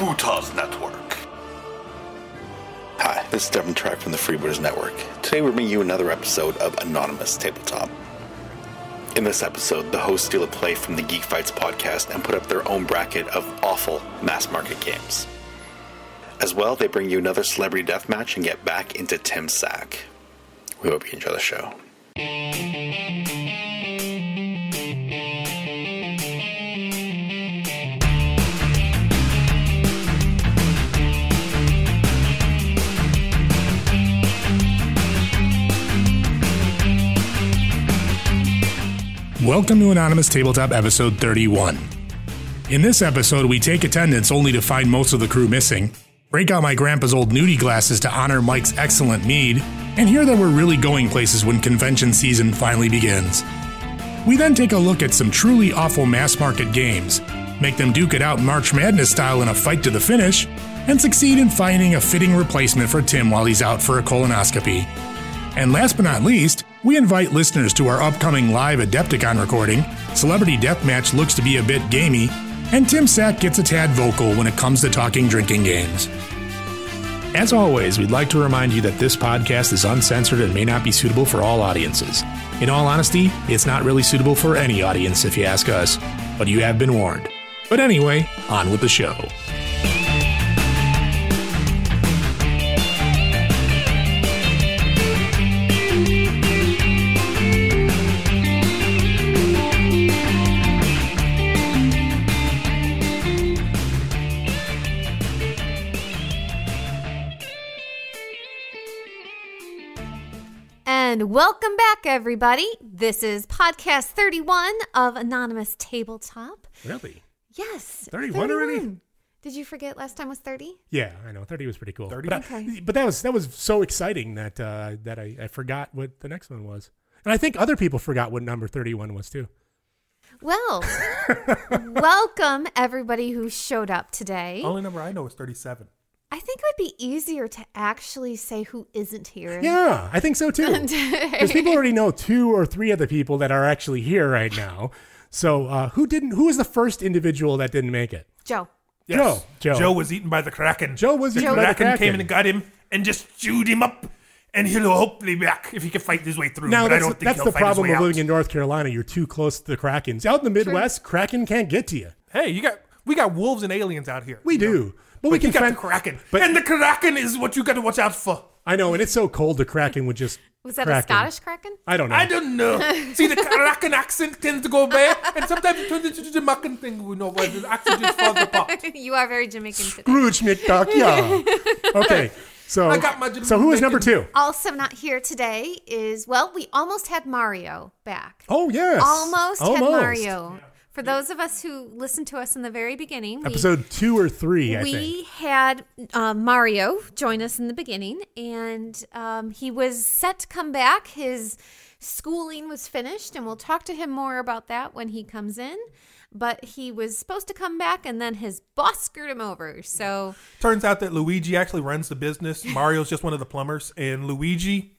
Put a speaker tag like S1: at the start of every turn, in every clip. S1: Utah's Network.
S2: Hi, this is Devin Track from the Freebooters Network. Today we're bringing you another episode of Anonymous Tabletop. In this episode, the hosts steal a play from the Geek Fights podcast and put up their own bracket of awful mass market games. As well, they bring you another celebrity death match and get back into Tim's sack. We hope you enjoy the show.
S3: Welcome to Anonymous Tabletop episode 31. In this episode, we take attendance only to find most of the crew missing, break out my grandpa's old nudie glasses to honor Mike's excellent mead, and hear that we're really going places when convention season finally begins. We then take a look at some truly awful mass market games, make them duke it out March Madness style in a fight to the finish, and succeed in finding a fitting replacement for Tim while he's out for a colonoscopy. And last but not least, we invite listeners to our upcoming live Adepticon recording. Celebrity Deathmatch looks to be a bit gamey, and Tim Sack gets a tad vocal when it comes to talking drinking games.
S4: As always, we'd like to remind you that this podcast is uncensored and may not be suitable for all audiences. In all honesty, it's not really suitable for any audience if you ask us, but you have been warned. But anyway, on with the show.
S5: And welcome back, everybody. This is podcast 31 of Anonymous Tabletop.
S3: Really?
S5: Yes.
S3: 31 already?
S5: Did you forget last time was 30?
S3: Yeah, I know. 30 was pretty cool. 30? But, I-
S5: Okay.
S3: but that was that was so exciting that uh, that I, I forgot what the next one was. And I think other people forgot what number 31 was too.
S5: Well, welcome everybody who showed up today.
S3: Oh.
S6: Only number I know is 37.
S5: I think it would be easier to actually say who isn't here.
S3: Yeah, I think so too. Because people already know two or three other people that are actually here right now. So uh, who didn't? Who was the first individual that didn't make it?
S5: Joe.
S3: Oh, Joe. Joe.
S6: Joe was eaten by the Kraken.
S3: Joe was
S6: the
S3: eaten by the
S6: Kraken, came
S3: Kraken.
S6: in and got him and just chewed him up. And he'll hopefully be back if he can fight his way through.
S3: Now
S6: but I
S3: that's,
S6: don't think
S3: that's
S6: he'll
S3: the
S6: fight his
S3: problem
S6: way
S3: of living
S6: out.
S3: in North Carolina. You're too close to the Krakens. Out in the Midwest, Kraken can't get to you.
S6: Hey, you got we got wolves and aliens out here.
S3: We
S6: you know?
S3: do, but, we can
S6: you got
S3: fend-
S6: the Kraken.
S3: But
S6: and the Kraken is what you got to watch out for.
S3: I know, and it's so cold the Kraken would just.
S5: Was that
S3: crack
S5: a
S3: in.
S5: Scottish Kraken?
S3: I don't know.
S6: I don't know. See, the Kraken accent tends to go bad, and sometimes it turns into the Jamaican thing. We know where the accent just falls apart.
S5: you are very Jamaican today.
S3: Scrooge McDuck. Yeah. okay. So
S6: I got my
S3: so who was number two?
S5: Also, not here today is, well, we almost had Mario back.
S3: Oh yes.
S5: almost, had
S3: Almost.
S5: Mario. For those of us who listened to us in the very beginning, we,
S3: Episode two or three, I think.
S5: we had uh, Mario join us in the beginning, and um, he was set to come back. His schooling was finished, and we'll talk to him more about that when he comes in. But he was supposed to come back, and then his boss screwed him over. So
S6: Turns out that Luigi actually runs the business. Mario's just one of the plumbers, and Luigi,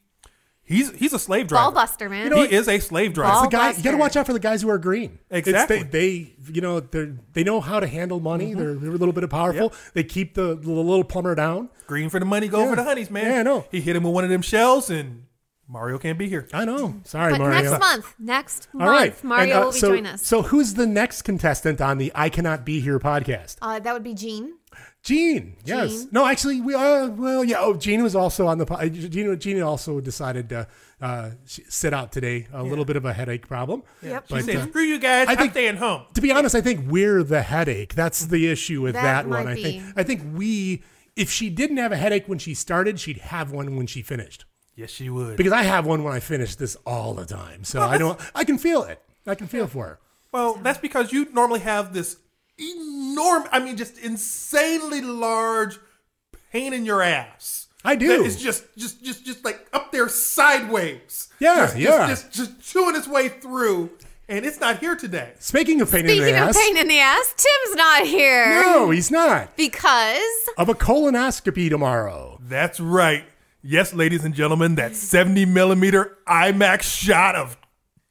S6: he's he's a slave driver.
S5: ball buster, man.
S3: You know
S6: he is a slave driver.
S5: Ball
S3: the guy you got to
S5: buster.
S3: watch out for the guys who are green. It's-
S6: Exactly.
S3: they, they you know they they know how to handle money.
S5: Mm-hmm.
S3: They're, they're a little bit of powerful. They keep the, the little plumber down.
S6: Green for the money, go for the honeys, man.
S3: Yeah, I know.
S6: He hit him with one of them shells, and Mario can't be here.
S3: I know. Sorry,
S5: but
S3: Mario.
S5: next month, next
S3: All
S5: month,
S3: right,
S5: Mario
S3: And, uh,
S5: will be
S3: so,
S5: joining us.
S3: So who's the next contestant on the I Cannot Be Here podcast?
S5: uh, that would be Gene.
S3: Gene. Yes.
S5: Gene.
S3: No, actually, we uh, well, yeah. Oh, Gene was also on the. po- uh, Gene, Gene also decided to uh, sh- sit out today. A little bit of a headache problem.
S5: Yep.
S6: He
S3: But,
S6: said,
S3: uh,
S6: "Screw you guys,
S3: I
S6: I am
S3: think-
S6: staying home."
S3: to be honest, I think we're the headache. That's the issue with that,
S5: That
S3: one.
S5: might
S3: I think
S5: be.
S3: I think we if she didn't have a headache when she started, she'd have one when she finished.
S6: Yes, she would.
S3: Because I have one when I finish this all the time. So I know I can feel it. I can feel for her.
S6: well, that's because you normally have this enormous—I mean, just insanely large pain in your ass.
S3: I do.
S6: That is just, just, just, just like up there sideways.
S3: Yeah,
S6: Just-
S3: yeah.
S6: Just, just, just chewing its way through, and it's not here today.
S3: Speaking of pain in
S5: Speaking
S3: the
S5: of
S3: ass.
S5: pain in the ass, Tim's not here
S3: no, he's not.
S5: because
S3: Of a colonoscopy tomorrow.
S6: That's right. Yes, ladies and gentlemen, that 70 millimeter IMAX shot of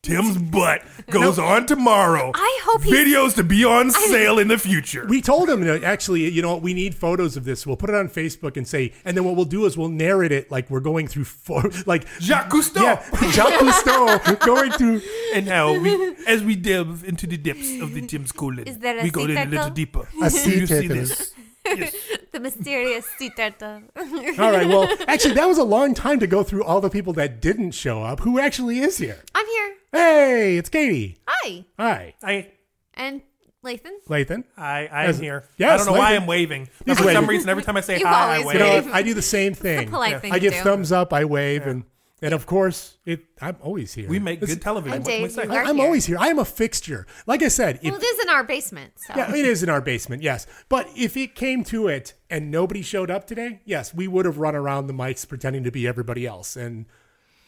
S6: Tim's butt goes on tomorrow.
S5: I hope he-
S6: videos to be on sale in the future.
S3: We told him, you know, actually, you know what? We need photos of this. We'll put it on Facebook and say, and then what we'll do is we'll narrate it like we're going through, pho- like
S6: Jacques Cousteau.
S3: yeah, Jacques Cousteau going through.
S6: And now, we, as we delve into the depths of the Tim's colon,
S5: Is there a
S6: we go
S5: sea
S6: in a little
S5: turtle?
S6: deeper.
S3: A sea
S6: you see
S3: turtle.
S6: this? Yes.
S5: the mysterious sea turtle.
S3: All right, well, actually, that was a long time to go through all the people that didn't show up. Who actually is here?
S5: I'm here.
S3: Hey, it's Katie.
S5: Hi.
S3: Hi,
S6: I,
S5: and Lathan.
S3: Lathan.
S6: I, I'm
S3: Yes.
S6: here. I
S3: Yes,
S6: don't know why
S3: Lincoln.
S6: I'm waving. But
S3: He's
S6: for some
S3: waving.
S6: reason, every time I say
S5: You
S6: hi, I
S5: always
S6: wave.
S3: You know,
S5: wave.
S3: what? I do the same thing.
S5: polite thing
S3: I
S5: to
S3: give
S5: do.
S3: thumbs up. I wave, and and of course, it. I'm always here.
S6: We make
S3: It's-
S6: good television.
S5: And
S6: what can we
S5: Dave,
S6: say?
S5: you
S3: I-
S5: are
S3: I'm
S5: here.
S3: always here. I am a fixture. Like I said, if
S5: Well, it is in our basement. So.
S3: Yeah, it is in our basement, yes. But if it came to it and nobody showed up today, yes, we would have run around the mics pretending to be everybody else, and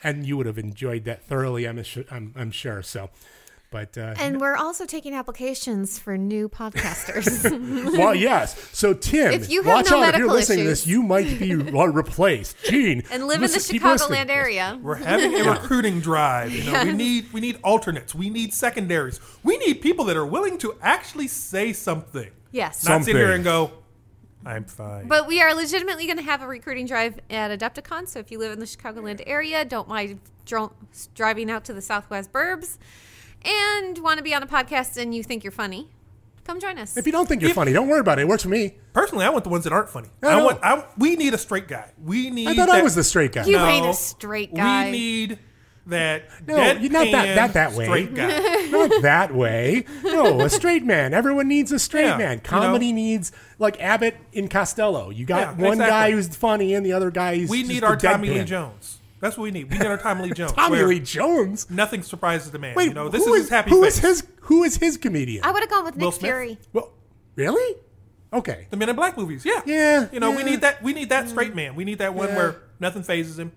S3: and you would have enjoyed that thoroughly. I'm assu- I'm, I'm sure. So, but uh,
S5: And we're also taking applications for new podcasters.
S3: well, yes. So Tim,
S5: If you have
S3: watch
S5: no
S3: out if you're
S5: medical
S3: listening to this,
S5: issues.
S3: you might be uh, replaced. Gene,
S5: and live
S3: listen-
S5: in
S3: keep
S5: the Chicagoland
S3: listening.
S5: area.
S6: We're having a recruiting drive. You know, we need we need alternates. We need secondaries. We need people that are willing to actually say something,
S5: Yes.
S6: not sit here
S3: Something.
S6: and go, "I'm fine."
S5: But we are legitimately going to have a recruiting drive at Adepticon. So if you live in the Chicagoland area, don't mind dro- driving out to the Southwest Burbs and want to be on a podcast and you think you're funny, come join us.
S3: If you don't think you're funny, don't worry about it. It works for me.
S6: Personally, I want the ones that aren't funny.
S3: No,
S6: I
S3: no.
S6: want. I, we need a straight guy. We need.
S3: I thought I
S6: that-
S3: was the straight guy.
S5: You
S6: No,
S5: ain't a straight guy.
S6: We need that.
S3: No, you're not that-
S6: deadpan
S3: not that way.
S6: Straight
S5: Mm-hmm.
S6: guy.
S3: Not that way. No, a straight man. Everyone needs a straight
S6: Yeah, you
S3: man.
S6: know.
S3: Comedy needs like Abbott and Costello. You got
S6: Yeah,
S3: one guy
S6: exactly.
S3: who's funny and the other guy who's
S6: We
S3: just
S6: need
S3: a
S6: our Tommy
S3: deadpan.
S6: Lee Jones. That's what we need. We need our Tommy Lee Jones.
S3: Tommy
S6: where
S3: Lee Jones.
S6: Nothing surprises the man.
S3: Wait,
S6: you know, this
S3: who
S6: is his happy
S3: who
S6: face.
S3: is his who is his comedian?
S5: I would have gone with
S6: Will
S5: Nick
S6: Smith?
S5: Fury.
S3: well, really? Okay.
S6: the Men in Black movies. Yeah,
S3: Yeah,
S6: You know, we
S3: yeah.
S6: need that. We need that straight man. We need that one
S3: Yeah.
S6: where nothing phases him.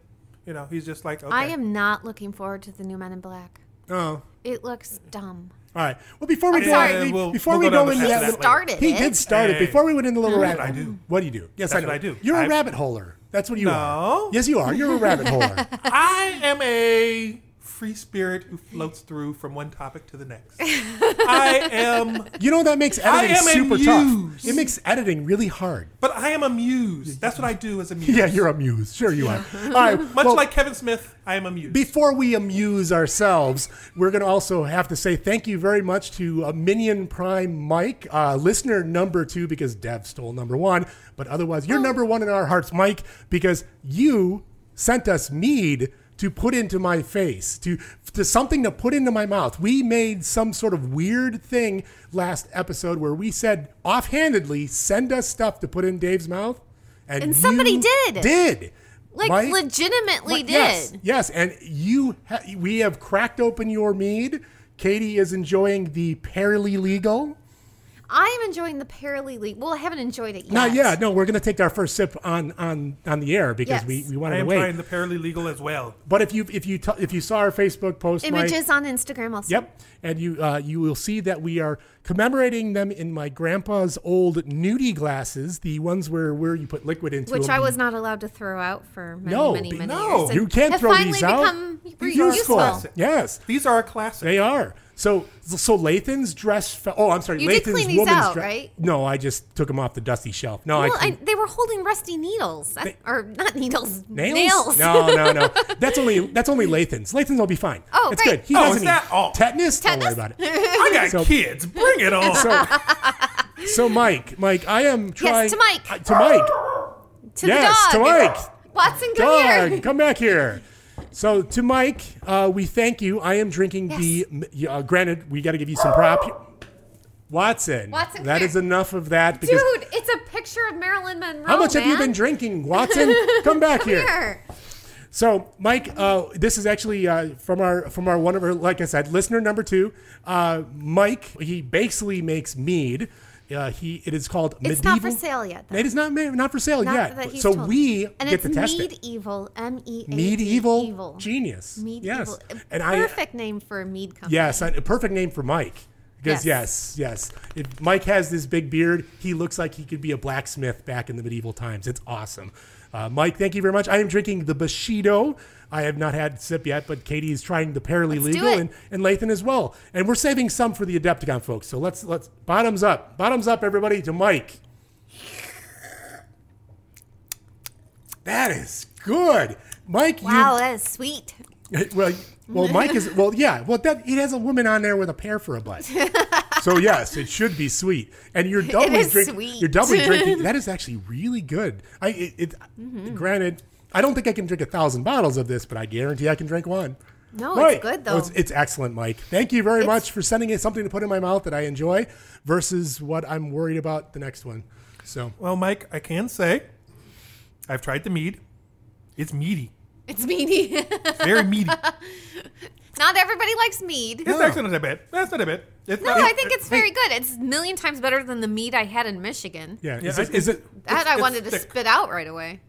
S6: You know, he's just like, okay.
S5: I am not looking forward to the new Men in Black.
S3: Oh.
S5: It looks dumb.
S3: All right. Well, before we
S5: I'm
S3: go,
S5: sorry.
S3: we-
S6: Yeah, we'll-
S3: before
S6: we'll
S3: we
S6: go
S3: go,
S6: down the
S3: into
S6: path
S3: that,
S6: of that
S3: little-
S6: later.
S5: Started
S3: he
S5: it.
S3: did start it.
S6: Hey.
S3: Before we went into the little rabbit,
S6: what I do.
S3: What do you do? Yes,
S6: That's
S3: I know.
S6: what I do.
S3: You're a
S6: I-
S3: rabbit holer. That's what you are.
S6: No.
S3: Yes, you are. You're a rabbit holer.
S6: I am a free spirit who floats through from one topic to the next. I am,
S3: You know that makes editing
S6: am
S3: super tough.
S6: amused.
S3: It makes editing really hard.
S6: but I am amused. That's what I do as a muse.
S3: Yeah, you're amused. Sure you are. All right.
S6: Much
S3: well,
S6: like Kevin Smith, I am amused.
S3: before we amuse ourselves, we're going to also have to say thank you very much to uh, Minion Prime Mike, uh, listener number two, because Dev stole number one. But otherwise,
S5: Oh.
S3: you're number one in our hearts, Mike, because you sent us mead to put into my face, to, to something to put into my mouth. We made some sort of weird thing last episode where we said offhandedly, send us stuff to put in Dave's mouth. And,
S5: And somebody
S3: you
S5: did.
S3: Did.
S5: Like,
S3: Mike-
S5: legitimately
S3: Right,
S5: did.
S3: Yes, yes, and you ha- we have cracked open your mead. Katie is enjoying the Parley Legal.
S5: I am enjoying the Paralegal. Well, I haven't enjoyed it yet.
S3: Not yet. No, we're going to take our first sip on on on the air because
S5: Yes.
S3: we we
S6: I
S3: wanted to
S6: am
S3: wait.
S6: trying the paralegal as well.
S3: But if you if you t- if you saw our Facebook post, Mike-
S5: Images on Instagram also.
S3: Yep, and you uh, you will see that we are commemorating them in my grandpa's old nudie glasses, the ones where where you put liquid into.
S5: Which
S3: them.
S5: I was not allowed to throw out for many,
S3: No,
S5: many,
S3: be-
S5: many
S6: no.
S5: years. and
S3: You can't
S5: have
S3: throw
S5: finally
S3: these out.
S5: become useful.
S3: Yes.
S6: These are a classic.
S3: They are. So so Lathan's dress. Fe- oh, I'm sorry.
S5: You
S3: Lathan's
S5: did clean these
S3: woman's
S5: out,
S3: dre-
S5: right?
S3: No, I just took them off the dusty shelf. No, I,
S5: Well, I,
S3: cleaned-
S5: they were holding rusty needles, That- or not needles, nails.
S3: No, no, no. That's only that's only Lathan's. Lathan's will be fine.
S5: Oh,
S3: it's
S5: great.
S3: good. He
S6: Oh,
S3: doesn't
S6: is that
S3: eat
S6: all?
S3: tetanus. Don't worry
S5: Tetanus?
S3: about it.
S6: I got
S3: So-
S6: kids. Bring it on.
S3: So Mike, Mike, I am trying.
S5: to Mike.
S3: uh, to Mike.
S5: to
S3: Yes,
S5: the
S3: to
S5: dog.
S3: Mike.
S5: Watson, come
S3: Dog,
S5: here.
S3: come back here. So to Mike, uh, we thank you. I am drinking the. Uh, granted, we got to give you some prop. Watson.
S5: Watson,
S3: that
S5: come
S3: is
S5: here.
S3: enough of that because
S5: Dude, it's a picture of Marilyn Monroe.
S3: How much have you
S5: man.
S3: been drinking, Watson? Come back here.
S5: Here.
S3: So, Mike, uh, this is actually uh, from our from our one of our like I said, listener number two, uh, Mike. He basically makes mead. Uh, he it is called
S5: It's
S3: medieval.
S5: not for sale yet. Though.
S3: It is not ma- not for sale
S5: Not
S3: yet.
S5: that he's
S3: so
S5: told.
S3: we
S5: and
S3: get
S5: it's
S3: to test it.
S5: medieval, M E A D
S3: Medieval
S5: evil.
S3: genius.
S5: Medieval. Uh,
S3: Yes,
S5: A
S3: and I uh,
S5: Perfect name for a mead company.
S3: yes, I, a perfect name for Mike. Because yes,
S5: Yes.
S3: yes. If Mike has this big beard. He looks like he could be a blacksmith back in the medieval times. It's awesome. Uh, Mike, thank you very much. I am drinking the Bushido. I have not had a sip yet, but Katie is trying the Paralegal
S5: Let's do
S3: legal
S5: it.
S3: and, and Lathan as well. And we're saving some for the Adepticon folks. So let's let's bottoms up. Bottoms up everybody to Mike. That is good. Mike, you
S5: Wow, that is sweet.
S3: well, well, Mike is well, yeah. Well, that it has a woman on there with a pear for a butt. so yes, it should be sweet. And you're doubly
S5: is
S3: drinking.
S5: sweet.
S3: You're doubly drinking. That is actually really good. I it, it
S5: Mm-hmm.
S3: granted, I don't think I can drink a thousand bottles of this, but I guarantee I can drink one.
S5: No, it's good,
S3: Oh, it's,
S5: though.
S3: it's excellent, Mike. Thank you very
S5: It's-
S3: much for sending it something to put in my mouth that I enjoy versus what I'm worried about the next one. So
S6: Well, Mike, I can say I've tried the mead. It's meaty.
S5: It's meaty.
S6: It's very meaty.
S5: Not everybody likes mead.
S6: It's actually not that bad. That's not that bad. It's
S5: No,
S6: not,
S5: I think it's very good. It's a million times better than the mead I had in Michigan.
S3: yeah,
S6: Yeah,
S3: is,
S6: I
S3: it, is
S6: think-
S3: it?
S5: That I
S6: it's
S5: wanted to
S6: thick.
S5: spit out right away.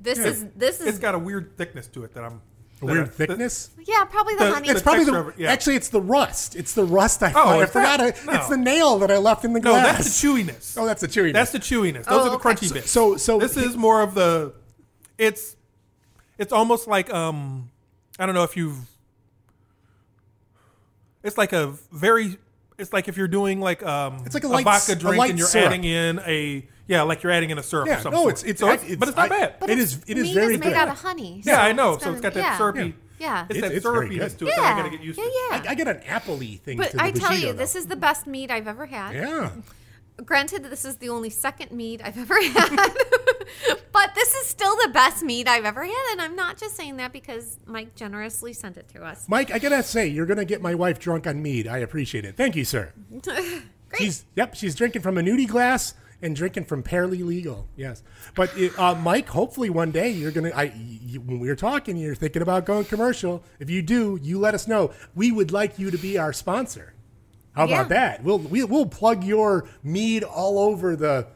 S5: This
S6: Yeah.
S5: is this
S6: It's
S5: is
S6: got a weird thickness to it that I'm.
S3: A
S6: that
S3: weird
S6: I- that-
S3: thickness.
S5: yeah, probably the,
S6: the-
S5: honey.
S3: It's probably
S6: texture
S3: the
S6: of it, yeah.
S3: actually it's the rust. It's the rust I,
S6: Oh,
S3: oh, I
S6: it's that.
S3: forgot. I, It's
S6: No.
S3: the nail that I left in the
S6: No,
S3: glass.
S6: that's the chewiness.
S3: Oh, that's the chewy.
S6: That's the chewiness. Those
S5: Oh,
S6: are the
S5: okay.
S6: crunchy bits.
S3: so- so-
S6: this is more of the. It's, it's almost like um, I don't know if you've. It's like a very. It's like if you're doing like um.
S3: It's like a light s-
S6: vodka
S3: a
S6: drink
S3: light
S6: and you're
S3: syrup.
S6: adding in a yeah, like you're adding in a syrup.
S3: yeah.
S6: Or something.
S3: No, it's it's,
S6: so
S3: it's,
S6: but it's not
S3: I-
S6: bad.
S5: but
S3: it
S5: it's-
S3: is it is
S5: mead
S3: very
S5: is made
S3: good.
S5: out of honey.
S6: yeah,
S5: so
S6: I know.
S5: it's
S6: So it's got
S5: gonna-
S6: that syrupy.
S5: Yeah.
S6: It's
S5: Yeah.
S6: that
S3: It's- it's very
S6: syrupiness
S3: good.
S6: to it
S5: Yeah.
S6: that I gotta get used
S5: yeah,
S6: to.
S5: yeah.
S3: I, I get an appley thing. to
S5: but
S3: the
S5: I tell
S3: Bushido,
S5: you,
S3: though.
S5: this is the best mead I've ever had.
S3: yeah.
S5: Granted, this is the only second mead I've ever had, but this is still the best mead I've ever had, and I'm not just saying that because Mike generously sent it to us.
S3: Mike, I gotta say, you're gonna get my wife drunk on mead. I appreciate it. Thank you, sir.
S5: Great.
S3: She's yep. She's drinking from a nudie glass and drinking from Parley Legal. Yes, but it, uh, Mike, hopefully one day you're gonna. I you, when we were talking, you're thinking about going commercial. If you do, you let us know. We would like you to be our sponsor. How
S5: Yeah.
S3: about that? We'll we, we'll plug your mead all over the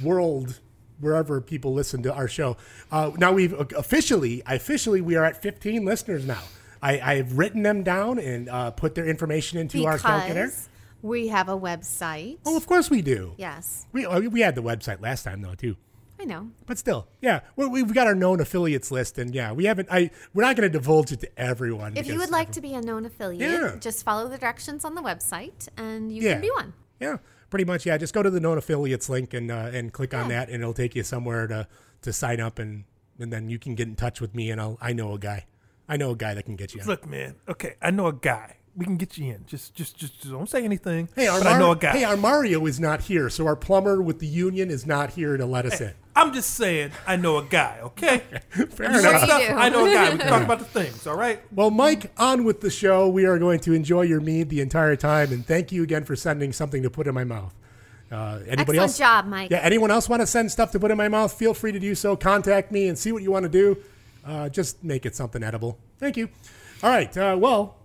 S3: world. Wherever people listen to our show, uh, now we've officially, officially, we are at 15 listeners now. I, I've written them down and uh, put their information into our calculator.
S5: because we have a website.
S3: Oh, of course we do.
S5: Yes,
S3: We uh, we had the website last time though too,
S5: I know.
S3: but still, yeah, we, we've got our known affiliates list, and yeah, we haven't. I we're not going to divulge it to everyone.
S5: If you
S3: because-
S5: would like to be a known affiliate,
S3: Yeah.
S5: just follow the directions on the website, and you
S3: Yeah.
S5: can be one.
S3: yeah, pretty much, yeah. Just go to the known affiliates link and uh, and click on that, and it'll take you somewhere to to sign up, and and then you can get in touch with me, and I'll I know a guy, I know a guy that can get you. on.
S6: Look, man. Okay, I know a guy. We can get you in. Just, just, just, just don't say anything.
S3: Hey, our
S6: but I know a
S3: Mar-
S6: guy.
S3: hey, our Mario is not here, so our plumber with the union is not here to let us
S6: I'm just saying, I know a guy. Okay.
S3: in. Fair
S5: Sure
S3: enough.
S5: you
S6: Stuff,
S5: do.
S6: I know a guy. We can talk about the things. All right.
S3: Well, Mike, on with the show. We are going to enjoy your mead the entire time, and thank you again for sending something to put in my mouth. Uh, anybody
S5: Excellent
S3: else?
S5: job, Mike.
S3: Yeah. Anyone else want to send stuff to put in my mouth? Feel free to do so. Contact me and see what you want to do. Uh, just make it something edible. Thank you. All right. Uh, well,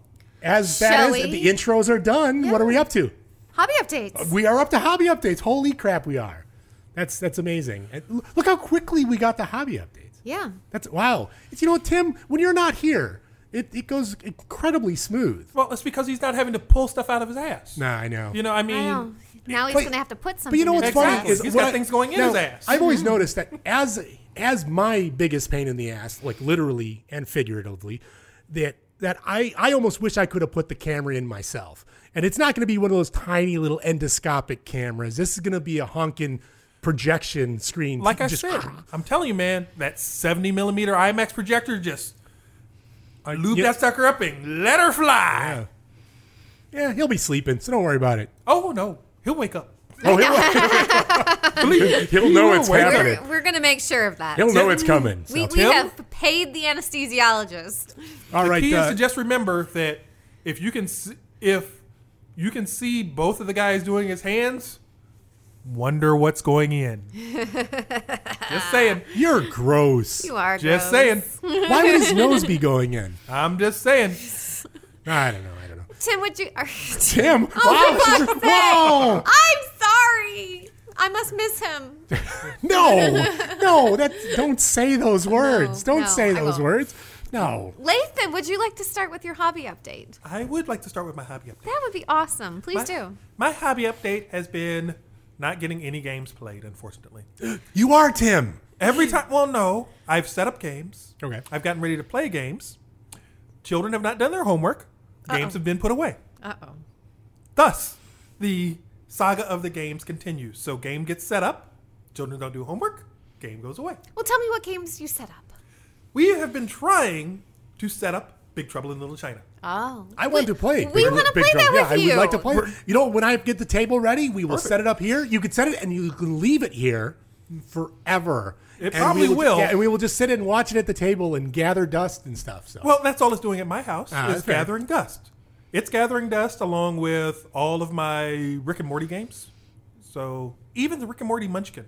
S3: as that
S5: Shall
S3: is,
S5: we?
S3: the intros are done. What are we up to?
S5: Hobby updates.
S3: We are up to hobby updates. Holy crap, we are. That's that's amazing. And l- look how quickly we got the hobby updates.
S5: yeah.
S3: That's wow. It's, you know, what, Tim, when you're not here, it, it goes incredibly smooth.
S6: Well, it's because he's not having to pull stuff out of his ass.
S3: Nah, I know.
S6: You know, I mean,
S5: I know. Now he's
S3: But-
S5: going to have to put something.
S3: but you know what's
S5: in his
S6: Exactly.
S3: funny
S5: mouth.
S3: is
S6: He's
S3: what
S6: got
S3: I-
S6: things going in
S3: now,
S6: his ass.
S3: I've always noticed that as as my biggest pain in the ass, like literally and figuratively, that that I I almost wish I could have put the camera in myself. And it's not going to be one of those tiny little endoscopic cameras. This is going to be a honking projection screen.
S6: like I
S3: Just- ah,
S6: said, I'm telling you, man, that 70 millimeter IMAX projector just I lube
S3: yeah.
S6: that sucker up and let her fly.
S3: yeah, he'll be sleeping, so don't worry about it.
S6: Oh no, he'll wake up.
S3: Oh, he'll, he'll know it's
S6: Wait, wait.
S3: happening.
S5: We're, we're going to make sure of that.
S3: He'll know it's coming.
S5: we
S3: so.
S5: we
S6: Tim?
S5: have paid the anesthesiologist.
S3: All right,
S6: Key is
S3: uh,
S6: to just remember that if you can see, if you can see both of the guys doing his hands, wonder what's going in. just saying.
S3: you're gross.
S5: You are
S6: Just
S5: gross.
S6: saying.
S3: Why would his nose be going in?
S6: I'm just saying.
S3: I don't know. I don't know.
S5: Tim, would you? Are,
S3: Tim,
S5: Oh, for fuck's
S3: wow, wow,
S5: I'm sorry. I must miss him.
S3: no, no, that don't say those words.
S5: No,
S3: don't
S5: no,
S3: say
S5: I
S3: those
S5: won't.
S3: words. No.
S5: Lathan, would you like to start with your hobby update?
S6: I would like to start with my hobby update.
S5: That would be awesome. Please
S6: My-
S5: do.
S6: My hobby update has been not getting any games played, unfortunately.
S3: You are Tim.
S6: Every time, well, no, I've set up games.
S3: Okay.
S6: I've gotten ready to play games. Children have not done their homework. Games have been put away.
S5: Uh oh.
S6: Thus, the saga of the games continues. So, game gets set up. Children don't do homework. Game goes away.
S5: Well, tell me what games you set up.
S6: We have been trying to set up Big Trouble in Little China.
S5: Oh.
S3: I want to play.
S5: We
S3: Big-
S5: want to
S3: Big
S5: play that
S3: Trouble.
S5: with
S3: yeah,
S5: you.
S3: I would like to play. You know, when I get the table ready, we will set it up here. You can set it and you can leave it here forever.
S6: It
S3: And we
S6: probably will.
S3: Yeah, and we will just sit and watch it at the table and gather dust and stuff. So
S6: Well, that's all it's doing at my house.
S3: Ah,
S6: it's
S3: that's fair.
S6: gathering dust. It's gathering dust along with all of my Rick and Morty games. So even the Rick and Morty Munchkin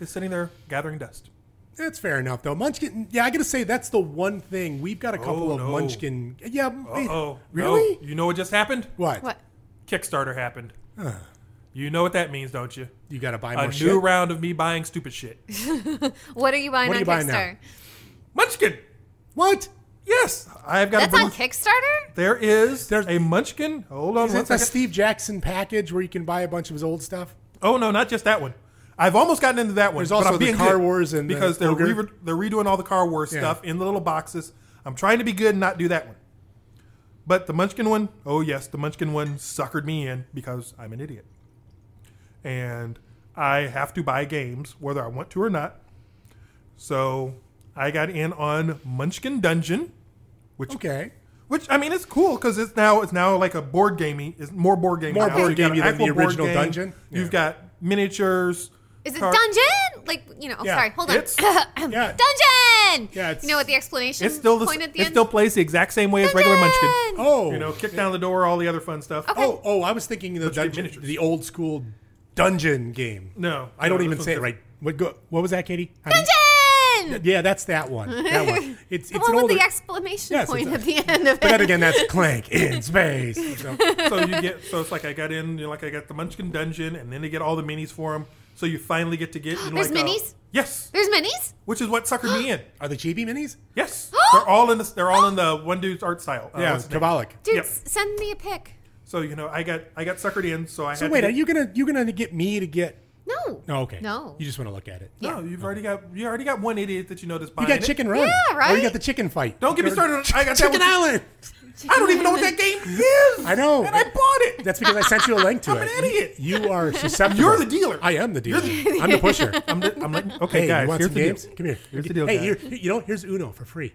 S6: is sitting there gathering dust.
S3: that's fair enough, though. Munchkin. Yeah, I got to say that's the one thing we've got a couple
S6: Oh,
S3: of
S6: no.
S3: Munchkin. Yeah. eh,
S6: Oh,
S3: really?
S6: you know what just happened?
S3: What?
S5: What?
S6: Kickstarter happened. You know what that means, don't you?
S3: You got to buy more
S6: A new
S3: shit.
S6: round of me buying stupid shit.
S5: What are you buying
S3: What are
S5: on
S3: you buying now?
S5: Kickstarter?
S6: Munchkin.
S3: what?
S6: Yes, I've got.
S5: That's
S6: a
S5: on
S6: Munch-
S5: Kickstarter?
S6: There is there's a Munchkin. Hold on
S3: Is
S6: one
S3: it the
S6: second.
S3: Steve Jackson package where you can buy a bunch of his old stuff?
S6: Oh no, not just that one. I've almost gotten into that one.
S3: There's
S6: but
S3: also
S6: I'm
S3: the
S6: being
S3: Car
S6: good
S3: Wars and the
S6: because they're
S3: Ogre.
S6: re- they're redoing all the Car Wars
S3: Yeah.
S6: stuff in the little boxes. I'm trying to be good and not do that one. But the Munchkin one, oh yes, the Munchkin one suckered me in because I'm an idiot, and I have to buy games whether I want to or not. So I got in on Munchkin Dungeon, which
S3: Okay.
S6: which I mean, it's cool because it's now it's now like a board gamey. It's more board gamey.
S3: More
S6: now.
S3: board
S6: You've got
S3: gamey
S6: an
S3: than the
S6: actual board
S3: original dungeon?
S6: You've
S3: Yeah.
S6: got miniatures.
S5: Is it
S6: car-
S5: dungeon? Like you know? Oh,
S3: Yeah,
S5: sorry. Hold on.
S6: it's-
S3: yeah.
S5: Dungeon.
S3: Yeah, it's-
S5: you know what the explanation?
S6: It's still the,
S5: point at the
S6: it
S5: end.
S6: still plays the exact same way as regular Munchkin.
S5: Dungeon!
S3: Oh.
S6: You know, kick down the door, all the other fun stuff.
S3: Oh, oh, I was thinking the
S6: get
S3: dungeon,
S6: miniatures.
S3: the old school dungeon game.
S6: No,
S3: I don't
S6: no,
S3: even
S6: this
S3: say it
S6: one's
S3: right. What go, What was that, Katie? How do you-
S5: Dungeon.
S3: yeah, that's that one. That one. It's it's
S5: The
S3: an
S5: one with
S3: older.
S5: the exclamation
S3: Yes, it
S5: point at
S3: does.
S5: the end of
S3: but
S5: it.
S3: then again, that's Clank in space. So,
S6: so you get so it's like I got in, you know, like I got the Munchkin dungeon, and then they get all the minis for them. So you finally get to get. You know,
S5: There's
S6: like, uh,
S5: minis?
S6: yes,
S5: There's minis.
S6: which is what suckered me in.
S3: are the chibi minis?
S6: Yes, they're all in this. They're all in the one dude's art style. Uh,
S3: Yeah,
S6: what's his name?
S3: Kabalik.
S5: Dude,
S6: Yep.
S5: s- send me a pic.
S6: So you know, I got I got suckered in. So I
S3: So
S6: had
S3: wait,
S6: to
S3: are
S6: get-
S3: you gonna you gonna get me to get?
S5: No.
S3: No, okay.
S5: No.
S3: you just want to look at it.
S6: No, you've already got you already got one idiot that you know that's
S3: You
S6: buying
S3: got
S6: it.
S3: Chicken Run.
S5: Yeah,
S3: Or you
S5: right?
S3: got the Chicken Fight.
S6: Don't get me
S3: Or-
S6: started on- I got that
S3: Chicken
S6: one-
S3: Island.
S6: I don't even know what that game is.
S3: I know.
S6: And I bought it.
S3: That's because I sent you a link to
S6: I'm
S3: it.
S6: an idiot.
S3: You are susceptible.
S6: You're the dealer.
S3: I am the dealer. I'm the pusher.
S6: I'm, the, I'm like, okay,
S3: Hey,
S6: guys,
S3: you want
S6: here's
S3: some
S6: the
S3: games?
S6: deal.
S3: Come here.
S6: Here's the deal,
S3: Hey,
S6: guys.
S3: here, you know, here's Uno for free.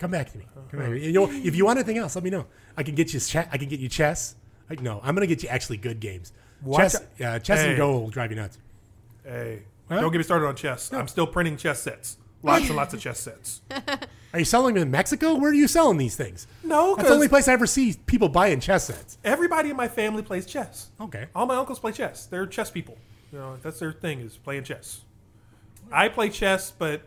S3: Come back to me. Come back. You know, if you want anything else, let me know. I can get you. Che- I can get you chess. I, no, I'm gonna get you actually good games.
S6: Watch-
S3: chess, uh, chess
S6: Hey.
S3: and Go will drive you nuts.
S6: Hey, don't get me started on chess. I'm still printing chess sets. Lots and lots of chess sets.
S3: Are you selling them in Mexico? Where are you selling these things?
S6: No,
S3: that's the
S6: 'cause-
S3: only place I ever see people buying chess sets.
S6: Everybody in my family plays chess.
S3: Okay.
S6: All my uncles play chess. They're chess people. You know, that's their thing is playing chess. I play chess, but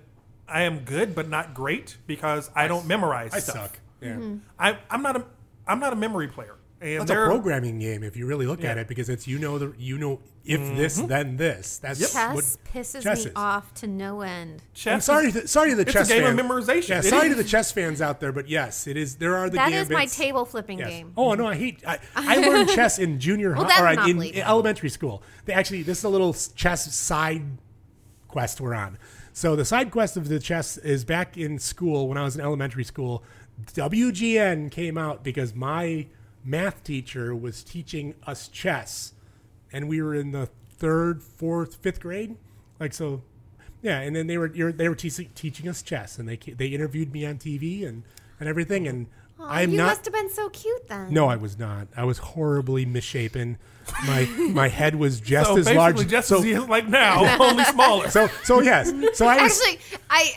S6: I am good, but not great because I don't memorize
S3: I
S6: stuff.
S3: suck. Yeah,
S5: Mm-hmm.
S6: I, I'm not a I'm not a memory player. And
S3: that's a
S6: there-
S3: programming game if you really look at
S6: Yeah. Mm-hmm.
S3: it because it's you know the you know if this then this. That's what
S5: Chess pisses
S3: chess
S5: me
S3: is.
S5: off to no end.
S6: Chess
S3: I'm
S6: is-
S3: sorry, to, sorry to the
S6: a
S3: chess.
S6: game of
S3: fan.
S6: memorization.
S3: Yeah,
S6: It
S3: sorry
S6: is.
S3: to the chess fans out there, but yes, it is. There are the
S5: That
S3: gambits.
S5: is my table flipping
S3: Yes.
S5: game.
S3: Oh no, I hate. I, I learned chess in junior high
S5: Well,
S3: or
S5: that's
S3: I-
S5: not
S3: in,
S5: legal.
S3: in elementary school. They actually, this is a little chess side quest we're on. So the side quest of the chess is back in school when I was in elementary school. WGN came out because my math teacher was teaching us chess, and we were in the third, fourth, fifth grade. Like so, yeah. And then they were you're- they were teaching teaching us chess, and they ca- they interviewed me on TV and and everything. And
S5: Aw,
S3: I'm
S5: you
S3: not.
S5: must have been so cute then.
S3: No, I was not. I was horribly misshapen. My my head was just
S6: so
S3: as
S6: basically
S3: large.
S6: just
S3: so,
S6: as he is like now, only smaller.
S3: so so yes. So I was
S5: Actually, I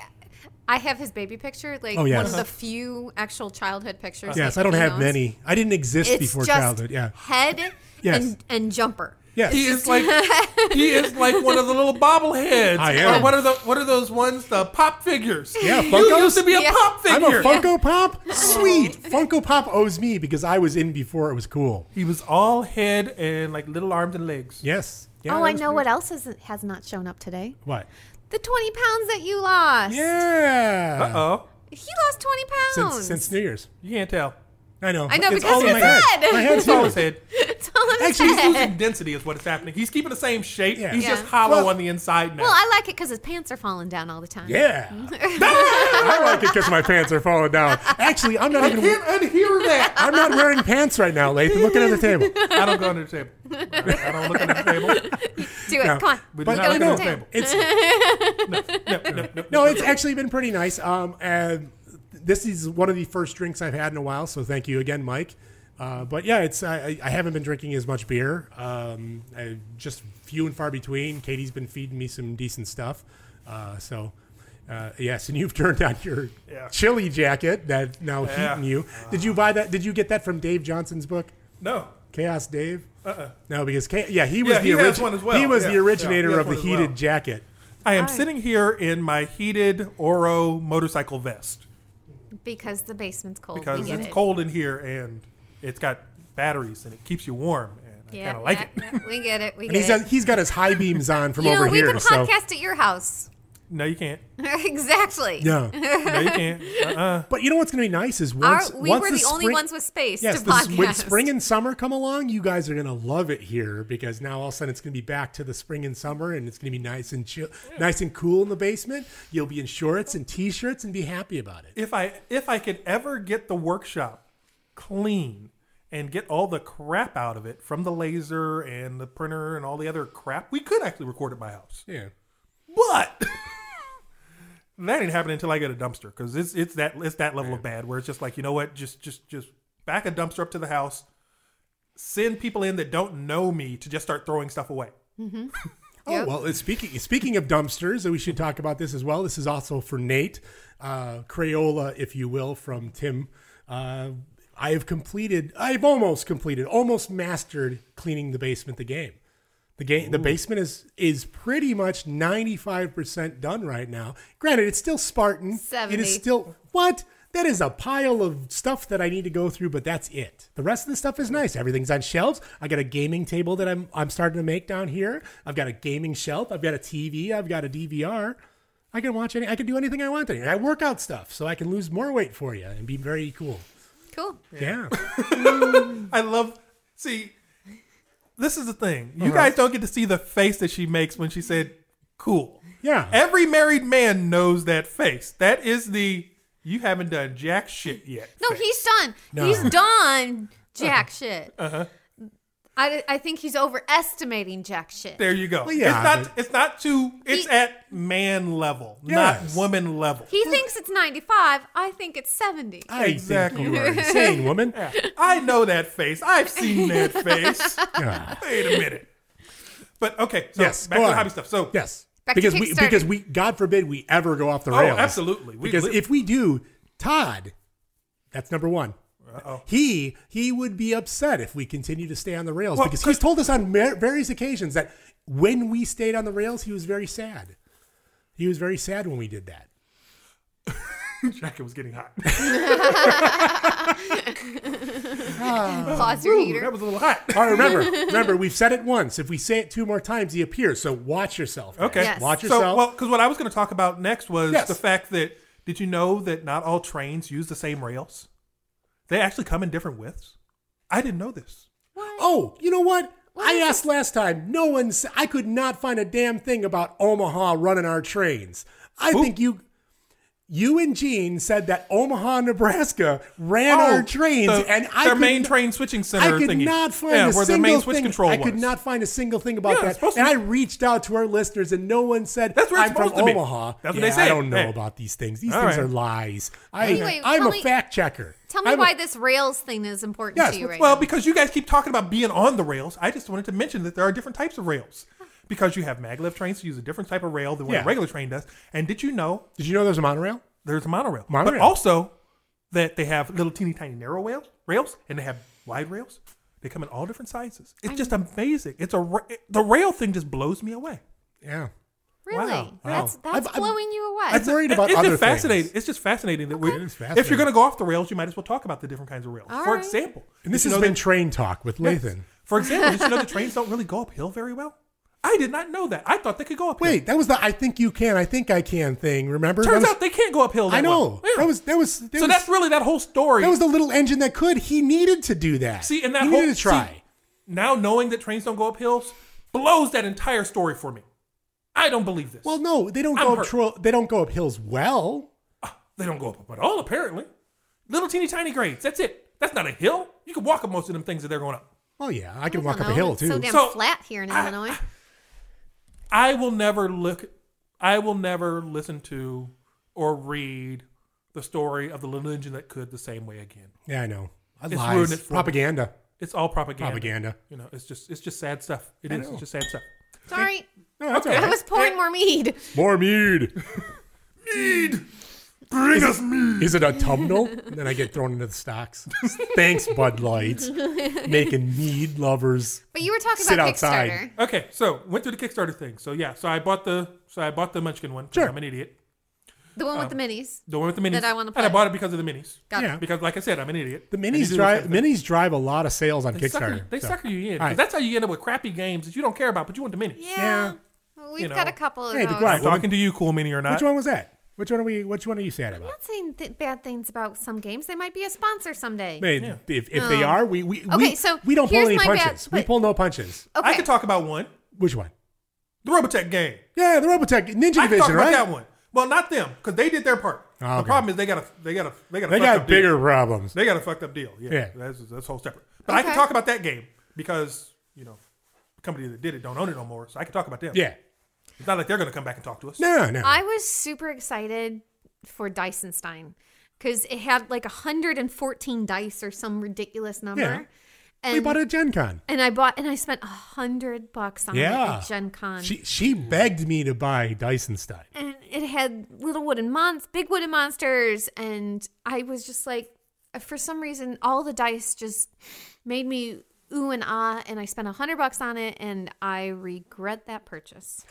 S5: I have his baby picture, like
S3: Oh, yes.
S5: one of the few actual childhood pictures.
S3: yes. I
S5: like,
S3: don't
S5: you
S3: have
S5: know,
S3: many. I didn't exist
S5: It's
S3: before
S5: just
S3: childhood. Yeah.
S5: head
S3: Yes.
S5: and, and jumper.
S3: Yes.
S6: he is like he is like one of the little bobbleheads.
S3: I am.
S6: Or what are the what are those ones? The pop figures.
S3: Yeah,
S6: You
S3: Funkos?
S6: used to be a
S5: Yeah.
S6: pop
S3: I'm
S6: figure.
S3: a Funko Pop. Sweet. Funko Pop owes me because I was in before it was cool.
S6: he was all head and like little arms and legs.
S3: Yes. Yeah,
S5: oh,
S3: that
S5: I
S3: was
S5: know
S3: pretty-
S5: what else is, has not shown up today.
S3: What?
S5: The 20 pounds that you lost.
S3: Yeah.
S6: Oh,
S5: He lost 20 pounds.
S3: since, since New Year's.
S6: You can't tell.
S3: I know.
S5: I know,
S3: it's
S5: because
S3: all in
S5: you
S3: my head.
S5: said.
S3: My head's
S6: It's all his
S3: always.
S6: head.
S5: It's all in his
S6: Actually, he's
S5: head.
S6: losing density, is what is happening. He's keeping the same shape.
S3: Yeah.
S6: He's
S5: Yeah.
S6: just hollow
S3: Well-
S6: on the inside now.
S5: Well, I like it because his pants are falling down all the time.
S3: Yeah. Ah! I like it because my pants are falling down. Actually, I'm not
S6: I
S3: even.
S6: can't unhear that.
S3: I'm not wearing pants right now, Lathan. Look under the table.
S6: I don't go under the table. I, I don't look under the table.
S5: Do it.
S3: No.
S5: Come on.
S6: We do
S3: But
S6: not
S3: I
S6: look
S3: know
S6: under the table.
S3: it's
S6: No, no, no.
S3: no, it's actually been pretty nice. Um, and this is one of the first drinks I've had in a while, so thank you again, Mike. Uh, but yeah, it's I, I- I haven't been drinking as much beer. Um, I, just few and far between. Katie's been feeding me some decent stuff. Uh, so uh, yes, and you've turned on your
S6: Yeah.
S3: chili jacket that now
S6: Yeah.
S3: heating you. Did you buy that? Did you get that from Dave Johnson's book?
S6: No.
S3: Chaos Dave? Uh-uh. No, because Cha- yeah, he was
S6: Yeah,
S3: the
S6: he has
S3: orig-
S6: one as well.
S3: He was
S6: Yeah,
S3: the
S6: yeah,
S3: originator
S6: he has
S3: of the
S6: one as well.
S3: heated jacket.
S6: I am sitting here in my heated Oro motorcycle vest
S5: Because the basement's cold.
S6: because
S5: Oh, we get
S6: it's
S5: it.
S6: cold in here and it's got batteries and it keeps you warm and I
S5: Yeah,
S6: kind of like it.
S5: yeah, yeah. We get it. We
S3: And he's
S5: get
S3: got,
S5: it.
S3: he's got his high beams on from
S5: You know,
S3: over
S5: we
S3: here.
S5: could
S3: so
S5: podcast at your house.
S6: No, you can't.
S5: exactly.
S3: yeah,
S6: No, you can't. Uh-uh.
S3: but you know what's going to be nice is
S5: Our-
S3: once
S5: we
S3: once
S5: were
S3: the,
S5: the, only
S3: spring-
S5: ones with space
S3: Yes,
S5: to
S3: the s-
S5: podcast.
S3: when spring and summer come along, you guys are going to love it here because now all of a sudden it's going to be back to the spring and summer, and it's going to be nice and chill, nice and cool in the basement. You'll be in shorts and t-shirts and be happy about it.
S6: If I if I could ever get the workshop clean and get all the crap out of it from the laser and the printer and all the other crap, we could actually record at my house.
S3: Yeah,
S6: But that ain't happening until I get a dumpster because it's it's that it's that level of bad where it's just like you know what, just just just back a dumpster up to the house, send people in that don't know me to just start throwing stuff away.
S3: Oh
S5: Yep.
S3: well, it's speaking speaking of dumpsters, we should talk about this as well. This is also for Nate uh, Crayola, if you will, from Tim. Uh, I have completed. I've almost completed, almost mastered cleaning the basement. The game, the game, the basement is is pretty much ninety five percent done right now. Granted, it's still Spartan. It
S5: 70.
S3: is still what. That is a pile of stuff that I need to go through, but that's it. The rest of the stuff is nice. Everything's on shelves. I got a gaming table that I'm I'm starting to make down here. I've got a gaming shelf. I've got a TV. I've got a DVR. I can watch any. I can do anything I want. There. I work out stuff, so I can lose more weight for you and be very cool.
S5: cool.
S3: Yeah.
S6: I love see. This is the thing. You guys don't get to see the face that she makes when she said cool.
S3: Yeah.
S6: Every married man knows that face. That is the you haven't done jack shit yet.
S5: No,
S6: face.
S5: he's done. He's done jack shit. Uh-huh. I, I think he's overestimating jack shit.
S6: There you go.
S3: yeah,
S6: it's not. It's not too. It's
S5: He-
S6: at man level,
S3: Yes.
S6: not woman level.
S5: He thinks it's 95. I think it's 70.
S3: I think
S6: Exactly.
S3: you are insane, woman.
S6: I know that face. I've seen that face.
S3: Yeah.
S6: Wait a minute. But okay. So
S3: yes.
S6: Back
S3: go
S6: to the
S3: on.
S6: hobby stuff. So
S3: yes,
S5: Back to
S3: because we
S5: Kickstarter.
S3: because we God forbid we ever go off the
S6: Oh,
S3: rails.
S6: absolutely. We
S3: because
S6: live-
S3: if we do, Todd, that's number one.
S6: Uh-oh.
S3: He he would be upset if we continue to stay on the rails
S6: Well,
S3: because
S6: Chris-
S3: he's told us on mer- various occasions that when we stayed on the rails, he was very sad. He was very sad when we did that.
S6: jacket was getting hot.
S5: Pause your
S6: Ooh, that
S5: heater.
S6: was a little hot.
S3: All right, remember, remember, we've said it once. If we say it two more times, he appears. So watch yourself.
S6: Okay.
S5: Yes.
S3: Watch
S6: So
S3: yourself.
S6: well, because what I was going to talk about next was
S3: Yes.
S6: the fact that did you know that not all trains use the same rails? They actually come in different widths. I didn't know this.
S3: Oh, you know what?
S5: What
S3: I
S5: is
S3: asked last time. No one. s- I could not find a damn thing about Omaha running our trains. I
S6: Who?
S3: think you, you and Gene said that Omaha, Nebraska ran
S6: Oh,
S3: our trains,
S6: the-
S3: and I
S6: their
S3: could
S6: main
S3: not-
S6: train switching
S3: I
S6: center.
S3: could
S6: thingy.
S3: not find
S6: yeah,
S3: a
S6: where
S3: single
S6: the main switch
S3: thing.
S6: control
S3: I
S6: was.
S3: could not find a single thing about
S6: Yeah, it's
S3: that.
S6: supposed to
S3: And
S6: be-
S3: I reached out to our listeners, and no one said
S6: That's where it's
S3: I'm from
S6: supposed to be.
S3: Omaha.
S6: That's what
S3: Yeah,
S6: they say.
S3: I don't know
S6: Hey.
S3: about these things. These
S6: All
S3: things
S6: right.
S3: are lies. I,
S5: Wait, wait,
S3: I'm
S5: tell
S3: a
S5: me-
S3: fact checker.
S5: Tell me
S3: I'm a-
S5: why this rails thing is important
S3: Yes,
S5: to you right
S6: well,
S5: now.
S6: because you guys keep talking about being on the rails, I just wanted to mention that there are different types of rails. Because you have maglev trains that use a different type of rail than what
S3: Yeah.
S6: a regular train does. And did you know
S3: Did you know there's a monorail?
S6: there's a monorail? But
S3: Monorail.
S6: also that they have little teeny tiny narrow rail, rails and they have wide rails. They come in all different sizes. It's just amazing. It's a ra- the rail thing just blows me away.
S3: Yeah.
S5: really?
S6: wow.
S5: That's,
S3: Wow.
S5: that's
S3: I've- I've-
S5: blowing you away.
S3: I've worried about
S6: it's
S3: other
S6: just fascinating.
S3: things.
S6: It's just fascinating that
S3: It
S6: we
S3: is
S6: if
S3: fascinating.
S6: you're going to go off the rails, you might as well talk about the different kinds of rails.
S5: All
S6: For
S5: right.
S6: example,
S3: And this
S6: did you
S3: has
S6: know
S3: been
S6: that-
S3: Train Talk with Lathan.
S6: For example, did you know the trains don't really go uphill very well? I did not know that. I thought they could go uphill.
S3: Wait, that was the I think you can, I think I can thing. Remember? That
S6: Turns
S3: was-
S6: out they can't go uphill. That
S3: I know.
S6: well. Yeah.
S3: That was that was that
S6: so
S3: was,
S6: that's really that whole story.
S3: that was the little engine that could. He needed to do that.
S6: See, and that
S3: he
S6: whole
S3: needed to
S6: see,
S3: try.
S6: now knowing that trains don't go up hills blows that entire story for me. I don't believe this.
S3: well, no, they don't
S6: I'm
S3: go up
S6: hurt.
S3: tro- they don't go up hills well.
S6: they don't go up at all. Apparently, little teeny tiny grades. That's it. That's not a hill. You can walk up most of them things that they're going up.
S3: Well, yeah, I can
S5: I
S3: walk
S5: don't
S3: up a
S5: know.
S3: hill
S5: It's
S3: too.
S5: So damn
S6: So-
S5: flat here
S3: Ah.
S5: in Illinois.
S6: I will never look. I will never listen to or read the story of the little engine that could the same way again.
S3: yeah, I know. I
S6: It's
S3: lies.
S6: ruined it for me.
S3: Propaganda.
S6: It's all propaganda.
S3: Propaganda.
S6: You know, it's just it's just sad stuff. It
S3: I
S6: is.
S3: know.
S6: It's just sad stuff.
S5: Sorry,
S3: No, that's
S6: Okay.
S3: all
S5: I
S3: right.
S5: was pouring more mead.
S3: More mead.
S6: Bring us mead.
S3: Is it autumnal? and then I get thrown into the stocks. Thanks, Bud Light. Making mead lovers.
S5: But you were talking
S3: Sit
S5: about
S3: outside.
S5: Kickstarter.
S6: Okay, so went through the Kickstarter thing. So yeah, so I bought the so I bought the Munchkin one. 'cause
S3: Sure.
S6: I'm an idiot.
S5: The one with the minis.
S6: The one with the minis.
S5: That I wanna
S6: And I
S5: play.
S6: bought it because of the minis.
S5: Got
S3: Um, Yeah.
S5: it.
S6: Because like I said, I'm an idiot.
S3: The
S6: I need to
S3: minis
S6: do
S3: drive
S6: those kinds of
S3: minis drive a lot of sales on
S6: things. They
S3: Kickstarter.
S6: sucker, they
S3: so-
S6: sucker you in.
S3: All
S6: 'Cause
S3: right.
S6: That's how you end up with crappy games that you don't care about, but you want the minis.
S5: Yeah. We've
S6: You know.
S5: got a couple of
S3: Hey, be
S5: those.
S3: quiet.
S6: I'm talking to you, cool mini or not.
S3: Which one was that? Which one are we? Which one are you sad
S5: I'm
S3: about?
S5: not saying th- bad things about some games. They might be a sponsor someday.
S3: I mean,
S6: Yeah.
S3: If, if they
S5: Um,
S3: are, we we, we,
S5: okay, so
S3: we don't pull
S5: here's
S3: any
S5: my bad-
S3: punches. we
S5: wait.
S3: pull no punches.
S5: Okay.
S6: I could talk about one.
S3: Which one?
S6: The Robotech game.
S3: Yeah, the Robotech Ninja
S6: I could talk
S3: Division,
S6: about
S3: right?
S6: that one. Well, not them, because they did their part.
S3: Oh,
S6: The
S3: okay.
S6: problem is they got a they got a they got a
S3: They
S6: fucked
S3: got
S6: up deal.
S3: bigger problems.
S6: They got a fucked up deal. Yeah,
S3: Yeah.
S6: That's that's whole separate. But I can
S5: Okay.
S6: talk about that game because you know the company that did it don't own it no more, so I can talk about them.
S3: Yeah.
S6: it's not like they're going to come back and talk to us.
S3: No, no.
S5: I was super excited for Dysonstein because it had like 114 dice or some ridiculous number.
S3: Yeah.
S5: And,
S3: we bought it at Gen Con.
S5: and I bought and I spent a hundred bucks on it
S3: Yeah.
S5: at Gen Con.
S3: She she begged me to buy Dyson Stein.
S5: and it had little wooden monsters, big wooden monsters, and I was just like, for some reason, all the dice just made me ooh and ah, and I spent a hundred bucks on it, and I regret that purchase.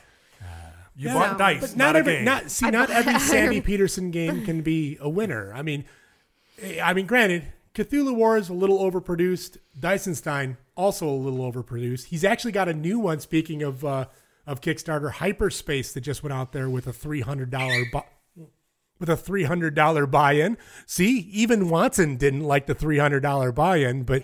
S6: You
S3: Yeah.
S6: bought
S5: No.
S6: dice,
S3: But
S6: not,
S3: not
S6: a
S3: every
S6: game.
S3: not see
S5: I
S3: not
S5: bought-
S3: every Sandy Peterson game can be a winner. I mean, eh, I mean, granted, Cthulhu War is a little overproduced. Dysonstein also a little overproduced. He's actually got a new one. Speaking of uh, of Kickstarter, Hyperspace that just went out there with a three hundred dollar bu- with a three hundred dollar buy in. See, even Watson didn't like the three hundred dollar buy in, but.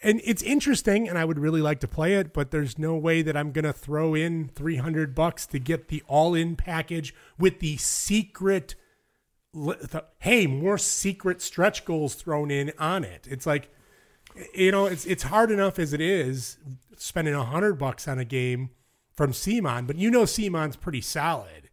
S3: And it's interesting, and I would really like to play it, but there's no way that I'm gonna throw in 300 bucks to get the all-in package with the secret li- th- hey, more secret stretch goals thrown in on it. It's like, you know, it's it's hard enough as it is spending a hundred bucks on a game from Simon, but you know Simon's pretty solid.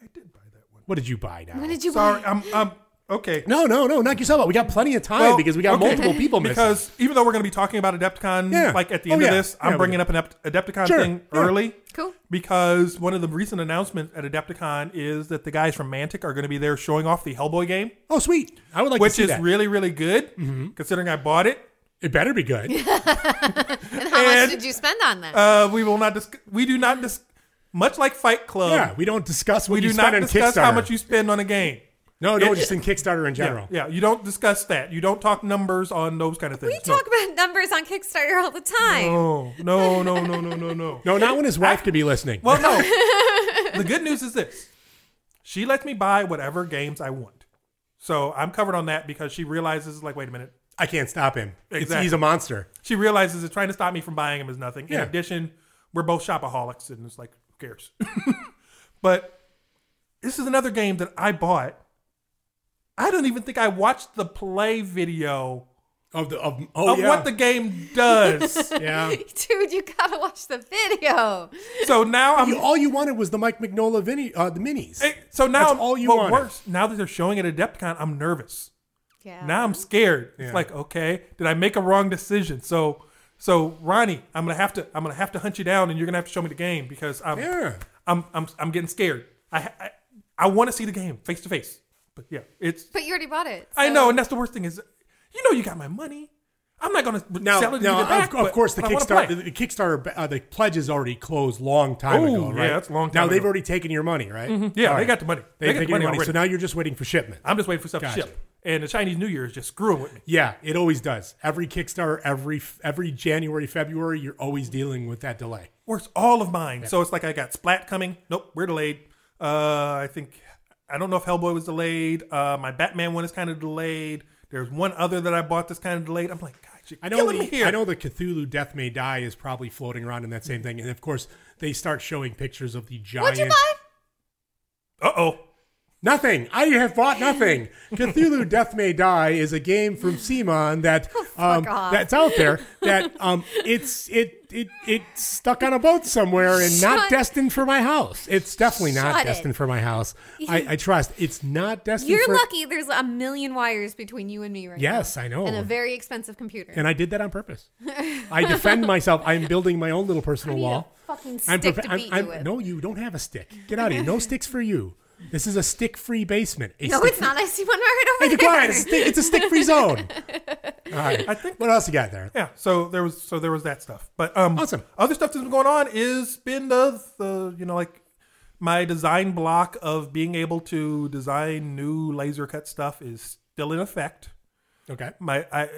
S6: I did buy that one.
S3: What did you buy now?
S5: When did you
S6: Sorry,
S5: buy?
S6: I'm I'm okay.
S3: no, no, no, knock yourself out. We got plenty of time
S6: Well,
S3: because we got
S6: okay.
S3: multiple people missing.
S6: Because even though we're going to be talking about Adepticon,
S3: Yeah.
S6: like at the
S3: Oh,
S6: end
S3: yeah.
S6: of this,
S3: Yeah,
S6: I'm
S3: we
S6: bringing
S3: do.
S6: up an Ep- Adepticon
S3: Sure.
S6: thing
S3: Yeah.
S6: early.
S5: Cool.
S6: Because one of the recent announcements at Adepticon is that the guys from Mantic are going to be there showing off the Hellboy game,
S3: oh, sweet. I would like to
S6: which
S3: see
S6: is
S3: that. Mm-hmm.
S6: really, really good considering I bought it.
S3: it better be good.
S5: And how much
S6: and-
S5: did you spend on that?
S6: Uh, we will not dis- we do not dis- much like Fight Club.
S3: yeah, we don't discuss what
S6: we
S3: you
S6: do
S3: spend
S6: not
S3: on
S6: discuss
S3: Kickstarter.
S6: how much you spend on a game.
S3: no, no,
S6: it-
S3: just in Kickstarter in
S6: Yeah,
S3: general.
S6: yeah, you don't discuss that. You don't talk numbers on those kind of things.
S5: we talk about numbers on Kickstarter all the time.
S6: no. no, no, no, no, no, no.
S3: No, not when his wife could be listening.
S6: Well, no. the good news is this: she lets me buy whatever games I want, so I'm covered on that because she realizes, like, wait a minute,
S3: I can't stop him. It's-
S6: Exactly.
S3: he's a monster.
S6: she realizes that trying to stop me from buying them is nothing.
S3: Yeah.
S6: In addition, we're both shopaholics, and it's like, who cares? but this is another game that I bought. I don't even think I watched the play video
S3: Of the of oh
S6: of
S3: yeah.
S6: what the game does.
S3: yeah.
S5: Dude, you gotta watch the video.
S6: so now I'm
S3: You- all you wanted was the Mike Mignola mini, uh, the minis.
S6: Hey, so now
S3: That's
S6: I'm,
S3: all you
S6: well,
S3: wanted.
S6: worse. Now that they're showing it at Adepticon, I'm nervous.
S5: Yeah.
S6: Now I'm scared.
S3: Yeah.
S6: It's like, okay, did I make a wrong decision? So, so Ronnie, I'm gonna have to, I'm gonna have to hunt you down, and you're gonna have to show me the game because I'm,
S3: Yeah.
S6: I'm, I'm, I'm getting scared. I, ha- I, I want to see the game face to face. But yeah, it's,
S5: But you already bought it.
S6: I
S5: so-
S6: know, and that's the worst thing is, you know, you got my money. I'm not gonna
S3: Now,
S6: sell it. and
S3: now
S6: give it back,
S3: of, of
S6: but-
S3: course, the
S6: but I wanna play.
S3: Kickstarter, the Kickstarter, ba- uh, the pledge is already closed long time
S6: Oh,
S3: ago,
S6: yeah,
S3: right?
S6: that's a long
S3: Now
S6: time
S3: they've
S6: ago. Mm-hmm.
S3: already taken your money, right?
S6: Yeah,
S3: All
S6: they
S3: right.
S6: got the money.
S3: They've
S6: They got the
S3: taken
S6: money
S3: your money, so
S6: already.
S3: now you're just waiting for shipment.
S6: I'm just waiting for stuff
S3: Gotcha.
S6: to ship, and the Chinese New Year is just screwing with me.
S3: Yeah, it always does. Every Kickstarter, every every January, February, you're always dealing with that delay.
S6: Works all of mine. So it's like I got Splat coming. Nope, we're delayed. Uh, I think I don't know if Hellboy was delayed. Uh, my Batman one is kind of delayed. There's one other that I bought that's kind of delayed. I'm like, God, you're
S3: I know,
S6: killing me
S3: the,
S6: here.
S3: I know the Cthulhu Death May Die is probably floating around in that same thing. And of course, they start showing pictures of the giant.
S5: What'd you buy?
S6: Uh oh.
S3: Nothing. I have bought nothing. Cthulhu Death May Die is a game from Simon that um,
S5: Oh, off.
S3: that's out there that um, it's it it it's stuck on a boat somewhere and not
S5: Shut-
S3: destined for my house. It's definitely not
S5: Shut it.
S3: destined for my house. I, I trust. It's not destined.
S5: You're
S3: for,
S5: lucky there's a million wires between you and me right
S3: Yes,
S5: now.
S3: I know.
S5: And a very expensive computer.
S3: And I did that on purpose. I defend myself. I'm building my own little
S5: I
S3: personal
S5: need
S3: wall.
S5: a fucking stick
S3: I'm prepa-
S5: to
S3: I'm-
S5: beat
S3: I'm-
S5: you with.
S3: No, you don't have a stick. Get out of here. No sticks for you. This is a stick-free basement. A
S5: no,
S3: stick-
S5: it's not. I see one right over
S3: Hey, be
S5: there.
S3: quiet. It's a, stick, it's a stick-free zone. All right.
S6: I think
S3: What else you got there?
S6: yeah. So there was so there was that stuff. But um,
S3: Awesome.
S6: Other stuff that's been going on is been the the you know like my design block of being able to design new laser cut stuff is still in effect.
S3: Okay.
S6: My I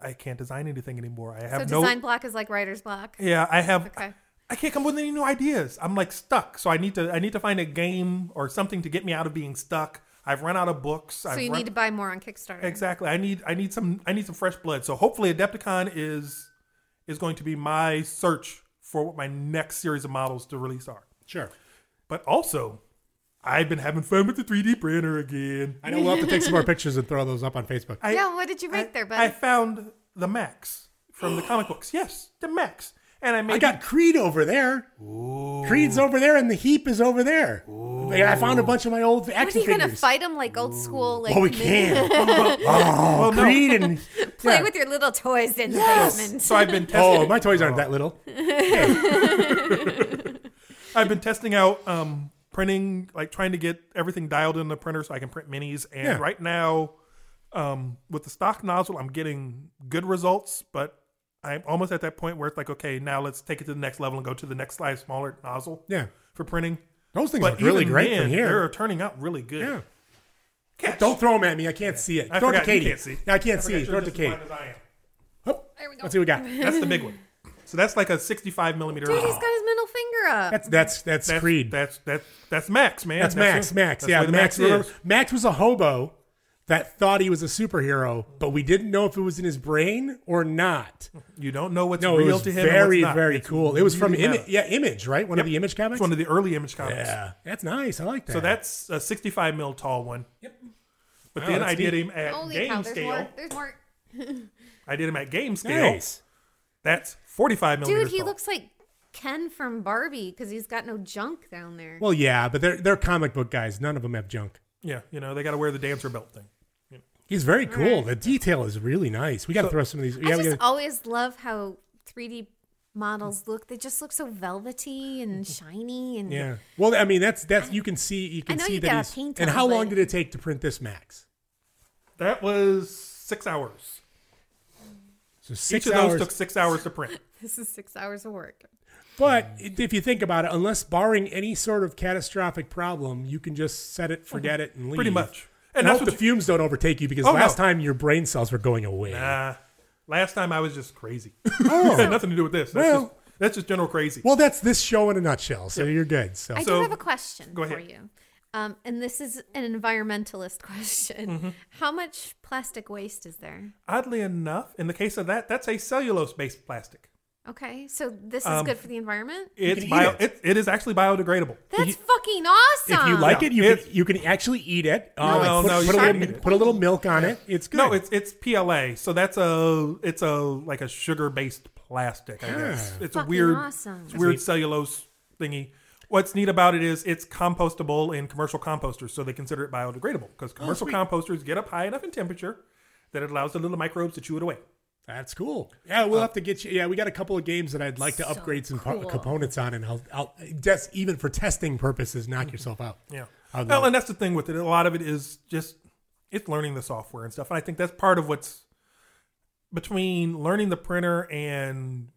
S6: I can't design anything anymore. I
S5: So
S6: have no
S5: design block is like writer's block.
S6: Yeah, I have.
S5: Okay.
S6: I can't come up with any new ideas. I'm like stuck. So I need to. I need to find a game or something to get me out of being stuck. I've run out of books.
S5: So
S6: I've
S5: you
S6: run,
S5: need to buy more on Kickstarter.
S6: exactly. I need. I need some. I need some fresh blood. So hopefully, Adepticon is is going to be my search for what my next series of models to release are.
S3: Sure.
S6: But also, I've been having fun with the 3D printer again.
S3: I know we'll have to take some more pictures and throw those up on Facebook.
S6: I,
S5: Yeah, what did you make
S6: I-
S5: there,
S6: I
S5: bud?
S6: found the Max from the comic books. Yes, the Max. And I made
S3: I got Creed over there. Creed's over there, and the heap is over there. And I found a bunch of my old
S5: What are
S3: action
S5: you gonna
S3: figures.
S5: fight him like old school? Like
S3: Oh, we
S5: mid-
S3: can. oh, Creed and
S5: play
S3: yeah.
S5: with your little toys in the basement.
S6: So I've been testing.
S3: Oh, my toys aren't that little.
S6: I've been testing out um, printing, like trying to get everything dialed in the printer so I can print minis. And
S3: Yeah.
S6: right now, um, with the stock nozzle, I'm getting good results, but I'm almost at that point where it's like, okay, now let's take it to the next level and go to the next size smaller nozzle.
S3: Yeah.
S6: For printing.
S3: Those things
S6: But
S3: look really
S6: even
S3: great
S6: then,
S3: from
S6: They're
S3: here.
S6: turning out really good.
S3: Yeah.
S6: Catch.
S3: Don't throw them at me. I can't see it.
S6: I
S3: throw it to
S6: forgot you
S3: Katie.
S6: can't see.
S3: Yeah, I can't
S6: forgot
S3: see. it. Throw
S6: you're
S3: it to
S6: just as
S3: Katie.
S6: blind as I am.
S3: Hop.
S5: There we go.
S3: Let's see what we got.
S6: That's the big one. So that's like a 65 millimeter.
S5: Dude, he's got his middle finger up.
S3: That's that's that's,
S6: that's,
S3: Creed.
S6: That's that's that's Max, man.
S3: That's, Max.
S6: who-
S3: Max.
S6: that's
S3: Yeah,
S6: where the
S3: Max. remember,
S6: is.
S3: Max was a hobo that thought he was a superhero, but we didn't know if it was in his brain or not.
S6: You don't know what's
S3: No,
S6: real
S3: it was
S6: to him. and what's
S3: very
S6: not.
S3: very
S6: It's
S3: cool. It was from
S6: really
S3: Ima-
S6: meta.
S3: yeah Image, right? One of the Image comics.
S6: It's one of the early image comics.
S3: yeah, that's nice. I like that.
S6: So that's a 65 mil tall one. Yep. But then
S3: Oh, that's
S6: I did him at
S5: Holy
S6: game
S5: cow! There's
S6: scale.
S5: more. There's more.
S6: I did him at game scale.
S3: nice.
S6: That's 45 millimeters
S5: Dude, he
S6: tall.
S5: looks like Ken from Barbie because he's got no junk down there.
S3: Well, yeah, but they're they're comic book guys. None of them have junk.
S6: Yeah, you know they got to wear the dancer belt thing.
S3: He's very cool. The detail is really nice. We got to throw some of these. Yeah,
S5: I
S3: we
S5: just
S3: gotta,
S5: always love how 3D models look. They just look so velvety and shiny. And
S3: yeah. Well, I mean, that's that's you can see you can
S5: know
S3: see
S5: you
S3: that
S5: gotta
S3: he's.
S5: paint
S3: and
S5: him,
S3: how
S5: but-
S3: long did it take to print this Max?
S6: That was six hours.
S3: So six
S6: Each of
S3: hours.
S6: those took six hours to print.
S5: this is six hours of work.
S3: But if you think about it, unless barring any sort of catastrophic problem, you can just set it, forget it, and leave.
S6: Mm-hmm. Pretty much.
S3: And,
S6: And that's
S3: hope
S6: what
S3: the fumes don't overtake you because
S6: Oh,
S3: last
S6: no.
S3: time your brain cells were going away.
S6: Nah. uh, Last time I was just crazy.
S3: Oh.
S6: Had nothing to do with this. That's,
S3: Well-
S6: just, that's just general crazy.
S3: Well, that's this show in a nutshell. So you're good. So
S5: I
S6: So-
S5: do have a question
S6: Go ahead.
S5: for you. Um, and this is an environmentalist question. How much plastic waste is there?
S6: Oddly enough, in the case of that, that's a cellulose-based plastic.
S5: Okay, so this is
S6: Um,
S5: good for the environment?
S6: It's
S3: can eat
S6: bio.
S3: it.
S6: It. it is actually biodegradable.
S5: That's fucking awesome.
S3: if you like
S6: Yeah.
S3: it, you
S6: It's-
S3: can, you can actually eat it. Uh,
S6: No,
S3: put,
S6: no, you
S3: put, a
S6: can't
S3: little,
S6: eat it.
S3: put a little milk on it. It's good.
S6: No, it's it's PLA. So that's a it's a like a sugar-based plastic. I guess it's a
S5: Fucking
S6: weird,
S5: awesome.
S6: it's weird cellulose thingy. What's neat about it is it's compostable in commercial composters, so they consider it biodegradable because commercial composters get up high enough in temperature that it allows the little microbes to chew it away.
S3: that's cool. Yeah, we'll have to get you. Yeah, we got a couple of games that I'd like to
S5: So
S3: upgrade some po-
S5: cool.
S3: components on, and I'll, I'll just even for testing purposes, knock yourself out.
S6: Mm-hmm. Yeah.
S3: I'd
S6: Well,
S3: love
S6: and that's the thing with it. A lot of it is just it's learning the software and stuff. And I think that's part of what's between learning the printer and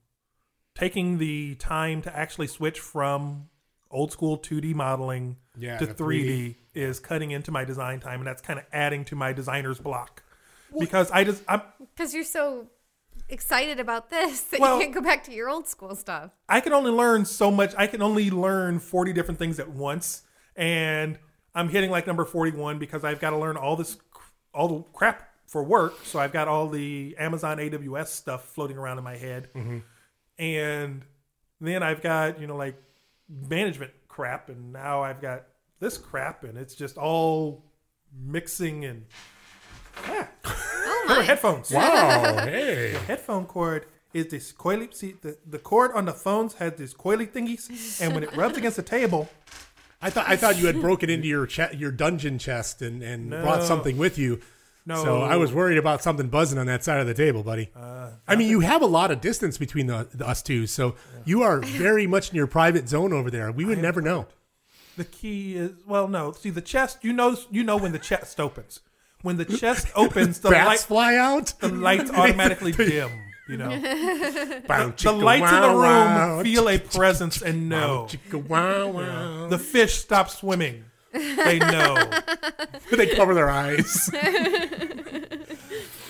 S6: taking the time to actually switch from old school 2D modeling
S3: Yeah,
S6: to
S3: to
S6: 3D, is cutting into my design time and that's kind of adding to my designer's block. because I just I'm
S5: Because you're so excited about this that
S6: Well-
S5: you can't go back to your old school stuff.
S6: I can only learn so much. I can only learn 40 different things at once. And I'm hitting like number 41 because I've got to learn all this, cr- all the crap for work. So I've got all the Amazon AWS stuff floating around in my head. And then I've got, you know, like management crap. And now I've got this crap. And it's just all mixing and. Ah. There were headphones
S7: Wow. hey.
S6: headphone cord is this coily. See, the, the cord on the phones has this coily thingies, and when it rubs against the table,
S3: I thought I thought you had broken into your che- your dungeon chest and, and brought something with you.
S6: No. Uh,
S3: So I was worried about something buzzing on that side of the table, buddy. I mean, you have a lot of distance between the, the us two, so you are very much in your private zone over there. We would never know.
S6: the key is well, no. See, the chest. You know, you know when the chest opens. When the chest opens, the
S3: Bats
S6: light,
S3: fly out.
S6: the lights automatically dim. You know,
S3: the
S6: the lights in the room feel a presence and know.
S3: Wow, wow.
S6: The fish stop swimming. They know.
S3: They cover their eyes.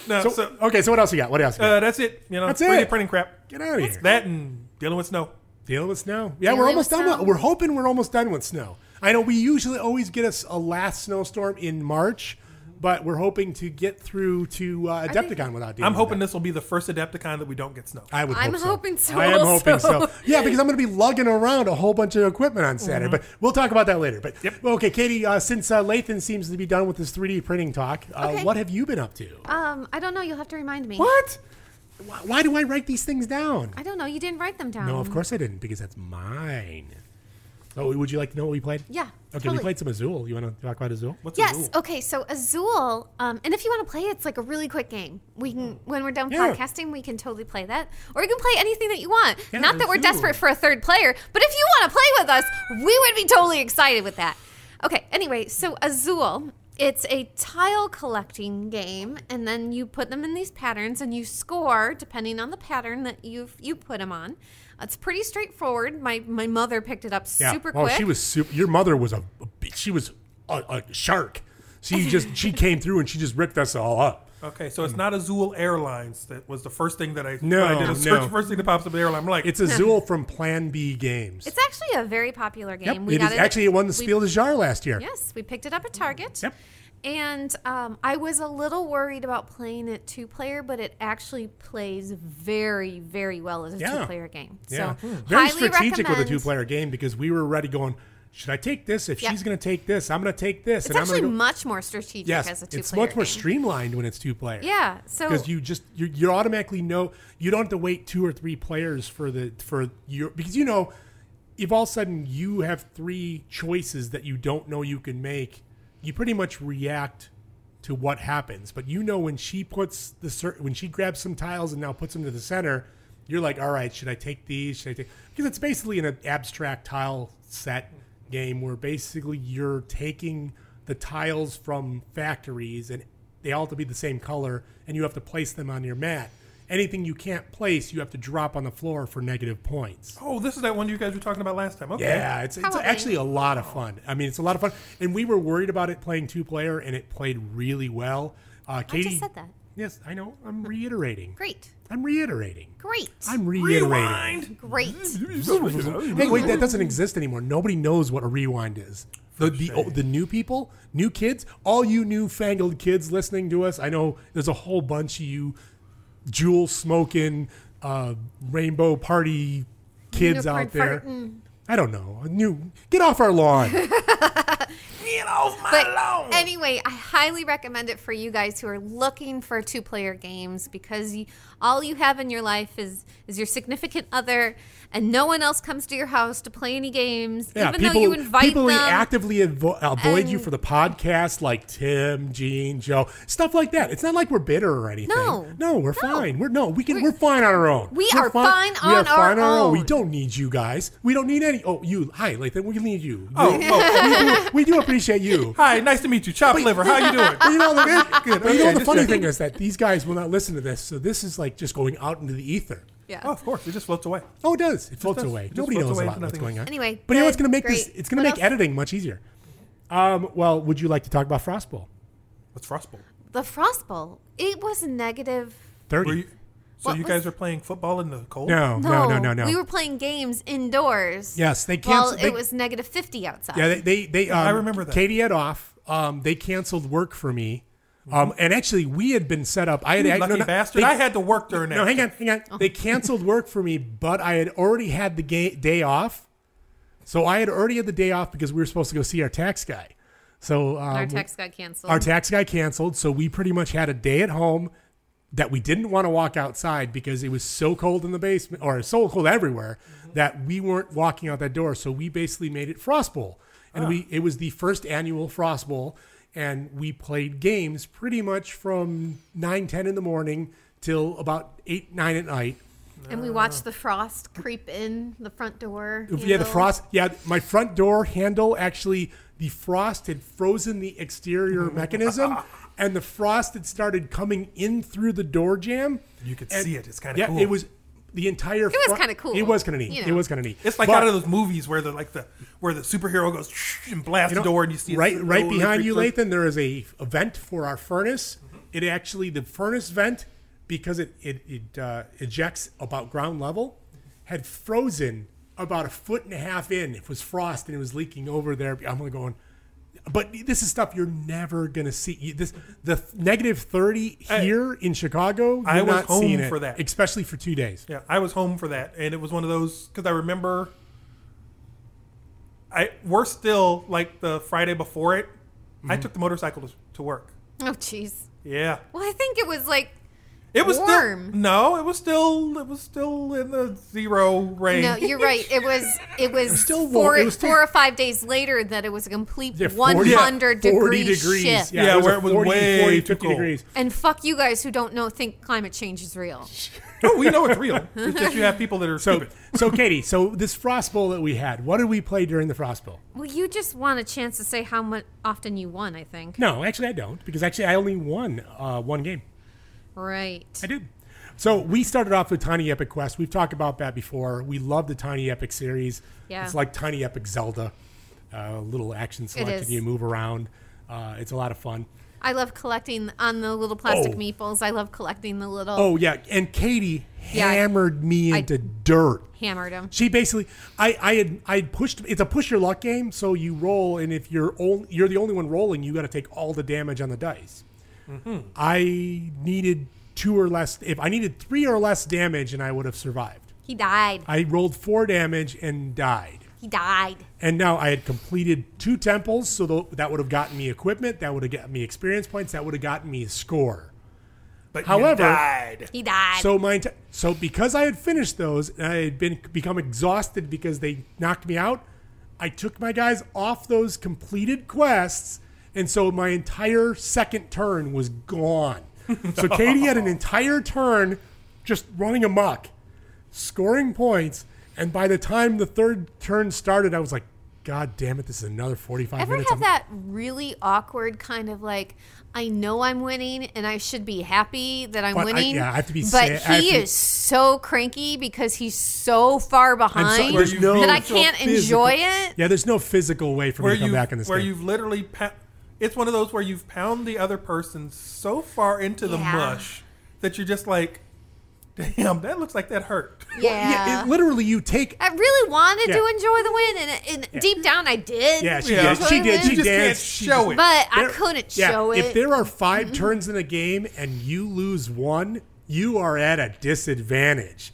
S6: No, so,
S3: So, okay, so what else you got? What else? You got?
S6: uh, that's it. You know,
S3: That's
S6: 3D
S3: it.
S6: printing crap.
S3: Get out of here.
S6: That and dealing with snow.
S3: Dealing with snow. Yeah, we're
S5: Dealing
S3: almost
S5: with
S3: done.
S5: snow.
S3: With, we're hoping we're almost done with snow. I know we usually always get us a last snowstorm in March, but we're hoping to get through to uh, Adepticon without dealing.
S6: I'm hoping
S3: With
S6: this will be the first Adepticon that we don't get snow.
S3: that. I would.
S5: I'm
S3: hope so.
S5: hoping so
S3: I am hoping so.
S5: also.
S3: Yeah, because I'm going to be lugging around a whole bunch of equipment on
S5: Mm-hmm.
S3: Saturday. But we'll talk about that later. But well, okay, Katie. Uh, since uh, Lathan seems to be done with his 3D printing talk, uh,
S5: Okay.
S3: what have you been up to?
S5: Um, I don't know. You'll have to remind me.
S3: What? Why, why do I write these things down?
S5: I don't know. You didn't write them down.
S3: No, of course I didn't, because that's mine. So, would you like to know what we played?
S5: Yeah,
S3: Okay, we
S5: totally.
S3: played some Azul. You want to talk about Azul?
S6: What's
S5: Yes.
S6: the rule?
S5: Okay. So Azul, um, and if you want to play, it's like a really quick game. We can, when we're done
S3: Mm. Yeah.
S5: podcasting, we can totally play that, or you can play anything that you want.
S3: Yeah,
S5: Not that we're
S3: Azul.
S5: desperate for a third player, but if you want to play with us, we would be totally excited with that. Okay. Anyway, so Azul, it's a tile collecting game, and then you put them in these patterns, and you score depending on the pattern that you have you put them on. It's pretty straightforward. My my mother picked it up super
S3: well,
S5: quick.
S3: Oh, she was super. Your mother was a. She was a, a shark. She just she came through and she just ripped us all up.
S6: Okay, so it's not Azul Airlines that was the first thing that I
S3: Mm. No,
S6: when I did a search.
S3: no.
S6: First thing that pops up in the airline. I'm like,
S3: It's Azul from Plan B Games.
S5: It's actually a very popular game.
S3: yep, it is actually it won the Spiel des Jahres last year.
S5: Yes, we picked it up at Target.
S3: Yep.
S5: And um, I was a little worried about playing it two player, but it actually plays very, very well as a
S3: Yeah.
S5: two player game.
S3: Yeah,
S5: So
S3: very
S5: highly
S3: strategic with
S5: recommend.
S3: a two-player game because we were already going. Should I take this? If
S5: Yep.
S3: she's going to take this, I'm going to take this,
S5: It's
S3: and I'm
S5: actually
S3: going to go.
S5: much more strategic as
S3: yes,
S5: a two player.
S3: it's much more
S5: game.
S3: streamlined when it's two-player.
S5: Yeah. So
S3: because you just you you automatically know you don't have to wait two or three players for the for your because you know if all of a sudden you have three choices that you don't know you can make you pretty much react to what happens but you know when she puts the cer- when she grabs some tiles and now puts them to the center you're like all right should i take these should i take because it's basically an abstract tile set game where basically you're taking the tiles from factories and they all have to be the same color and you have to place them on your mat anything you can't place you have to drop on the floor for negative points
S6: oh, this is that one you guys were talking about last time. Okay.
S3: yeah it's, it's
S5: Probably.
S3: actually a lot of fun i mean it's a lot of fun and we were worried about it playing two player and it played really well uh,
S5: I
S3: katie
S5: just said that.
S3: yes i know i'm reiterating
S5: Great.
S3: i'm reiterating
S5: Great.
S3: i'm reiterating
S5: Great.
S3: Hey, wait, that doesn't exist anymore. Nobody knows what a rewind is. The, the, oh, the new people, new kids, all you newfangled kids listening to us, I know there's a whole bunch of you jewel smoking, uh, rainbow party kids
S5: Unicorn
S3: out there.
S5: farting.
S3: I don't know. New, get off our lawn.
S5: But anyway, I highly recommend it for you guys who are looking for two-player games because you, all you have in your life is is your significant other, and no one else comes to your house to play any games,
S3: Yeah,
S5: even
S3: people,
S5: though you invite
S3: people
S5: them.
S3: who actively avo- avoid you
S5: And-
S3: for the podcast, like Tim, Gene, Joe, stuff like that. It's not like we're bitter or anything.
S5: No.
S3: no, we're
S5: No.
S3: fine. We're no, we can. We're,
S5: We're-
S3: fine on our own.
S5: We
S3: We're
S5: are fine
S3: we are
S5: on
S3: fine
S5: our
S3: on our own. We
S5: own.
S3: don't need you guys. We don't need any. Oh, you. Hi, Lathan. We need you.
S6: Oh, oh,
S3: We, we do appreciate you.
S6: hi, nice to meet you, Chop Liver. How you doing?
S3: But you know the, good, but you know
S6: okay,
S3: the
S6: just
S3: funny
S6: checking.
S3: thing is that these guys will not listen to this, so this is like just going out into the ether.
S5: yeah.
S6: Oh, of course, it just floats away.
S3: Oh, it does. It floats
S6: does.
S3: away.
S6: It just
S3: Nobody
S6: floats
S3: knows
S6: away
S3: about
S6: to
S3: what's
S6: nothing.
S3: going on.
S5: Anyway,
S3: but you know what's
S5: good,
S3: going to make this?
S5: great.
S3: It's going to
S5: What
S3: make
S5: else?
S3: editing much easier. Um, well, would you like to talk about Frostbowl?
S6: What's Frostbolt?
S5: The Frostbowl. It was negative.
S6: Were
S3: Thirty.
S6: you, So
S5: What
S6: you
S5: was-
S6: guys are playing football in the cold?
S3: No, Oh, no, no, no, no.
S5: We were playing games indoors.
S3: yes, they
S5: Well,
S3: canceled. they-
S5: it was negative 50 outside.
S3: Yeah, they they, they um,
S6: I remember that.
S3: Katie had off. Um, they canceled work for me. Um, and actually, we had been set up. I had I-
S6: Lucky
S3: no, no,
S6: bastard.
S3: they-
S6: I had to work during that.
S3: No, hang on, hang on. They canceled work for me, but I had already had the ga- day off. So I had already had the day off because we were supposed to go see our tax guy. So um,
S5: Our text got canceled.
S3: our tax guy canceled, so we pretty much had a day at home that we didn't want to walk outside because it was so cold in the basement or so cold everywhere that we weren't walking out that door. So we basically made it Frost Bowl, and we it was the first annual Frost Bowl, and we played games pretty much from nine ten in the morning till about eight nine at night.
S5: and we watched the frost creep in the front door.
S3: Yeah, the
S5: handle.
S3: frost. Yeah, my front door handle actually, the frost had frozen the exterior mechanism, and the frost had started coming in through the door jam.
S6: You could
S3: And-
S6: see it. It's kind of
S3: yeah,
S6: cool.
S3: it was the entire. It
S5: was kinda cool,
S3: It was kind of neat.
S5: you
S3: It
S5: know.
S3: was kind of neat.
S6: It's like
S3: But-
S6: out of those movies where the like the where the superhero goes and blasts
S3: you know,
S6: the door and you see
S3: right
S6: it's-
S3: right
S6: oh, electric
S3: behind you,
S6: flip.
S3: Lathan. There is a, a vent for our furnace.
S6: Mm-hmm.
S3: It actually the furnace vent because it it, it uh, ejects about ground level had frozen about a foot and a half in. It was frost and it was leaking over there. I'm like going. But this is stuff you're never gonna see. You- This the th- negative thirty here in Chicago. You're
S6: I was
S3: not seeing
S6: home
S3: it,
S6: for that.
S3: especially for two days.
S6: Yeah, I was home for that, and it was one of those because I remember. I we're still like the Friday before it.
S5: Mm-hmm.
S6: I took the motorcycle to, to work.
S5: Oh, jeez.
S6: Yeah,
S5: Well, I think it was like
S6: it was
S5: Warm.
S6: still no, it was still it was still in the zero range.
S5: No, you're right. It was it was,
S3: still
S5: four,
S3: warm. It was still-
S5: four or five days later that it was a complete
S3: Yeah, 40 yeah,
S5: 100 degree shift.
S3: Yeah,
S6: Yeah,
S3: it was
S6: where
S3: a
S6: it was
S3: 40,
S6: way
S3: 40,
S6: too
S3: 50
S6: cold.
S3: degrees.
S5: And fuck you guys who don't know think climate change is real.
S6: no, Oh, we know it's real. It's just you have people that are
S3: So,
S6: stupid.
S3: so Katie, so this frost bowl that we had, what did we play during the frost bowl?
S5: Well, you just want a chance to say how much often you won. I think.
S3: No, actually, I don't because actually I only won uh, one game.
S5: Right.
S3: I did. So we started off with Tiny Epic Quest. We've talked about that before. We love the Tiny Epic series.
S5: Yeah.
S3: It's like Tiny Epic Zelda, uh, little action selection.
S5: is.
S3: You move around. Uh, it's a lot of fun.
S5: I love collecting on the little plastic
S3: Oh.
S5: meeples. I love collecting the little
S3: Oh yeah, and Katie
S5: Yeah, I-
S3: hammered me
S5: I-
S3: into dirt.
S5: hammered them.
S3: She basically, I, I had, I had pushed. It's a push your luck game, so you roll, and if you're only, you're the only one rolling, you got to take all the damage on the dice. I needed two or less. If I needed three or less damage, and I would have survived.
S5: He died.
S3: I rolled four damage and died.
S5: He died.
S3: And now I had completed two temples, so tho- that would have gotten me equipment, that would have gotten me experience points, that would have gotten me a score.
S6: But
S3: however-
S6: you died.
S5: He died.
S3: So my enti- so because I had finished those and I had been become exhausted because they knocked me out, I took my guys off those completed quests, and so my entire second turn was gone. So Katie had an entire turn just running amok, scoring points, and by the time the third turn started, I was like, "God damn it! This is another forty-five
S5: Ever
S3: minutes."
S5: have
S3: of-"
S5: that really awkward kind of like, I know I'm winning and I should be happy that I'm
S3: But I-
S5: winning.
S3: yeah, I have to be
S5: But
S3: sad- I have
S5: he
S3: to-
S5: is so cranky because he's so far behind
S3: there's
S5: that
S3: no-
S5: I
S6: so
S5: can't
S3: physical-
S5: enjoy it.
S3: Yeah, there's no physical way for me
S6: where
S3: to come
S6: you
S3: back in this
S6: where
S3: game.
S6: you've literally pa- it's one of those where you've pound the other person so far into the
S5: Yeah.
S6: mush that you're just like damn that looks like that hurt
S5: Yeah.
S3: it, literally, you take
S5: I really wanted
S3: Yeah.
S5: to enjoy the win, and, and deep down I did.
S3: Yeah, she
S6: Yeah.
S3: did. She
S5: Totally.
S3: did. She
S6: You just
S3: danced.
S6: can't
S3: She
S6: show
S3: just-
S6: it.
S5: But I
S3: There-
S5: couldn't
S3: yeah,
S5: show it. Mm-hmm.
S3: If there are five turns in a game and you lose one, you are at a disadvantage.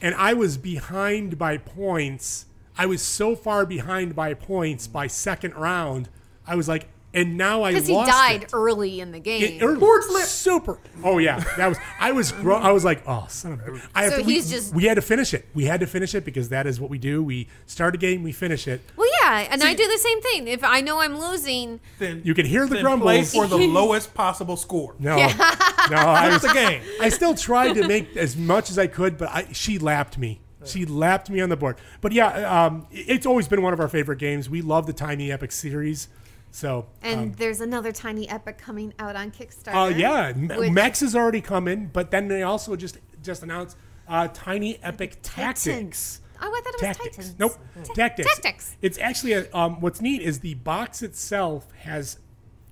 S3: And I was behind by points. I was so far behind by points by second round. I was like, and now I lost.
S5: because he died
S3: it.
S5: early in the game.
S3: It- er, Super. Oh yeah, that was. I was. Gro- I was like, oh son of. a-" I have
S5: So
S3: to- we-
S5: he's just-
S3: We had to finish it. We had to finish it because that is what we do. We start a game, we finish it.
S5: well, yeah, and I do the same thing. If I know I'm losing,
S6: then
S3: You can hear the
S6: then play
S3: grumbles.
S6: for the lowest possible score
S3: No, no, I was
S6: that's the game
S3: I still tried to make as much as I could, but I, she lapped me. She lapped me on the board. But yeah, um, it's always been one of our favorite games. We love the Tiny Epic series. So,
S5: and there's another tiny epic coming out on Kickstarter.
S3: uh, Um, yeah, M-
S5: Which-
S3: Max has already come in, but then they also just just announced uh, Tiny Epic Tactics.
S5: Titans. Oh, I thought it was
S3: Tactics.
S5: Titans.
S3: Nope.
S5: Ta-
S3: Tactics.
S5: Tactics.
S3: It's actually a, um, what's neat is the box itself has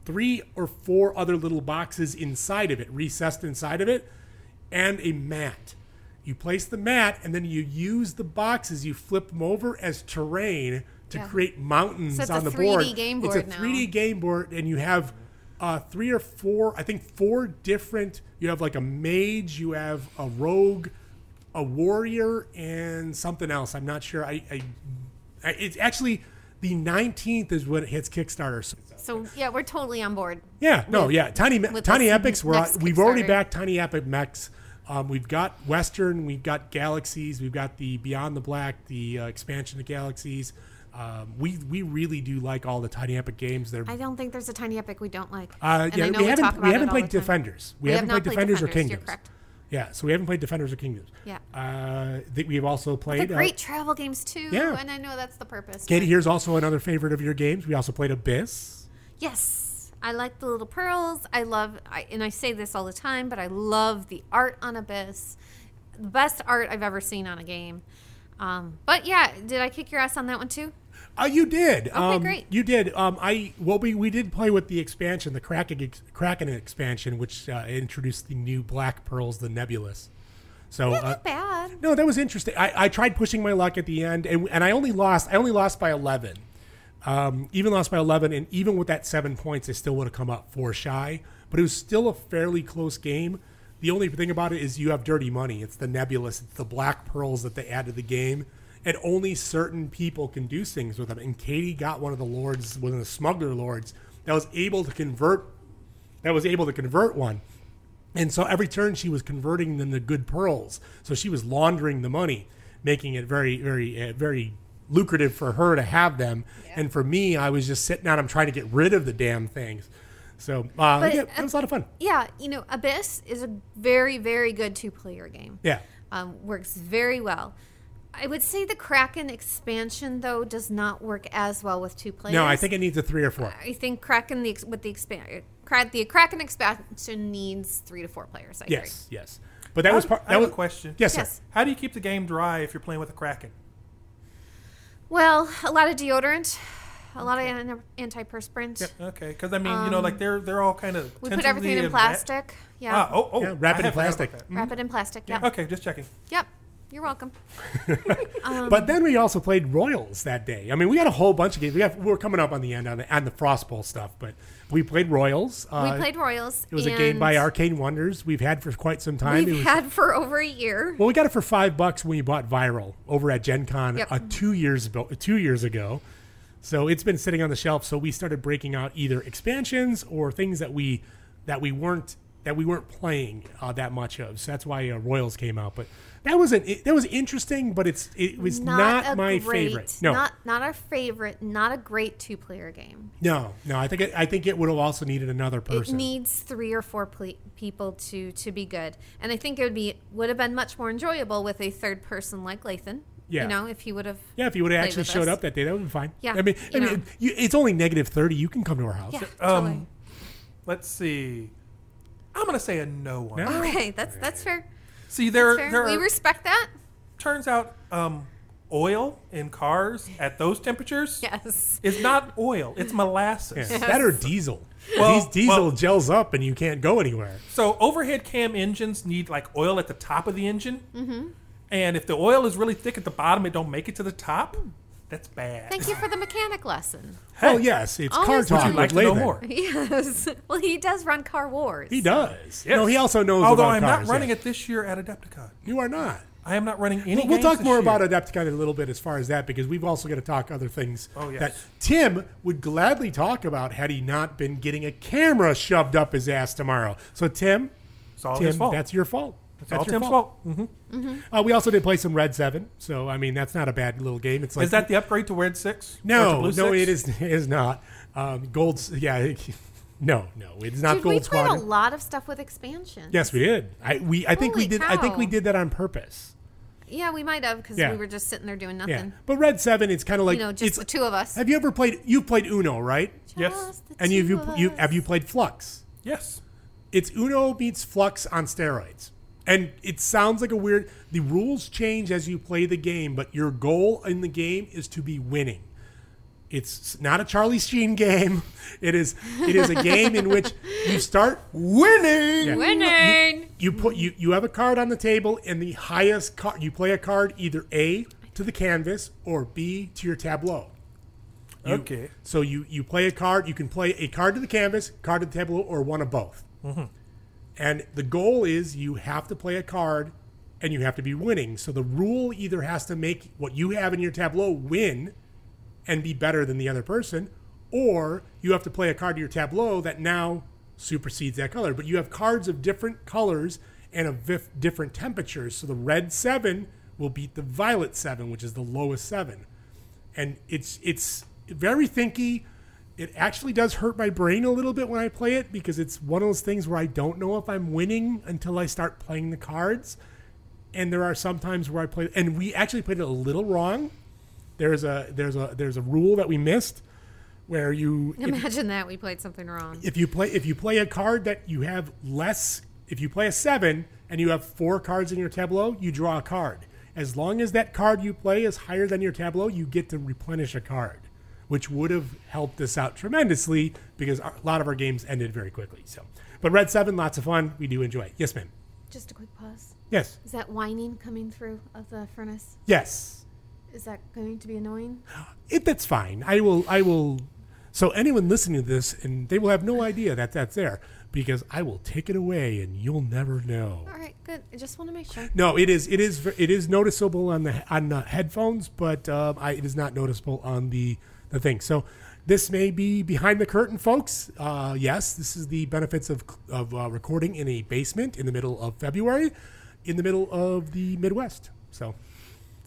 S3: three or four other little boxes inside of it, recessed inside of it, and a mat. You place the mat, and then you use the boxes. You flip them over as terrain to
S5: Yeah.
S3: create mountains
S5: So it's
S3: on the
S5: a
S3: board.
S5: 3D game
S3: it's a
S5: board now.
S3: 3D game board, and you have uh, three or four. I think four different. You have like a mage. You have a rogue, a warrior, and something else. I'm not sure. I, I, I it's actually. The 19th is when it hits Kickstarter. So
S5: So yeah, we're totally on board.
S3: yeah, no, yeah. Tiny me-
S5: with
S3: Tiny
S5: this
S3: Epics. We're
S5: next
S3: we've already
S5: Kickstarter.
S3: backed Tiny Epic Mechs. Um, we've got Western. We've got Galaxies. We've got the Beyond the Black, the uh, expansion of Galaxies. Um, we we really do like all the Tiny Epic games. They're
S5: I don't think there's a tiny epic we don't like.
S3: uh,
S5: And
S3: yeah,
S5: I know
S3: we,
S5: talk
S3: haven't
S5: about
S3: we
S5: it
S3: haven't
S5: all
S3: played
S5: the time.
S3: Defenders. We,
S5: We have
S3: haven't played,
S5: not played
S3: Defenders, or
S5: Defenders,
S3: Kingdoms.
S5: you're correct.
S3: Yeah, so we haven't played Defenders or Kingdoms.
S5: Yeah.
S3: uh, that we've also
S5: They're
S3: played. uh,
S5: great travel games too,
S3: Yeah.
S5: and I know that's the purpose.
S3: Katie, here's also another favorite of your games. We also played Abyss.
S5: Yes, I like the little pearls. I love, I, and I say this all the time, but I love the art on Abyss. The best art I've ever seen on a game. Um, but yeah, did I kick your ass on that one too?
S3: Uh, you did. Okay,
S5: great.
S3: You did. Um, I well, we, we did play with the expansion, the Kraken ex- Kraken expansion, which uh, introduced the new Black Pearls, the Nebulous. So uh,
S5: Not bad.
S3: no, that was interesting. I, I tried pushing my luck at the end, and, and I only lost. I only lost by eleven. Um, even lost by eleven, and even with that seven points, I still would have come up four shy. But it was still a fairly close game. The only thing about it is you have dirty money. It's the nebulous. It's the black pearls that they add to the game, and only certain people can do things with them. And Katie got one of the lords, one of the smuggler lords, that was able to convert. That was able to convert one. And so every turn she was converting them to good pearls. So she was laundering the money, making it very, very, uh, very lucrative for her to have them. And for me, I was just sitting out. I'm trying to get rid of the damn things. So uh,
S5: But,
S3: yeah, that was a lot of fun.
S5: Yeah, you know, Abyss is a very, very good two player game.
S3: Yeah.
S5: um, works very well. I would say the Kraken expansion though does not work as well with two players.
S3: No, I think it needs a three or four.
S5: I think Kraken the ex- with the expand the Kraken expansion needs three to four players. I
S3: Yes, yes. But that was part.
S6: I
S3: That
S6: have
S3: was
S6: a question.
S3: Yes,
S5: Yes.
S3: sir.
S6: How do you keep the game dry if you're playing with a Kraken?
S5: agree. Well, a lot of deodorant, a lot of an- antiperspirant.
S6: Okay, because I mean, you know, like they're they're all kind of
S5: Um, We put everything in plastic. Yeah,
S6: Ah, oh, oh,
S3: Yeah, wrap
S6: I
S3: it in
S6: had forgot about
S3: plastic.
S6: that.
S5: wrap it in plastic. Yep.
S6: Okay, just checking.
S5: Yep. You're welcome. um,
S3: But then we also played Royals that day. I mean, we had a whole bunch of games. We have, we're coming up on the end on the, on the Frost Bowl stuff, but we played Royals. Uh,
S5: we played Royals.
S3: It was a game by
S5: and
S3: Arcane Wonders we've had for quite some time. it
S5: We've
S3: was,
S5: had for over a year.
S3: Well, we got it for five bucks when we bought Viral over at Gen Con
S5: Yep.
S3: uh, two years ago. Two years ago, so it's been sitting on the shelf. So we started breaking out either expansions or things that we that we weren't that we weren't playing uh, that much of. So that's why uh, Royals came out. But that was an, it, that was interesting, but it's it was not,
S5: a
S3: my
S5: great-
S3: favorite. No,
S5: not not our favorite. Not a great two player game.
S3: no, no. I think it, I think it would have also needed another person.
S5: It needs three or four ple- people to to be good, and I think it would be would have been much more enjoyable with a third person like Lathan.
S3: Yeah.
S5: you know, if he would have.
S3: yeah, if you would have
S5: played
S3: actually
S5: with
S3: showed
S5: us.
S3: up that day, that would be fine.
S5: Yeah,
S3: I mean, I
S5: you know.
S3: mean, you, it's only negative thirty. You can come to our house.
S5: Yeah,
S6: Um, Let's see. I'm gonna say a no one.
S3: No?
S5: totally. Okay, that's that's fair.
S6: See, there
S5: Fair.
S6: there
S5: we
S6: are,
S5: respect that.
S6: turns out um, oil in cars at those temperatures
S5: Yes.
S6: is not oil; it's molasses.
S3: Yeah, That or diesel.
S6: Well,
S3: These diesel
S6: well-
S3: gels up and you can't go anywhere.
S6: So overhead cam engines need like oil at the top of the engine, and if the oil is really thick at the bottom, it don't make it to the top. That's bad.
S5: Thank you for the mechanic lesson.
S3: Well, Oh, yes, it's car
S5: Honest- Would
S3: talk.
S5: you
S6: I'd like to
S3: with
S6: know
S3: Lathan.
S6: more.
S5: Yes. Well, he does run car wars.
S3: He does.
S6: Yes.
S3: No, he also knows.
S6: Although
S3: about
S6: I'm
S3: cars,
S6: not running
S3: yeah.
S6: it this year at Adepticon,
S3: You are not.
S6: I am not running any.
S3: We'll, we'll
S6: games
S3: talk
S6: this
S3: more
S6: year.
S3: about Adepticon in a little bit as far as that because we've also got to talk other things
S6: Oh, yes.
S3: that Tim would gladly talk about had he not been getting a camera shoved up his ass tomorrow. So Tim,
S6: It's all
S3: Tim,
S6: his fault.
S3: that's your fault.
S6: it's
S3: That's
S6: all
S3: your
S6: Tim's fault. Mm-hmm.
S3: Uh, we also did play some Red Seven, so I mean that's not a bad little game. It's like
S6: Is that the upgrade to Red Six? Or to
S3: No,
S6: Blue
S3: no,
S6: Six?
S3: it is it is not. Um, gold's yeah, no, no, it's not
S5: Dude,
S3: gold
S5: we played
S3: squadron.
S5: a lot of stuff with expansion.
S3: yes, we did. I we I think we
S5: Holy
S3: did. I think we
S5: cow.
S3: did that on purpose.
S5: Yeah, we might have because
S3: Yeah.
S5: we were just sitting there doing
S3: Yeah,
S5: nothing.
S3: but Red Seven, it's kind of like
S5: You know, just
S3: it's-
S5: the two of us.
S3: Have you ever played? You've played Uno, right?
S6: Yes.
S5: Just the
S3: And
S5: two
S3: you've you,
S5: of
S3: you
S5: us.
S3: have you played Flux?
S6: Yes.
S3: It's Uno meets Flux on steroids. And it sounds like a weird. The rules change as you play the game, but your goal in the game is to be winning. It's not a Charlie Sheen game. It is it is a game in which you start winning. Yeah.
S5: winning.
S3: You put you you have a card on the table, and the highest card you play a card either A to the canvas or B to your tableau. You-
S6: Okay.
S3: So you you play a card. You can play a card to the canvas, card to the tableau, or one of both. And the goal is you have to play a card, and you have to be winning. So the rule either has to make what you have in your tableau win, and be better than the other person, or you have to play a card to your tableau that now supersedes that color. But you have cards of different colors and of vif- different temperatures. So the red seven will beat the violet seven, which is the lowest seven. And it's it's very thinky. It actually does hurt my brain a little bit when I play it because it's one of those things where I don't know if I'm winning until I start playing the cards. And there are some times where I play, and we actually played it a little wrong there's a there's a there's a rule that we missed where you if,
S5: Imagine that we played something wrong.
S3: if you play if you play a card that you have less if you play a seven and you have four cards in your tableau you draw a card as long as that card you play is higher than your tableau you get to replenish a card which would have helped us out tremendously because our- a lot of our games ended very quickly so but red seven lots of fun we do enjoy it. yes ma'am
S5: Just a quick pause.
S3: yes
S5: Is that whining coming through of the furnace?
S3: yes
S5: Is that going to be annoying?
S3: it that's fine. I will I will so anyone listening to this and they will have no idea that that's there because I will take it away and you'll never know.
S5: All right, good. I just want to make sure.
S3: No, it is it is ver- it is noticeable on the on the headphones, but um, I, it is not noticeable on the the thing. So this may be behind the curtain, folks. Uh, yes, this is the benefits of of uh, recording in a basement in the middle of February, in the middle of the Midwest. So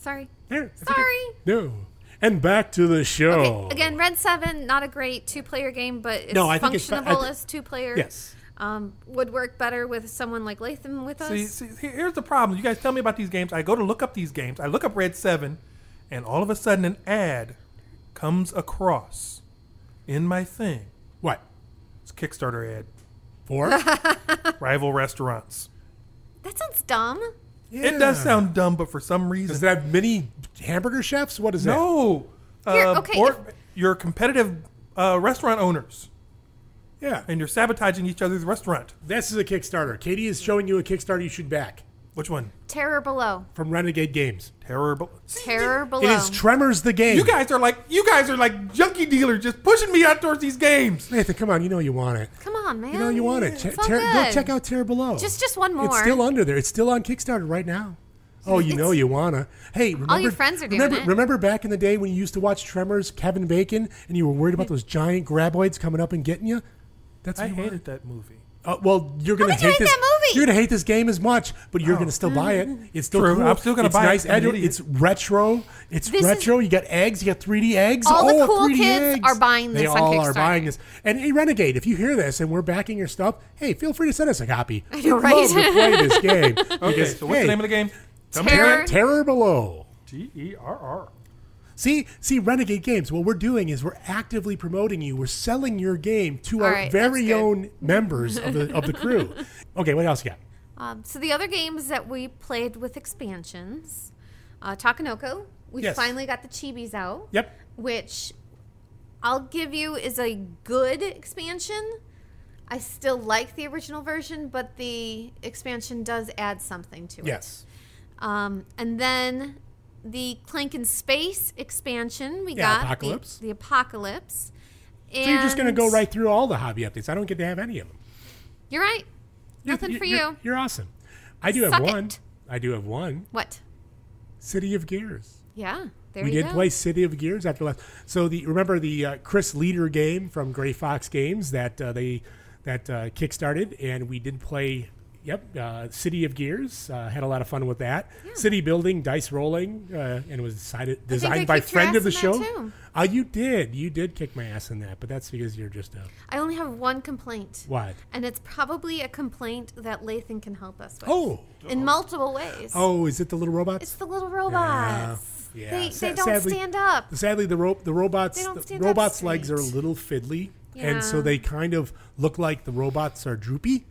S5: Sorry.
S3: there, that's okay.
S5: Sorry.
S3: No, and back to the show.
S5: Okay, again, Red Seven, not a great two-player game, but it's
S3: Oh. No, I think it's fi- I
S5: functionable
S3: thi-
S5: as two players.
S3: Yes.
S5: um, would work better with someone like Latham with us.
S6: See, see, here- here's the problem. You guys tell me about these games. I go to look up these games. I look up Red Seven, and all of a sudden an ad comes across in my thing.
S3: What?
S6: It's a Kickstarter ad.
S3: Four?
S6: Rival restaurants.
S5: that sounds dumb.
S6: It does sound dumb, but for some reason,
S3: Does it have mini hamburger chefs? What is that?
S6: no.
S5: Here,
S6: Uh,
S5: okay,
S6: Or
S5: if-
S6: your competitive uh, restaurant owners,
S3: Yeah.
S6: and you're sabotaging each other's restaurant.
S3: This is a Kickstarter. Katie is showing you a Kickstarter you should back
S6: Which one?
S5: Terror below.
S3: from Renegade Games.
S6: Terrible. See,
S5: Terror below.
S3: It is Tremors the game.
S6: you guys are like you guys are like junkie dealers, just pushing me out towards these games.
S3: Nathan, come on. You know you want it.
S5: Come on, man.
S3: You know you want it. Che-
S5: It's all
S3: Terra- go
S5: good.
S3: check out Terra Below.
S5: Just- just one
S3: It's
S5: more.
S3: still under there. It's still on Kickstarter right now. Oh, you know you wanna. Hey, remember,
S5: your friends are doing
S3: remember,
S5: it.
S3: Remember back in the day when you used to watch Tremors, Kevin Bacon, and you were worried about those giant graboids coming up and getting you. That's what
S6: I
S3: you want.
S6: hated that movie.
S3: Uh, well, you're
S5: How
S3: gonna
S5: did you
S3: hate
S5: hate
S3: this.
S5: that movie? Oh.
S3: You're gonna hate this game as much, but you're gonna still buy it. It's still
S6: True,
S3: cool.
S6: I'm still gonna
S3: it's
S6: buy it.
S3: nice.
S6: I'm an
S3: edu-
S6: idiot.
S3: It's retro. It's
S5: This is-
S3: retro. you got eggs. You got 3D eggs.
S5: All the
S3: oh,
S5: cool
S3: 3D
S5: kids
S3: eggs.
S5: are buying
S3: They
S5: this on
S3: all are
S5: Kickstarter.
S3: buying this. And hey, Renegade, if you hear this and we're backing your stuff, hey, feel free to send us a copy. I
S5: know,
S3: Love to
S5: right?
S3: play this game.
S6: Okay, so what's the name of the game?
S5: Terror.
S3: Terror Below.
S6: T E R R.
S3: See, see, Renegade Games. What we're doing is we're actively promoting you. We're selling your game to
S5: All
S3: our
S5: right, that's
S3: very
S5: good.
S3: own members of the of the crew. Okay, what else you got?
S5: Um, so the other games that we played with expansions, uh, Takanoko. We
S3: Yes.
S5: finally got the Chibis out.
S3: Yep.
S5: Which I'll give you is a good expansion. I still like the original version, but the expansion does add something to it.
S3: Yes.
S5: Um, and then the Clank in Space expansion we
S3: Yeah,
S5: got the-
S3: Apocalypse.
S5: The, Apocalypse. And
S3: So you're just going to go right through all the hobby updates. I don't get to have any of them.
S5: You're right.
S3: You're-
S5: Nothing
S3: you're-
S5: for
S3: you're-
S5: you.
S3: You're awesome. I do have
S5: Suck
S3: one.
S5: it.
S3: I do have one.
S5: What?
S3: City of Gears.
S5: Yeah. There
S3: we
S5: you
S3: did
S5: go.
S3: play City of Gears after last. So the remember the uh, Chris Leader game from Gray Fox Games that uh, they that uh, kickstarted, and we did play. Yep, uh, City of Gears uh, had a lot of fun with that. City building, dice rolling, uh, and it was decided,
S5: I
S3: designed by
S5: kicked your
S3: friend of the
S5: ass in
S3: show.
S5: that too.
S3: Uh, you did, you did kick my ass in that, but that's because you're just a
S5: I only have one complaint.
S3: what?
S5: And it's probably a complaint that Lathan can help us with.
S3: Oh,
S5: In multiple ways.
S3: oh, is it the little robots?
S5: It's the little robots.
S3: Yeah.
S5: They,
S3: Sa-
S5: they don't
S3: sadly-
S5: stand up.
S3: Sadly, the rope, the robots,
S5: They don't
S3: the
S5: stand up
S3: robots' legs are a
S5: straight.
S3: little fiddly, and so
S5: Yeah.
S3: they kind of look like the robots are droopy,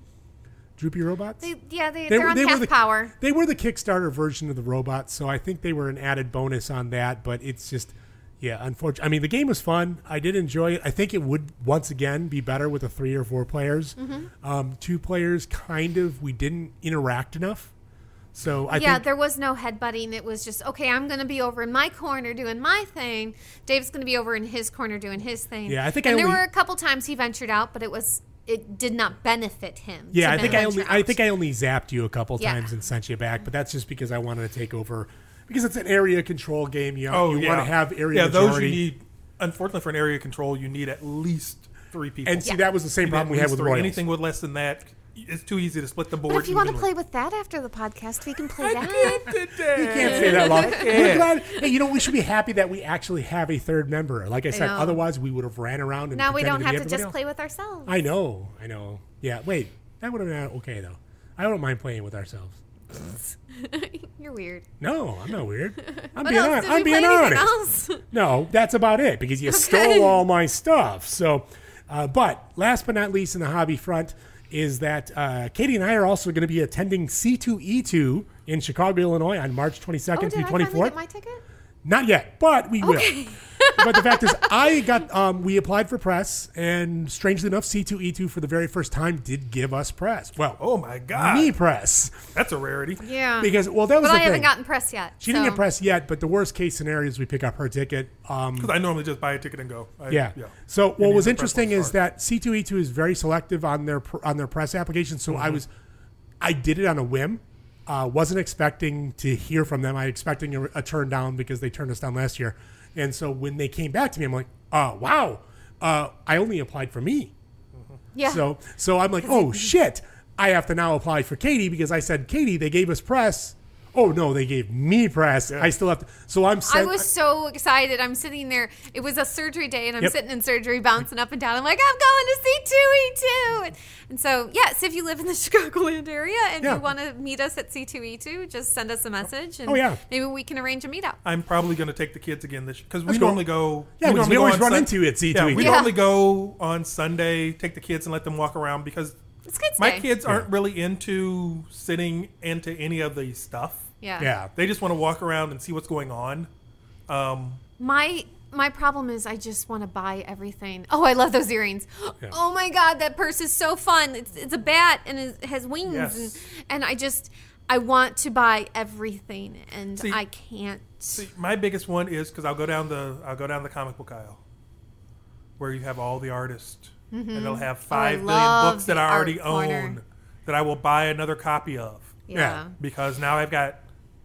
S3: droopy robots.
S5: They, yeah,
S3: They
S5: they, they are
S3: were-
S5: on
S3: they were
S5: half
S3: the-
S5: power.
S3: They were the Kickstarter version of the robots, so I think they were an added bonus on that. But it's just Yeah, unfortunately, I mean the game was fun. I did enjoy it. I think it would once again be better with a three or four players.
S5: Mm-hmm.
S3: Um, two players, kind of, we didn't interact enough. So I
S5: yeah,
S3: think
S5: there was no headbutting. It was just okay. I'm going to be over in my corner doing my thing. Dave's going to be over in his corner doing his thing.
S3: Yeah, I think
S5: and
S3: I
S5: there
S3: only-
S5: were a couple times he ventured out, but it was it did not benefit him.
S3: Yeah,
S5: to
S3: I think
S5: then
S3: I only
S5: venture
S3: I
S5: out.
S3: think I only zapped you a couple
S5: Yeah.
S3: times and sent you back, but that's just because I wanted to take over because it's an area control game. You,
S6: Oh,
S3: you
S6: yeah.
S3: want to have area
S6: Yeah, those
S3: majority.
S6: you need. Unfortunately, for an area control, you need at least three people.
S3: and see,
S5: Yeah.
S3: that was the same
S6: You need
S3: problem we
S6: at
S3: had
S6: least
S3: with
S6: three.
S3: Royals.
S6: Anything with less than that, it's too easy to split the board.
S5: But if you want to
S6: evenly.
S5: play with that after the podcast, we can play that.
S3: You can't say that long. We're glad. Hey, you know, we should be happy that we actually have a third member. Like I said,
S5: know.
S3: otherwise we would have ran around and
S5: Now we don't
S3: pretended
S5: have
S3: be everybody
S5: to just
S3: else.
S5: play with ourselves.
S3: I know, I know. Yeah, wait, that would have been okay though. I don't mind playing with ourselves.
S5: You're weird.
S3: No, I'm not weird. I'm
S5: What
S3: being
S5: else
S3: honest.
S5: did
S3: I'm
S5: we
S3: being
S5: play? Anything
S3: honest.
S5: else? Oh,
S3: No, that's about it because you stole all my stuff. So, uh, but last but not least in the hobby front is that uh, Katie and I are also going to be attending C2E2 in Chicago, Illinois on March 22nd
S5: Oh, did
S3: through
S5: I finally
S3: 24th.
S5: get my ticket?
S3: Not yet, but we will. but the fact is, I got um, we applied for press, and strangely enough, C2E2 for the very first time did give us press. Well,
S6: Oh my god,
S3: me press
S6: that's a rarity.
S5: Yeah.
S3: because well that was
S5: Ah. but
S3: the
S5: I haven't
S3: thing.
S5: gotten press yet.
S3: she didn't
S5: so-
S3: get press yet, but the worst case scenario is we pick up her ticket. Um,
S6: Because I normally just buy a ticket and go. I,
S3: yeah.
S6: yeah.
S3: So
S6: Any
S3: what was
S6: other
S3: interesting
S6: press
S3: is that C2E2 is very selective on their pr- on their press application. So
S6: Mm-hmm.
S3: I was, I did it on a whim. Uh, wasn't expecting to hear from them. I expecting a, a turn down because they turned us down last year. And so when they came back to me, I'm like, oh wow, uh, I only applied for me.
S5: Yeah.
S3: So so I'm like, oh shit, I have to now apply for Katie because I said Katie they gave us press. Oh no, they gave me press. I still have to. So I'm.
S5: I
S3: Sent,
S5: was so excited. I'm sitting there. It was a surgery day, and I'm
S3: Yep.
S5: sitting in surgery, bouncing up and down. I'm like, I'm going to see two E two. And so, yes, if you live in the Chicagoland area and
S3: Yeah.
S5: you want to meet us at C two E two, just send us a message, and
S3: Oh, yeah. Uh,
S5: maybe we can arrange a meetup.
S6: I'm probably going to take the kids again this because we
S3: That's cool.
S6: normally go.
S3: Yeah, 'cause
S6: normally
S3: we
S6: go
S3: always
S6: on
S3: run into you at C2E2.
S6: Yeah, we
S5: Yeah.
S6: normally go on Sunday, take the kids and let them walk around because
S5: It's kids'
S6: my
S5: day.
S6: kids aren't really into sitting into any of the stuff.
S5: Yeah.
S3: yeah.
S6: They just want to walk around and see what's going on. Um,
S5: My my problem is I just want to buy everything. Oh, I love those earrings. Oh my god, that purse is so fun. It's, it's a bat and it has wings,
S6: Yes.
S5: and, and I just I want to buy everything, and
S6: See-
S5: I can't.
S6: see, my biggest one is because I'll go down the I'll go down the comic book aisle where you have all the artists and they'll have five billion
S5: Mm-hmm. Oh, love
S6: books that
S5: the
S6: I
S5: art
S6: already
S5: corner.
S6: own that I will buy another copy of
S3: Yeah.
S5: yeah.
S6: because now I've got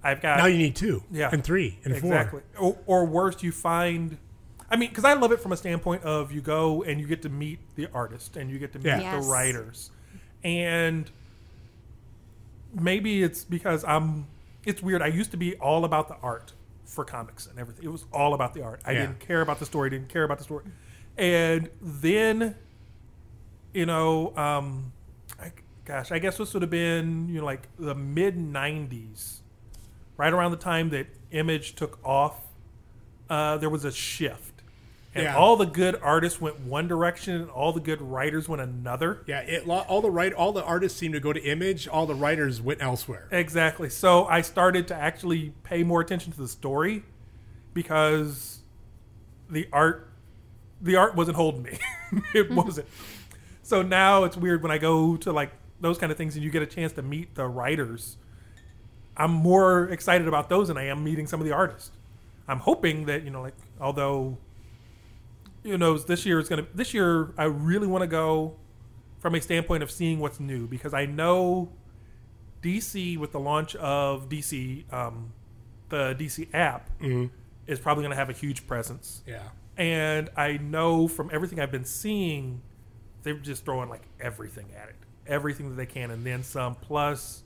S6: I've got
S3: Now you need two,
S6: Yeah.
S3: and three, and four.
S6: exactly. Or, or worse, you find. I mean, because I love it from a standpoint of you go and you get to meet the artist and you get to meet
S3: Yeah.
S5: Yes.
S6: the writers, and maybe it's because I'm. It's weird. I used to be all about the art for comics and everything. It was all about the art. I
S3: Yeah.
S6: didn't care about the story. Didn't care about the story. And then, you know, um, I, gosh, I guess this would have been you know like the mid '90s right around the time that Image took off, uh, there was a shift, and
S3: Yeah.
S6: all the good artists went one direction, and all the good writers went another.
S3: Yeah, it lo- all the right all the artists seem to go to Image, all the writers went elsewhere.
S6: Exactly. So I started to actually pay more attention to the story because the art the art wasn't holding me. it wasn't. So now it's weird when I go to like those kind of things and you get a chance to meet the writers. I'm more excited about those than I am meeting some of the artists. I'm hoping that, you know, like although you know this year is going to this year I really want to go from a standpoint of seeing what's new because I know DC with the launch of DC, um, the DC app is probably going to have a huge presence.
S3: Yeah.
S6: And I know from everything I've been seeing, they're just throwing like everything at it, everything that they can, and then some. Plus,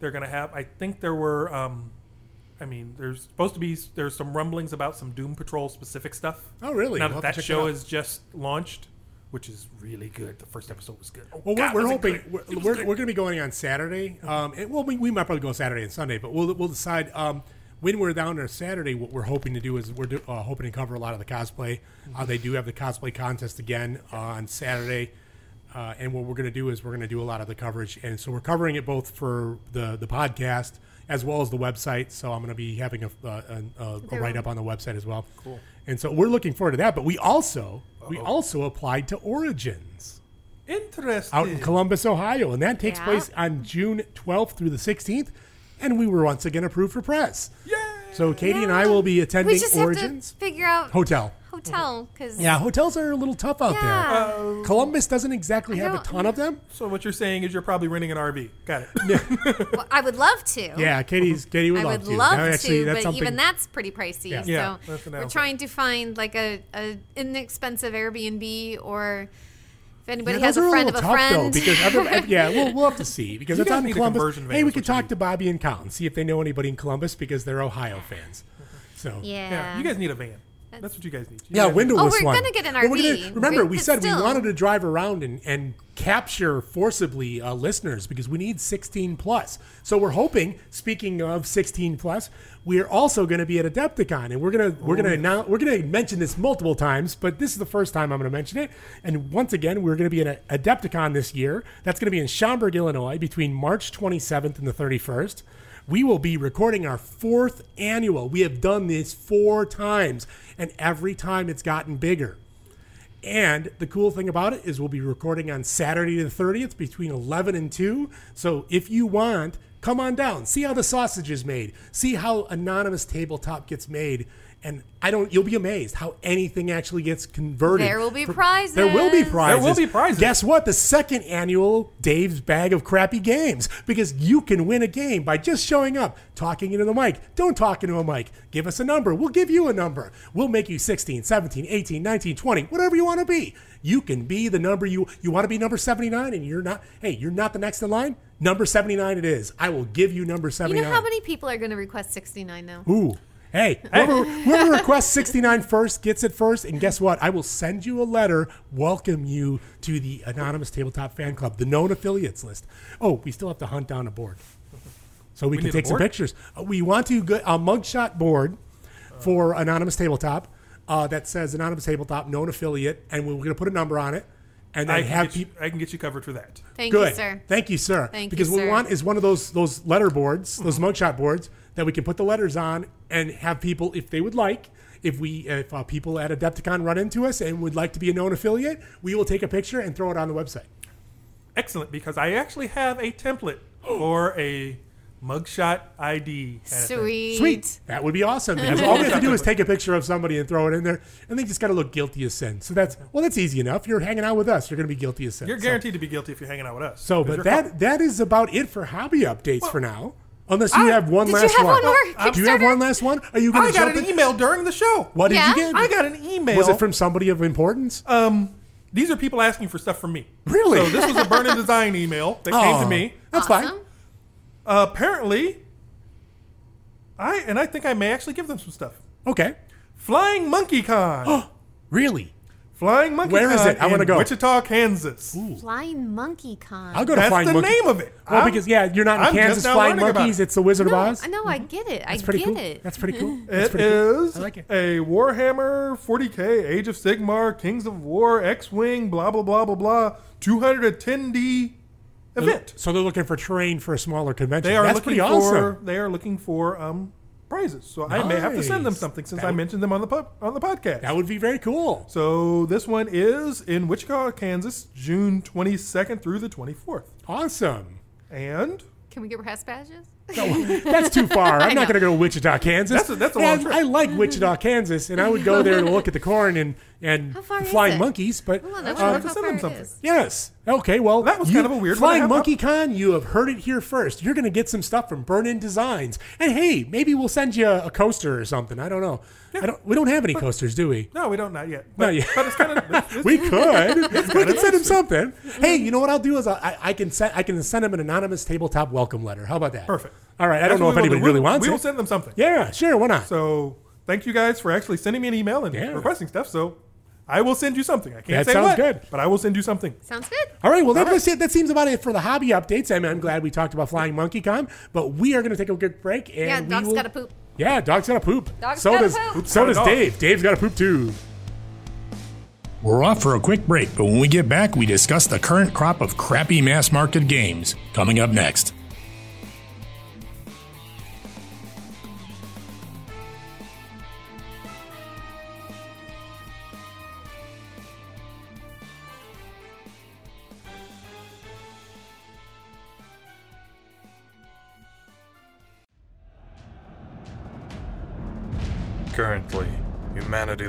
S6: they're going to have. I think there were. Um, I mean, there's supposed to be there's some rumblings about some Doom Patrol specific stuff.
S3: Oh, really?
S6: Now
S3: We'll have
S6: that
S3: to
S6: that
S3: check
S6: show
S3: it out.
S6: is just launched, which is really good. The first episode was good. Oh,
S3: Well,
S6: God,
S3: we're, we're
S6: was it
S3: hoping
S6: good.
S3: we're,
S6: It was
S3: we're,
S6: good.
S3: we're going to be going on Saturday. Um, and, well, we, we might probably go Saturday and Sunday, but we'll we'll decide um, when we're down there Saturday. What we're hoping to do is we're do, uh, hoping to cover a lot of the cosplay. Uh, they do have the cosplay contest again uh, on Saturday, uh, and what we're going to do is we're going to do a lot of the coverage, and so we're covering it both for the the podcast as well as the website. So I'm going to be having a, uh, an- a, a write up on the website as well. Cool. And so we're looking forward to that. But we also we also applied to Origins
S6: Interesting.
S3: out in Columbus, Ohio, and that takes
S5: Yeah.
S3: place on June 12th through the 16th. And we were once again approved for press.
S6: Yay!
S3: So Katie and I will be attending
S5: we just
S3: Origins
S5: have to figure out
S3: Hotel.
S5: hotel because
S3: Yeah, hotels are a little tough out
S5: Yeah.
S3: there. Columbus doesn't exactly have a
S5: don't-
S3: ton of them.
S6: So what you're saying is you're probably renting an RV. Got it.
S5: well, I would love to.
S3: Yeah, Katie's Katie would
S5: Oh. I
S3: love
S5: would
S3: to.
S5: love
S3: No, actually,
S5: to,
S3: that's
S5: but
S3: something-
S5: even that's pretty pricey.
S3: Yeah.
S6: Yeah,
S5: So
S6: that's an
S5: we're
S6: outfit.
S5: trying to find like a, a inexpensive Airbnb or if anybody
S3: Yeah,
S5: has
S3: those are
S5: a friend
S3: little
S5: of a
S3: tough,
S5: friend.
S3: Though, because other, yeah, we'll, we'll have to see because
S6: You
S3: it's
S6: guys
S3: on
S6: need a
S3: Columbus.
S6: conversion van,
S3: Hey, we
S6: is
S3: could
S6: what you
S3: talk to Bobby and Colin, see if they know anybody in Columbus because they're Ohio fans. So
S5: yeah.
S6: yeah. You guys need a van. That's what you guys need. You
S3: Yeah,
S6: guys need-
S3: windowless
S5: Oh, we're
S3: one.
S5: gonna get an
S3: Well, we're
S5: RV.
S3: gonna- remember,
S5: We-
S3: we
S5: but
S3: said we
S5: still.
S3: wanted to drive around and, and capture forcibly uh, listeners because we need 16 plus. So we're hoping. Speaking of 16 plus, we're also going to be at Adepticon, and we're gonna we're gonna announce, we're gonna mention this multiple times, but this is the first time I'm going to mention it. And once again, we're going to be at Adepticon this year. That's going to be in Schaumburg, Illinois, between March 27th and the 31st we will be recording our fourth annual. We have done this four times, and every time it's gotten bigger. And the cool thing about it is we'll be recording on Saturday the 30th between 11 and 2. So if you want, come on down. See how the sausage is made. See how anonymous tabletop gets made. And I don't you'll be amazed how anything actually gets converted.
S5: There will be
S3: For-
S5: prizes.
S3: There will be prizes.
S6: will be prizes.
S3: Guess what? The second annual Dave's Bag of Crappy Games because you can win a game by just showing up, talking into the mic. Don't talk into a mic. Give us a number. We'll give you a number. We'll make you 16, 17, 18, 19, 20, whatever you want to be. You can be the number you you want to be number 79 and you're not hey, you're not the next in line. Number 79 it is. I will give you number
S5: You
S3: 79.
S5: know how many people are going to request 69 now?
S3: Ooh. Hey, whoever, whoever requests 69 first gets it first. And guess what? I will send you a letter welcome you to the Anonymous Tabletop Fan Club, the known affiliates list. Oh, we still have to hunt down a board. So we, can
S6: need a
S3: take some
S6: board?
S3: pictures. Uh, We want to get a mugshot board for Anonymous Tabletop uh, that says Anonymous Tabletop, known affiliate, and we're going to put a number on it. And then
S6: I can,
S3: have
S6: get you,
S3: people.
S6: I can get you covered for that.
S5: Thank
S3: Good.
S5: you, sir.
S3: Thank you, sir.
S5: Thank you,
S3: because what we
S5: sir. Mm-hmm.
S3: want is one of those those letter boards, those mugshot boards that we can put the letters on and have people, if they would like, if we if uh, people at Adepticon run into us and would like to be a known affiliate, we will take a picture and throw it on the website.
S6: Excellent, because I actually have a template for a mugshot ID. kind of thing.
S5: Sweet.
S3: Sweet, that would be awesome. Because all we have to do is take a picture of somebody and throw it in there, and they just got to look guilty as sin. So that's well, that's easy enough. You're hanging out with us, you're going to be guilty as sin.
S6: You're
S3: So-
S6: guaranteed to be guilty if you're hanging out with us.
S3: So,
S6: 'cause you're
S3: but
S6: fucked.
S3: that that is about it for hobby updates for now. Unless you have one
S5: oh, did you
S3: last
S5: have
S3: one.
S5: one more
S3: do you have
S5: Kickstarter? Oh,
S3: one last one? Are you going
S6: I
S3: to
S6: got
S3: jump
S6: an
S3: in?
S6: email during the show.
S3: What did
S5: Yeah?
S3: you get?
S6: I got an email.
S3: Was it from somebody of importance?
S6: Um, these are people asking for stuff from me.
S3: Really? Oh.
S6: So this was a burn and design email that came
S3: Aw,
S6: to me. Uh,
S3: That's fine.
S5: Awesome.
S6: apparently, I and I think I may actually give them some stuff.
S3: Okay.
S6: Flying Monkey Con.
S3: Really?
S6: Flying Monkey
S3: Where
S6: Con.
S3: is it? I
S6: in
S3: wanna go.
S6: Wichita, Kansas.
S5: Flying Monkey Con.
S3: I'll go to
S6: That's
S3: Flying
S6: the
S3: Monkey.
S6: name of it.
S3: Well,
S6: I'm-
S3: because yeah, you're not in
S6: I'm just
S3: Kansas
S6: now
S3: flying
S6: learning about
S3: monkeys.
S6: it.
S3: It's the Wizard
S5: no,
S3: of Oz.
S5: no, I get it.
S3: Mm-hmm.
S5: I
S3: That's pretty
S5: get
S3: cool.
S5: it.
S3: That's pretty cool. That's
S6: It
S3: pretty cool.
S6: is
S3: I like it.
S6: a Warhammer 40k, Age of Sigmar, Kings of War, X-wing, blah blah blah blah blah. 210d event.
S3: So they're looking for terrain for a smaller convention.
S6: They are
S3: That's
S6: looking
S3: pretty
S6: for
S3: awesome.
S6: they are looking for um prizes. So I may have to send them
S3: Nice.
S6: something since
S3: That
S6: I
S3: would-
S6: mentioned them on the pub, on the podcast.
S3: That would be very cool.
S6: So this one is in Wichita, Kansas, June 22nd through the 24th.
S3: Awesome.
S6: And
S5: Can we get press badges?
S3: That's too far. I'm not
S5: know.
S3: going to go to Wichita, Kansas.
S6: That's a- that's a
S3: And
S6: long trip.
S3: I like Wichita, Kansas, and I would go there to look at the corn and and
S5: How far
S3: the
S5: is
S3: flying
S5: it?
S3: monkeys. But
S5: Well, that's
S3: um,
S6: have to
S5: how
S6: send
S5: far
S6: them
S5: it
S6: something.
S5: is.
S3: yes, okay. Well,
S6: That was
S3: you-
S6: kind of a weird one to
S3: Flying
S6: have
S3: Monkey Con. You have heard it here first. You're going to get some stuff from Burn In Designs, and hey, maybe we'll send you a, a coaster or something. I don't know. I don't. We don't have any coasters, do we?
S6: no, we don't not yet.
S3: Not
S6: But,
S3: yet.
S6: but it's kind of
S3: We could. we could send him something. Hey, you know what I'll do is I, I, I can send I can send him an anonymous tabletop welcome letter. How about that?
S6: perfect.
S3: All right. I don't
S6: That's what
S3: know if
S6: we will do.
S3: anybody really
S6: We'll-
S3: wants
S6: We will
S3: it.
S6: send them something.
S3: Yeah, sure. Why not?
S6: So thank you guys for actually sending me an email and
S3: Yeah.
S6: requesting stuff. So I will send you something. I can't
S3: That
S6: say
S3: sounds
S6: what,
S3: good.
S6: but I will send you something.
S5: Sounds good.
S3: All right, well, that, that's it. that seems about it for the hobby updates. I mean, I'm glad we talked about Flying Monkey Con, but we are going to take a quick break. And
S5: yeah,
S3: we
S5: dog's
S3: will-
S5: got to poop.
S3: Yeah, dog's got to poop.
S5: Dog's
S3: so
S5: gotta
S3: does,
S5: poop.
S3: So
S6: Gotta
S3: does
S6: dog.
S3: Dave. Dave's got to poop too.
S8: We're off for a quick break, but when we get back, we discuss the current crop of crappy mass market games coming up next.
S9: Currently, humanity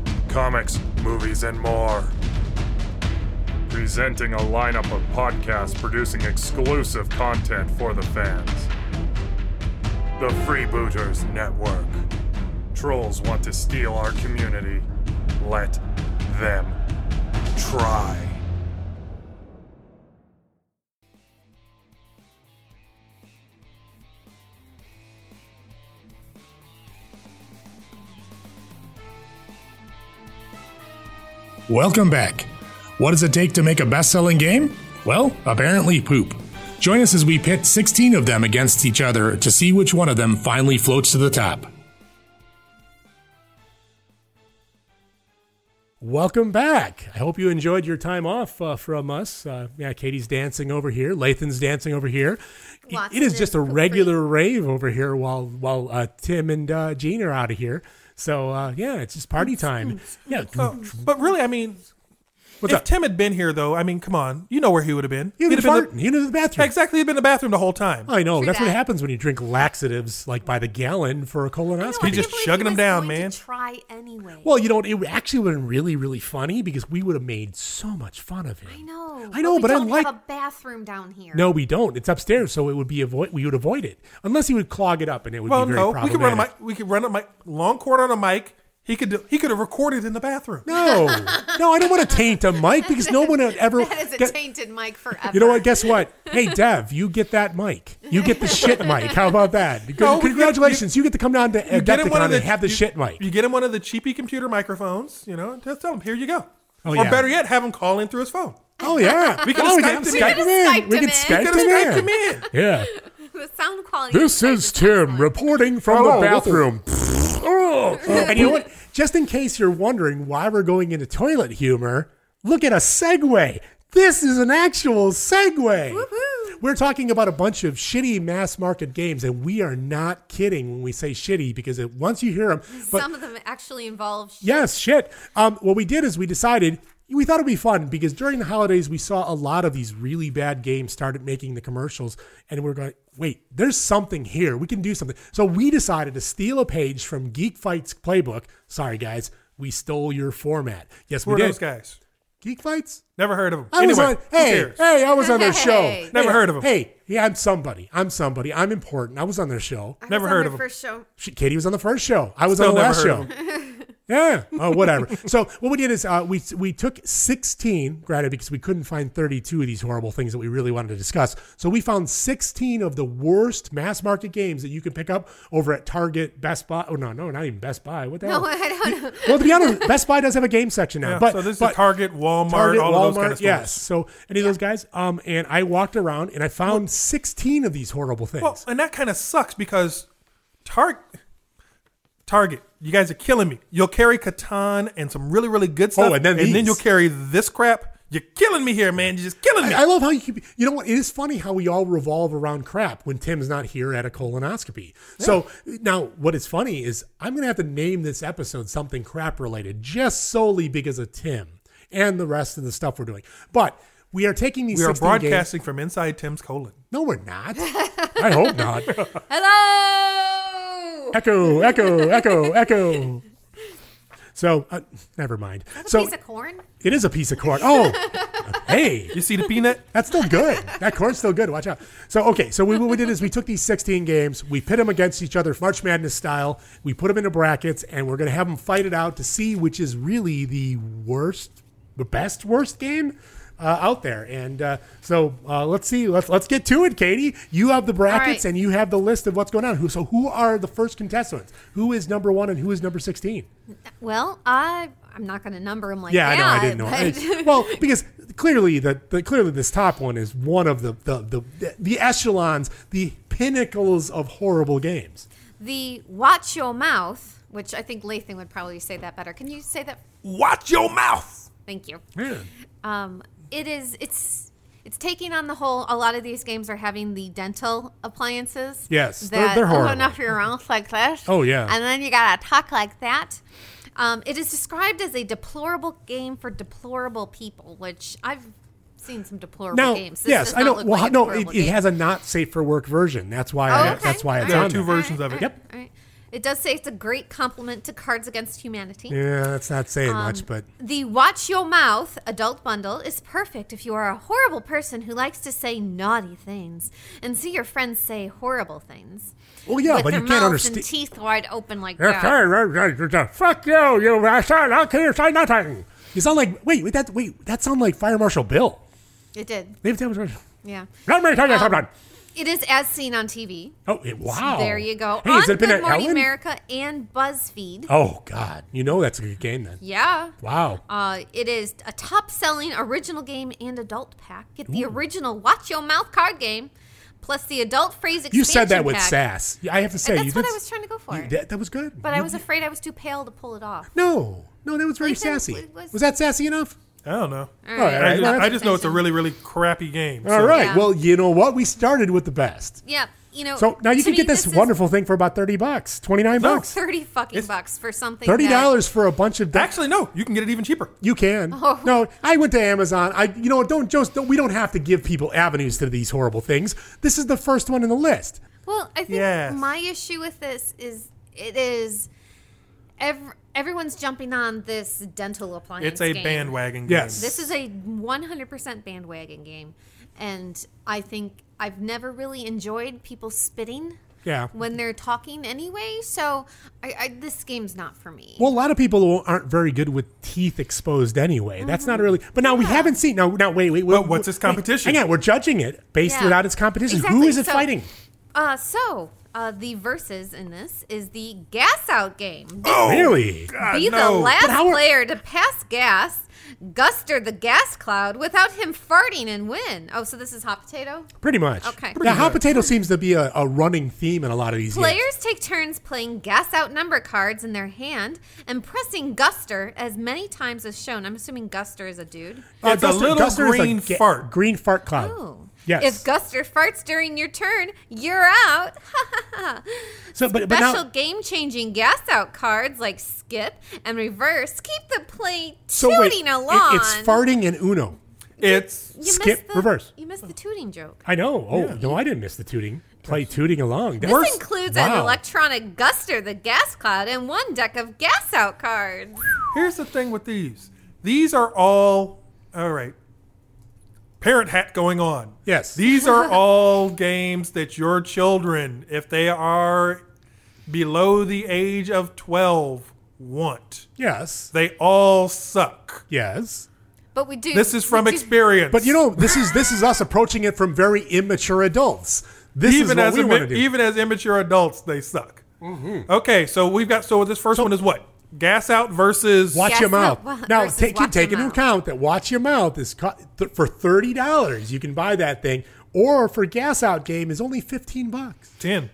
S9: comics, movies, and more. Presenting a lineup of podcasts producing exclusive content for the fans. The Freebooters Network. Trolls want to steal our community. Let them try.
S7: Welcome back. What does it take to make a best selling game? Well, apparently poop. Join us as we pit 16 of them against each other to see which one of them finally floats to the top.
S3: Welcome back. I hope you enjoyed your time off uh, from us. Uh, yeah, Katie's dancing over here. Lathan's dancing over here. It- it
S5: Watson
S3: is just
S5: is
S3: a
S5: complete.
S3: regular rave over here while while uh, Tim and uh, Gene are out of here. So uh, yeah, it's just party time. Yeah,
S6: Oh, but really, I mean,
S3: What's
S6: if
S3: up?
S6: Tim had been here, though, I mean, come on, you know where he would have been.
S3: you
S6: He'd
S3: been
S6: have been
S3: farting. You know the
S6: the,
S3: bathroom.
S6: exactly. He'd been in the bathroom the whole time.
S3: I know.
S5: True
S3: That's what
S5: that.
S3: happens when you drink laxatives like by the gallon for a
S5: I know,
S3: colonoscopy.
S5: I
S6: He's just
S5: can't believe
S6: chugging
S5: he
S6: 'em
S5: was
S6: down,
S5: going to
S6: man.
S5: Try anyway.
S3: Well, you know, it actually would have been really, really funny because we would have made so much fun of him.
S5: I know.
S3: I know,
S5: we
S3: but I
S5: don't
S3: like.
S5: have a bathroom down here.
S3: No, we don't. It's upstairs, so it would be avoid. We would avoid it unless he would clog it up, and it would
S6: well,
S3: be very
S6: no, we
S3: problematic.
S6: could run a mic. We could run a mic. Long cord on a mic. He could. Do, he could have recorded in the bathroom.
S3: No, no, I don't want to taint a mic because no one would ever.
S5: That is a
S3: get-
S5: tainted mic forever.
S3: you know what? Guess what? Hey, Dev, you get that mic. You get the shit mic. How about that? Good-
S6: No, we-
S3: Congratulations, you, get to come down to
S6: You get him one
S3: Adepticon
S6: of the
S3: and have the
S6: you-
S3: shit mic.
S6: You get him one of the cheapy computer microphones. You know, and just tell him here you go.
S3: Oh,
S6: or
S3: yeah.
S6: better yet, have him call in through his phone.
S3: oh yeah,
S6: We could've
S3: oh,
S6: Skyped him in.
S3: him in.
S5: We
S3: We
S5: could've
S3: can
S5: Skyped
S3: Skype
S6: him in. We could've
S3: him
S6: Skyped him
S3: in. Yeah.
S5: the sound quality.
S7: This
S5: inside
S7: is
S5: this is
S7: Tim
S5: excellent.
S7: reporting from the bathroom.
S3: Oh. and you know what? Just in case you're wondering why we're going into toilet humor, look at a segue. This is an actual segue. We're talking about a bunch of shitty mass market games, and we are not kidding when we say shitty because it, once you hear them, but
S5: Some of them actually involve. sh-
S3: Yes, shit. Um, what we did is we decided we thought it'd be fun because during the holidays we saw a lot of these really bad games started making the commercials, and we are going, wait, there's something here. We can do something. So we decided to steal a page from Geek Fight's playbook. Sorry, guys, we stole your format. Yes,
S6: Who
S3: we
S6: are
S3: did.
S6: those guys?
S3: Geek Fights.
S6: Never heard of them.
S3: I
S6: anyway,
S3: was on.
S6: who
S3: Hey,
S6: cares?
S3: hey, I was on their show.
S5: Hey.
S6: Never
S3: Hey,
S6: heard of 'em.
S3: Hey, yeah, I'm somebody. I'm somebody. I'm important. I was on their show.
S5: I was
S6: never
S5: on
S6: heard of
S5: their
S6: 'em.
S5: First show.
S3: She, Katie was on the first show. I was
S6: Still
S3: on the
S6: never
S3: last
S6: heard
S3: show.
S6: of
S3: yeah. Oh, whatever. so what we did is uh, we we took 16, granted because we couldn't find 32 of these horrible things that we really wanted to discuss. So we found 16 of the worst mass market games that you can pick up over at Target, Best Buy. Oh no, no, not even Best Buy. What the
S5: No,
S3: hell?
S5: I don't know.
S3: Well, to be honest, Best Buy does have a game section now.
S6: Yeah,
S3: but
S6: so this
S3: but
S6: is Target, Walmart, all of those kind of stores.
S3: yes. So any of those guys. Um, and I walked around and I found 16 of these horrible things.
S6: Well, and that kind of sucks because Target, Target, you guys are killing me. You'll carry Catan and some really, really good stuff,
S3: Oh, and then these.
S6: you'll carry this crap. You're killing me here, man. You're just killing me.
S3: I, I love how you keep. You know what? It is funny how we all revolve around crap when Tim's not here at a colonoscopy. So now, what is funny is I'm going to have to name this episode something crap related, just solely because of Tim and the rest of the stuff we're doing. But we are taking these.
S6: we are
S3: 16
S6: broadcasting from inside Tim's colon.
S3: Games. No, we're not. I hope not.
S5: Hello.
S3: Echo, echo, echo, echo. So uh, never mind. So
S5: piece of corn.
S3: it is a piece of corn. Oh, hey.
S6: You see the peanut?
S3: That's still good. That card's still good. Watch out. So okay, so we, what we did is we took these 16 games, we pit them against each other, March Madness style. We put them into brackets, and we're gonna have them fight it out to see which is really the worst, the best worst game uh, out there. And uh, so uh, let's see. Let's let's get to it, Katie. You have the brackets
S5: right.
S3: and you have the list of what's going on. Who so who are the first contestants? Who is number one and who is number 16?
S5: Well, I I'm not going to number them like
S3: Yeah, I
S5: that.
S3: know. I didn't know.
S5: but-
S3: I- well, because clearly the, the clearly this top one is one of the the, the the echelons, the pinnacles of horrible games.
S5: the Watch Your Mouth which I think Lathan would probably say that better. Can you say that?
S8: Watch your mouth.
S5: Thank you.
S8: Yeah.
S5: Um, it is. It's. It's taking on the whole. A lot of these games are having the dental appliances.
S3: Yes, they're-
S5: that
S3: they're
S5: open up your mouth like this.
S3: Oh, yeah.
S5: and then you gotta talk like that. Um, it is described as a deplorable game for deplorable people, which I've seen some deplorable
S3: Now,
S5: games. This
S3: yes,
S5: does
S3: I
S5: not
S3: know.
S5: look
S3: Well,
S5: like a
S3: no, it,
S5: deplorable
S3: it
S5: game.
S3: has a not safe for work version. That's why.
S5: Oh,
S3: I,
S5: okay.
S3: That's why it's
S6: There are
S3: on
S6: two
S3: there.
S6: versions of it.
S3: Yep.
S5: All right. It does say it's a great compliment to Cards Against Humanity.
S3: Yeah, that's not saying
S5: Um,
S3: much, but
S5: The Watch Your Mouth adult bundle is perfect if you are a horrible person who likes to say naughty things and see your friends say horrible things.
S3: well, yeah,
S5: with
S3: but you
S5: their
S3: can't
S5: mouths
S3: understand.
S5: and teeth wide open like
S3: Yeah,
S5: that.
S3: sorry, uh, uh, uh, Fuck you, you bastard! I can't say nothing. You sound like wait, wait, that wait, that sound like Fire Marshal Bill.
S5: It did.
S3: They've told us-
S5: Yeah.
S3: Let me tell you
S5: Um,
S3: something.
S5: It is as seen on TV.
S3: Oh, it- wow.
S5: There you go.
S3: Hey,
S5: on
S3: has it been
S5: Good
S3: at
S5: Morning
S3: Ellen?
S5: America and BuzzFeed.
S3: Oh God, you know that's a good game then.
S5: Yeah.
S3: Wow.
S5: Uh, it is a top selling original game and adult pack. Get the original Watch Your Mouth card game, plus the adult phrase expansion
S3: You said that with
S5: pack.
S3: sass. Yeah, I have to say,
S5: That's
S3: you
S5: what
S3: did-
S5: I was trying to go for.
S3: you- that, that was good.
S5: but I
S3: You-
S5: was afraid I was too pale to pull it off.
S3: no, no, that was very
S5: Nathan,
S3: sassy.
S5: it
S3: Was,
S5: was-
S3: that sassy enough?
S6: I don't know.
S5: All
S3: right, all
S6: I
S3: right,
S6: just,
S3: well,
S6: I just know it's a
S5: Nathan.
S6: really, really crappy game.
S3: All
S6: so-
S3: right.
S5: Yeah.
S3: Well, you know what? We started with the best.
S5: Yeah, you know.
S3: So now you
S5: to
S3: can
S5: me,
S3: get this,
S5: is oh,
S3: wonderful thing for about thirty bucks, twenty nine bucks,
S5: Thirty fucking
S6: It's-
S5: bucks for something.
S3: thirty
S5: that-
S3: dollars for a bunch of.
S6: Actually, no. You can get it even cheaper.
S3: You can.
S5: Oh.
S3: No, I went to Amazon. I, you know, what, don't just don't, we don't have to give people avenues to these horrible things. This is the first one in the list.
S5: Well, I think
S6: Yes.
S5: my issue with this is it is ev- everyone's jumping on this dental appliance.
S6: It's a
S5: game.
S6: bandwagon game.
S3: Yes.
S5: This is a 100% bandwagon game. And I think I've never really enjoyed people spitting
S3: Yeah.
S5: when they're talking anyway. So I, I, this game's not for me.
S3: Well, a lot of people aren't very good with teeth exposed anyway. That's not really. But now we haven't seen. Now, now, wait, wait.
S6: But
S3: wait,
S6: what's its
S3: wait,
S6: competition?
S3: Hang on, we're judging it based
S5: Yeah.
S3: without its competition. Who
S5: Exactly,
S3: is it
S5: so-
S3: fighting?
S5: uh, so uh, the verses in this is the gas out game.
S6: Oh,
S3: really?
S5: Be
S6: no.
S5: the last
S3: Oh, But how are-
S5: player to pass gas, Guster the gas cloud without him farting and win. Oh, so this is hot potato?
S3: Pretty much.
S5: Okay.
S3: Now, hot potato seems to be a, a running theme in a lot of these games.
S5: Players take turns playing gas out number cards in their hand and pressing Guster as many times as shown. I'm assuming Guster is a dude.
S6: It's a little
S3: Uh, is
S6: green fart.
S3: Green fart cloud.
S5: Oh.
S3: Yes.
S5: If Guster farts during your turn, you're out.
S3: so, but, but
S5: Special
S3: now,
S5: game changing gas out cards like skip and reverse keep the play
S3: so wait,
S5: tooting
S3: it-
S5: along.
S3: it's farting and Uno.
S6: It's
S5: You missed
S3: skip,
S5: the-
S3: reverse.
S5: You missed the tooting joke.
S3: I know. Oh no, I didn't miss the tooting. Play tooting along. That
S5: This
S3: was-
S5: includes an
S3: wow.
S5: electronic Guster, the gas cloud, and one deck of gas out cards.
S6: Here's the thing with these. These are all all right. Parent hat going on.
S3: Yes.
S6: These are all games that your children, if they are below the age of 12, want.
S3: Yes.
S6: They all suck.
S3: Yes.
S5: But we do.
S6: This is from
S5: we do-
S6: experience.
S3: But you know, this is this is us approaching it from very immature adults. This is
S6: even
S3: what
S6: as
S3: we
S6: imma-
S3: want to do. Mm-hmm.
S6: even as immature adults, they suck. Okay, so we've got so this first one is what gas out versus
S3: watch
S5: Yes,
S3: your
S5: no,
S3: mouth.
S5: wa-
S3: now,
S5: versus
S3: take
S5: watch
S3: take
S5: your
S3: into
S5: mouth.
S3: account that watch your mouth is co- th- for thirty dollars. You can buy that thing, or for gas out game is only fifteen bucks.
S6: ten.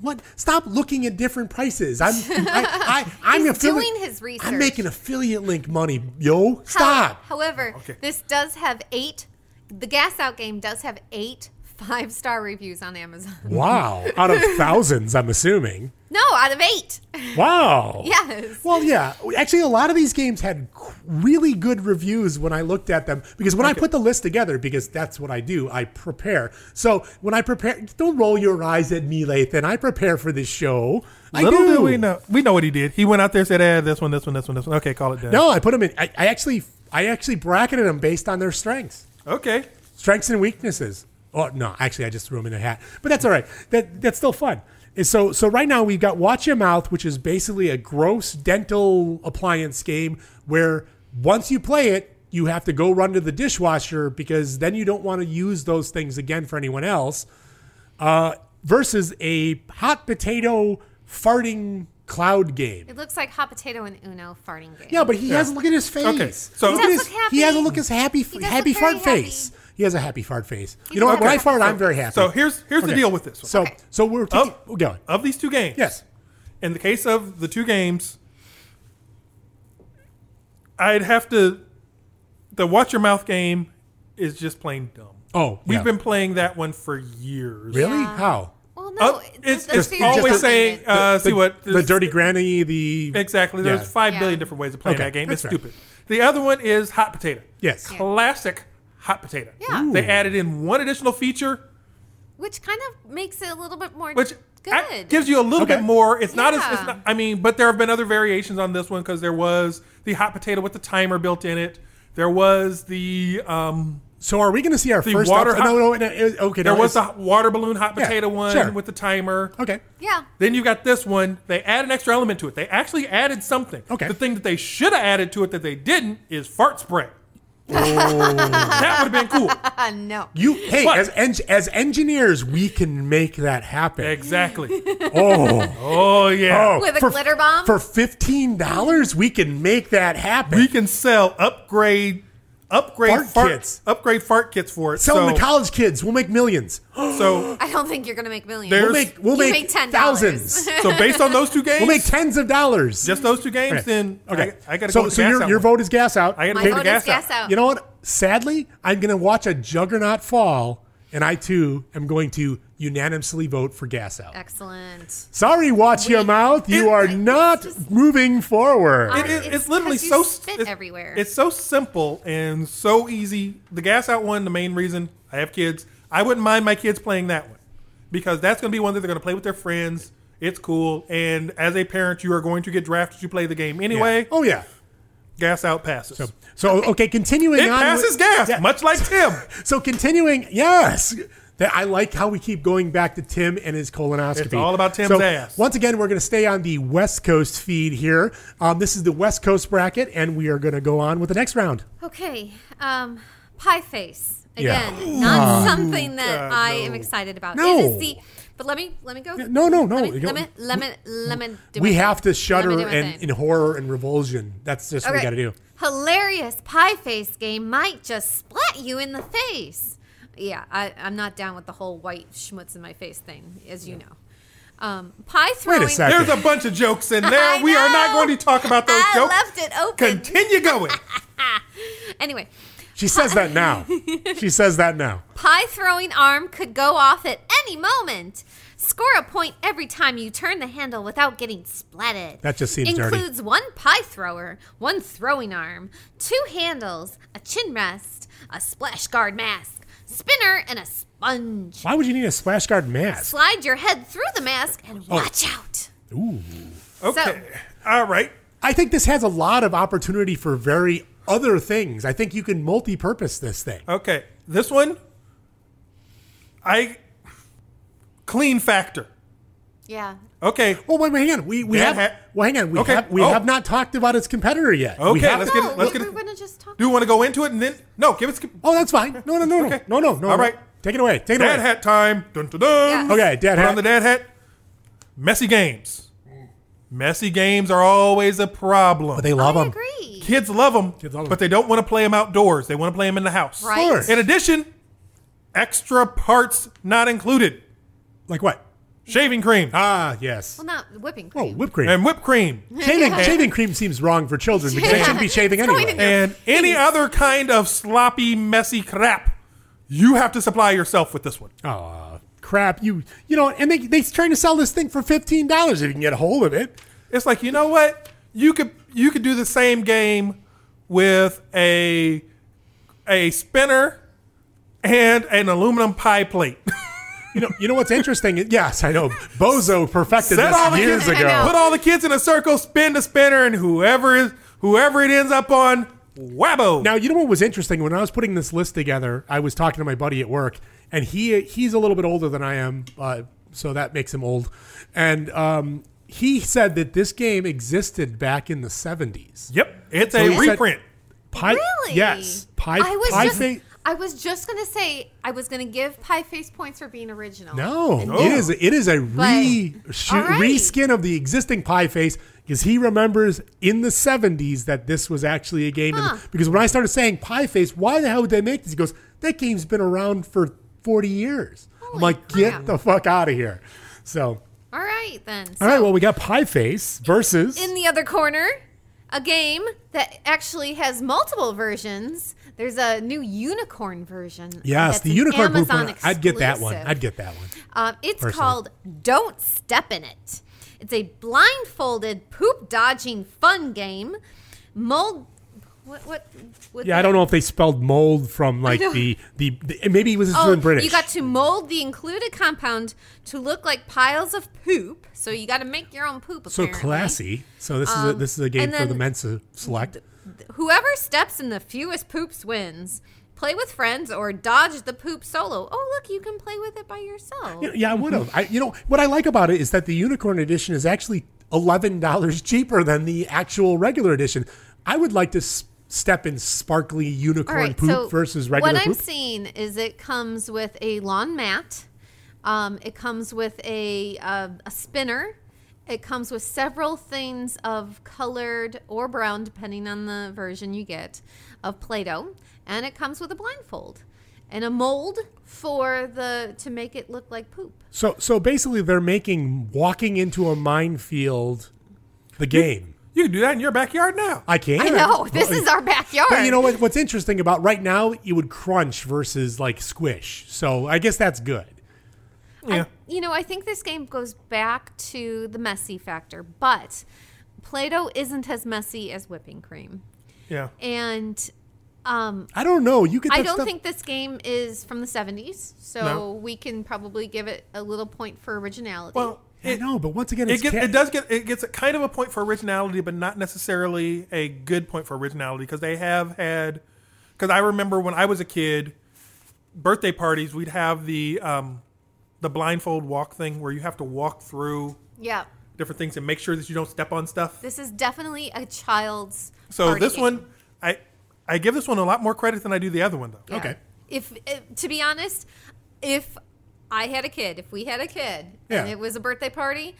S3: What? Stop looking at different prices. I'm I, I, I'm
S5: He's
S3: affiliate-
S5: doing his research.
S3: I'm making affiliate link money, yo. Stop.
S5: How- however, this does have eight. The gas out game does have eight five star reviews on Amazon.
S3: Wow. Out of thousands, I'm assuming.
S5: No, out of eight.
S3: Wow.
S5: Yes.
S3: Well, yeah. Actually, a lot of these games had qu- really good reviews when I looked at them because when I put the list together, because that's what I do, I prepare. So when I prepare, don't roll your eyes at me, Lathan. I prepare for this show. I
S6: Little
S3: do.
S6: do we know. We know what he did. He went out there and said, "Ah, this one, this one, this one, this one." Okay, call it done.
S3: No, I put them in. I, I actually, I actually bracketed them based on their strengths,
S6: Okay.
S3: strengths and weaknesses. Oh no, actually, I just threw them in a hat, but that's all right. That that's still fun. And so, so right now we've got Watch Your Mouth, which is basically a gross dental appliance game where once you play it, you have to go run to the dishwasher because then you don't want to use those things again for anyone else. Uh, versus a hot potato farting cloud game.
S5: It looks like hot potato and Uno farting game.
S3: Yeah, but he has look at his face.
S6: Okay, so-
S3: look
S6: He
S3: at
S5: does
S3: his,
S5: look happy.
S3: he has a look his happy
S5: He does
S3: happy
S5: look very
S3: fart
S5: happy.
S3: face. He has a happy fart face.
S5: He
S3: you know
S5: does
S3: what? When
S5: look
S3: I fart,
S5: happy.
S3: I'm very happy.
S6: So here's here's the
S3: Okay.
S6: deal with this. One. Oh.
S3: So so we're taking,
S6: Up.
S3: we're going.
S6: Of these two games,
S3: Yes.
S6: in the case of the two games, I'd have to. The watch your mouth game is just plain dumb.
S3: Oh,
S6: We've
S3: yeah.
S6: been playing that one for years.
S3: really
S5: Yeah.
S3: how
S5: Well, no,
S6: Uh, it's it's always saying, uh, see what
S3: the dirty granny the
S6: exactly.
S3: Yeah.
S6: There's five
S5: Yeah.
S6: billion different ways of playing
S3: Okay,
S6: that game.
S3: that's
S6: It's
S3: fair.
S6: stupid. The other one is hot potato.
S3: yes
S6: Classic hot potato.
S5: Yeah. Ooh.
S6: They added in one additional feature,
S5: which kind of makes it a little bit more
S6: which
S5: good.
S6: I- gives you a little
S3: Okay.
S6: bit more. It's not as it's
S5: Yeah.
S6: not, I mean, but there have been other variations on this one because there was the hot potato with the timer built in it. There was the um,
S3: so are we going to see our
S6: The
S3: first
S6: water
S3: episode-
S6: hot-
S3: no, no, no, it- okay
S6: there
S3: no,
S6: was the
S3: it's-
S6: hot- water balloon hot
S3: Yeah,
S6: potato one
S3: sure.
S6: with the timer.
S3: okay
S5: yeah.
S6: Then you got this one. They add an extra element to it. They actually added something.
S3: Okay.
S6: The thing that they should have added to it that they didn't is fart spray.
S3: Oh.
S6: that would have been cool.
S5: Uh, no.
S3: you hey
S6: But-
S3: as en- as engineers we can make that happen
S6: Exactly.
S3: oh
S6: Oh yeah.
S3: oh
S5: With a
S3: for,
S5: glitter bomb?
S3: for fifteen dollars we can make that happen
S6: We can sell upgrade upgrade
S3: Fart
S6: fart,
S3: kits.
S6: upgrade fart kits for it.
S3: sell them
S6: so,
S3: to college kids we'll make millions
S6: so
S5: I don't think you're gonna make millions.
S6: There's-
S3: we'll make we'll
S5: You
S3: make,
S5: make $10.
S3: thousands
S6: so based on those two games,
S3: we'll make tens of dollars
S6: just those two games, then
S3: okay
S6: I, I gotta
S3: so
S6: go. With
S3: so
S6: the gas
S3: your,
S6: out
S3: your
S6: one.
S3: vote is gas out
S6: I gotta
S5: My
S6: take
S5: vote
S6: the
S5: is
S6: gas,
S5: gas
S6: out.
S5: out.
S3: You know what? Sadly, I'm going to watch a juggernaut fall, and I too am going to unanimously vote for gas out.
S5: Excellent.
S3: Sorry, watch your mouth. You are not moving forward.
S5: I-
S6: It is,
S5: It's
S6: it's, literally
S5: 'cause you
S6: so
S5: spit
S6: it's-
S5: everywhere.
S6: It's so simple and so easy. The gas out one, the main reason I have kids, I wouldn't mind my kids playing that one because that's going to be one that they're going to play with their friends. It's cool, and as a parent, you are going to get drafted to play the game anyway.
S3: oh yeah.
S6: Gas out passes.
S3: So okay, continuing
S6: it
S3: on. with-
S6: passes gas,
S3: Yeah.
S6: much like Tim.
S3: So continuing, yes. That I like how we keep going back to Tim and his colonoscopy.
S6: It's all about Tim's
S3: so,
S6: ass.
S3: Once again, we're going to stay on the West Coast feed here. Um, this is the West Coast bracket, and we are going to go on with the next round.
S5: Okay. Um, pie face
S3: Yeah.
S5: again. Not something that I am excited about. It
S3: No.
S5: is the. But let me let me go.
S3: no, no, no.
S5: Let me
S3: You
S5: let me,
S3: don't-
S5: let me, let me do
S3: we
S5: my
S3: have
S5: thing.
S3: to shudder
S5: Let me do my
S3: and
S5: thing.
S3: in horror and revulsion. That's just what we
S5: Okay.
S3: got to do.
S5: Hilarious pie face game might just splat you in the face. Yeah, I, I'm not down with the whole white schmutz in my face thing, as you know. Um, pie throwing.
S3: second.
S6: There's a bunch of jokes in there.
S5: I
S6: We are not
S5: know.
S6: going to talk about those
S5: I
S6: jokes.
S5: left it open.
S6: Continue going.
S5: Anyway,
S3: She says that now. she says that now.
S5: pie throwing arm could go off at any moment. Score a point every time you turn the handle without getting splatted.
S3: That just seems dirty.
S5: Includes one pie thrower, one throwing arm, two handles, a chin rest, a splash guard mask, spinner, and a sponge.
S3: Why would you need a splash guard mask?
S5: Slide your head through the mask and
S6: Oh.
S5: watch out.
S6: Okay. All right.
S3: I think this has a lot of opportunity for very other things. I think you can multi-purpose this thing.
S6: Okay, this one, I clean factor.
S5: Yeah.
S6: Okay,
S3: Oh wait, wait, hang on. We we
S6: Yeah,
S3: have
S6: ha-
S3: well, hang on. We
S6: okay.
S3: have we
S6: Oh.
S3: have not talked about its competitor yet. We
S6: Okay,
S3: have-
S6: let's get
S5: No,
S6: it. Let's
S5: we
S6: get
S5: were
S6: it.
S5: going to just talk.
S6: Do you want to go into it and then no? Give us
S3: oh, that's fine. No, no, no, no,
S6: Okay.
S3: no, no, no.
S6: All right.
S3: take it away. Take it
S6: dad
S3: away.
S6: hat time. Dun dun dun.
S5: Yeah.
S3: Okay, dad
S6: Put on
S3: hat.
S6: the dad hat. Messy games. Messy games are always a problem.
S3: but Oh, they love
S5: I
S3: them.
S5: agree.
S6: Kids love them,
S3: love 'em.
S6: but they don't want to play them outdoors. They want to play them in the house.
S5: Right.
S3: Sure.
S6: In addition, extra parts not included:
S3: Like what?
S6: shaving cream
S3: Ah, yes.
S5: Well, not whipping
S3: Oh,
S5: cream.
S3: whipped cream.
S6: and whipped cream.
S3: shaving, shaving cream seems wrong for children because they shouldn't be shaving
S5: It's going
S3: anyway.
S5: in your
S6: and any
S5: Please.
S6: other kind of sloppy, messy crap, you have to supply yourself with this one.
S3: Oh crap! You you know, and they they trying to sell this thing for fifteen dollars if you can get a hold of it.
S6: It's like you know what you could you could do the same game with a a spinner and an aluminum pie plate.
S3: You know you know what's interesting? Yes, I know. Bozo perfected
S6: Set all the
S3: this years
S6: kids
S5: I know.
S3: ago.
S6: Put all the kids in a circle, spin the spinner, and whoever is whoever it ends up on, wabbo.
S3: Now you know what was interesting when I was putting this list together. I was talking to my buddy at work, and he he's a little bit older than I am, uh, so that makes him old. And um, he said that this game existed back in the seventies.
S6: yep, it's
S3: So
S6: a
S3: you said-
S6: reprint.
S3: Pie,
S5: Really?
S3: Yes, pie.
S5: I was
S3: pie
S5: just.
S3: fa-
S5: I was just gonna say I was gonna give Pie Face points for being original.
S3: No, Oh.
S5: And
S3: it is it is a re
S5: But-
S3: sh-
S5: All right.
S3: reskin of the existing pie face because he remembers in the seventies that this was actually a game. and-
S5: Huh.
S3: because when I started saying pie face, why the hell would they make this? He goes, that game's been around for forty years. I'm
S5: Holy
S3: like,
S5: crap.
S3: get the fuck out of here. So
S5: All right, then.
S7: All right, well, we got Pie Face versus.
S5: in the other corner, a game that actually has multiple versions. There's a new unicorn version.
S3: Yes,
S5: that's
S3: the
S5: an
S3: unicorn poop
S5: Amazon
S3: one. I'd get that one.
S5: exclusive.
S3: I'd get that one.
S5: Um, it's
S3: Personally.
S5: called Don't Step in It. It's a blindfolded poop dodging fun game. Mold. What? What? what
S3: Yeah, I don't know if they spelled mold from like the, the the- maybe it was
S5: Oh,
S3: in British.
S5: you got to mold the included compound to look like piles of poop. So you got to make your own poop.
S3: so
S5: apparently. Um,
S3: classy. So this is a, this is a game
S5: and
S3: for the
S5: then-
S3: men to select.
S5: Whoever steps in the fewest poops wins. Play with friends or dodge the poop solo. Oh, look, you can play with it by yourself.
S3: You know, yeah, I would have. I, you know what I like about it is that the unicorn edition is actually eleven dollars cheaper than the actual regular edition. I would like to s- step in sparkly unicorn poop versus regular
S5: what I'm
S3: poop.
S5: seeing is it comes with a lawn mat. Um, it comes with a uh, a spinner. It comes with several things of colored or brown, depending on the version you get, of Play-Doh, and it comes with a blindfold and a mold for the to make it look like poop.
S3: so so basically, they're making walking into a minefield the game.
S6: You can do that in your backyard now.
S3: I can't.
S5: I know this
S3: Well,
S5: is our backyard.
S3: But you know what? What's interesting about right now, you would crunch versus like squish. So I guess that's good.
S6: Yeah.
S5: you know, I think this game goes back to the messy factor, but Play Doh isn't as messy as whipping cream.
S6: Yeah.
S5: And um,
S3: I don't know. You get.
S5: I
S3: that
S5: don't
S3: stuff-
S5: think this game is from the 70s, so
S6: No.
S5: we can probably give it a little point for originality.
S6: Well,
S3: I
S6: it,
S3: know, but once again,
S6: it,
S3: it's
S6: gets,
S3: cat-
S6: it does get it gets a kind of a point for originality, but not necessarily a good point for originality because they have had. Because I remember when I was a kid, birthday parties we'd have the um, the blindfold walk thing where you have to walk through
S5: yeah,
S6: different things and make sure that you don't step on stuff.
S5: this is definitely a child's.
S6: So
S5: party
S6: this
S5: game.
S6: one, I I give this one a lot more credit than I do the other one though.
S5: Yeah.
S3: Okay.
S5: If, if to be honest, if I had a kid, if we had a kid,
S3: Yeah.
S5: and it was a birthday party,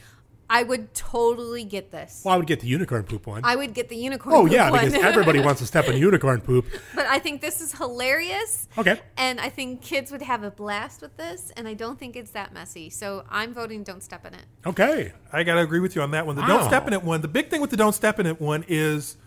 S5: I would totally get this.
S3: Well, I would get the unicorn poop one.
S5: I would get the unicorn.
S3: oh
S5: poop
S3: yeah,
S5: one.
S3: because everybody wants to step on unicorn poop.
S5: but I think this is hilarious.
S3: Okay.
S5: And I think kids would have a blast with this, and I don't think it's that messy. So I'm voting don't step in it.
S3: Okay.
S6: I gotta agree with you on that one. The
S3: Wow.
S6: don't step in it one. The big thing with the don't step in it one is,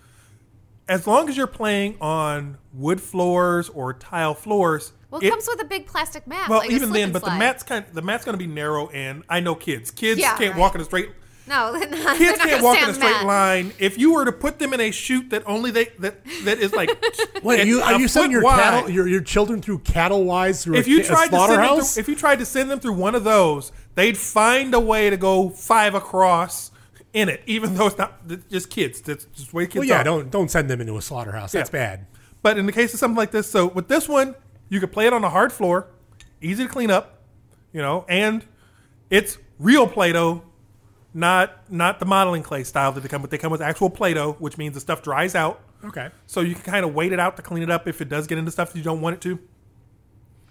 S6: as long as you're playing on wood floors or tile floors,
S5: Well, it, comes with a big plastic mat.
S6: well
S5: like a
S6: even
S5: slip
S6: then.
S5: and
S6: But the
S5: slide.
S6: mat's kind the mat's gonna be narrow, and I know kids. Kids
S5: Yeah,
S6: can't
S5: right.
S6: walk in a straight.
S5: No, they're not, they're
S6: Kids
S5: not
S6: can't
S5: gonna
S6: walk
S5: stay
S6: in a
S5: on
S6: straight
S5: mat.
S6: line. If you were to put them in a chute that only they that that is like
S3: Wait,
S6: it's
S3: you,
S6: a
S3: are you
S6: foot
S3: sending your
S6: wide,
S3: cattle, your, your children through cattle wise through
S6: if
S3: a,
S6: you
S3: ca- a
S6: tried to send them
S3: slaughterhouse?
S6: through, if you tried to send them through one of those, they'd find a way to go five across in it, even though it's not it's just kids. That's just the way kids
S3: well, yeah,
S6: are.
S3: don't don't send them into a slaughterhouse. That's
S6: Yeah.
S3: bad.
S6: But in the case of something like this, so with this one, you could play it on a hard floor, easy to clean up, you know, and it's real Play-Doh, not not the modeling clay style that they come with. They come with actual Play-Doh, which means the stuff dries out,
S3: Okay.
S6: so you can kind of wait it out to clean it up if it does get into stuff that you don't want it to,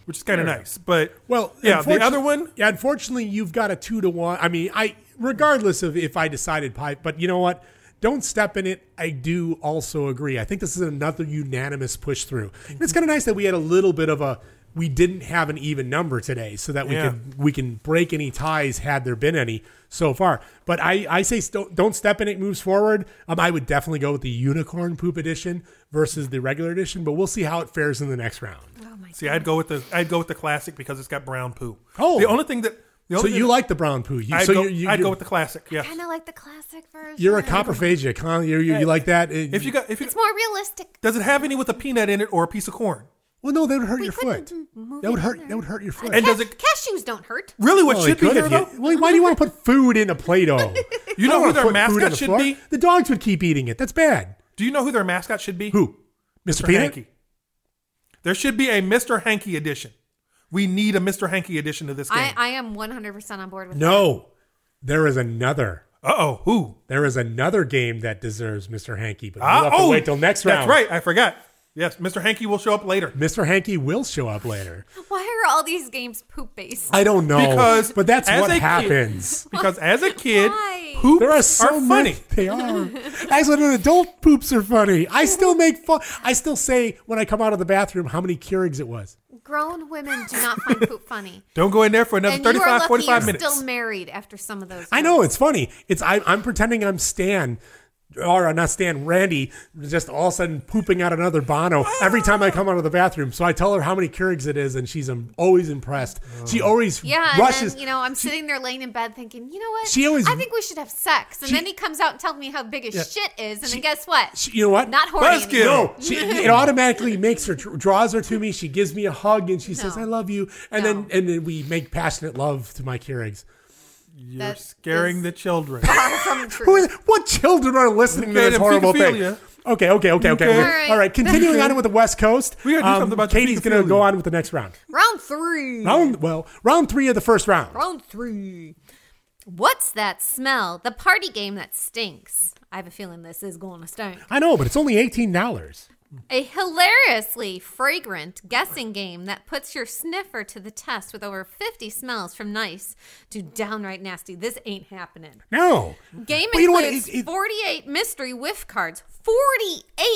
S6: which is kind of nice. But
S3: Well,
S6: yeah,
S3: unfortu-
S6: the other one,
S3: Yeah, unfortunately, you've got a two to one. I mean, I regardless of if I decided pipe, but you know what? Don't step in it. I do also agree. I think this is another unanimous push through. And
S6: Mm-hmm.
S3: it's kind of nice that we had a little bit of a we didn't have an even number today, so that we
S6: Yeah.
S3: could we can break any ties had there been any so far. But I I say do don't step in it moves forward. Um, I would definitely go with the unicorn poop edition versus the regular edition, but we'll see how it fares in the next round.
S5: Oh
S6: See, I'd go with the I'd go with the classic because it's got brown poo.
S3: Oh.
S6: the only thing that the
S3: So
S6: only
S3: you
S6: thing-
S3: like the brown poo? You,
S6: I'd,
S3: so
S6: go,
S3: you, you,
S6: I'd go
S3: you're-
S6: with the classic. Yeah,
S5: Kind of like the classic version.
S3: You're a coprophagic, huh? You you, you like that? It-
S6: if you got if you
S5: It's more realistic.
S6: does it have any with a peanut in it or a piece of corn?
S3: well, no, that would hurt
S5: We
S3: your
S5: couldn't
S3: foot.
S5: move
S3: That would
S5: it
S3: hurt.
S5: in
S3: That would hurt your foot.
S6: And does
S5: Ca-
S6: it-
S5: Cashews don't hurt.
S6: Really, what
S3: Well, it
S6: should be
S3: could
S6: there
S3: if you-
S6: though?
S3: Well, why do you want to put food in a Play-Doh?
S6: You
S3: I
S6: know
S3: don't
S6: who their
S3: wanna put food on
S6: mascot
S3: the
S6: should
S3: floor.
S6: be?
S3: The dogs would keep eating it. That's bad.
S6: Do you know who their mascot should be?
S3: Who? Mr.
S6: Mr.
S3: Peanut?
S6: Hanky. There should be a Mr. Hanky edition. We need a Mr. Hanky edition to this game.
S5: I, I am 100% on board with that.
S3: No, there is another.
S6: uh oh, who?
S3: There is another game that deserves Mr. Hanky, but we'll
S6: Ah,
S3: have to
S6: oh,
S3: wait till next round.
S6: That's right. I forgot. Yes, Mr. Hanky will show up later.
S3: Mr. Hanky will show up later.
S5: Why are all these games poop based?
S3: I don't know,
S6: Because
S3: but that's
S6: as
S3: what
S6: a kid-
S3: happens.
S6: Because as a kid,
S5: Why?
S6: poops
S3: There are so
S6: funny.
S3: many. They are. As an adult, poops are funny. I still make fun. I still say when I come out of the bathroom how many Keurigs it was.
S5: grown women do not find poop funny.
S6: Don't go in there for another
S5: and you
S6: 35,
S5: are lucky
S6: 45
S5: you're
S6: minutes.
S5: still married after some of those.
S3: I know
S5: words.
S3: it's funny. It's I, I'm pretending I'm Stan, or not Stan, Randy, just all of a sudden pooping out another Bono every time I come out of the bathroom. So I tell her how many Keurigs it is, and she's um, always impressed. She always
S5: Yeah, and
S3: rushes.
S5: then, you know, I'm sitting there laying in bed thinking, you know what?
S3: She always-
S5: I think we should have sex. And
S3: She-
S5: then he comes out and tells me how big his shit is. And
S3: She-
S5: then guess what?
S3: she- you know what?
S5: Not horny.
S6: Let's get
S5: anymore.
S3: No, she, it automatically makes her draws her to me. She gives me a hug and she says,
S5: No.
S3: "I love you," and then
S5: No.
S3: and then we make passionate love to my Keurigs.
S6: You're
S5: That
S6: scaring
S5: is
S6: the children.
S5: Far from the
S3: Who
S5: truth.
S3: is, what children are listening to
S6: Made
S3: this
S6: of
S3: horrible thing?
S6: pedophilia.
S3: Okay, okay, okay, okay.
S6: Okay. All
S3: All right,
S5: right.
S3: continuing on with the West Coast. Um,
S6: We gotta do something about your
S3: Katie's gonna
S6: pedophilia.
S3: go on with the next round.
S5: Round three.
S3: Round well, round three of the first round.
S5: Round three. What's that smell? The party game that stinks. I have a feeling this is going to stink.
S3: I know, but it's only eighteen dollars.
S5: A hilariously fragrant guessing game that puts your sniffer to the test with over 50 smells from nice to downright nasty. This ain't happening.
S3: No,
S5: Game
S3: But you know what,
S5: includes
S3: it- it-
S5: 48 mystery whiff cards.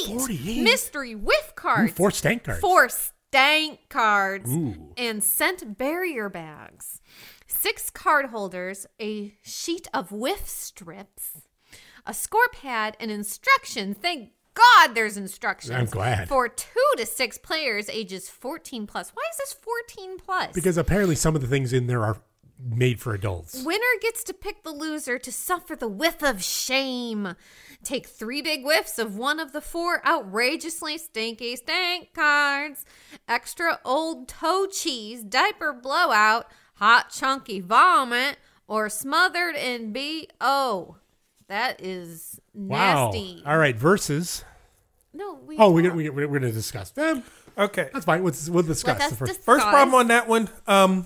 S5: 48,
S3: 48?
S5: mystery whiff cards.
S3: four stank cards.
S5: Four stank cards.
S3: Ooh.
S5: And scent barrier bags. Six card holders, a sheet of whiff strips, a score pad, and instructions. Thank God there's instructions.
S3: I'm glad.
S5: For two to six players ages 14 plus. Why is this 14 plus?
S3: because apparently some of the things in there are made for adults.
S5: Winner gets to pick the loser to suffer the whiff of shame. Take three big whiffs of one of the four outrageously stinky stank cards. Extra old toe cheese, diaper blowout, hot chunky vomit, or smothered in B.O. That is
S3: Wow.
S5: nasty.
S3: All right, versus.
S5: No, we
S3: Oh, we,
S5: don't.
S3: we, we're going to discuss them.
S6: Okay.
S3: That's fine. We'll, we'll discuss
S5: Let us
S3: the first.
S5: discuss.
S6: First problem on that one. Um,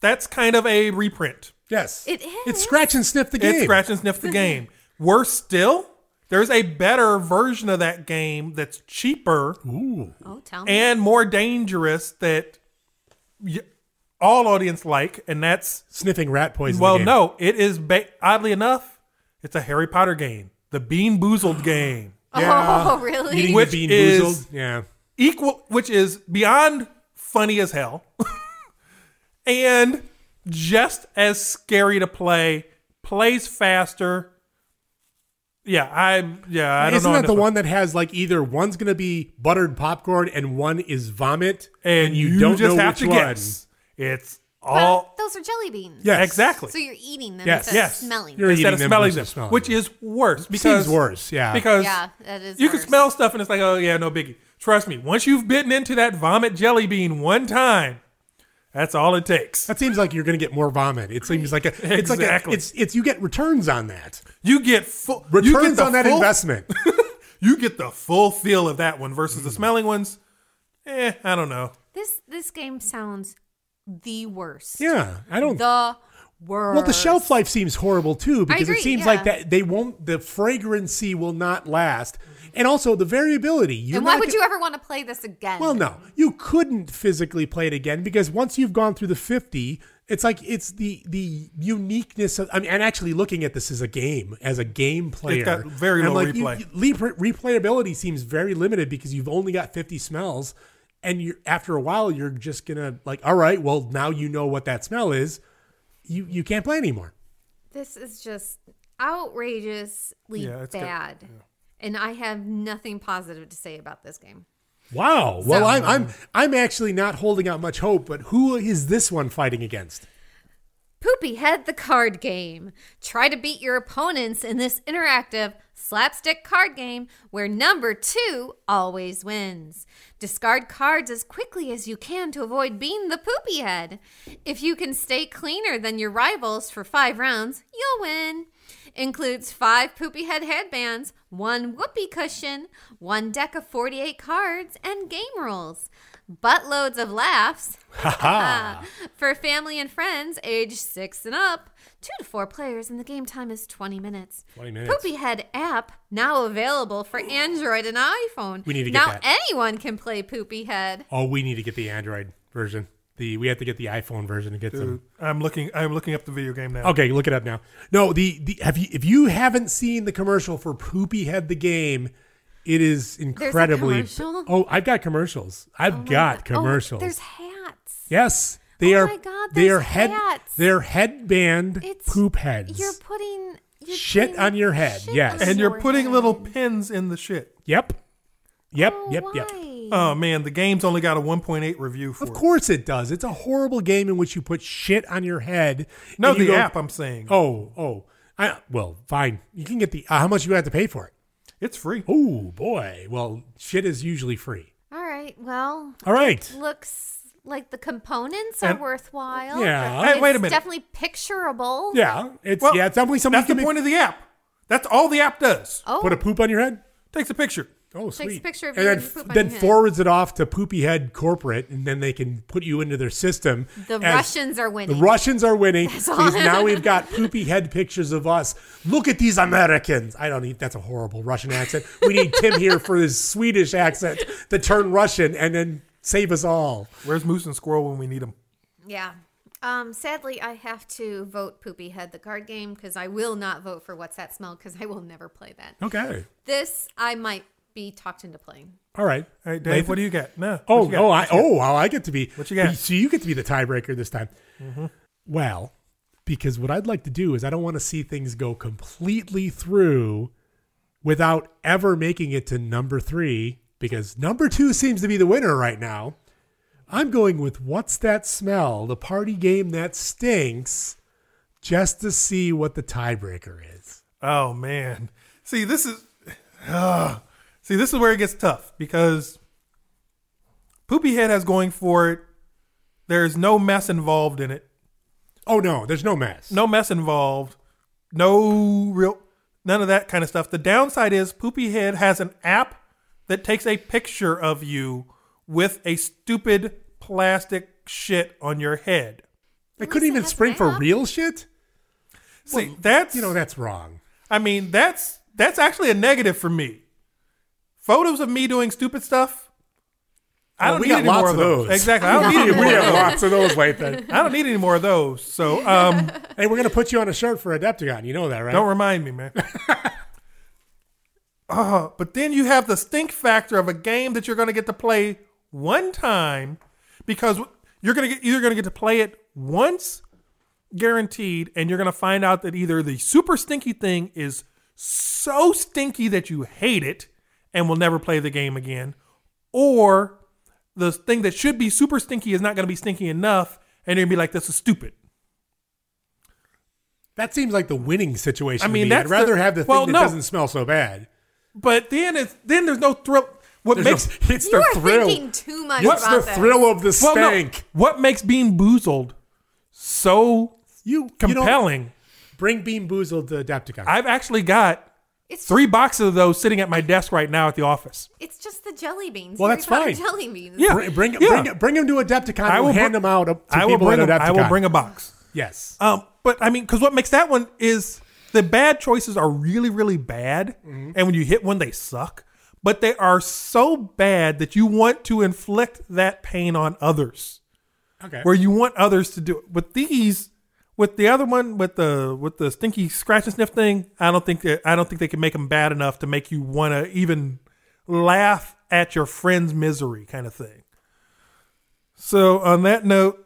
S6: that's kind of a reprint.
S3: yes,
S5: It
S3: It's
S5: is.
S3: scratch and sniff the game.
S6: It's scratch and sniff the game. Worse still, there's a better version of that game that's cheaper
S5: Oh, tell me.
S6: and more dangerous that y- all audience like, and that's
S3: sniffing rat poison.
S6: well,
S3: game.
S6: no, it is ba- oddly enough, it's a Harry Potter game, the Bean Boozled game,
S5: Oh, really?
S3: uh, Eating
S6: Which
S3: the bean
S6: is-
S3: boozled. Yeah.
S6: equal, which is beyond funny as hell, and just as scary to play. Plays faster. Yeah, I yeah I don't
S3: Isn't
S6: know. on this
S3: that the one that has like either one's gonna be buttered popcorn and one is vomit,
S6: and you,
S3: don't
S6: just
S3: know
S6: have
S3: which
S6: to
S3: one?
S6: guess. It's
S5: But
S6: all
S5: those are jelly beans.
S3: Yes.
S6: exactly
S5: So you're eating them
S3: Yes.
S5: instead
S6: Yes.
S5: of smelling
S3: You're
S5: them.
S6: instead
S3: eating
S6: of
S3: them
S6: smelling
S3: versus
S6: them,
S3: smelling
S6: which
S3: them.
S6: is worse because
S3: worse, yeah.
S6: because
S5: Yeah, that is
S6: you can
S5: worse.
S6: smell stuff and it's like oh yeah no biggie. Trust me, once you've bitten into that vomit jelly bean one time, that's all it takes.
S3: That seems like you're gonna get more vomit. It seems like a, it's like a,
S6: Exactly.
S3: it's it's you get returns on that.
S6: You get full you get
S3: Returns
S6: the
S3: on that
S6: full-
S3: investment.
S6: You get the full feel of that one versus
S3: Hmm.
S6: the smelling ones. Eh, I don't know.
S5: This this game sounds the worst.
S3: yeah, I don't.
S5: The worst.
S3: well, the shelf life seems horrible too because it
S5: agree,
S3: seems
S5: yeah.
S3: like that they won't. The fragrancy will not last, and also the variability. You're
S5: and why
S3: not
S5: would
S3: gonna-
S5: you ever want to play this again?
S3: Well, no, you couldn't physically play it again because once you've gone through the fifty, it's like it's the the uniqueness of. I mean, and actually looking at this as a game, as a game player,
S6: got very
S3: I'm
S6: low
S3: like, you-
S6: replay.
S3: you- le- replayability seems very limited because you've only got fifty smells, and you are after a while you're just gonna like, all right, well now you know what that smell is. You you can't play anymore.
S5: This is just outrageously
S6: Yeah, it's got-
S5: bad. And I have nothing positive to say about this game.
S3: Wow. Well,
S5: So-
S3: I'm I'm I'm actually not holding out much hope. But who is this one fighting against?
S5: Poopy Head the card game. Try to beat your opponents in this interactive slapstick card game where number two always wins. Discard cards as quickly as you can to avoid being the poopy head. If you can stay cleaner than your rivals for five rounds, you'll win. Includes five poopy head headbands, one whoopee cushion, one deck of 48 cards, and game rules. Buttloads of laughs, for family and friends age six and up, two to four players, and the game time is 20 minutes.
S3: 20 minutes.
S5: Poopyhead app now available for Android and iPhone.
S3: We need to get
S5: now
S3: that.
S5: anyone can play Poopyhead.
S3: Oh, we need to get the Android version. The we have to get the iPhone version to get some.
S6: I'm looking. I'm looking up the video game now.
S3: Okay, look it up now. No, the, the have you if you haven't seen the commercial for Poopy Head the game, it is
S5: a
S3: incredibly.
S5: commercial?
S3: Oh, I've got commercials. I've got
S5: Oh,
S3: commercials.
S5: there's hats.
S3: Yes, they
S5: Oh
S3: are.
S5: my God,
S3: they
S5: there's
S3: are head.
S5: hats.
S3: They're headband
S5: It's-
S3: poop heads.
S5: You're putting you're
S3: Shit
S5: putting
S3: on your head,
S5: shit
S3: yes.
S5: on
S6: and you're
S5: your
S6: putting
S5: head.
S6: little pins in the shit.
S3: yep, yep,
S5: Oh,
S3: yep, yep. Uh.
S5: why?
S6: Oh man, the game's only got a 1.8 review for
S3: Of
S6: it.
S3: course it does. It's a horrible game in which you put shit on your head.
S6: No,
S3: and you
S6: the
S3: go,
S6: app. I'm saying
S3: Oh, oh. I, well, fine. You can get the. Uh, how much you have to pay for it?
S6: it's free.
S3: Oh boy. Well, shit is usually free.
S5: All right. Well,
S3: All right.
S5: looks like the components are
S6: And-
S5: worthwhile.
S3: Yeah.
S5: It's
S6: Hey, wait a minute.
S5: Definitely picturable.
S3: Yeah. It's
S6: Well,
S3: yeah. It's definitely something
S6: That's
S3: you
S6: the
S3: can make-
S6: point of the app. That's all the app does.
S5: Oh,
S3: Put a poop on your head.
S6: Takes a picture.
S3: Oh,
S5: Takes a
S3: sweet.
S5: picture of
S3: and
S5: you
S3: then,
S5: and you poop on
S3: then
S5: your head.
S3: forwards it off to Poopy Head Corporate, and then they can put you into their system.
S5: the
S3: as-
S5: Russians are
S3: The
S5: winning.
S3: Russians are winning
S5: all.
S3: because now we've got poopy head pictures of us. Look at these Americans. I don't need that's a horrible Russian accent. We need Tim here for his Swedish accent to turn Russian and then save us all.
S6: Where's Moose and Squirrel when we need them?
S5: yeah. Um, sadly, I have to vote Poopy Head the card game because I will not vote for What's That Smell because I will never play that.
S3: Okay.
S5: This I might be talked into playing.
S3: All right.
S6: All right, Dave. What do you got? No.
S3: Oh,
S6: what you got?
S3: oh, I, oh, wow, I get to be.
S6: What you Mm-hmm. got?
S3: So you get to be the tiebreaker this time. Well, because what I'd like to do is I don't want to see things go completely through without ever making it to number three, because number two seems to be the winner right now. I'm going with What's That Smell, the party game that stinks, just to see what the tiebreaker is.
S6: Oh man. See, this is Ugh. See, this is where it gets tough because Poopy Head has going for it. There's no mess involved in it.
S3: Oh, no, there's no mess.
S6: No mess involved. No real none of that kind of stuff. The downside is Poopy Head has an app that takes a picture of you with a stupid plastic shit on your head.
S3: I couldn't even
S5: has
S3: spring for
S5: map.
S3: real shit.
S6: See, that's
S3: You know, that's wrong.
S6: I mean, that's that's actually a negative for me. Photos of me doing stupid stuff. I
S3: Well,
S6: don't
S3: we
S6: need
S3: got
S6: any
S3: lots
S6: more
S3: of
S6: of those.
S3: those.
S6: Exactly. I don't need any
S3: we
S6: more.
S3: have lots of those right there.
S6: I don't need any more of those. So um,
S3: Hey, we're gonna put you on a shirt for Adepticon. You know that, right?
S6: don't remind me, man. Uh, but then you have the stink factor of a game that you're going to get to play one time because you're going to get either going to get to play it once guaranteed and you're going to find out that either the super stinky thing is so stinky that you hate it and will never play the game again or the thing that should be super stinky is not going to be stinky enough and you're going to be like this is stupid
S3: that seems like the winning situation.
S6: I
S3: to
S6: mean,
S3: me.
S6: that's
S3: I'd rather
S6: the-
S3: have the thing
S6: well,
S3: that
S6: no.
S3: doesn't smell so bad.
S6: but then it's then there's no thrill what
S3: There's
S6: makes
S3: no- it's
S5: You
S3: the
S5: are
S3: thrill.
S5: thinking too much
S3: What's
S5: about
S3: the
S5: this.
S3: thrill of the
S6: Well, no.
S3: stank?
S6: What makes Bean Boozled so
S3: You compelling.
S6: compelling?
S3: bring Bean Boozled to Adepticon.
S6: I've actually got
S5: It's
S6: three boxes of those sitting at my desk right now at the office.
S5: It's just the jelly beans.
S3: Well,
S5: Harry
S3: that's fine.
S5: Potter Jelly beans.
S6: Yeah.
S3: bring, bring,
S6: yeah.
S3: bring, bring him to Adepticon. I will hand
S6: br-
S3: him out up to
S6: I will
S3: people
S6: bring.
S3: at
S6: A,
S3: Adepticon.
S6: I will bring a box.
S3: yes.
S6: Um, but I mean, because what makes that one is the bad choices are really, really bad,
S3: Mm-hmm.
S6: and when you hit one, they suck. But they are so bad that you want to inflict that pain on others.
S3: Okay.
S6: where you want others to do it. With these, with the other one, with the with the stinky scratch and sniff thing, I don't think that, I don't think they can make them bad enough to make you want to even laugh at your friend's misery, kind of thing. So on that note,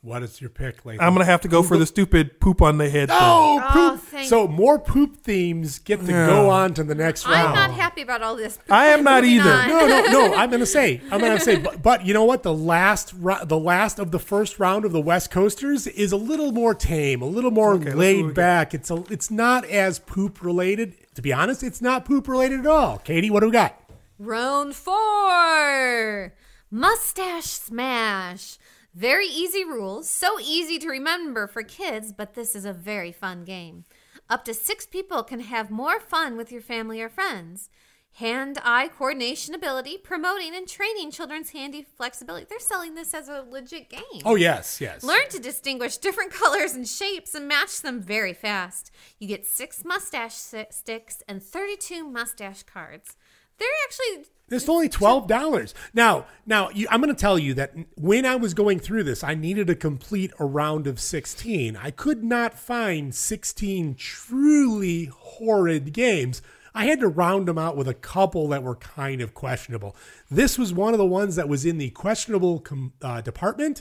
S3: what is your pick, Lathan?
S6: I'm gonna have to go for the stupid poop on the head.
S3: Oh,
S5: Oh,
S3: poop.
S5: thank-
S3: so more poop themes get to go on to the next round.
S5: I'm not happy about all this.
S6: I am not
S5: Moving
S6: either.
S5: on.
S3: No, no, no. I'm gonna say. I'm gonna say. But, but you know what? The last, ro- the last of the first round of the West Coasters is a little more tame, a little more
S6: let's see what we
S3: laid
S6: got.
S3: back. It's a, it's not as poop related. To be honest, it's not poop related at all. Katie, what do we got?
S5: Round four Mustache Smash. Very easy rules, so easy to remember for kids, but this is a very fun game. Up to six people can have more fun with your family or friends. Hand eye coordination ability, promoting and training children's handy flexibility. They're selling this as a legit game.
S3: Oh yes, yes.
S5: Learn to distinguish different colors and shapes and match them very fast. You get six mustache si- sticks and 32 mustache cards. They're actually.
S3: It's only twelve dollars. Now, now you, I'm going to tell you that when I was going through this, I needed to complete a round of sixteen. I could not find sixteen truly horrid games. I had to round them out with a couple that were kind of questionable. This was one of the ones that was in the questionable com- uh, department.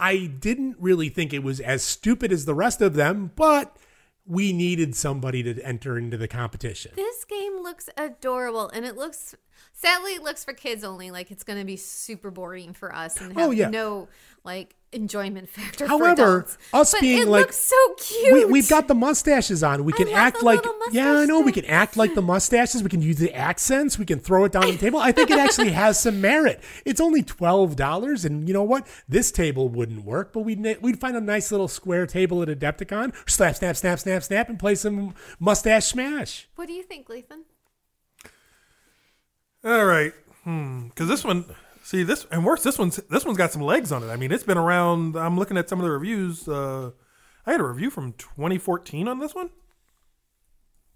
S3: I didn't really think it was as stupid as the rest of them, but we needed somebody to enter into the competition.
S5: This game looks adorable, and it looks sadly it looks for kids only. Like it's going to be super boring for us, and have
S3: Oh, yeah.
S5: no like enjoyment factor. for
S3: However,
S5: adults.
S3: us
S5: but
S3: being
S5: it
S3: like
S5: looks so cute.
S3: We, we've got the mustaches on. We
S5: I
S3: can
S5: love
S3: act
S5: the
S3: like
S5: little mustache
S3: yeah, I know. We
S5: thing.
S3: can act like the mustaches. We can use the accents. We can throw it down on the table. I think it actually has some merit. It's only twelve dollars, and you know what? This table wouldn't work, but we'd na- we'd find a nice little square table at Adepticon. Slap, snap, snap, snap, snap, and play some mustache smash.
S5: What do you think, Lathan?
S6: All right. Hmm. Because this one, see this, and worse, this one's this one's got some legs on it. I mean, it's been around. I'm looking at some of the reviews. Uh, I had a review from 2014 on this one.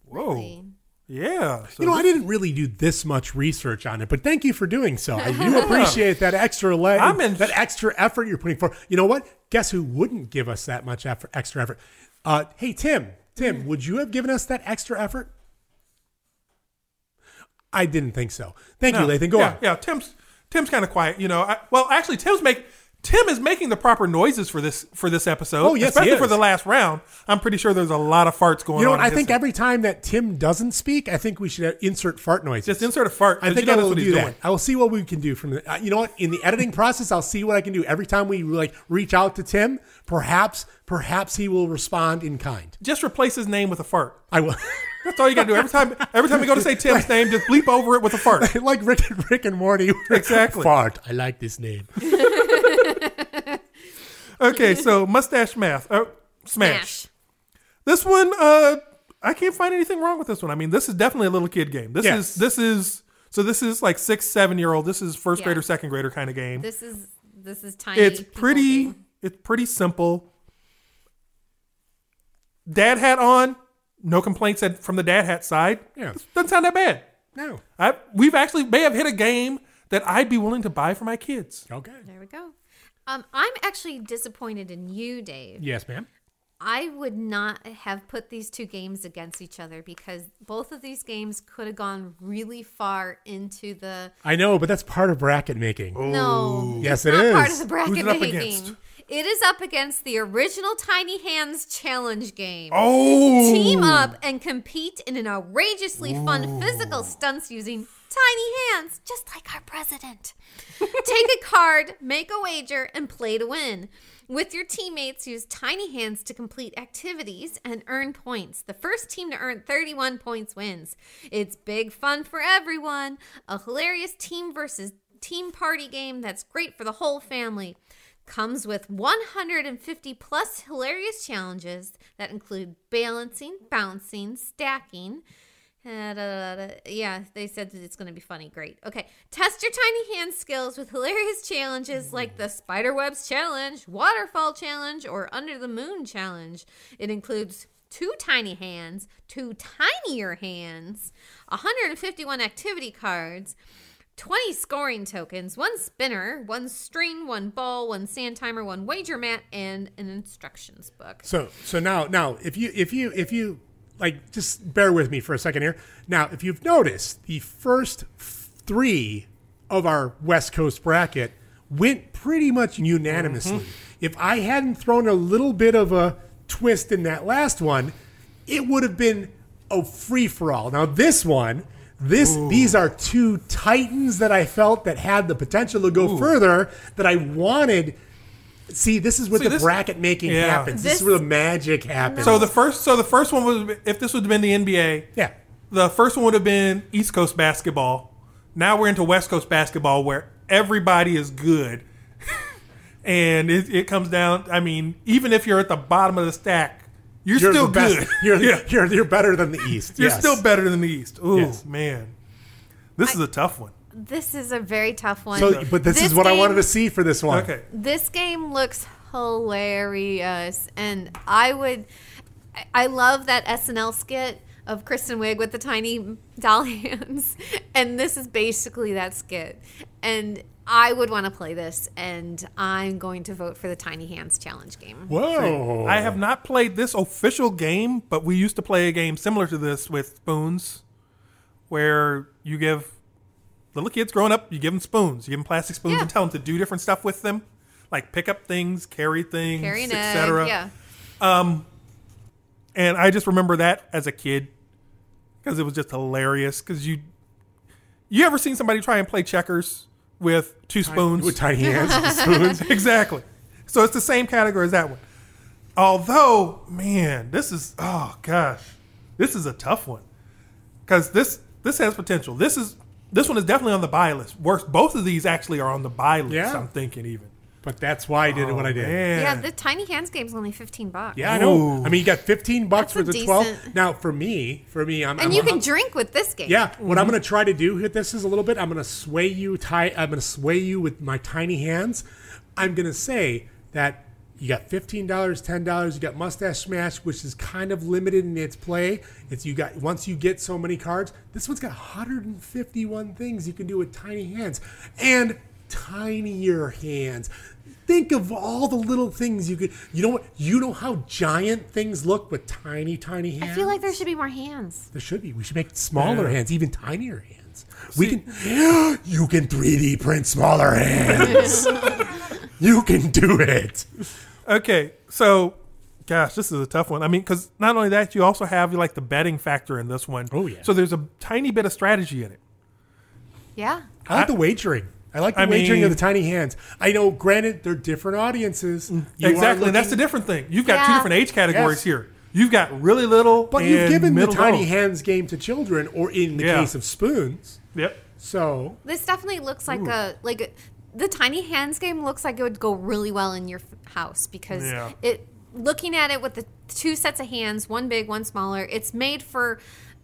S6: Whoa.
S5: Really?
S6: Yeah. So
S3: you know, I
S6: this-
S3: didn't really do this much research on it, but thank you for doing so. I do appreciate that extra leg,
S6: I'm in-
S3: that extra effort you're putting forth. You know what? Guess who wouldn't give us that much effort, extra effort? Uh, hey, Tim,
S6: Mm.
S3: Tim, would you have given us that extra effort? I didn't think so. Thank
S6: no.
S3: you, Lathan. Go
S6: yeah,
S3: on.
S6: Yeah. Tim's Tim's kind of quiet. You know. I, well, actually, Tim's make Tim is making the proper noises for this for this episode.
S3: Oh, yes, he
S6: especially for
S3: is.
S6: the last round. I'm pretty sure there's a lot of farts going on.
S3: You know what?
S6: in
S3: I
S6: his
S3: think
S6: head.
S3: every time that Tim doesn't speak, I think we should insert fart noises.
S6: just insert a fart.
S3: I
S6: 'cause
S3: think
S6: you know
S3: I
S6: that's
S3: will
S6: what he's
S3: do that.
S6: doing.
S3: I will see what we can do from the. Uh, you know what? In the editing process, I'll see what I can do. Every time we like reach out to Tim, perhaps, perhaps he will respond in kind.
S6: Just replace his name with a fart.
S3: I will,
S6: That's all you gotta do. Every time, every time you go to say Tim's name, just bleep over it with a fart.
S3: like Rick, Rick and Morty.
S6: Exactly.
S3: Fart. I like this name.
S6: Okay, so mustache math. Oh, smash. This one, uh, I can't find anything wrong with this one. I mean, this is definitely a little kid game. This
S3: Yes.
S6: is this is so this is like six, seven year old. This is first
S5: Yeah.
S6: grader, second grader kind of game.
S5: This is this is tiny.
S6: it's
S5: people
S6: pretty.
S5: game.
S6: It's pretty simple. Dad hat on. No complaints at- from the dad hat side.
S3: Yeah.
S6: This doesn't sound that bad.
S3: No.
S6: I we've actually may have hit a game that I'd be willing to buy for my kids.
S3: Okay.
S5: There we go. Um, I'm actually disappointed in you, Dave.
S3: Yes, ma'am.
S5: I would not have put these two games against each other because both of these games could have gone really far into the
S3: I know, but that's part of bracket making.
S5: no.
S3: Yes,
S5: it's
S3: it
S5: not part
S3: is.
S5: of the bracket
S6: Who's it up
S5: making.
S6: against?
S5: It is up against the original Tiny Hands challenge game.
S6: Oh,
S5: Team up and compete in an outrageously fun physical stunts using tiny hands, just like our president. Take a card, make a wager, and play to win. With your teammates, use tiny hands to complete activities and earn points. The first team to earn 31 points wins. It's big fun for everyone. A hilarious team versus team party game that's great for the whole family comes with 150 plus hilarious challenges that include balancing, bouncing, stacking. Uh, da, da, da, da. Yeah, they said that it's going to be funny. Great. Okay. Test your tiny hand skills with hilarious challenges like the Spiderwebs Challenge, Waterfall Challenge, or Under the Moon Challenge. It includes two tiny hands, two tinier hands, 151 activity cards, 20 scoring tokens, one spinner, one string, one ball, one sand timer, one wager mat, and an instructions book.
S3: So so now now if you if you if you like just bear with me for a second here. Now if you've noticed the first three of our West Coast bracket went pretty much unanimously.
S6: Mm-hmm.
S3: If I hadn't thrown a little bit of a twist in that last one, it would have been a free for all. Now this one, this these are two titans that I felt that had the potential to go further that I wanted. See, this is where
S6: See,
S3: the
S6: this-
S3: bracket making
S6: Yeah.
S3: happens. This, is
S5: This-
S3: where the magic happens.
S6: So the first, so the first one was if this would have been the NBA,
S3: yeah,
S6: the first one would have been East Coast basketball. Now we're into West Coast basketball where everybody is good, and it, it comes down. I mean, even if you're at the bottom of the stack, you're,
S3: you're
S6: still
S3: the best.
S6: good.
S3: You're,
S6: Yeah.
S3: you're you're better than the East.
S6: You're
S3: yes.
S6: still better than the East. Ooh
S3: Yes.
S6: man, this is a tough one.
S5: This is a very tough one.
S3: So, but this, is what I
S5: game-
S3: wanted to see for this one.
S6: Okay,
S5: This game looks hilarious, and I would, I- I love that SNL skit of Kristen Wiig with the tiny doll hands, and this is basically that skit, and. I would want to play this, and I'm going to vote for the Tiny Hands Challenge game.
S3: Whoa.
S6: I have not played this official game, but we used to play a game similar to this with spoons. where you give little kids growing up, you give them spoons, you give them plastic spoons,
S5: Yeah.
S6: and tell them to do different stuff with them, like pick up things, carry things,
S5: Carry an egg,
S6: etc.
S5: Yeah.
S6: And I just remember that as a kid because it was just hilarious. Because you, you ever seen somebody try and play checkers with two spoons?
S3: With tiny hands and spoons.
S6: exactly. So it's the same category as that one. Although, man, this is oh gosh, this is a tough one because this this has potential. This is this one is definitely on the buy list. Worse, both of these actually are on the buy list.
S3: Yeah.
S6: I'm thinking even.
S3: But that's why I did what I did.
S6: Oh, Man.
S5: Yeah, the tiny hands game's only fifteen bucks.
S3: Yeah, I know. I mean, you got 15 bucks
S5: That's
S3: for
S5: a
S3: the 12.
S5: decent-
S3: Now, for me, for me, I'm. I'm-
S5: And you can
S3: I'm-
S5: drink with this game.
S3: Yeah, what I'm going to try to do with this is a little bit. I'm going to sway you. Tie. I'm going to sway you with my tiny hands. I'm going to say that you got fifteen dollars, ten dollars. You got Mustache Smash, which is kind of limited in its play. It's you got once you get so many cards. This one's got 151 things you can do with tiny hands and tinier hands. Think of all the little things you could. You know what? You know how giant things look with tiny, tiny
S5: I
S3: hands.
S5: feel like there should be more hands.
S3: There should be. We should make smaller hands, even tinier hands. we can. You can 3D print smaller hands. you can do it.
S6: Okay, so gosh, this is a tough one. I mean, because not only that, you also have like the betting factor in this one.
S3: Oh, yeah.
S6: So there's a tiny bit of strategy in it.
S5: Yeah.
S3: I like the wagering. I like the
S6: I
S3: wagering of
S6: mean-
S3: the tiny hands. I know. Granted, they're different audiences. Mm, You are
S6: exactly. and that's the
S3: looking-
S6: different thing. You've got two
S5: Yeah.
S6: different age categories
S3: Yes.
S6: here. You've got really little,
S3: But you've
S6: and
S3: given the
S6: middle
S3: tiny
S6: low.
S3: hands game to children, or in the
S6: Yeah.
S3: case of spoons.
S6: Yep.
S3: So
S5: This definitely looks like a like a, the tiny hands game looks like it would go really well in your f- house because
S6: Yeah.
S5: it looking at it with the two sets of hands, one big, one smaller. It's made for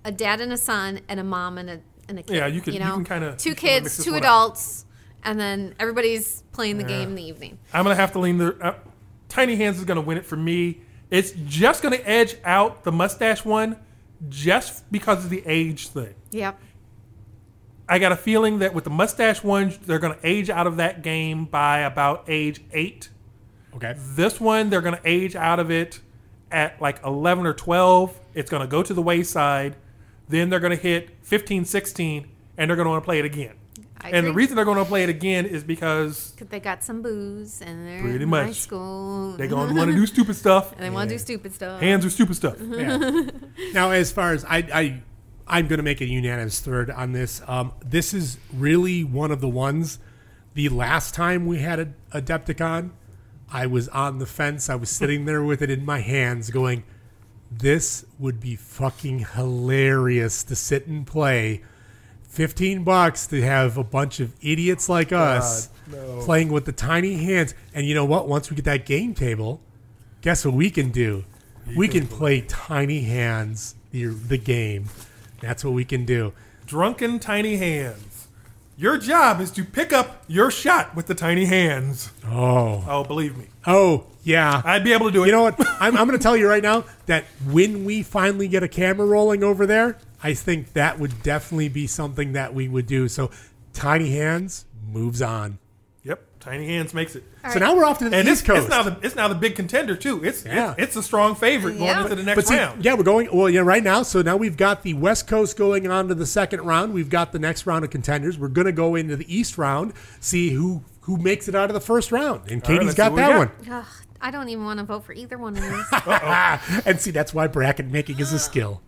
S5: a dad and a son and a mom and a and a kid.
S6: Yeah, you could- you
S5: know?
S6: can kinda-
S5: two
S6: you can kinda mix
S5: kids,
S6: this
S5: two
S6: one up.
S5: adults, and then everybody's playing the game in the evening.
S6: I'm gonna have to lean the uh, tiny hands is gonna win it for me. It's just gonna edge out the mustache one, just because of the age thing.
S5: Yep.
S6: I got a feeling that with the mustache ones, they're gonna age out of that game by about age eight.
S3: okay.
S6: This one, they're going to age out of it at like 11 or 12. It's going to go to the wayside. Then they're going to hit 15, 16, and they're going to want to play it again.
S5: I
S6: and the
S5: agree.
S6: reason they're going to play it again is because
S5: 'Cause they got some booze and they're
S6: Pretty
S5: in high
S6: much.
S5: school.
S6: they're going to want to do stupid stuff.
S5: and they want to do stupid stuff.
S6: Hands are stupid stuff.
S3: Now, as far as I, I I'm going to make a unanimous third on this. Um, this is really one of the ones. The last time we had a Adepticon, I was on the fence. I was sitting there with it in my hands, going, "This would be fucking hilarious to sit and play." 15 bucks to have a bunch of idiots like us playing with the tiny hands. And you know what? Once we get that game table, guess what we can do? we can play tiny hands the, the game. That's what we can do.
S6: Drunken tiny hands. Your job is to pick up your shot with the tiny hands.
S3: Oh,
S6: Oh, believe me.
S3: oh, yeah.
S6: I'd be able to do it.
S3: you know what? I'm, I'm going to tell you right now that when we finally get a camera rolling over there, I think that would definitely be something that we would do. So, tiny hands moves on.
S6: Yep. Tiny hands makes it.
S3: So now we're off to the
S6: And
S3: East
S6: it's,
S3: Coast.
S6: it's now the it's now the big contender too. It's
S3: Yeah.
S6: it's, it's a strong favorite going
S5: Yeah.
S6: into the next
S3: But see,
S6: round.
S3: yeah, we're going well. Yeah, right now. So now we've got the West Coast going on to the second round. We've got the next round of contenders. We're going to go into the East round, see who who makes it out of the first round. And
S6: right,
S3: Katie's
S6: let's see
S3: got
S6: what we
S3: that
S6: got.
S3: one.
S5: Ugh, I don't even want to vote for either one of these.
S3: and see, that's why bracket making is a skill.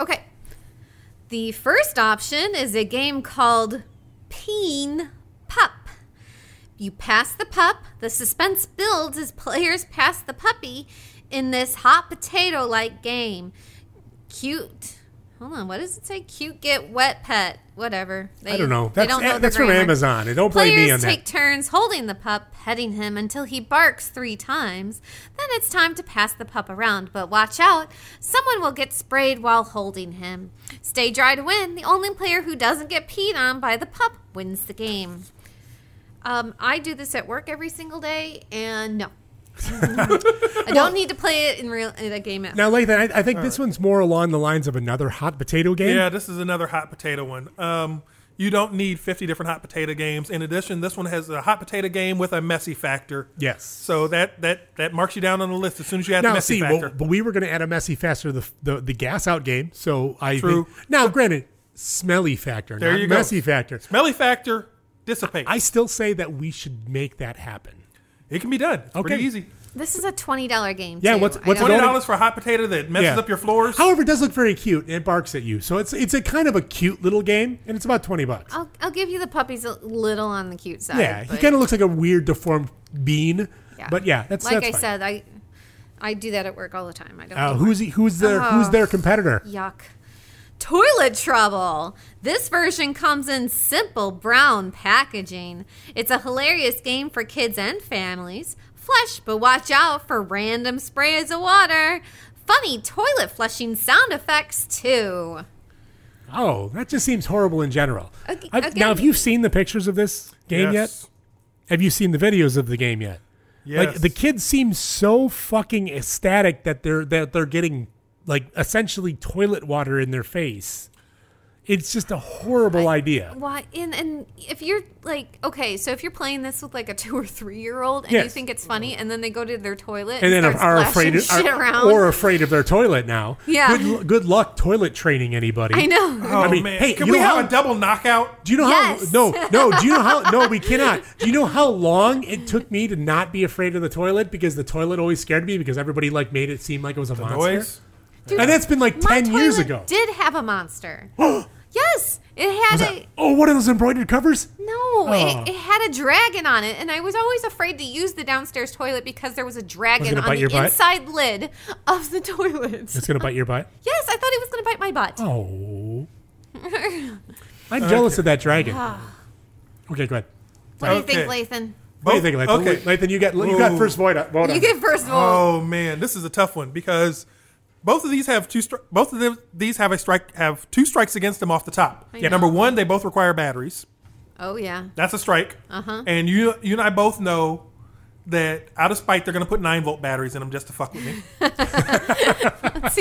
S5: Okay. The first option is a game called Peen Pup. You pass the pup. The suspense builds as players pass the puppy in this hot potato like game. Cute. Hold on, what does it say? Cute get wet pet. Whatever. They,
S3: I don't know.
S5: they
S3: That's eh,
S5: the
S3: that's from
S5: grammar.
S3: Amazon. And don't blame
S5: Players
S3: me on
S5: take
S3: that.
S5: turns holding the pup, petting him until he barks three times. Then it's time to pass the pup around, but watch out. Someone will get sprayed while holding him. Stay dry to win. The only player who doesn't get peed on by the pup wins the game. Um, I do this at work every single day, and no. I don't need to play it in real in a game at
S3: Now, Lathan, I, I think this one's more along the lines of another hot potato game.
S6: Yeah, this is another hot potato one. Um, You don't need 50 different hot potato games. In addition, this one has a hot potato game with a messy factor.
S3: Yes.
S6: So that that that marks you down on the list as soon as you add the
S3: Now,
S6: messy
S3: see, well,
S6: factor.
S3: but we were going to add a messy faster the, the the gas out game. So I
S6: True.
S3: think- now, granted, smelly factor,
S6: There
S3: not
S6: you go.
S3: messy factor.
S6: Smelly factor dissipate.
S3: I still say that we should make that happen.
S6: it can be done. It's
S3: Okay.
S6: pretty easy.
S5: This is a twenty dollar game.
S3: Yeah,
S5: too.
S3: what's-
S5: I
S3: what's
S5: don't-
S3: going
S6: Twenty
S3: on?
S6: dollars for a hot potato that messes
S3: Yeah.
S6: up your floors.
S3: However, it does look very cute. and It barks at you, so it's it's a kind of a cute little game, and it's about twenty bucks.
S5: I'll, I'll give you the puppies a little on the cute side.
S3: yeah, he
S5: but-
S3: kind of looks like a weird deformed bean, but yeah, that's
S5: like
S3: that's
S5: I
S3: fine.
S5: said. I I do that at work all the time. I don't.
S3: Uh,
S5: do
S3: who's he, who's their
S5: uh-huh.
S3: who's their competitor?
S5: Yuck. Toilet trouble. This version comes in simple brown packaging. It's a hilarious game for kids and families. Flush, but watch out for random sprays of water. Funny toilet flushing sound effects, too.
S3: Oh, that just seems horrible in general.
S5: Okay,
S3: I-
S5: okay.
S3: Now, have you seen the pictures of this game yet?
S6: yes.
S3: Have you seen the videos of the game yet?
S6: Yes.
S3: Like the kids seem so fucking ecstatic that they're that they're getting like essentially toilet water in their face. It's just a horrible idea.
S5: Why? And, and if you're like, okay, so if you're playing this with like a two or three year old and you
S3: Yes.
S5: think it's funny and then they go to their toilet
S3: And then
S5: start
S3: are
S5: splashing
S3: afraid of,
S5: shit
S3: are-
S5: around.
S3: or afraid of their toilet now.
S5: Yeah.
S3: Good, lu- good luck toilet training anybody.
S5: I know.
S6: Oh
S3: I mean,
S6: man!
S3: hey,
S6: can
S3: you
S6: we
S3: know
S6: have
S3: how-
S6: a double knockout?
S3: Do you know
S5: Yes.
S3: how? No, no. Do you know how? No, we cannot. Do you know how long it took me to not be afraid of the toilet because the toilet always scared me because everybody like made it seem like it was a monster.
S6: Noise.
S5: Dude,
S3: And that's been like
S5: my
S3: 10 years
S5: toilet
S3: ago.
S5: Did have a monster. yes, it had a
S3: Oh, one of those embroidered covers?
S5: no.
S3: Oh.
S5: It, it had a dragon on it, and I was always afraid to use the downstairs toilet because there was a dragon
S3: gonna
S5: on
S3: bite
S5: the
S3: your butt?
S5: inside lid of the toilet.
S3: It's gonna bite your butt.
S5: yes, I thought it was going to bite my butt.
S3: Oh. I'm jealous of that dragon.
S5: Ah.
S3: Okay, go ahead.
S5: what do you think,
S6: okay.
S5: Lathan?
S3: What do you think, Lathan?
S6: Oh, Okay.
S3: Lathan, you got you got
S6: Whoa.
S3: first void. Vote
S5: You get first of all.
S6: Oh man, this is a tough one because both of these have two. Stri- both of them, these have a strike have two strikes against them off the top.
S5: I know.
S6: Number one, they both require batteries.
S5: Oh, yeah.
S6: That's a strike. Uh-huh. And you you and I both know that out of spite they're going to put nine volt batteries in them just to fuck with me.
S5: See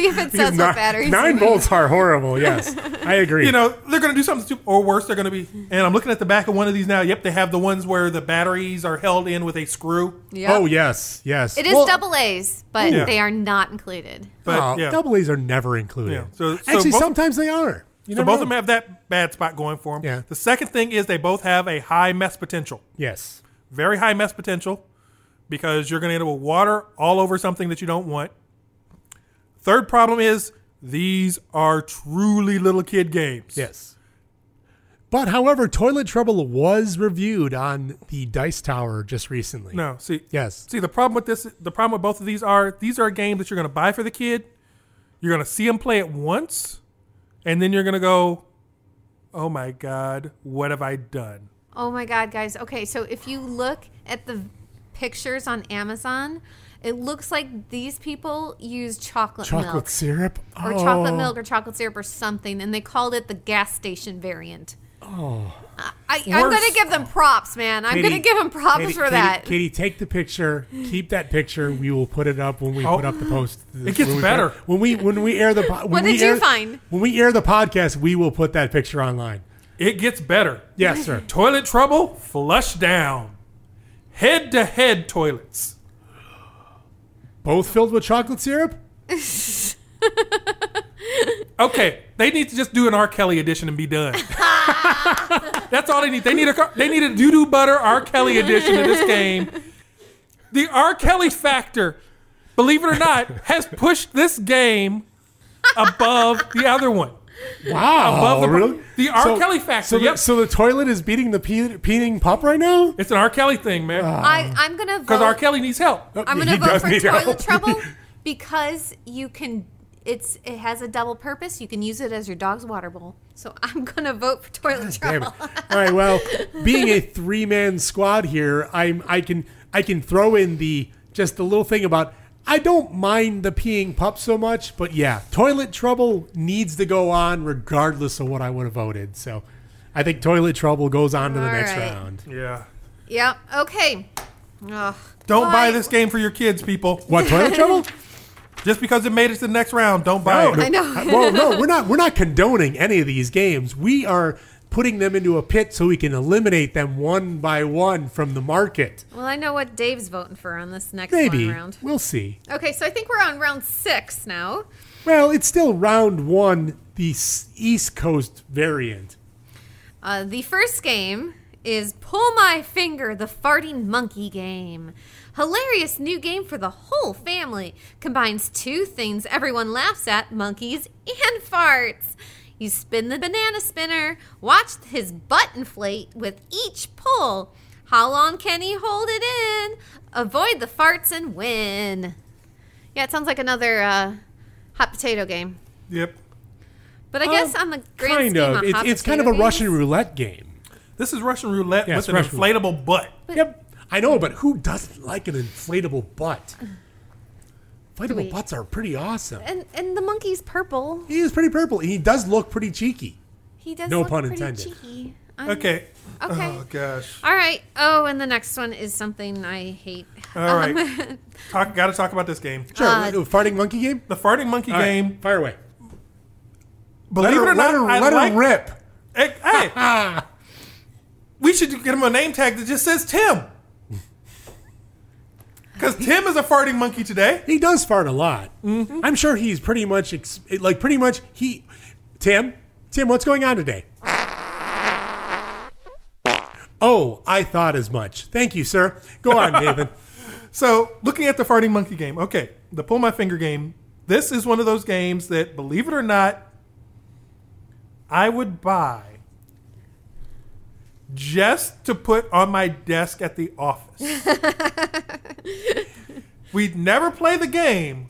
S5: if it says what batteries.
S3: nine
S5: you
S3: volts are horrible. Yes, I agree.
S6: you know they're going to do something stupid or worse. They're going to be. And I'm looking at the back of one of these now. Yep, they have the ones where the batteries are held in with a screw.
S5: need. Yep.
S3: Oh yes, yes.
S5: It is
S3: Well,
S5: double A's, but
S6: Yeah.
S5: they are not included.
S6: But
S3: oh,
S6: yeah.
S3: double A's are never included.
S6: Yeah, so- so
S3: Actually,
S6: both-
S3: sometimes they are. You
S6: so both
S3: never know.
S6: of them have that bad spot going for them.
S3: Yeah.
S6: The second thing is they both have a high mess potential.
S3: Yes.
S6: very high mess potential because you're going to end up with water all over something that you don't want. Third problem is these are truly little kid games.
S3: Yes. But however, Toilet Trouble was reviewed on the Dice Tower just recently.
S6: No, see.
S3: Yes.
S6: See, the problem with this, the problem with both of these are these are games that you're going to buy for the kid. You're going to see them play it once, and then you're going to go, "Oh my god, what have I done?"
S5: Oh my God, guys. Okay, so if you look at the pictures on Amazon, it looks like these people use chocolate,
S3: Chocolate
S5: milk.
S3: syrup Oh.
S5: Or chocolate
S6: Oh.
S5: milk or chocolate syrup or something, and they called it the gas station variant. Oh. I, I'm
S6: Worse.
S5: going to give them props, man. I'm going to give them props
S3: Katie-
S5: for
S3: Katie-
S5: that.
S3: Katie, take the picture. Keep that picture. We will put it up when we
S6: Oh.
S3: put up the post. It
S6: gets better.
S3: when we when we air the po- when we
S5: did you
S3: air-
S5: find?
S3: when we air the podcast. We will put that picture online.
S6: It gets better.
S3: Yes, sir.
S6: Toilet trouble, flush down. Head-to-head toilets.
S3: Both filled with chocolate syrup.
S6: Okay, they need to just do an R. Kelly edition and be done. That's all they need. They need a they need a doo doo butter R. Kelly edition of this game. The R. Kelly factor, believe it or not, has pushed this game above the other one.
S3: Wow,
S6: Above the-
S3: really?
S6: the R. Kelly factor,
S3: So, the-
S6: yep.
S3: so the toilet is beating the pe- peening pup right now.
S6: It's an R. Kelly thing, man.
S5: I, I'm going to vote.
S6: Because R. Kelly needs help.
S5: I'm
S3: He
S5: gonna vote
S3: does
S5: for
S3: need
S5: toilet
S3: help.
S5: trouble because you can. It's it has a double purpose. You can use it as your dog's water bowl. So I'm gonna vote for toilet
S3: Damn it.
S5: trouble.
S3: All right. Well, being a three-man squad here, I'm I can I can throw in the just the little thing about I don't mind the peeing pup so much, but yeah, toilet trouble needs to go on regardless of what I would have voted. So, I think toilet trouble goes on to the
S5: All
S3: next
S5: right.
S3: round.
S6: Yeah.
S5: Yep. Okay. Ugh.
S6: Don't buy
S5: Why-
S6: this game for your kids, people.
S3: What toilet trouble?
S6: Just because it made it to the next round, don't buy it.
S3: Uh,
S5: I know.
S3: well, no, we're not. We're not condoning any of these games. We are putting them into a pit so we can eliminate them one by one from the market.
S5: Well, I know what Dave's voting for on this next
S3: Maybe.
S5: one round.
S3: We'll see.
S5: Okay, so I think we're on round six now.
S3: Well, it's still round one, the s- East Coast variant.
S5: Uh, the first game is Pull My Finger, the Farting Monkey Game. Hilarious new game for the whole family. Combines two things everyone laughs at monkeys and farts. You spin the banana spinner, watch his butt inflate with each pull. How long can he hold it in? Avoid the farts and win. Yeah, it sounds like another uh, hot potato game.
S6: Yep.
S5: But I guess on the
S3: Uh, kind
S5: grand scheme
S3: of.
S5: of
S3: It's,
S5: hot
S3: it's kind of a
S5: potato games-
S3: Russian roulette game.
S6: This is Russian roulette
S3: Yeah,
S6: with
S3: it's
S6: an
S3: Russian
S6: inflatable butt.
S3: Yep. I know, but who doesn't like an inflatable butt? Inflatable
S5: Wait.
S3: butts are pretty awesome.
S5: And and the monkey's purple.
S3: He is pretty purple. He does look pretty cheeky.
S5: He does.
S3: No
S5: look
S3: pun
S5: pretty
S3: intended.
S5: Cheeky. I'm-
S6: Okay.
S5: Okay.
S6: Oh gosh.
S5: All right. Oh, and the next one is something I hate.
S6: All right. talk. Got to talk about this game.
S3: Sure.
S5: Uh,
S3: farting monkey game?
S6: The farting monkey
S3: All right,
S6: game.
S3: Fire away.
S6: Believe
S3: Let her,
S6: it or
S3: let
S6: not,
S3: her,
S6: I
S3: let her
S6: like,
S3: rip.
S6: Hey, hey. we should get him a name tag that just says Tim. Because Tim is a farting monkey today.
S3: He does fart a lot.
S6: Mm-hmm.
S3: I'm sure he's pretty much, ex- like, pretty much he. Tim, Tim, what's going on today? Oh, I thought as much. Thank you, sir. Go on, Nathan.
S6: So, looking at the farting monkey game, okay, the pull my finger game. This is one of those games that, believe it or not, I would buy just to put on my desk at the office. We'd never play the game,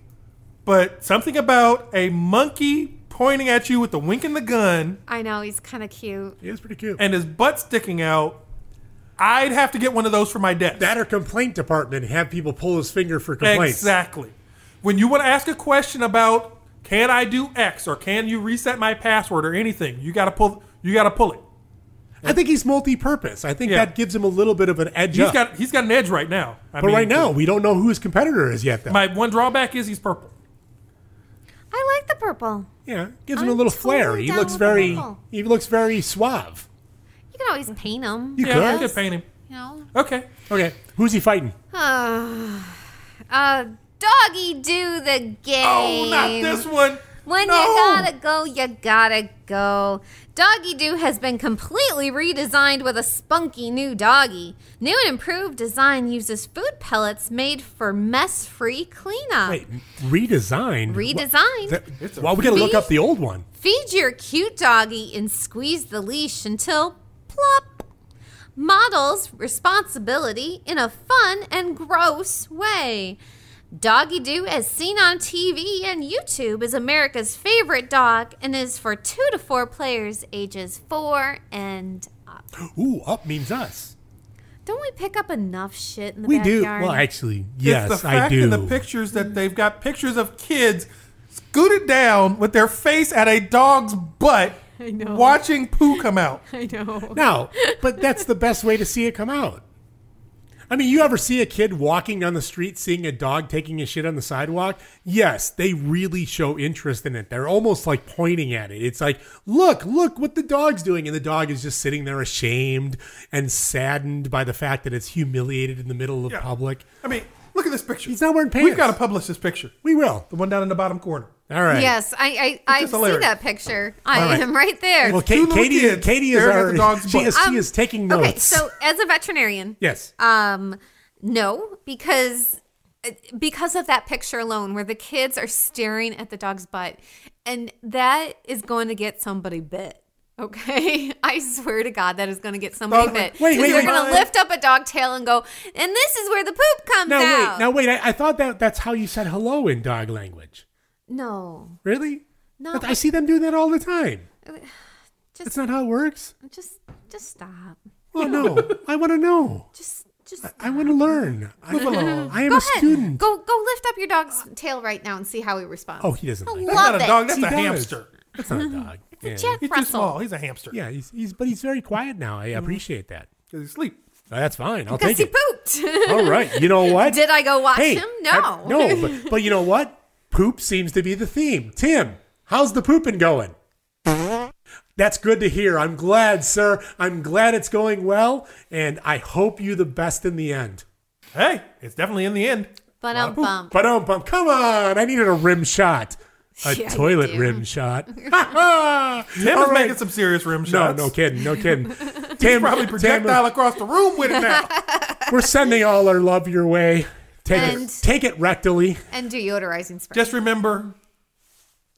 S6: but something about a monkey pointing at you with the wink and the gun
S5: I know he's kind of cute.
S3: He is pretty cute.
S6: and his butt sticking out. I'd have to get one of those for my desk.
S3: that or complaint department have people pull his finger for complaints.
S6: Exactly. When you want to ask a question about can I do X or can you reset my password or anything, you got to pull. You got to pull it.
S3: I think he's multi-purpose. I think
S6: Yeah.
S3: that gives him a little bit of an edge.
S6: He's
S3: up.
S6: got he's got an edge right now. I
S3: but
S6: mean,
S3: right now, we don't know who his competitor is yet. Though.
S6: my one drawback is he's purple.
S5: I like the purple.
S3: yeah, gives him a
S5: I'm
S3: little
S5: totally
S3: flair. He
S5: down
S3: looks
S5: with the
S3: very,
S5: purple.
S3: he looks very suave.
S5: You can always paint him.
S3: You
S5: I
S3: could.
S6: Yeah, I
S5: guess.
S6: could paint him.
S5: You know.
S6: Okay.
S3: Okay, who's he fighting?
S5: Uh, uh, doggy do the game.
S6: Oh, not this one.
S5: When
S6: No.
S5: you gotta go, you gotta go. Doggy Doo has been completely redesigned with a spunky new doggy. New and improved design uses food pellets made for mess free cleanup.
S3: Wait, redesigned.
S5: Redesigned.
S3: That- well, we got to look up the old one.
S5: Feed your cute doggy and squeeze the leash until plop. Models responsibility in a fun and gross way. Doggy Doo, as seen on TV and YouTube, is America's favorite dog and is for two to four players ages four and up.
S3: Ooh, up means us.
S5: Don't we pick up enough shit in the
S3: We do.
S5: backyard?
S3: Well, actually,
S6: it's
S3: yes,
S6: the
S3: I
S6: fact
S3: do.
S6: in the pictures that they've got pictures of kids scooted down with their face at a dog's butt, watching poo come out.
S3: No, but that's the best way to see it come out. I mean, you ever see a kid walking down the street seeing a dog taking a shit on the sidewalk? Yes, they really show interest in it. They're almost like pointing at it. It's like, look, look what the dog's doing. And the dog is just sitting there ashamed and saddened by the fact that it's humiliated in the middle of
S6: Yeah.
S3: public.
S6: I mean, look at this picture.
S3: He's not wearing
S6: We've
S3: pants.
S6: got to publish this picture.
S3: We will.
S6: The one down in the bottom corner.
S3: All right.
S5: Yes, I I, I
S6: just
S5: see
S6: hilarious.
S5: that picture. I
S3: All right.
S5: am right there.
S3: Well,
S6: two
S3: Ka-
S6: little
S3: Katie,
S6: kids
S3: Katie is
S6: staring at
S3: our.
S6: the dog's
S3: She
S6: butt.
S3: is,
S5: Um,
S3: she is taking notes.
S5: Okay, so as a veterinarian,
S3: yes.
S5: Um, no, because uh, because of that picture alone, where the kids are staring at the dog's butt, and that is going to get somebody bit. Okay, I swear to God, that is going to get somebody
S6: Dog,
S5: bit.
S6: wait, wait,
S5: Because
S3: wait.
S5: They're going to lift up a dog tail and go, and this is where the poop comes
S3: now,
S5: out.
S3: wait. Now, wait. I, I thought that that's how you said hello in dog language.
S5: no,
S3: Really?
S5: No. Uh,
S3: But I see them do that all the time.
S5: just
S3: That's not how it works.
S5: just just stop.
S3: Well, no. I want to know.
S5: Just just
S3: I want to learn. I, I am
S5: go
S3: a
S5: ahead.
S3: student.
S5: Go go lift up your dog's tail right now and see how he responds.
S3: Oh, he doesn't
S5: I
S3: like that.
S5: love
S6: Not a
S5: it.
S6: dog. That's
S3: He
S6: a
S3: does.
S6: hamster.
S3: That's not a dog. Yeah,
S5: Jack
S6: He's too
S5: Russell.
S6: small. He's a hamster.
S3: yeah he's, he's but he's very quiet now. I appreciate that.
S6: Because he's asleep.
S3: Uh, that's fine. I'll
S5: Mm-hmm. Because
S3: take
S5: he
S3: it.
S5: pooped.
S3: All right. You know what?
S5: Did I go watch
S3: Hey,
S5: him?
S3: I-
S5: No.
S3: no, but, but you know what? Poop seems to be the theme. Tim, how's the pooping going? That's good to hear. I'm glad, sir. I'm glad it's going well, and I hope you the best in the end.
S6: Hey, it's definitely in the end.
S5: But um, bump.
S3: But um, bum, come on! I needed a rim shot, a
S5: Yeah, you
S3: toilet
S5: do.
S3: rim shot. Ha ha!
S6: Tim
S3: All
S6: is
S3: right.
S6: making some serious rim
S3: No,
S6: shots.
S3: no kidding, no kidding. Tam,
S6: Probably projectile across the room with it now.
S3: we're sending all our love your way. Take
S5: And-
S3: it, take it rectally.
S5: and deodorizing spray.
S6: Just remember,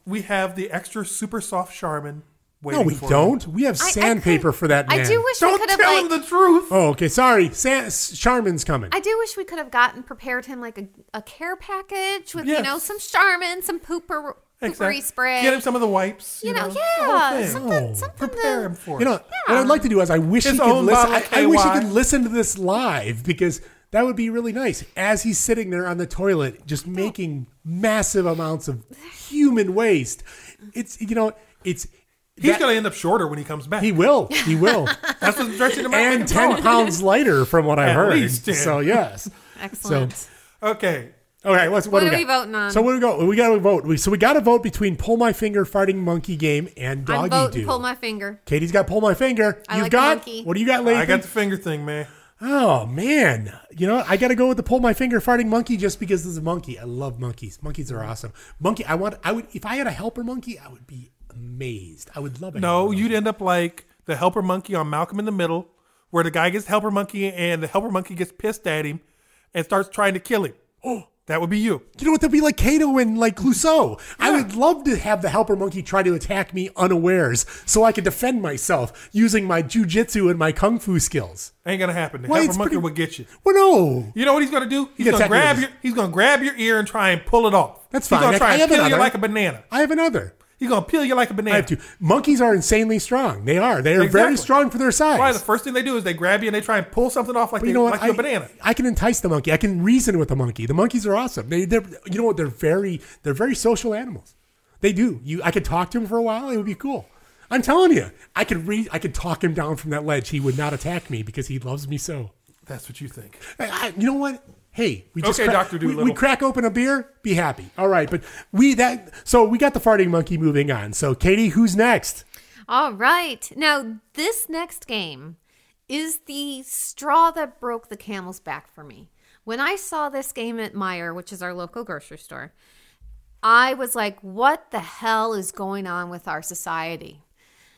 S6: we have the extra super soft Charmin waiting
S3: No, we
S6: for you.
S3: don't. We have
S5: I- I
S3: sandpaper
S5: could-
S3: for that man.
S5: I do wish we
S6: Don't
S5: could have
S6: tell
S5: like,
S6: him the truth.
S3: Oh, okay. Sorry, San- Charmin's coming.
S5: I do wish we could have gotten prepared him like a, a care package with you
S6: Yes.
S5: know some Charmin, some pooper poopery
S6: Exactly.
S5: spray.
S6: Get him some of the wipes.
S5: you,
S6: You,
S5: know,
S6: the whole
S5: yeah,
S6: thing.
S5: something,
S3: Oh,
S5: something.
S6: Prepare him
S5: to,
S6: for
S3: You know,
S6: it.
S3: what I'd like to do is I wish
S6: His
S3: he could
S6: own
S3: listen.
S6: bottle
S3: I,
S6: of
S3: I wish he
S6: KY.
S3: could listen to this live because that would be really nice. As he's sitting there on the toilet, just making massive amounts of human waste. It's you know, it's
S6: He's
S3: that-
S6: going to end up shorter when he comes back.
S3: he will, he will,
S6: That's what's stretching him out. like
S3: and
S6: a dog.
S3: ten pounds lighter from what I
S6: At
S3: heard.
S6: least 10.
S3: So yes,
S5: Excellent.
S3: So-
S6: Okay.
S3: All right, what's, what,
S5: What
S3: do
S5: are
S3: we
S5: we
S3: got?
S5: voting on?
S3: So what do we go? We got to vote. We, so we got to vote between pull my finger, farting monkey game, and
S5: I'm
S3: doggy
S5: voting.
S3: do.
S5: Pull my finger.
S3: Katie's got pull my finger.
S5: I
S3: You've
S5: like
S3: got
S5: monkey.
S3: what do you got, Lathan?
S6: I got the finger thing, man.
S3: Oh man, you know I got to go with the pull my finger farting monkey just because this is a monkey. I love monkeys. Monkeys are awesome. Monkey, I want. I would if I had a helper monkey, I would be amazed. I would love it.
S6: No, you'd end up like the helper monkey on Malcolm in the Middle, where the guy gets the helper monkey and the helper monkey gets pissed at him and starts trying to kill him. Oh, that would be you.
S3: You know what? They'd be like Cato and like Clouseau. I would love to have the helper monkey try to attack me unawares, so I could defend myself using my jujitsu and my kung fu skills.
S6: Ain't gonna happen. The
S3: Well,
S6: helper
S3: it's
S6: monkey
S3: pretty-
S6: will get you.
S3: Well, no,
S6: You know what he's gonna do? He's
S3: gets
S6: gonna
S3: that
S6: grab
S3: notice.
S6: your he's gonna grab your ear and try and pull it off.
S3: That's
S6: He's
S3: fine.
S6: gonna
S3: I-
S6: try
S3: I
S6: and
S3: have
S6: peel you
S3: another.
S6: like a banana.
S3: I have another.
S6: He's gonna peel you like a banana.
S3: I have two. Monkeys are insanely strong. They are. They are very
S6: Exactly.
S3: strong for their size.
S6: Why the first thing they do is they grab you and they try and pull something off like
S3: But
S6: they,
S3: you know what?
S6: like
S3: I,
S6: you a banana.
S3: I can entice the monkey. I can reason with the monkey. The monkeys are awesome. They, they're, you know what? They're very, they're very social animals. They do. You, I could talk to him for a while. It would be cool. I'm telling you, I could re, I could talk him down from that ledge. He would not attack me because he loves me so.
S6: That's what you think.
S3: I, I- you know what? Hey, we just
S6: Okay,
S3: crack-
S6: Dr.
S3: we, we
S6: Dolittle.
S3: crack open a beer, be happy. All right, but we that so we got the farting monkey moving on. So Katie, who's next?
S5: All right. Now, this next game is the straw that broke the camel's back for me. When I saw this game at Meyer, which is our local grocery store, I was like, what the hell is going on with our society?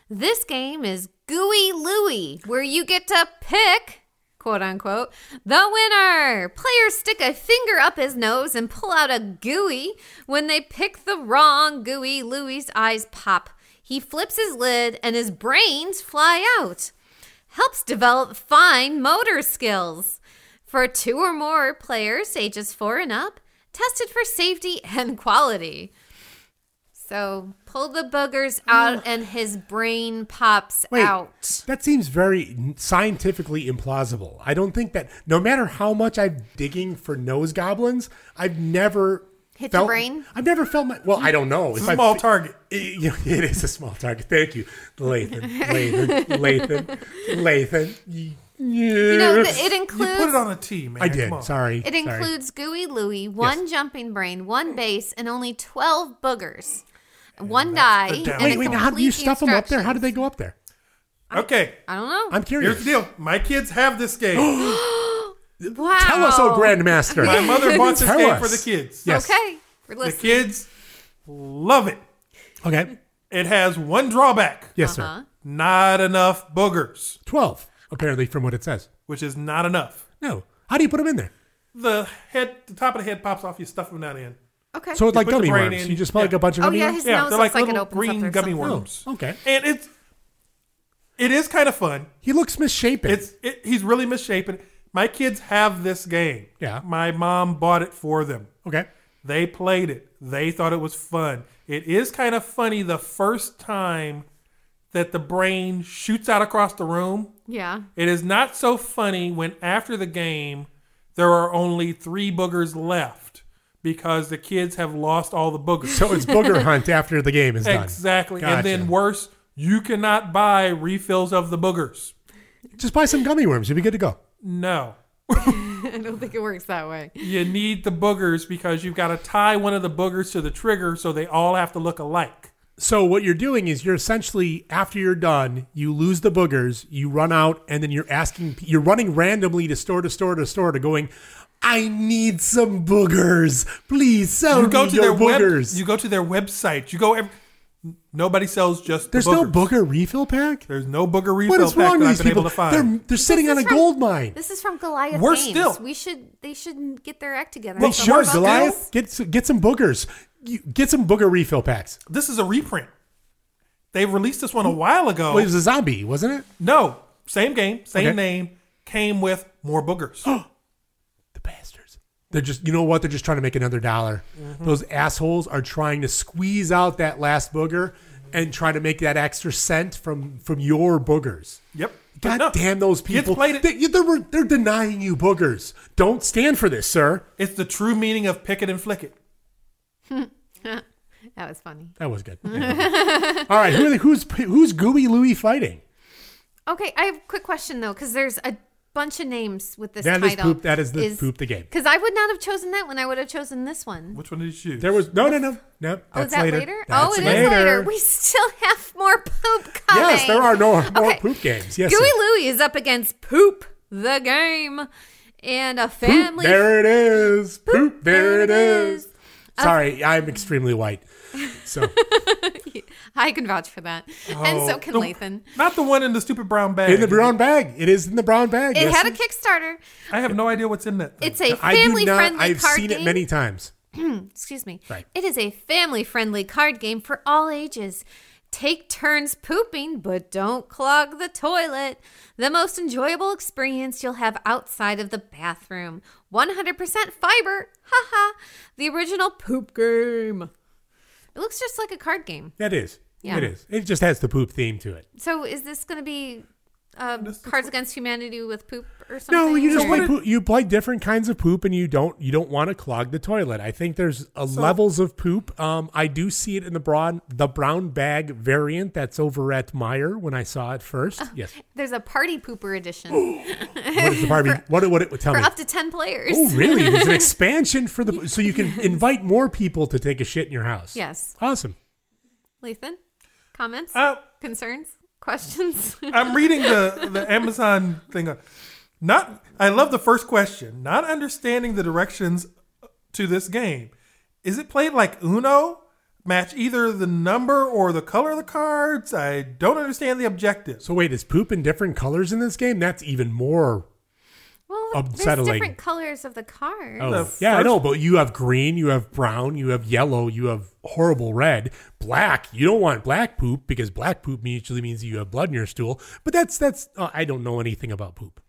S5: This game is Gooey Louie, where you get to pick, quote unquote, the winner. Players stick a finger up his nose and pull out a gooey. When they pick the wrong gooey, Louie's eyes pop. He flips his lid and his brains fly out. Helps develop fine motor skills. For two or more players, ages four and up, tested for safety and quality. So pull the boogers out and his brain pops out.
S3: That seems very scientifically implausible. I don't think that no matter how much I'm digging for nose goblins, I've never
S5: Hit your
S3: felt,
S5: brain?
S3: I've never felt my well. I don't know.
S6: It's
S3: If
S6: a
S3: I-
S6: small target.
S3: It, you know, it is a small target. Thank you, Lathan, Lathan, Lathan, Lathan. You,
S5: You know, th- it
S6: You
S5: includes
S6: put it on a T, man.
S3: I
S6: Come
S3: did.
S6: on.
S3: Sorry.
S5: It
S3: sorry.
S5: includes Gooey Louie, one jumping brain, one base, and only 12 boogers. One die.
S6: the down-
S5: and
S3: Wait,
S5: it
S3: wait. Now, how do you
S5: completes the
S3: stuff them up there? How do
S5: instructions.
S3: they go up there?
S6: Okay.
S5: I don't know.
S3: I'm
S6: Here's the
S3: curious.
S6: deal. My kids have this game.
S5: wow.
S3: Tell us, oh Grandmaster.
S6: My mother bought this
S3: Tell
S6: game
S3: us.
S6: for the kids.
S3: Yes.
S5: Okay. We're
S6: The
S5: listening.
S6: kids love it.
S3: Okay.
S6: It has one drawback.
S3: Yes,
S5: Uh-huh.
S3: sir.
S6: Not enough boogers,
S3: Twelve, apparently, from what it says.
S6: which is not enough.
S3: No. How do you put them in there?
S6: The head the top of the head pops off, you stuff them down in.
S5: Okay.
S3: So it's like
S6: put the
S3: gummy
S6: brain
S3: worms.
S6: in.
S3: You just put like
S6: Yeah.
S3: a bunch of
S5: oh,
S3: gummy
S5: yeah,
S3: worms?
S5: his
S6: Yeah,
S5: nose
S6: they're
S5: looks
S6: like
S5: like it
S6: little
S5: opens up
S6: green
S5: there
S6: gummy
S5: somewhere.
S6: worms.
S3: okay.
S6: And it's it is kind of fun.
S3: He looks misshapen.
S6: It's it, he's really misshapen. My kids have this game.
S3: Yeah.
S6: My mom bought it for them.
S3: okay.
S6: They played it. They thought it was fun. It is kind of funny the first time that the brain shoots out across the room.
S5: Yeah.
S6: It is not so funny when after the game there are only three boogers left because the kids have lost all the boogers.
S3: So it's booger hunt after the game is done.
S6: exactly.
S3: Gotcha.
S6: And then worse, you cannot buy refills of the boogers.
S3: Just buy some gummy worms. You'll be good to go.
S6: No.
S5: I don't think it works that way.
S6: You need the boogers because you've got to tie one of the boogers to the trigger so they all have to look alike.
S3: So what you're doing is you're essentially after you're done, you lose the boogers, you run out, and then you're asking, you're running randomly to store to store to store to going. I need some boogers, please sell
S6: You go
S3: me
S6: to their
S3: your boogers.
S6: web, You go to their website. You go. Every, nobody sells just.
S3: There's
S6: the
S3: no
S6: boogers.
S3: booger refill pack.
S6: There's no booger refill
S3: What is
S6: pack that
S3: wrong with
S6: I've
S3: these
S6: been
S3: people?
S6: able to find.
S3: They're, they're sitting on a
S5: is from-
S3: gold mine.
S5: This is from Goliath
S6: Worse
S5: Games.
S6: still.
S5: We should they should get their act together.
S3: Well,
S5: Some
S3: sure,
S5: of us-
S3: Goliath, get s- get some boogers. You- Get some booger refill packs.
S6: This is a reprint. They released this one a while ago.
S3: Well, it was a zombie, wasn't it?
S6: No, same game, same
S3: Okay. Oh,
S6: name, came with more boogers.
S3: The bastards. They're just, you know what? They're just trying to make another dollar. Those assholes are trying to squeeze out that last booger and try to make that extra cent from from your boogers.
S6: yep.
S3: God
S6: No,
S3: damn those
S6: kids
S3: people!
S6: played it.
S3: They, are they're denying you boogers. Don't stand for this, sir.
S6: It's the true meaning of pick it and flick it.
S5: That was funny.
S3: That was good. All right, who are the, who's who's Gooey Louie fighting?
S5: Okay, I have a quick question though, because there's a bunch of names with this
S3: That is
S5: title.
S3: poop- that is the poop the game.
S5: Because I would not have chosen that one. I would have chosen this one.
S6: Which one did you choose?
S3: There was no, no, no, no.
S5: oh, is
S3: that's
S5: that later?
S3: That's
S5: oh, it is later. We still have more poop coming.
S3: yes, there are no more
S5: Okay.
S3: poop games. Yes,
S5: Gooey
S3: sir.
S5: Louie is up against Poop the Game and a family.
S3: There it is. Poop. There it is. Sorry, I'm extremely white. So
S5: I can vouch for that. and
S3: Oh,
S5: so can Lathan.
S6: Not the one in the stupid brown bag.
S3: in the brown bag, it is in the brown bag.
S5: It
S3: yes.
S5: had a Kickstarter.
S6: I have no idea what's in that. thing.
S5: It's a
S3: I do
S5: family
S3: not.
S5: friendly
S3: I've
S5: card
S3: seen
S5: game.
S3: it many times.
S5: Excuse me.
S3: Right.
S5: It is a family friendly card game for all ages. Take turns pooping, but don't clog the toilet. The most enjoyable experience you'll have outside of the bathroom. 100% fiber. Haha. The original poop game. It looks just like a card game.
S3: That is.
S5: Yeah.
S3: It is. It just has the poop theme to it.
S5: So is this going to be um, Cards Against Humanity with poop or something?
S3: No, you just
S5: Or-
S3: play poop. you play different kinds of poop, and you don't you don't want to clog the toilet. I think there's a levels of poop. Um, I do see it in the broad the brown bag variant that's over at Meyer when I saw it first.
S5: Oh.
S3: Yes,
S5: There's a party pooper edition
S3: what is the Barbie? what what it would tell
S5: for
S3: me?
S5: up to 10 players.
S3: Oh, really? There's an expansion for the so you can invite more people to take a shit in your house.
S5: Yes.
S3: Awesome.
S5: Lathan, comments,
S6: Uh,
S5: concerns, questions?
S6: I'm reading the the Amazon thing. Not I love the first question. Not understanding the directions to this game. Is it played like Uno? Match either the number or the color of the cards. I don't understand the objectives.
S3: So wait, is poop in different colors in this game? That's even more.
S5: well,
S3: Unsettling.
S5: there's different colors of the cards.
S3: Oh,
S6: The
S3: yeah, I
S6: first-
S3: know. But you have green, you have brown, you have yellow, you have horrible red, black. You don't want black poop because black poop usually means you have blood in your stool. But that's that's. Uh, I don't know anything about poop.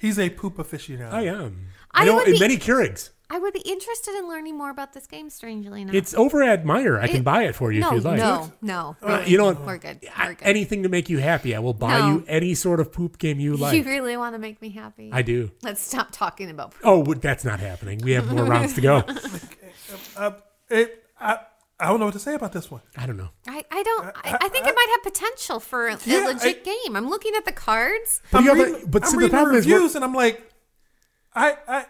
S6: He's a poop aficionado.
S3: I am.
S5: I
S3: I know
S5: would
S3: in
S5: be- Oh.
S3: many Keurigs.
S5: I would be interested in learning more about this game. Strangely enough,
S3: It's over at Meyer. I can
S5: It-
S3: buy it for you
S5: no,
S3: if you'd like.
S5: no, no.
S3: Uh,
S5: really.
S3: you know what?
S5: We're good.
S3: I-
S5: We're good.
S3: Anything to make you happy. I will buy
S5: No.
S3: you any sort of poop game you like.
S5: you really want to make me happy?
S3: I do.
S5: Let's stop talking about.
S3: Oh, w- that's not happening. We have more rounds to go.
S6: Uh, it, I, I don't know what to say about this one.
S3: I don't know.
S5: I, I
S3: Uh,
S5: don't. I, I think it might have potential for a,
S6: Yeah,
S5: a legit
S6: I-
S5: game. I'm looking at the cards.
S3: But, you
S6: I'm
S3: have a-
S6: reading,
S3: but
S6: I'm
S3: see, the
S6: reading
S3: problem is we're-
S6: reviews and I'm like, I, I,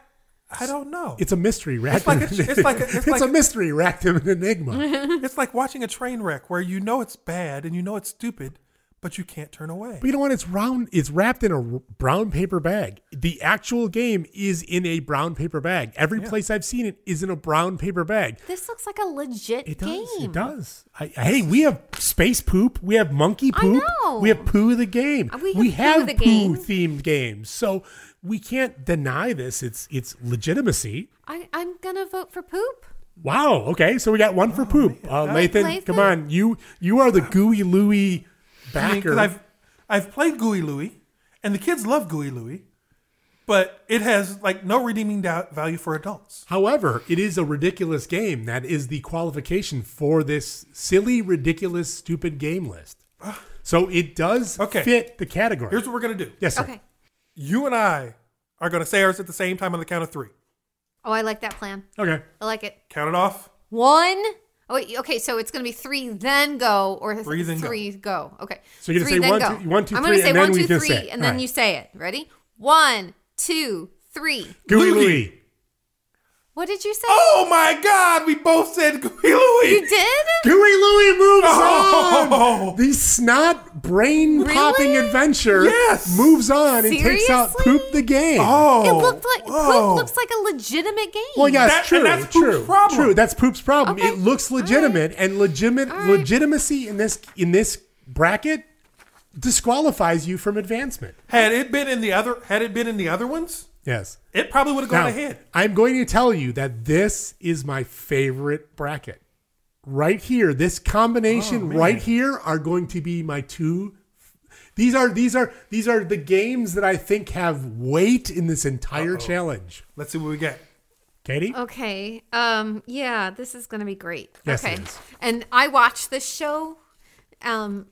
S6: I don't know.
S3: it's a mystery racked.
S6: like
S3: in
S6: a-
S3: an-
S6: it's like a- it's like
S3: a
S6: a-
S3: mystery racked in an enigma.
S6: It's like watching a train wreck where you know it's bad and you know it's stupid, but you can't turn away.
S3: but you know what? It's round. It's wrapped in a r- brown paper bag. The actual game is in a brown paper bag. Every place I've seen it is in a brown paper bag.
S5: This looks like a legit
S3: It
S5: game.
S3: does. It does. I, hey, we have space poop. We have monkey
S5: I
S3: poop.
S5: know.
S3: We have poo the game.
S5: Uh, we have
S3: we
S5: poo
S3: have
S5: the
S3: poo
S5: game.
S3: themed games. So we can't deny this. It's its legitimacy.
S5: I, I'm gonna vote for poop.
S3: Wow. Okay. So we got one for
S6: Oh,
S3: poop. Uh, Lathan,
S5: Lathan?
S3: come on. You you are the gooey Louie
S6: I mean,
S3: backer.
S6: 'cause I've I've played Gooey Louie, and the kids love Gooey Louie, but it has like no redeeming da- value for adults.
S3: However, it is a ridiculous game. That is the qualification for this silly, ridiculous, stupid game list. So it does
S6: Okay.
S3: fit the category.
S6: Here's what we're gonna do:
S3: yes, sir.
S5: Okay.
S6: you and I are gonna say ours at the same time on the count of three.
S5: Oh, I like that plan.
S3: Okay.
S5: I like it.
S6: Count it off.
S5: One. Oh, wait, okay, so it's going to be three, then go, or
S6: Three,
S5: three,
S6: then go.
S5: go. Okay.
S3: So you're gonna
S5: three,
S3: say
S5: then
S3: one,
S5: go.
S3: two- one, two,
S5: I'm gonna
S3: three,
S5: say
S3: and then
S5: one,
S3: we
S5: two,
S3: can
S5: three,
S3: say it.
S5: and then
S3: Alright.
S5: you say it. Ready? One, two, three.
S3: Gooey
S6: Louie.
S3: Louie.
S5: What did you say?
S3: Oh,
S6: Oh my God! We both said Gooey Louie.
S5: You did?
S3: Gooey
S6: Oh.
S3: the snot brain popping
S5: Really?
S3: adventure
S6: Yes!
S3: moves on and takes out
S5: Seriously?
S3: Poop the game.
S6: Oh,
S5: It looked like
S6: whoa.
S5: Poop looks like a legitimate game.
S3: Well, yeah,
S6: That-
S3: it's true.
S6: and that's
S3: true.
S6: Poop's problem.
S3: True. That's Poop's problem.
S5: Okay.
S3: It looks
S5: All right.
S3: legitimate, and legitimate
S5: All right.
S3: legitimacy in this in this bracket disqualifies you from advancement.
S6: Had it been in the other, had it been in the other ones,
S3: Yes.
S6: it probably would have gone
S3: Now,
S6: ahead.
S3: I'm going to tell you that this is my favorite bracket. Right here, this combination right here are going to be my two. These are these are these are the games that I think have weight in this entire challenge.
S6: Let's see what we get.
S3: Katie,
S5: Uh, Okay. Um. Yeah, this is gonna be great.
S3: Yes, it
S5: okay.
S3: is.
S5: And I watch this show. Um.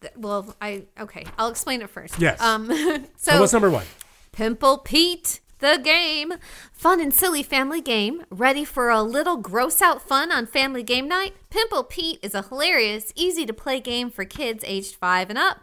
S5: th- Well, I okay. I'll explain it first.
S3: Yes.
S5: Um. so
S3: So what's number one?
S5: Pimple Pete, the game. Fun and silly family game. Ready for a little gross out fun on family game night? Pimple Pete is a hilarious, easy to play game for kids aged 5 and up.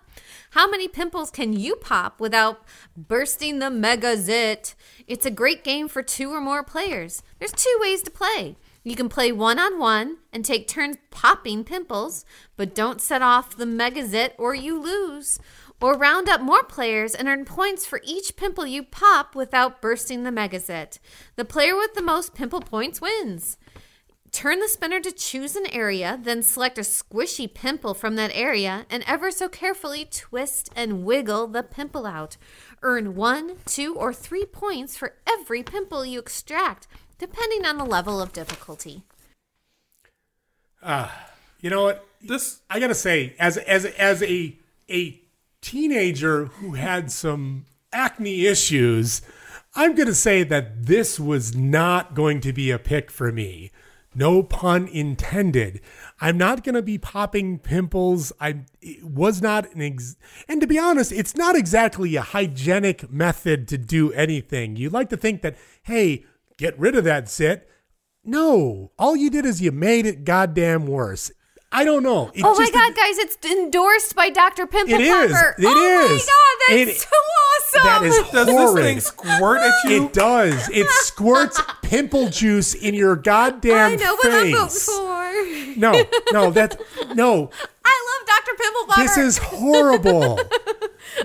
S5: How many pimples can you pop without bursting the mega zit? It's a great game for two or more players. There's two ways to play. You can play one on one and take turns popping pimples, but don't set off the megazit or you lose. Or round up more players and earn points for each pimple you pop without bursting the megazit. The player with the most pimple points wins. Turn the spinner to choose an area, then select a squishy pimple from that area and ever so carefully twist and wiggle the pimple out. Earn one, two, or three points for every pimple you extract, depending on the level of difficulty.
S3: You know what?
S6: This
S3: I gotta say, as as as a a teenager who had some acne issues, I'm gonna say that this was not going to be a pick for me. No pun intended. I'm not gonna be popping pimples. I it was not an ex- and to be honest, it's not exactly a hygienic method to do anything. You like to think that hey, get rid of that zit. No, all you did is you made it goddamn worse. I don't know. It
S5: oh my
S3: just-
S5: god, guys, it's endorsed by Dr. Pimple
S3: It is.
S5: Popper.
S3: It
S5: oh
S3: is.
S5: my god,
S3: It-
S5: that's so awesome.
S3: that is
S6: does
S3: Horrid.
S6: this thing squirt at you?
S3: It does. It squirts pimple juice in your goddamn
S5: Oh, I know
S3: face.
S5: what I'm voting for.
S3: No, no, that's no.
S5: I love Dr. Pimple Popper.
S3: This is horrible.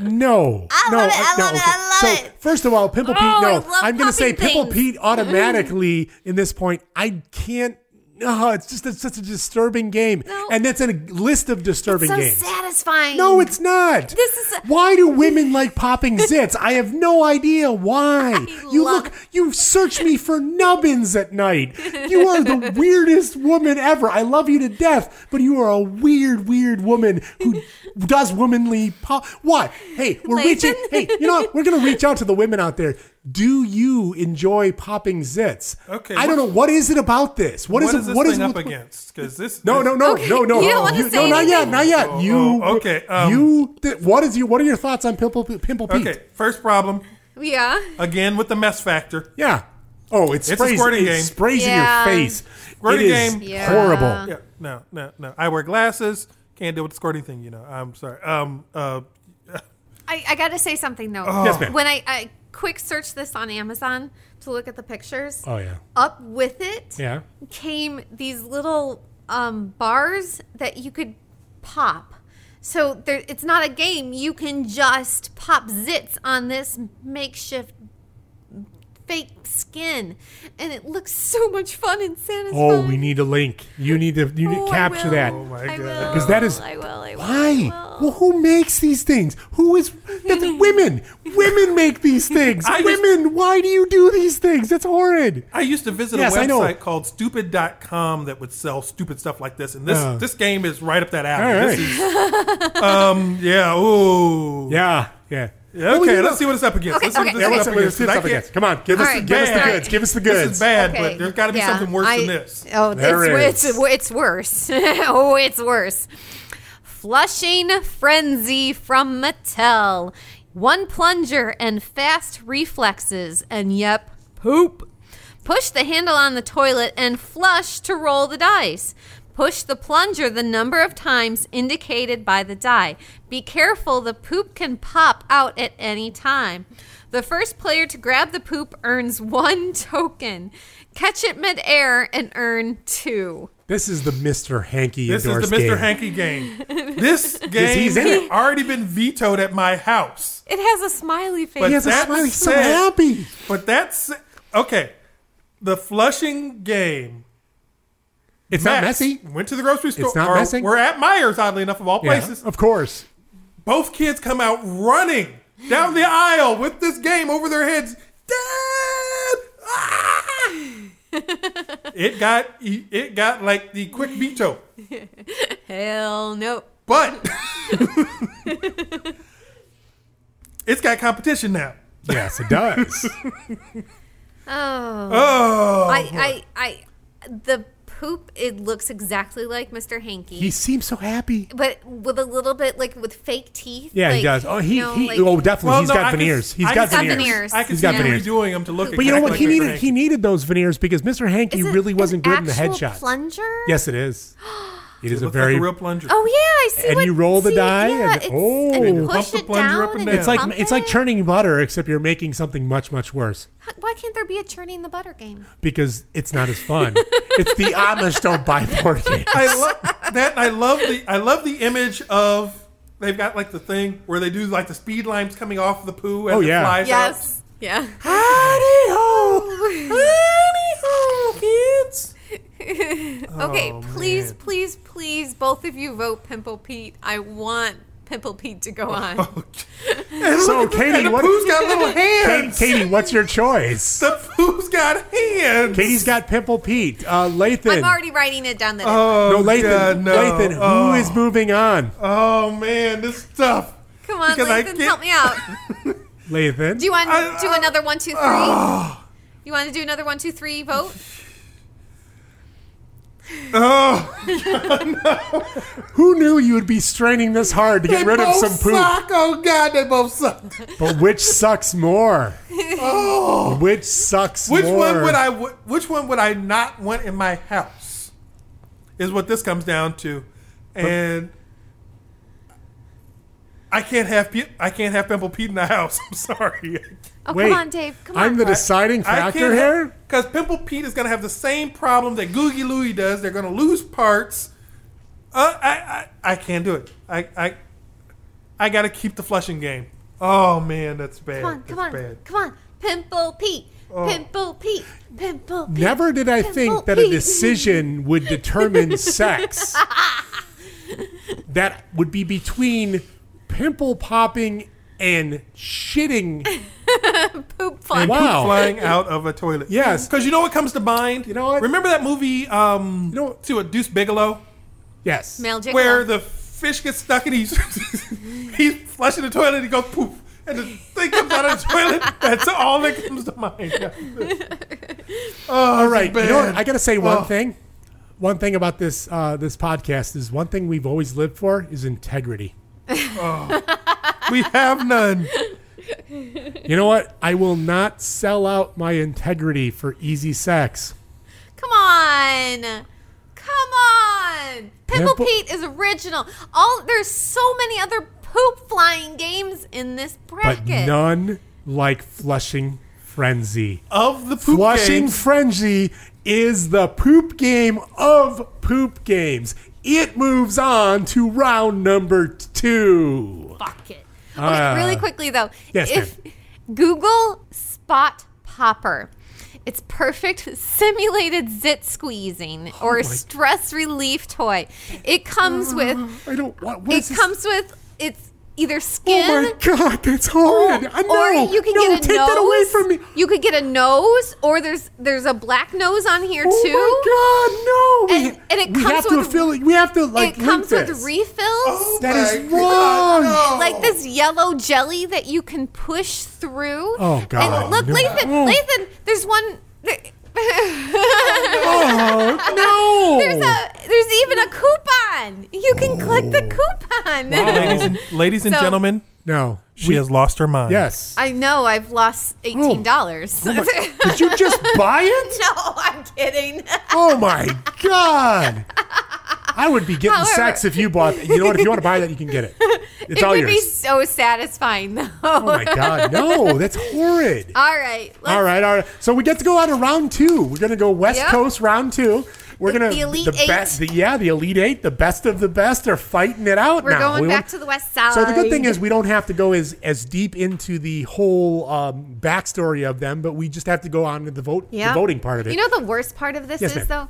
S3: No,
S5: I
S3: no,
S5: love it, I
S3: no.
S5: love it,
S3: okay.
S5: I love
S3: so
S5: it.
S3: first of all, Pimple
S5: Oh,
S3: Pete.
S5: I
S3: No,
S5: love
S3: I'm gonna say
S5: popping
S3: Pimple
S5: things.
S3: Pete automatically in this point. I can't. No, it's just it's such a disturbing game,
S5: No.
S3: and that's in a list of disturbing
S5: so
S3: games.
S5: satisfying.
S3: No, it's not.
S5: This is-
S3: why do women like popping zits? I have no idea why. you
S5: love-
S3: look, you search me for nubbins at night. You are the weirdest woman ever. I love you to death, but you are a weird, weird woman who does womanly pop. What? Hey, we're
S5: Lathan?
S3: reaching. Hey, you know what? We're gonna reach out to the women out there. Do you enjoy popping zits?
S6: Okay,
S3: I don't know
S6: what-
S3: what is it about this. What is
S6: what
S3: it?
S6: is this
S3: what
S6: thing
S3: is it
S6: up
S3: with-
S6: against? Because this
S3: no, no, no,
S5: Okay,
S3: no, no.
S5: you don't wanna
S3: You-
S5: say
S3: no, not yet,
S5: anything?
S3: not yet.
S6: Oh,
S3: you
S6: oh, okay, um,
S3: you. Th- what is your? What are your thoughts on Pimple Pimple Pete?
S6: Okay, first problem
S5: Yeah.
S6: again with the mess factor.
S3: Yeah. Oh, it
S6: a
S3: sprays.
S6: squirting
S3: it
S6: game.
S3: sprays in
S5: Yeah.
S3: your face.
S6: Squirting
S3: It is
S6: game.
S5: Yeah.
S3: Horrible.
S6: Yeah, no, no, no. I wear glasses. Can't deal with the squirting thing, you know. I'm sorry. Um, uh,
S5: I, I gotta say something though.
S3: Yes, ma'am.
S5: When I, I quick searched this on Amazon to look at the pictures,
S3: Oh yeah.
S5: up with it
S3: Yeah.
S5: came these little um, bars that you could pop. So there, it's not a game. You can just pop zits on this makeshift fake skin, and it looks so much fun and satisfying.
S3: Oh, we need a link. You need to. You need
S5: Oh,
S3: to
S5: I
S3: capture
S5: will.
S3: that.
S6: my
S5: I
S6: God.
S5: will.
S3: Because that is-
S5: I will. I will.
S3: Why?
S5: I will.
S3: Well, who makes these things? Who is that's women? Women make these things.
S6: I just-
S3: women, why do you do these things? That's horrid.
S6: I used to visit
S3: Yes,
S6: a
S3: I know.
S6: website called stupid.com that would sell stupid stuff like this, and this
S3: Oh.
S6: this game is right up that alley.
S3: All
S6: This is- um, yeah, ooh.
S3: Yeah, yeah.
S6: Yeah,
S3: Well,
S6: Okay,
S3: you know-
S6: let's see what it's up against.
S5: Okay,
S6: let's see
S5: okay.
S3: Yeah,
S6: what
S3: what's
S6: it's
S3: up
S6: up
S3: with this
S6: against. 'cause
S3: It's
S6: I
S3: up
S6: can't-
S3: against? Come on, give
S5: All
S3: us,
S5: right,
S3: give us the
S5: all right.
S3: goods. Give us the goods.
S6: This is bad,
S5: Okay,
S6: but there's got to be
S5: yeah,
S6: something worse
S5: I-
S6: than this.
S5: Oh,
S3: There
S5: it's,
S3: is.
S5: it's it's worse. oh, it's worse. Flushing frenzy from Mattel. One plunger and fast reflexes, and yep, poop. Push the handle on the toilet and flush to roll the dice. Push the plunger the number of times indicated by the die. Be careful, the poop can pop out at any time. The first player to grab the poop earns one token. Catch it midair and earn two.
S3: This is the Mr. Hanky
S6: This is the Mr. Hanky game. This game
S3: he's in
S6: has
S3: it.
S6: already been vetoed at my house.
S5: It has a smiley face.
S3: He has a
S6: That
S3: smile. He's so
S6: said-
S3: happy.
S6: But that's okay. The flushing game.
S3: It's
S6: Max
S3: not messy.
S6: Went to the grocery store.
S3: not
S6: or
S3: messy.
S6: We're at Myers, oddly enough, of all
S3: Yeah,
S6: places.
S3: of course.
S6: Both kids come out running down the aisle with this game over their heads. Dad! Ah! it got e, it got like the quick veto.
S5: Hell no.
S6: But it's got competition now.
S3: Yes, it does.
S5: Oh.
S6: Oh,
S5: I, I, I, the poop, it looks exactly like Mr. Hanky.
S3: he seems so happy.
S5: but with a little bit, like with fake teeth.
S3: Yeah, he
S5: like,
S3: does. Oh, he,
S5: you know,
S3: he
S5: like-
S3: oh, definitely.
S6: Well,
S3: he's
S6: no, I
S3: got
S6: can-
S3: veneers.
S6: I
S3: he's
S6: can
S3: got
S6: see-
S5: He's got
S3: veneers.
S5: veneers.
S6: I can
S3: He's
S6: see
S3: got
S6: them
S3: veneers.
S6: redoing them to look.
S3: But you know
S6: exactly
S3: what?
S6: Like
S3: he
S6: Mr.
S3: needed
S6: Hanky.
S3: he needed those veneers because Mr. Hanky
S5: Is it
S3: really
S5: an
S3: wasn't good in the
S5: actual
S3: headshot.
S5: plunger?
S3: Yes, it is. It is a
S6: Looks
S3: very
S6: like a real plunger.
S5: Oh, yeah, I see.
S3: And
S5: what-
S3: you roll the
S5: see,
S3: die
S5: yeah,
S3: and-
S5: it's-
S3: oh.
S5: and
S3: And
S6: you
S5: push
S6: pump the
S5: it
S6: plunger
S5: down
S6: up and
S5: and
S6: down.
S3: It's like
S5: pump
S3: it's like
S5: it?
S3: churning butter, except you're making something much much worse
S5: Why can't there be a churning the butter game?
S3: because it's not as fun. it's the Amish don't buy board games.
S6: I love that. I love the. I love the image of they've got like the thing where they do like the speed lines coming off the poo as
S3: Oh,
S6: it
S3: yeah.
S6: flies out.
S5: Yes. Yeah.
S3: Oh,
S5: okay, please,
S6: man.
S5: please, please, both of you vote Pimple Pete. I want Pimple Pete to
S3: Oh,
S5: go on.
S3: so
S6: And
S3: Katie,
S6: the
S3: what?
S6: poo's got little
S3: Katie,
S6: hands.
S3: Katie, what's your choice?
S6: The poo's got hands.
S3: Katie's got Pimple Pete. Uh, Lathan.
S5: I'm already writing it down. That
S6: Oh,
S3: no, Lathan.
S6: God, no.
S3: Lathan,
S6: oh,
S3: who is moving on?
S6: Oh man, this is tough.
S5: Come on,
S6: Because I
S5: Lathan,
S6: can't-
S5: help me out.
S3: Lathan.
S5: Do you want
S6: I-
S5: to do another one, two, three? you want to do another one, two, three vote?
S6: Oh,
S3: who knew you would be straining this hard to
S6: they
S3: get rid of
S6: both
S3: some poop?
S6: suck. Oh God, they both suck.
S3: But which sucks more? oh, which sucks
S6: Which
S3: more?
S6: one would I? w- Which one would I not want in my house? Is what this comes down to, and I can't have Pe- I can't have Pimple Pete in the house. I'm sorry.
S5: Oh,
S3: Wait,
S5: come on, Dave. Come
S3: I'm
S5: on.
S3: the deciding factor here.
S6: because Pimple Pete is going to have the same problem that Googie Louie does. They're going to lose parts. Uh, I, I I can't do it. I I I got to keep the flushing game. Oh man, that's bad.
S5: come on,
S6: that's
S5: come on,
S6: bad.
S5: come on. Pimple Pete. Pimple Pete. Pimple Pete.
S3: Never did I
S5: Pimple
S3: think that a
S5: Pete.
S3: decision would determine sex. That would be between pimple popping and shitting.
S5: Poop fun.
S3: Wow.
S6: flying out of a toilet.
S3: Oh. Yes.
S6: because you know what comes to mind. You
S3: know what?
S6: Remember that movie? Um,
S3: You know what?
S6: to a Deuce Bigelow,
S3: Yes.
S5: Male jiggle.
S6: where the fish gets stuck and he's he's flushing the toilet. and He goes poof, and the thing comes out of the toilet. That's all that comes to mind. Oh,
S3: All right. You know what?
S6: bad.
S3: I got to say one
S6: Oh.
S3: thing. One thing about this uh, this podcast is one thing we've always lived for is integrity.
S6: We have none.
S3: You know what? I will not sell out my integrity for easy sex.
S5: Come on. Come on. Pimple,
S3: Pimple-
S5: Pete is original. All there's so many other poop flying games in this
S3: But
S5: bracket.
S3: none like flushing frenzy.
S6: Of the poop
S3: Flushing
S6: games,
S3: Frenzy is the poop game of poop games. It moves on to round number two.
S5: Fuck it. Okay, really quickly though.
S3: yes,
S5: if Google spot popper. It's perfect simulated zit squeezing or stress relief toy. It comes with
S3: I don't want. What
S5: it
S3: is this?
S5: comes with it's either skin
S3: Oh my Oh god, that's horrid. I know.
S5: or you can
S3: no,
S5: get a
S3: take
S5: nose.
S3: that away from me.
S5: You could get a nose, or there's there's a black nose on here
S3: Oh
S5: too.
S3: my god, no.
S5: And- and it
S3: we
S5: comes
S3: have to
S5: with-
S3: affiliate. We have to like.
S5: it comes
S3: link
S5: with
S3: this.
S5: refills.
S3: That is
S6: my
S3: wrong.
S5: Like this yellow jelly that you can push through.
S3: Oh, God,
S5: And look,
S3: no.
S5: Lathan,
S3: Oh.
S5: Lathan, there's one. There,
S3: no.
S5: there's a there's even a coupon. You can click
S3: Oh.
S5: the coupon.
S6: ladies and, ladies and
S5: So-
S6: gentlemen,
S3: no.
S6: she has lost her mind.
S3: Yes.
S5: I know I've
S3: Oh.
S5: lost eighteen dollars.
S3: Did you just buy it?
S5: no, I'm kidding.
S3: Oh my god! I would be getting sex if you bought. You know what? If you want to buy that, you can get it. It's
S5: it
S3: all
S5: would
S3: yours.
S5: be so satisfying though.
S3: oh my god! No, that's horrid.
S5: All right, let's-
S3: all right, all right. So we get to go on to round two. We're gonna go West
S5: Yep.
S3: Coast round two. We're
S5: The-
S3: gonna
S5: the Elite
S3: the best.
S5: Eight.
S3: The, yeah, the elite eight, the best of the best, are fighting it out
S5: We're
S3: now.
S5: going
S3: We
S5: back
S3: won't-
S5: to the West Side.
S3: so the good thing is we don't have to go as as deep into the whole um, backstory of them, but we just have to go on to the vote,
S5: Yeah.
S3: the voting part of it.
S5: You know the worst part of this
S3: Yes,
S5: is
S3: ma'am.
S5: though.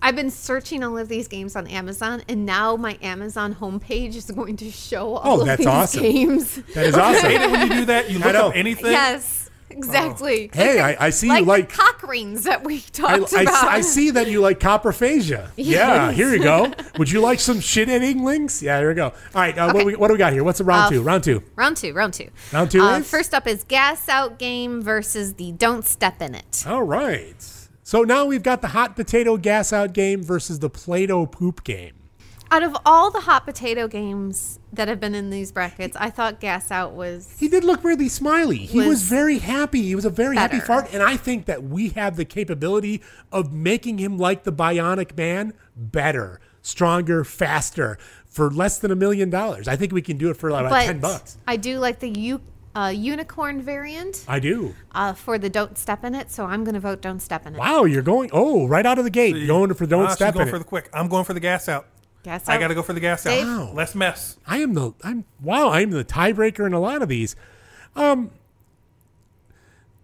S5: I've been searching all of these games on Amazon, and now my Amazon homepage is going to show all
S3: Oh,
S5: of
S3: that's
S5: these
S3: awesome.
S5: games.
S3: that is awesome.
S6: when you do that, you
S3: I
S6: look
S3: know.
S6: up anything.
S5: Yes, exactly.
S3: Hey,
S5: Like the-
S3: I- I see you
S5: like the
S3: like-
S5: cock rings that we
S3: I,
S5: talked
S3: I,
S5: about.
S3: I see that you like coprophagia. Yeah,
S5: Yes.
S3: here you go. Would you like some shit eating links? Yeah, here we go. All right, uh, what,
S5: Okay.
S3: we, what do we got here? What's a round
S5: Uh,
S3: two? Round two.
S5: Round two, round two.
S3: Round two
S5: Uh,
S3: is?
S5: first up is Gas Out Game versus the Don't Step in It.
S3: All right. So now we've got the hot potato gas out game versus the Play Doh poop game.
S5: Out of all the hot potato games that have been in these brackets, I thought Gas Out was.
S3: He did look really smiley. He was,
S5: Was
S3: very happy. He was a very happy
S5: better.
S3: fart. And I think that we have the capability of making him like the bionic man better, stronger, faster for less than a million dollars. I think we can do it for like
S5: but
S3: 10 bucks.
S5: I do like the u- uh, unicorn variant
S3: I do.
S5: uh, for the Don't Step in It, so I'm going to vote Don't Step in It.
S3: Wow, you're going, oh, right out of the gate. You're going for don't
S6: Ah, she's
S3: step
S6: going
S3: in
S6: for
S3: it.
S6: the quick. I'm going for the gas out.
S5: Gas Out.
S6: I got to go for the gas
S5: Dave?
S6: out. Less mess.
S3: I am the I'm wow, I'm the tiebreaker in a lot of these. Um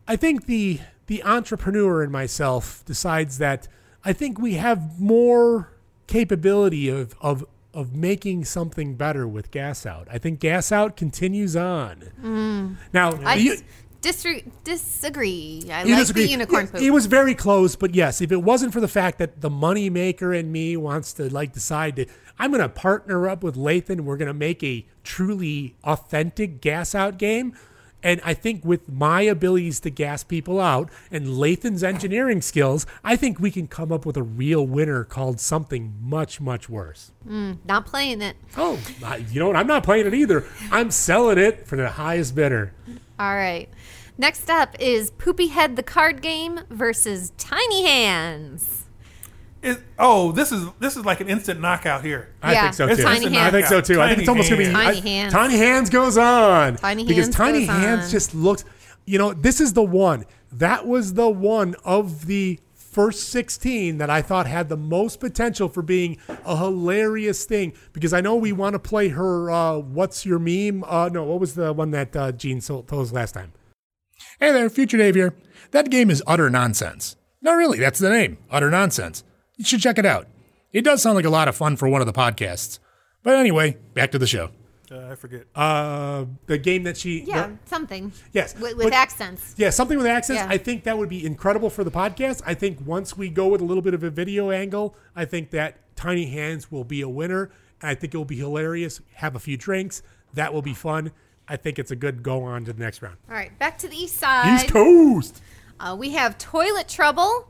S3: I think the the entrepreneur in myself decides that I think we have more capability of of of making something better with gas out. I think gas out continues on. Now
S5: I
S3: you-
S5: dis- disre- disagree. I
S3: you
S5: like
S3: disagree.
S5: the unicorn
S3: Yeah,
S5: poop.
S3: It was very close, but yes, if it wasn't for the fact that the money maker in me wants to like decide to, I'm going to partner up with Lathan. We're going to make a truly authentic gas out game. And I think with my abilities to gas people out and Lathan's engineering skills, I think we can come up with a real winner called something much, much worse.
S5: Not playing it.
S3: Oh, I- you know what? I'm not playing it either. I'm selling it for the highest bidder.
S5: All right. Next up is Poopy Head the card game versus Tiny Hands.
S6: Is- oh, this is this is like an instant knockout here.
S3: I
S5: Yeah,
S3: think so
S5: it's
S3: too.
S5: Tiny
S3: I think
S5: Hands.
S3: so too. I think it's almost gonna be
S6: Tiny
S3: I-
S5: Hands. Tiny Hands.
S3: Tiny hands goes on.
S5: Tiny
S3: because
S5: Hands
S3: tiny
S5: goes
S3: hands
S5: on.
S3: just looked. You know, this is the one. That was the one of the first 16 that I thought had the most potential for being a hilarious thing. Because I know we want to play her. Uh, What's your meme? Uh, no, what was the one that uh, Gene sold, told us last time?
S8: Hey there, Future Dave here. That game is utter nonsense. No, really, that's the name, utter nonsense. You should check it out. It does sound like a lot of fun for one of the podcasts. But anyway, back to the show.
S6: Uh, I forget.
S3: Uh, the game that she.
S5: Yeah, something.
S3: Yes,
S5: With, with
S3: but-
S5: accents.
S3: Yeah, something with accents.
S5: Yeah.
S3: I think that would be incredible for the podcast. I think once we go with a little bit of a video angle, I think that Tiny Hands will be a winner. And I think it will be hilarious. Have a few drinks. That will be fun. I think it's a good go on to the next round.
S5: All right, back to the east side.
S3: East Coast.
S5: Uh, we have Toilet Trouble,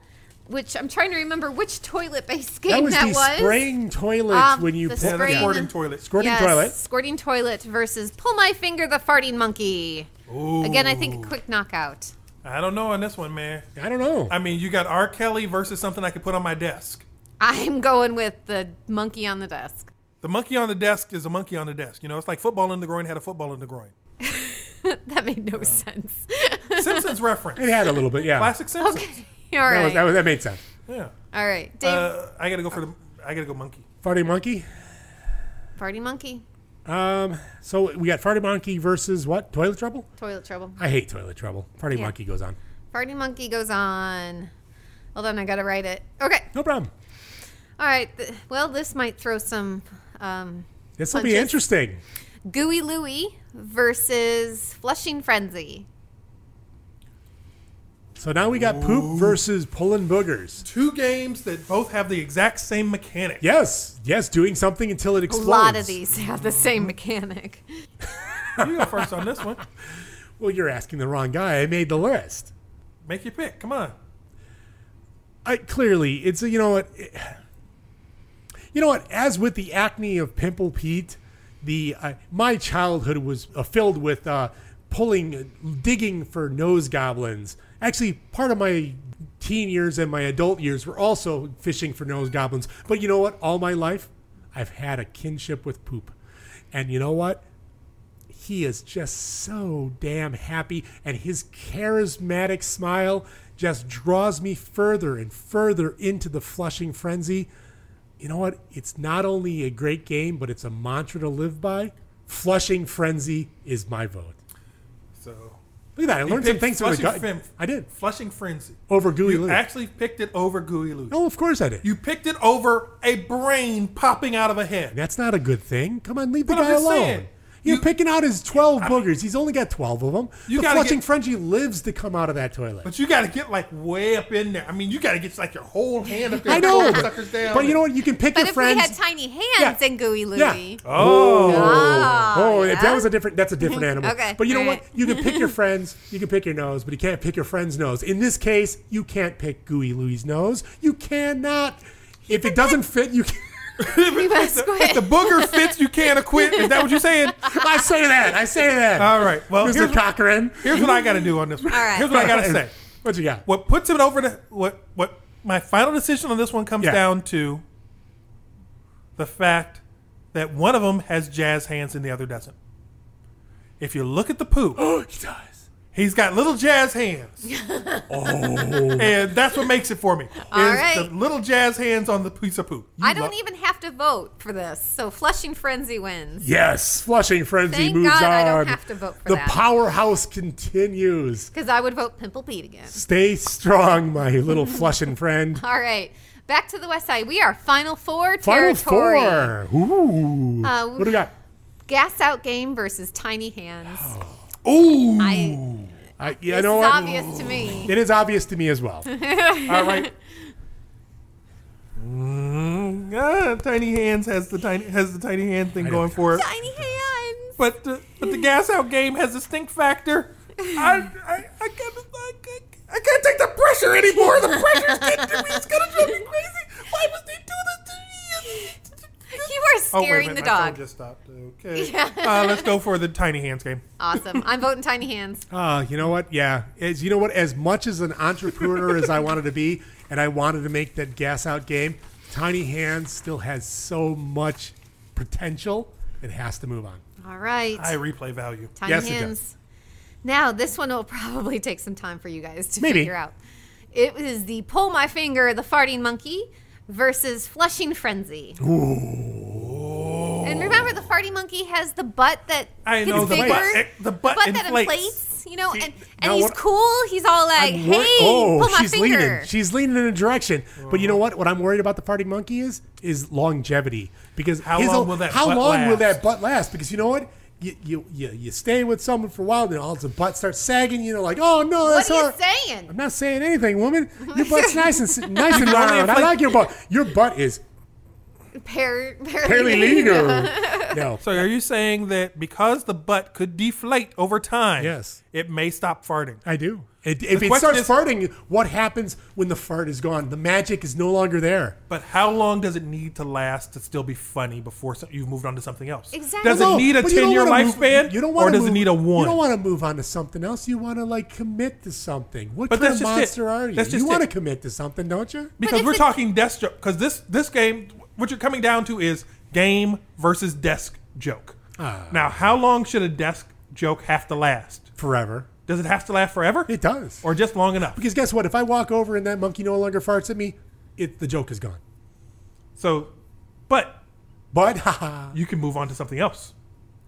S5: which I'm trying to remember which toilet based game
S3: That
S5: that
S3: was
S5: was.
S3: the spraying toilets
S5: Um,
S3: when you
S5: the
S3: pull-
S6: yeah, that's
S5: spring-
S6: boarding toilet.
S3: squirting
S5: Yes,
S3: toilet.
S5: Squirting Toilet versus Pull My Finger the Farting Monkey. Again, I think a quick knockout.
S6: I don't know on this one, man.
S3: I don't know.
S6: I mean, you got R. Kelly versus something I could put on my desk.
S5: I'm going with the monkey on the desk.
S6: The monkey on the desk is a monkey on the desk. You know, it's like football in the groin had a football in the groin.
S5: That made no sense.
S6: Simpsons
S3: it
S6: reference.
S3: had a little bit, yeah.
S6: Classic Simpsons.
S5: All
S3: that,
S5: right.
S3: was, that, was, that made sense.
S6: Yeah.
S5: All right. Dave,
S6: Uh, I gotta go for the. I gotta go monkey.
S3: Farty Monkey.
S5: Farting Monkey,
S3: Um, so we got Farty Monkey versus what? Toilet Trouble?
S5: Toilet Trouble.
S3: I hate Toilet Trouble. Farty
S5: Yeah.
S3: Monkey goes on.
S5: Farting Monkey goes on. Hold on, I gotta write it. Okay.
S3: No problem.
S5: All right. th- Well, this might throw some um,
S3: This will be
S5: Punches.
S3: interesting.
S5: Gooey Louie versus Flushing Frenzy.
S3: So now we got poop versus pulling boogers.
S6: Two games that both have the exact same mechanic.
S3: Yes, yes, doing something until it
S5: A
S3: explodes.
S5: lot of these have the same mechanic.
S6: You go first on this one.
S3: Well, you're asking the wrong guy. I made the list.
S6: Make your pick. Come on.
S3: I clearly it's you know what it- you know what as with the acne of pimple Pete, the uh, my childhood was uh, filled with uh, pulling uh, digging for nose goblins. Actually, part of my teen years and my adult years were also fishing for nose goblins. But you know what? All my life, I've had a kinship with poop, and you know what? he is just so damn happy and his charismatic smile just draws me further and further into the flushing frenzy. You know what? It's not only a great game, but it's a mantra to live by. Flushing frenzy is my vote.
S6: So
S3: Look at that! I learned some
S6: picked
S3: things. Over the
S6: Flushing
S3: gut.
S6: Fren-
S3: I did
S6: Flushing Frenzy.
S3: over gooey.
S6: You
S3: Lou.
S6: actually picked it over Gooey Lou.
S3: oh, of course I did.
S6: You picked it over a brain popping out of a head.
S3: That's not a good thing. Come on, leave the
S6: But I'm
S3: guy
S6: just
S3: alone.
S6: saying,
S3: You're
S6: you-
S3: picking out his 12 boogers. He's only got 12 of them.
S6: You
S3: the
S6: gotta
S3: flushing
S6: get-
S3: Frenchie lives to come out of that toilet.
S6: But you got to get like way up in there. I mean, you got to get like your whole hand up there.
S3: I know.
S6: pull suckers
S3: But,
S6: down
S3: but you
S6: and-
S3: know what? You can pick
S5: But
S3: your
S5: if
S3: friends.
S5: we had tiny hands
S3: Yeah.
S5: and gooey Louie,
S3: yeah.
S6: Oh.
S3: Oh,
S5: Oh,
S3: if that
S5: yeah.
S3: was a different. That's a different animal.
S5: Okay,
S3: But you know
S5: all
S3: what?
S5: right.
S3: You can pick your friends. You can pick your nose, but you can't pick your friend's nose. In this case, you can't pick Gooey Louie's nose. You cannot. If it doesn't fit, you. Can,
S5: we must
S6: If the
S5: quit.
S6: booger fits, you can't acquit. Is that what you're saying?
S3: I say that. I say that.
S6: All right. Well,
S3: Mr.
S6: here's-
S3: Cochran.
S6: Here's what I got to do on this one.
S5: All right.
S6: Here's what I got to say.
S3: What you got?
S6: What puts it over the what what my final decision on this one comes
S3: Yeah.
S6: down to the fact that one of them has jazz hands and the other doesn't. If you look at the poop,
S3: Oh, he does.
S6: He's got little jazz hands. And that's what makes it for me.
S5: All
S6: is
S5: right.
S6: The little jazz hands on the piece of poop. You
S5: I don't e
S6: lo-
S5: even have to vote for this. So Flushing Frenzy wins.
S3: Yes, Flushing Frenzy
S5: Thank
S3: moves
S5: God
S3: on.
S5: I don't have to vote for
S3: the
S5: that.
S3: powerhouse continues.
S5: Because I would vote Pimple Pete again.
S3: Stay strong, my little flushing friend.
S5: All right. Back to the West Side. We are Final Four
S3: Final
S5: territory.
S3: four. Ooh.
S5: Uh,
S3: what do we got?
S5: Gas out game versus tiny hands.
S3: Ooh.
S5: I,
S3: I, you
S5: this
S3: know
S5: is
S3: what?
S5: obvious to me.
S3: It is obvious to me as well.
S6: All right. Mm, ah, tiny hands has the tiny has the tiny hand thing going for it.
S5: Tiny hands.
S6: But the, but the gas out game has a stink factor. I I, I can't I, can't- I can't take the pressure anymore. The pressure's getting to me. It's gonna drive me crazy. Why must they do this to me?
S5: You
S3: Oh,
S5: are
S6: Oh,
S5: scaring the dog.
S6: just stopped. Okay. Uh, let's go for the tiny hands game.
S5: Awesome. I'm voting tiny hands.
S3: Uh, you know what? Yeah. As you know what? As much as an entrepreneur as I wanted to be, and I wanted to make that gas out game, Tiny Hands still has so much potential. It has to move on.
S5: All right.
S6: I replay value.
S5: Tiny
S3: Yes, it does.
S5: hands. Now, this one will probably take some time for you guys to
S3: Maybe.
S5: figure out. It is the pull my finger, the farting monkey versus flushing frenzy. And remember, the farting monkey has the butt that
S6: I
S5: gets
S6: know, the
S5: bigger,
S6: butt-
S3: eh,
S6: it- the butt
S5: that
S6: inflates.
S5: inflates. You know,
S3: See,
S5: and, and
S3: now
S5: he's
S3: what-
S5: cool. He's all like,
S3: I'm
S5: "Hey,
S3: wor- oh,
S5: pull my
S3: she's
S5: finger."
S3: leaning. She's leaning in a direction. But
S6: Oh.
S3: you know what? What I'm worried about the farting monkey is is longevity because
S6: How
S3: his
S6: long
S3: old-
S6: will that
S3: how
S6: butt
S3: long will
S6: last?
S3: that butt last? Because you know what? You, you, you, you stay with someone for a while, then all of a sudden butt starts sagging. You know, like, oh no,
S5: what
S3: that's
S5: are you
S3: hard.
S5: saying?
S3: I'm not saying anything, woman. Your butt's nice and s- nice and round. I
S6: inflate-
S3: like your butt. Your butt is
S5: Par-
S3: barely legal. No,
S6: So are you saying that because the butt could deflate over time,
S3: Yes.
S6: it may stop farting?
S3: I do. It, if it
S6: question
S3: starts
S6: is-
S3: farting, what happens when the fart is gone? The magic is no longer there.
S6: But how long does it need to last to still be funny before so- you've moved on to something else?
S5: Exactly.
S6: Does
S3: No,
S6: it need a
S3: but you don't
S6: ten-year
S3: wanna move-
S6: lifespan?
S3: you don't
S6: or
S3: wanna
S6: does
S3: move-
S6: it need a
S3: You
S6: one?
S3: don't want to move on to something else. You want to like commit to something. What
S6: But
S3: kind
S6: that's
S3: of
S6: just it.
S3: monster are you?
S6: That's
S3: you
S6: just
S3: want to
S6: it.
S3: commit to something, don't you?
S6: because
S5: if
S6: we're
S5: it-
S6: talking desk joke. Because this this game, what you're coming down to is game versus desk joke.
S3: Ah.
S6: now, how long should a desk joke have to last?
S3: Forever.
S6: Does it have to last forever?
S3: It does.
S6: or just long enough.
S3: because guess what? If I walk over and that monkey no longer farts at me, it the joke is gone.
S6: So, but
S3: But haha.
S6: you can move on to something else.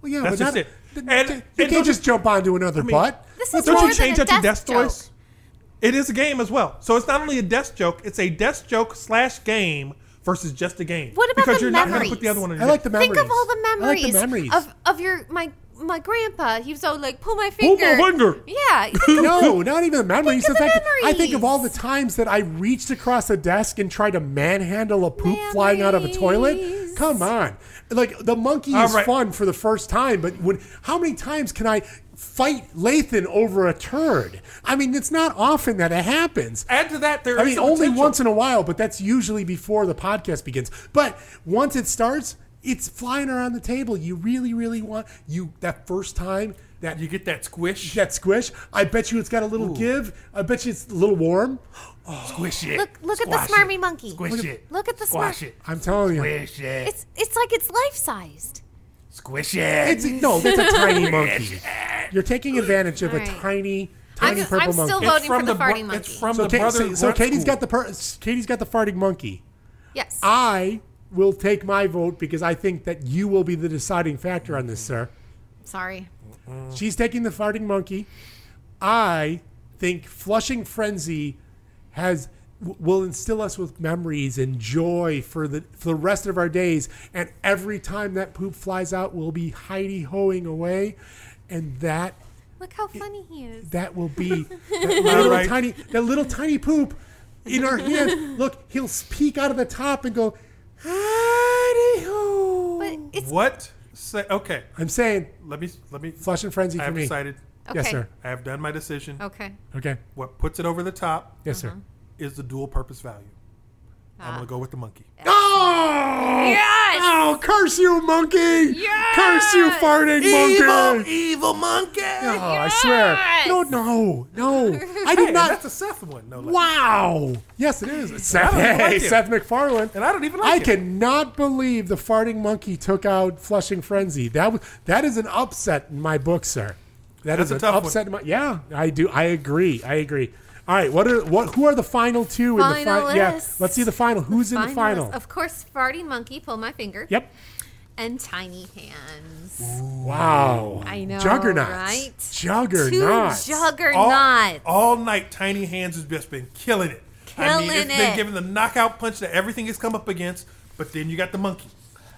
S3: Well, yeah,
S6: That's
S3: but
S6: just
S3: not,
S6: it.
S3: th-
S6: And-
S3: th-
S6: and
S3: you
S6: don't
S3: can't just jump onto another butt.
S5: This is
S6: Don't
S5: more
S6: you
S5: than
S6: change
S5: a
S6: that to desk
S5: desk joke.
S6: toys? It is a game as well. So it's not only a desk joke; it's a desk joke slash game versus just a game.
S5: What about
S6: because
S5: the
S6: you're not going to
S5: memories?
S6: put the other one in.
S3: I like the memories.
S5: Think of all the
S3: I like
S5: memories,
S3: the memories.
S5: of of your my my grandpa. He was all like, "Pull my
S6: my
S5: finger."
S6: finger.
S5: Yeah.
S3: no, not even the memories.
S5: Think
S3: the
S5: of the
S3: fact that I think of all
S5: memories.
S3: the times that I reached across a desk and tried to manhandle a poop flying out of a toilet.
S5: Memories.
S3: Come on. Like the monkey
S6: All
S3: is
S6: right.
S3: fun for the first time, but when how many times can I fight Lathan over a turd? I mean, it's not often that it happens.
S6: Add to that, there is
S3: I mean,
S6: the
S3: only
S6: potential.
S3: once in a while, but that's usually before the podcast begins. But once it starts, it's flying around the table. You really, really want you that first time that
S6: You get that squish.
S3: that squish. I bet you it's got a little give. I bet you it's a little warm.
S6: Squish it.
S5: Look- look at the
S6: Squash
S5: smarmy
S6: it.
S5: monkey.
S6: Squish
S5: Look at-
S6: it.
S5: look at the
S6: squash
S5: smart-
S6: it.
S3: I'm telling you.
S6: Squish it.
S5: It's it's like it's life sized.
S6: Squish it.
S3: It's, no, that's a tiny monkey. You're taking advantage of a
S5: All right.
S3: tiny Tiny
S5: I'm,
S3: purple
S5: I'm still
S3: monkey.
S5: voting for the,
S6: bro-
S5: farting monkey.
S6: It's from
S3: So,
S6: the
S3: Ka-
S6: brother.
S3: so- so
S6: Grunt
S3: Katie's
S6: School.
S3: got the per- Katie's got the farting monkey.
S5: yes.
S3: I will take my vote because I think that you will be the deciding factor on this, sir.
S5: Sorry.
S3: She's taking the farting monkey. I think flushing frenzy has w- will instill us with memories and joy for the for the rest of our days. And every time that poop flies out, we'll be Heidi hoeing away, and that
S5: Look how funny he is.
S3: that will be that little
S6: right.
S3: tiny that little tiny poop in our hand. Look, he'll peek out of the top and go, Heidi ho.
S5: But it's
S6: What? Say, okay,
S3: I'm saying
S6: let me let me.
S3: flush and frenzy
S6: I
S3: for
S6: have
S3: me.
S6: decided.
S5: okay.
S3: Yes, sir.
S6: I have done my decision.
S5: Okay.
S3: Okay.
S6: What puts it over the top
S3: Yes,
S5: Uh-huh.
S3: sir.
S6: is the dual purpose value. I'm
S5: Ah.
S6: gonna go with the monkey.
S3: Oh!
S5: Yes!
S3: Oh, curse you, monkey!
S5: Yes!
S3: Curse you, farting monkey!
S6: evil monkey.
S3: Oh, I swear.
S5: Yes!
S3: No, no, no. I did
S6: Hey,
S3: not.
S6: that's a Seth one. No, like-
S3: Wow! Yes, it is. It's Seth,
S6: don't even
S3: hey,
S6: like it.
S3: Seth MacFarlane.
S6: And I don't even
S3: I
S6: like it.
S3: cannot believe the farting monkey took out Flushing Frenzy. That was that is an upset in my book, sir. That
S6: That's
S3: is
S6: a
S3: an
S6: tough one.
S3: upset. In my, yeah, I do. I agree. I agree. All right. What are what? Who are the final two in the final? Yeah.
S5: Finalists.
S3: Let's see the final. Who's in the final?
S5: Finalists. Of course, farting monkey, pull my finger.
S3: Yep.
S5: And tiny hands.
S3: Wow.
S5: I know.
S3: Juggernauts.
S5: Right?
S3: Juggernauts.
S5: Two
S6: all,
S5: juggernauts.
S6: all night, Tiny Hands has just been killing it. I mean,
S5: Killing
S6: it's been
S5: it.
S6: giving the knockout punch that everything has come up against. But then you got the monkey,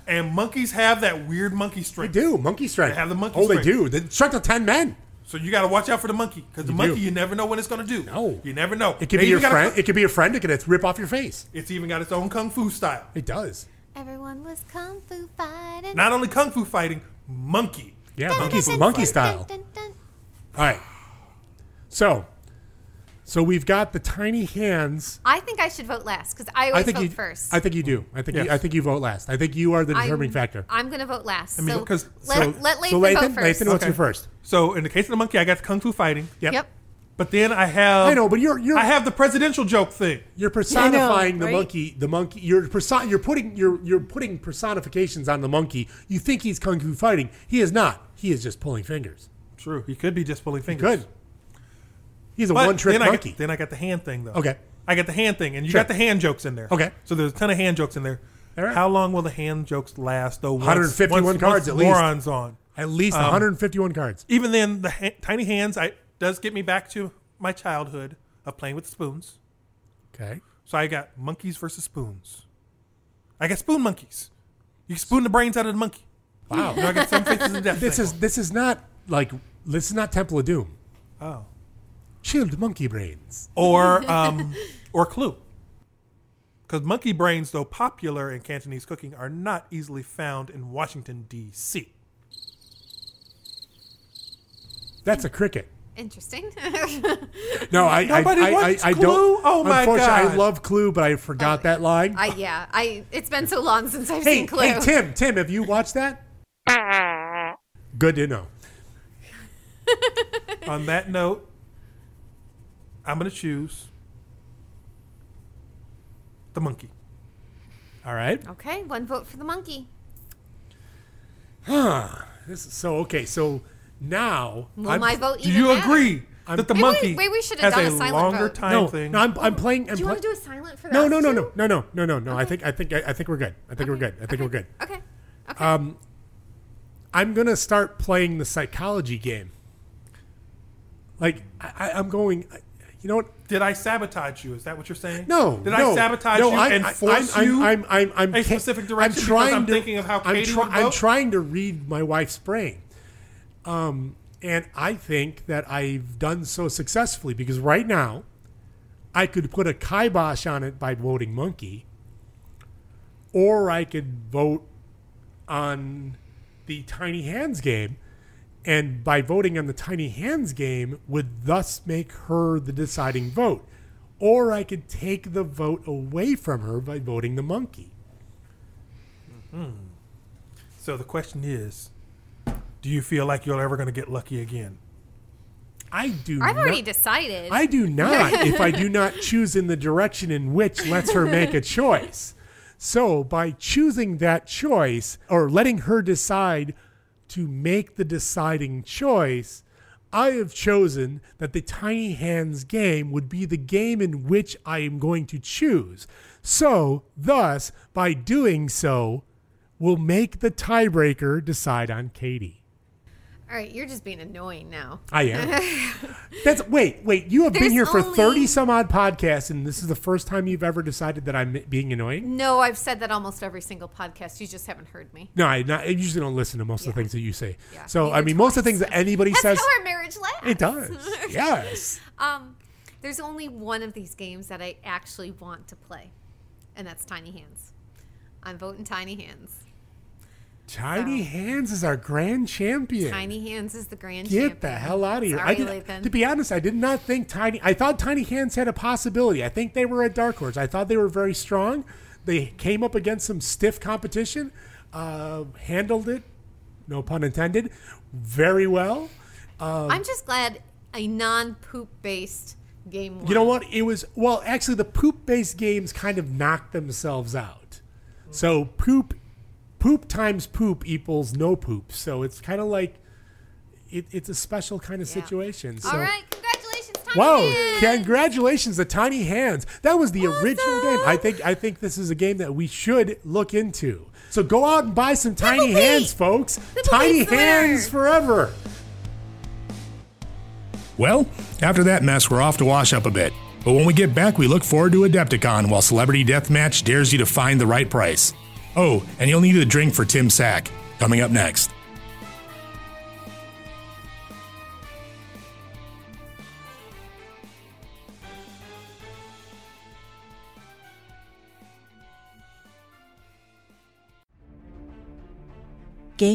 S6: and monkeys have that weird monkey
S3: they
S6: strength.
S3: do. Monkey strength.
S6: They have the monkey
S3: Oh, they do.
S6: strength.
S3: The strength of 10 men.
S6: So you got to watch out for the monkey because the
S3: You
S6: monkey
S3: do.
S6: you never know what it's going to do.
S3: No.
S6: you never know.
S3: It could
S6: They
S3: be your
S6: even got a-
S3: friend. It could be your friend. It could rip off your face.
S6: it's even got its own kung fu style.
S3: It does.
S5: Everyone was kung fu fighting.
S6: Not only kung fu fighting, monkey.
S3: Yeah,
S5: Dun,
S3: monkeys,
S5: dun, dun,
S3: monkey
S5: dun,
S3: style.
S5: dun, dun,
S3: All right. So, so we've got the tiny hands.
S5: I think I should vote last because I
S3: I
S5: always
S3: think
S5: vote
S3: you.
S5: first.
S3: I think you do. I think you,
S6: Yes.
S3: I think you vote last. I think you are the
S5: I'm-
S3: determining factor.
S5: I'm going to vote last.
S6: mean,
S5: so
S6: 'cause-
S5: let,
S3: so,
S5: let Lathan,
S3: so Lathan,
S5: vote first.
S3: Lathan, what's
S6: Okay.
S3: your first?
S6: So in the case of the monkey, I got the kung fu fighting.
S3: Yep.
S5: Yep.
S6: But then I have
S3: I know, but you're you're
S6: I have the presidential joke thing.
S3: You're personifying the
S5: right?
S3: monkey. The monkey. You're person. You're putting. You're you're putting personifications on the monkey. You think he's kung fu fighting. He is not. He is just pulling fingers.
S6: True, he could be just pulling fingers.
S3: Good. He's a
S6: But
S3: one trick
S6: then I
S3: monkey.
S6: Got, then I got the hand thing though.
S3: Okay.
S6: I got the hand thing, and you
S3: Sure.
S6: got the hand jokes in there.
S3: Okay.
S6: So there's a ton of hand jokes in there.
S3: All right.
S6: How long will the hand jokes last though? once-
S3: 151
S6: once-
S3: cards
S6: once
S3: at least.
S6: Morons on.
S3: At least
S6: Um,
S3: 151 cards.
S6: Even then, the ha- tiny hands I does get me back to my childhood of playing with spoons.
S3: Okay.
S6: So I got monkeys versus spoons. I got spoon monkeys. You can spoon the brains out of the monkey.
S3: Wow.
S6: You know, I got some faces of death.
S3: this
S6: thing.
S3: is this is not like this is not Temple of Doom.
S6: oh.
S3: Chilled monkey brains.
S6: or um, or Clue. Because monkey brains, though popular in Cantonese cooking, are not easily found in Washington D.C.
S3: That's a cricket.
S5: Interesting.
S3: No, I I,
S6: Nobody
S3: I,
S6: wants
S3: I, I
S6: Clue?
S3: don't.
S6: Oh my
S3: unfortunately, I
S6: God.
S3: love Clue, but I forgot that line.
S5: I yeah. I it's been so long since I've
S3: hey,
S5: seen Clue.
S3: hey, Tim, Tim, have you watched that? Good to know.
S6: On that note, I'm going to choose the monkey.
S3: All right.
S5: Okay, one vote for the monkey.
S3: This is, so okay. So now
S5: Will
S3: I'm-
S5: my vote
S6: Do
S5: even
S6: you
S5: matter?
S6: agree that the
S5: Maybe we-
S6: monkey
S5: maybe we should have
S6: has
S5: done
S6: a
S5: a silent
S6: longer
S5: vote.
S6: time
S3: No,
S6: thing?
S3: no, I'm, I'm playing. I'm
S5: Do you want to
S3: play-
S5: do a silent for
S3: no,
S5: us
S3: no, no,
S5: too?
S3: no, no, no, no, no, no. I
S5: Okay.
S3: think I think I, I think we're good. I think we're good. I think we're good.
S5: Okay. Okay.
S3: I'm gonna start playing the psychology game. Like I, I- I'm going. You know what?
S6: Did I sabotage you? Is that what you're saying?
S3: No.
S6: Did
S3: no,
S6: I sabotage
S3: no,
S6: you
S3: I,
S6: and
S3: I,
S6: force
S3: I'm,
S6: you?
S3: I'm, I'm, I'm,
S6: a
S3: ca-
S6: specific direction because
S3: I'm trying
S6: I'm
S3: to,
S6: thinking of how Katie
S3: I'm, try-
S6: would
S3: I'm
S6: vote?
S3: trying to read my wife's brain. Um, and I think that I've done so successfully because right now I could put a kibosh on it by voting monkey, or I could vote on the tiny hands game. And by voting on the tiny hands game would thus make her the deciding vote. Or I could take the vote away from her by voting the monkey.
S6: so the question is, do you feel like you're ever going to get lucky again?
S3: I do
S5: I've
S3: not,
S5: already decided.
S3: I do not if I do not choose in the direction in which lets her make a choice. So by choosing that choice or letting her decide to make the deciding choice, I have chosen that the Tiny Hands game would be the game in which I am going to choose. So, thus, by doing so, will make the tiebreaker decide on Katie.
S5: All right, you're just being annoying now.
S3: I am. That's wait, wait. You have been
S5: There's
S3: here for
S5: only-
S3: thirty some odd podcasts, and this is the first time you've ever decided that I'm being annoying.
S5: No, I've said that almost every single podcast. You just haven't heard me.
S3: No, I, not, I usually don't listen to most of the things that you say.
S5: Yeah.
S3: So
S5: You
S3: I
S5: do
S3: mean, most of the
S5: twice.
S3: things that anybody
S5: That's
S3: says,
S5: how our marriage lasts.
S3: it does. yes.
S5: Um, there's only one of these games that I actually want to play, and that's Tiny Hands. I'm voting Tiny Hands.
S3: Tiny Hands is our grand champion.
S5: Tiny Hands is the grand
S3: Get
S5: champion.
S3: the hell out of here!
S5: Sorry,
S3: I did,
S5: Lathan.
S3: to be honest, I did not think Tiny. I thought Tiny Hands had a possibility. I think they were a dark horse. I thought they were very strong. They came up against some stiff competition, uh, handled it, no pun intended, very well.
S5: I'm just glad a non-poop based game. Won.
S3: You know what? It was well, actually, the poop-based games kind of knocked themselves out. So poop, poop times poop equals no poop. So it's kind of like it, it's a special kind of
S5: Yeah.
S3: situation. So.
S5: All right, congratulations, Tiny
S3: Wow!
S5: Hands. Oh,
S3: Congratulations, the Tiny Hands. That was the original
S5: Awesome.
S3: game. I think I think this is a game that we should look into. So go out and buy some Tiny
S5: Pebble
S3: Hands,
S5: Beat.
S3: folks.
S5: Pebble
S3: Tiny
S5: Beat's the
S3: Hands forever.
S8: Well, after that mess, we're off to wash up a bit. But when we get back, we look forward to Adepticon while Celebrity Deathmatch dares you to find the right price. Oh, and you'll need a drink for Tim Sack. Coming up next.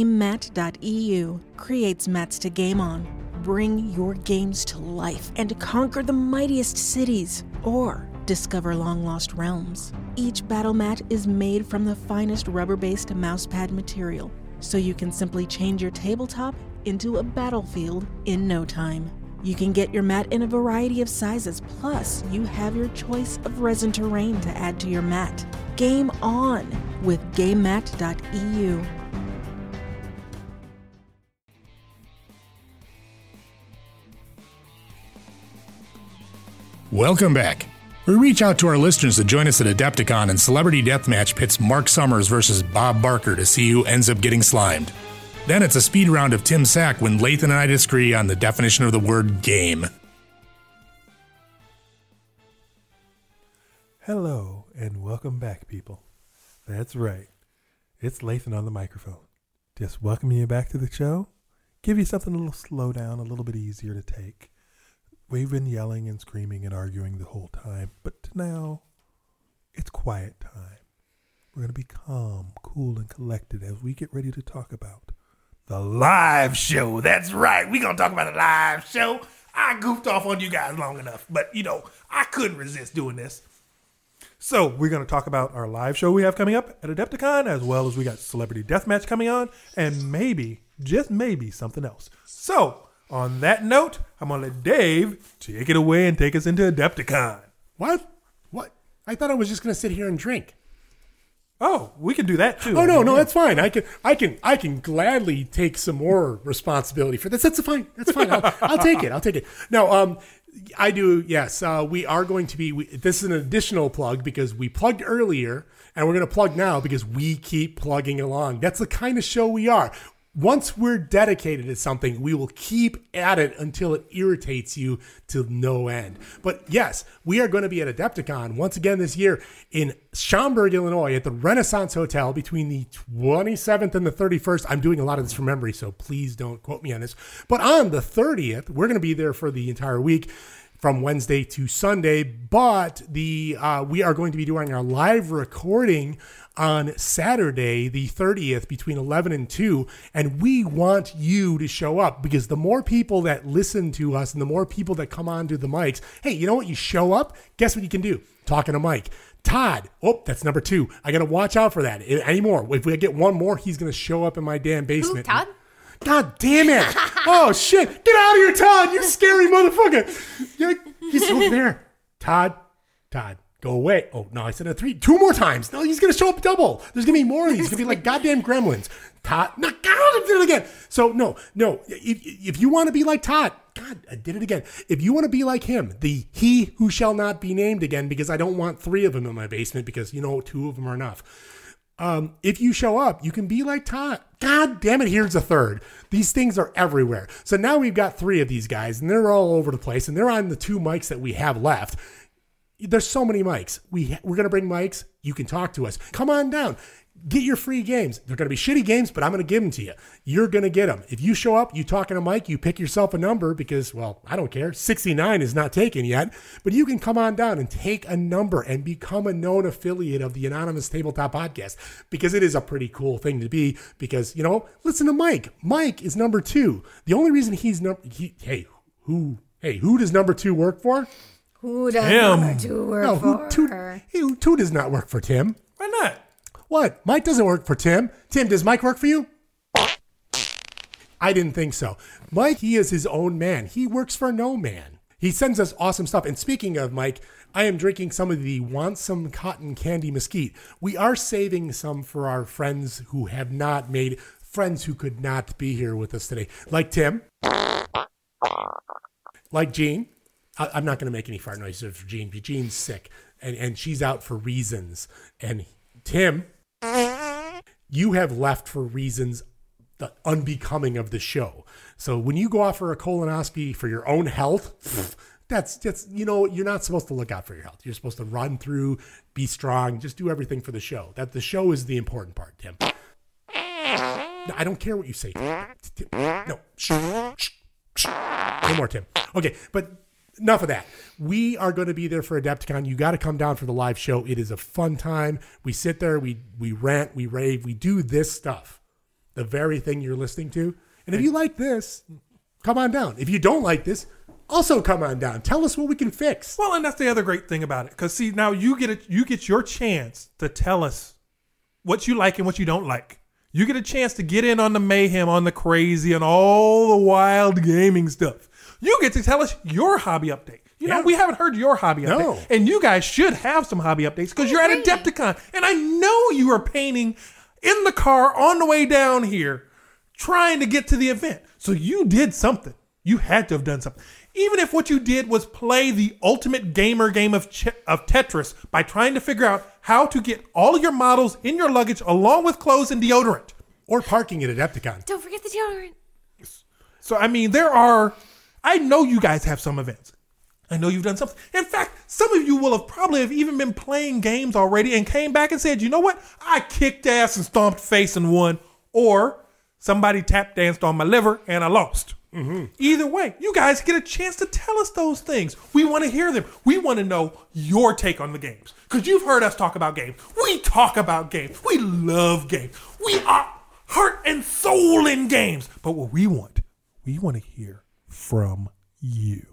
S10: GameMat.eu creates mats to game on. Bring your games to life and conquer the mightiest cities or discover long lost realms. Each battle mat is made from the finest rubber based mousepad material, so you can simply change your tabletop into a battlefield in no time. You can get your mat in a variety of sizes, plus, you have your choice of resin terrain to add to your mat. Game on with GameMat.eu.
S8: Welcome back. We reach out to our listeners to join us at Adepticon, and Celebrity Deathmatch pits Mark Summers versus Bob Barker to see who ends up getting slimed. Then it's a speed round of Tim Sack when Lathan and I disagree on the definition of the word game.
S6: Hello and welcome back, people. That's right. It's Lathan on the microphone. Just welcome you back to the show. Give you something a little slow down, a little bit easier to take. We've been yelling and screaming and arguing the whole time, but now it's quiet time. We're going to be calm, cool, and collected as we get ready to talk about the live show. That's right. We're going to talk about the live show. I goofed off on you guys long enough, but you know, I couldn't resist doing this. So we're going to talk about our live show we have coming up at Adepticon, as well as we got Celebrity Deathmatch coming on, and maybe, just maybe, something else. So on that note, I'm going to let Dave take it away and take us into Adepticon.
S3: What? What? I thought I was just gonna sit here and drink.
S6: Oh, we can do that too.
S3: Oh no, no, that's fine. I can, I can, I can gladly take some more responsibility for this. That's fine. That's fine. I'll, I'll take it. I'll take it. No, um, I do. Yes, uh, we are going to be. We, this is an additional plug because we plugged earlier, and we're going to plug now because we keep plugging along. That's the kind of show we are. Once we're dedicated to something, we will keep at it until it irritates you to no end. But yes, we are going to be at Adepticon once again this year in Schaumburg, Illinois, at the Renaissance Hotel between the 27th and the 31st. I'm doing a lot of this from memory, so please don't quote me on this. But on the 30th, we're going to be there for the entire week from Wednesday to Sunday. But the uh, we are going to be doing our live recording on Saturday, the 30th, between 11 and 2. And we want you to show up because the more people that listen to us and the more people that come onto the mics, hey, you know what? You show up, guess what you can do? Talking to Mike. Todd, oh, that's number two. I got to watch out for that. Any more? If we get one more, he's going to show up in my damn
S5: Who,
S3: basement.
S5: Todd?
S3: God damn it! Oh shit! Get out of here, Todd! You scary motherfucker! You're- He's over there. Todd, Todd, Go away. Oh, no, I said a three. Two more times. No, he's going to show up double. There's going to be more of these. It's going to be like goddamn gremlins. Tot, no, God, I did it again. So, no, no. If, if you want to be like Tot, God, I did it again. If you want to be like him, the he who shall not be named again, because I don't want three of them in my basement because, you know, two of them are enough. Um, if you show up, you can be like Todd. God damn it, here's a third. These things are everywhere. So now we've got three of these guys, and they're all over the place, and they're on the two mics that we have left. There's so many mics. We we're gonna bring mics. You can talk to us. Come on down. Get your free games. They're gonna be shitty games, but I'm gonna give them to you. You're gonna get them. If you show up, you talk in a mic, you pick yourself a number because, well, I don't care. 69 is not taken yet, but you can come on down and take a number and become a known affiliate of the Anonymous Tabletop Podcast because it is a pretty cool thing to be. Because you know, listen to Mike. Mike is number two. The only reason he's number he, hey who hey who does number two work for?
S5: Who does
S6: Him.
S5: number two work
S3: No,
S5: for?
S3: who two, hey, who two does not work for Tim.
S6: Why not?
S3: What? Mike doesn't work for Tim. Tim, does Mike work for you? I didn't think so. Mike, he is his own man. He works for no man. He sends us awesome stuff. And speaking of Mike, I am drinking some of the Wansome Cotton Candy Mesquite. We are saving some for our friends who have not made friends who could not be here with us today, like Tim, like Gene. I, I'm not going to make any fart noises for Gene. because Gene's sick, and and she's out for reasons. And Tim, you have left for reasons the unbecoming of the show. So when you go off for a colonoscopy for your own health, that's that's you know you're not supposed to look out for your health. You're supposed to run through, be strong, just do everything for the show. That the show is the important part, Tim. No, I don't care what you say. Tim. Tim, No, shh, shh, shh. no more, Tim. Okay, but enough of that. We are going to be there for Adepticon. You got to come down for the live show. It is a fun time. We sit there, we we rant, we rave, we do this stuff, the very thing you're listening to. And if you like this, come on down. If you don't like this, also come on down. Tell us what we can fix.
S6: Well, and that's the other great thing about it, because see, now you get a, you get your chance to tell us what you like and what you don't like. You get a chance to get in on the mayhem, on the crazy, and all the wild gaming stuff. You get to tell us your hobby update. You know,
S3: Yeah.
S6: we haven't heard your hobby
S3: No.
S6: update, and you guys should have some hobby updates because you're at
S5: agree.
S6: Adepticon, and I know you are painting in the car on the way down here, trying to get to the event. So you did something. You had to have done something. Even if what you did was play the ultimate gamer game of, che- of Tetris by trying to figure out how to get all of your models in your luggage along with clothes and deodorant.
S3: Or parking at Adepticon.
S5: Don't forget the deodorant.
S6: So I mean, there are. I know you guys have some events. I know you've done something. In fact, some of you will have probably have even been playing games already and came back and said, "You know what? I kicked ass and stomped face and won," or somebody tap danced on my liver and I lost. Mm-hmm. Either way, you guys get a chance to tell us those things. We want to hear them. We want to know your take on the games because you've heard us talk about games. We talk about games. We love games. We are heart and soul in games. But what we want, we want to hear from you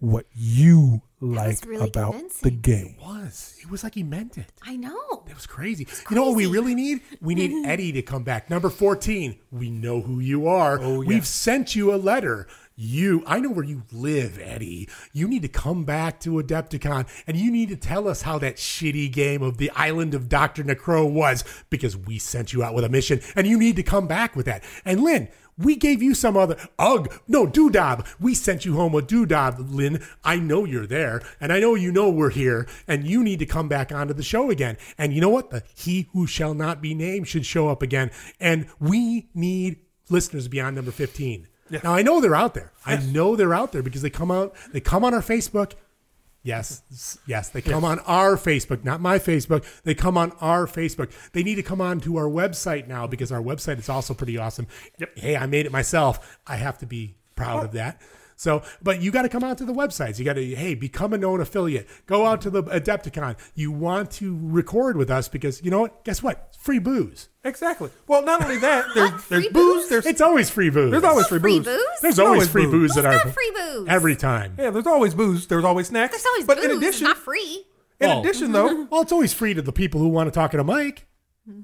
S6: what you like
S5: really
S6: about the
S5: convincing.
S6: game.
S3: Was it was like he meant it.
S5: I know.
S3: It was crazy. You know what we really need? We need Eddie to come back. Number 14. We know who you are.
S6: Oh, yeah.
S3: We've sent you a letter. You, I know where you live, Eddie. You need to come back to Adepticon and you need to tell us how that shitty game of the Island of Dr. Necro was because we sent you out with a mission and you need to come back with that. And Lynn, we gave you some other ugh no doodob. We sent you home a doodob, Lynn. I know you're there, and I know you know we're here, and you need to come back onto the show again. And you know what? The he who shall not be named should show up again. And we need listeners beyond number fifteen. Now I know they're out there. I know they're out there because they come out. They come on our Facebook. Yes, s- yes, they come on our Facebook, not my Facebook. They come on our Facebook. They need to come on to our website now because our website is also pretty awesome. Hey, I made it myself. I have to be proud of that. So, but you got to come out to the websites. You got to, hey, become a known affiliate. Go out to the Adepticon. You want to record with us because you know what? Guess what? It's free booze.
S6: Exactly. Well, not only that, there's, there's
S5: Free
S6: booze. There's
S3: It's always free booze.
S6: there's always free
S5: Free
S6: booze.
S5: booze?
S3: There's always,
S6: always
S3: free
S6: booze.
S3: booze, at
S5: Who's
S3: our
S5: got free booze?
S3: every time.
S6: Yeah, there's always booze. There's always snacks.
S5: There's always
S6: but
S5: booze.
S6: in addition,
S5: not free.
S6: in
S3: Well-
S6: addition though,
S3: Well, it's always free to the people who want to talk at a mic.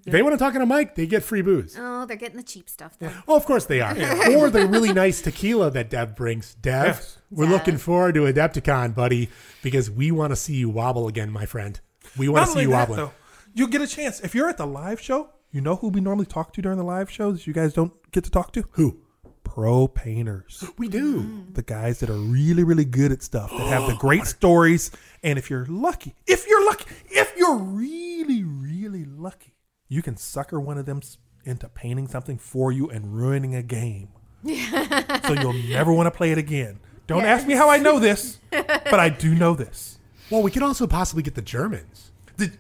S3: If they want to talk at a mic, they get free booze.
S5: Oh, they're getting the cheap stuff then.
S3: Oh, of course they are. Or the really nice tequila that Dev brings. Dev,
S6: Yes.
S3: we're looking forward to Adepticon, buddy, because we want to see you wobble again, my friend. We
S6: Not
S3: want to see
S6: only
S3: you
S6: that,
S3: wobbling.
S6: though, you get a chance. If you're at the live show, you know who we normally talk to during the live shows you guys don't get to talk to? Who? Pro painters.
S3: We do.
S5: Mm.
S6: the guys that are really, really good at stuff, that have
S3: Oh,
S6: the great stories. And if you're lucky, if you're lucky, if you're really, really lucky, you can sucker one of them s- into painting something for you and ruining a game. so you'll never want to play it again. Don't ask me how I know this, but I do know this.
S3: Well, we could also possibly get the Germans.
S6: The,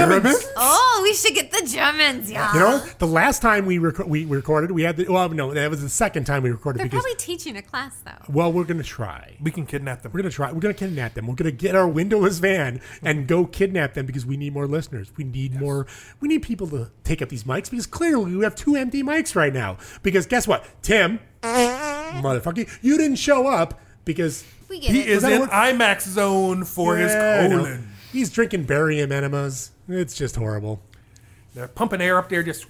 S5: Oh, we should get the Germans, yeah.
S3: You know, the last time we rec- we recorded, we had the well, no, that was the second time we recorded
S5: They're
S3: because
S5: probably teaching a class though.
S3: well, we're gonna try.
S6: We can kidnap them.
S3: We're gonna try. We're gonna kidnap them. We're gonna get our windowless van and go kidnap them because we need more listeners. We need more. We need people to take up these mics because clearly we have two empty mics right now. Because guess what, Tim, motherfucker, you didn't show up because
S5: We get
S6: He
S5: it.
S6: is
S3: that
S6: in
S3: what-
S6: IMAX zone for
S3: Yeah, I
S6: his
S3: know.
S6: colon.
S3: He's drinking barium enemas. It's just horrible.
S6: They're pumping air up there, just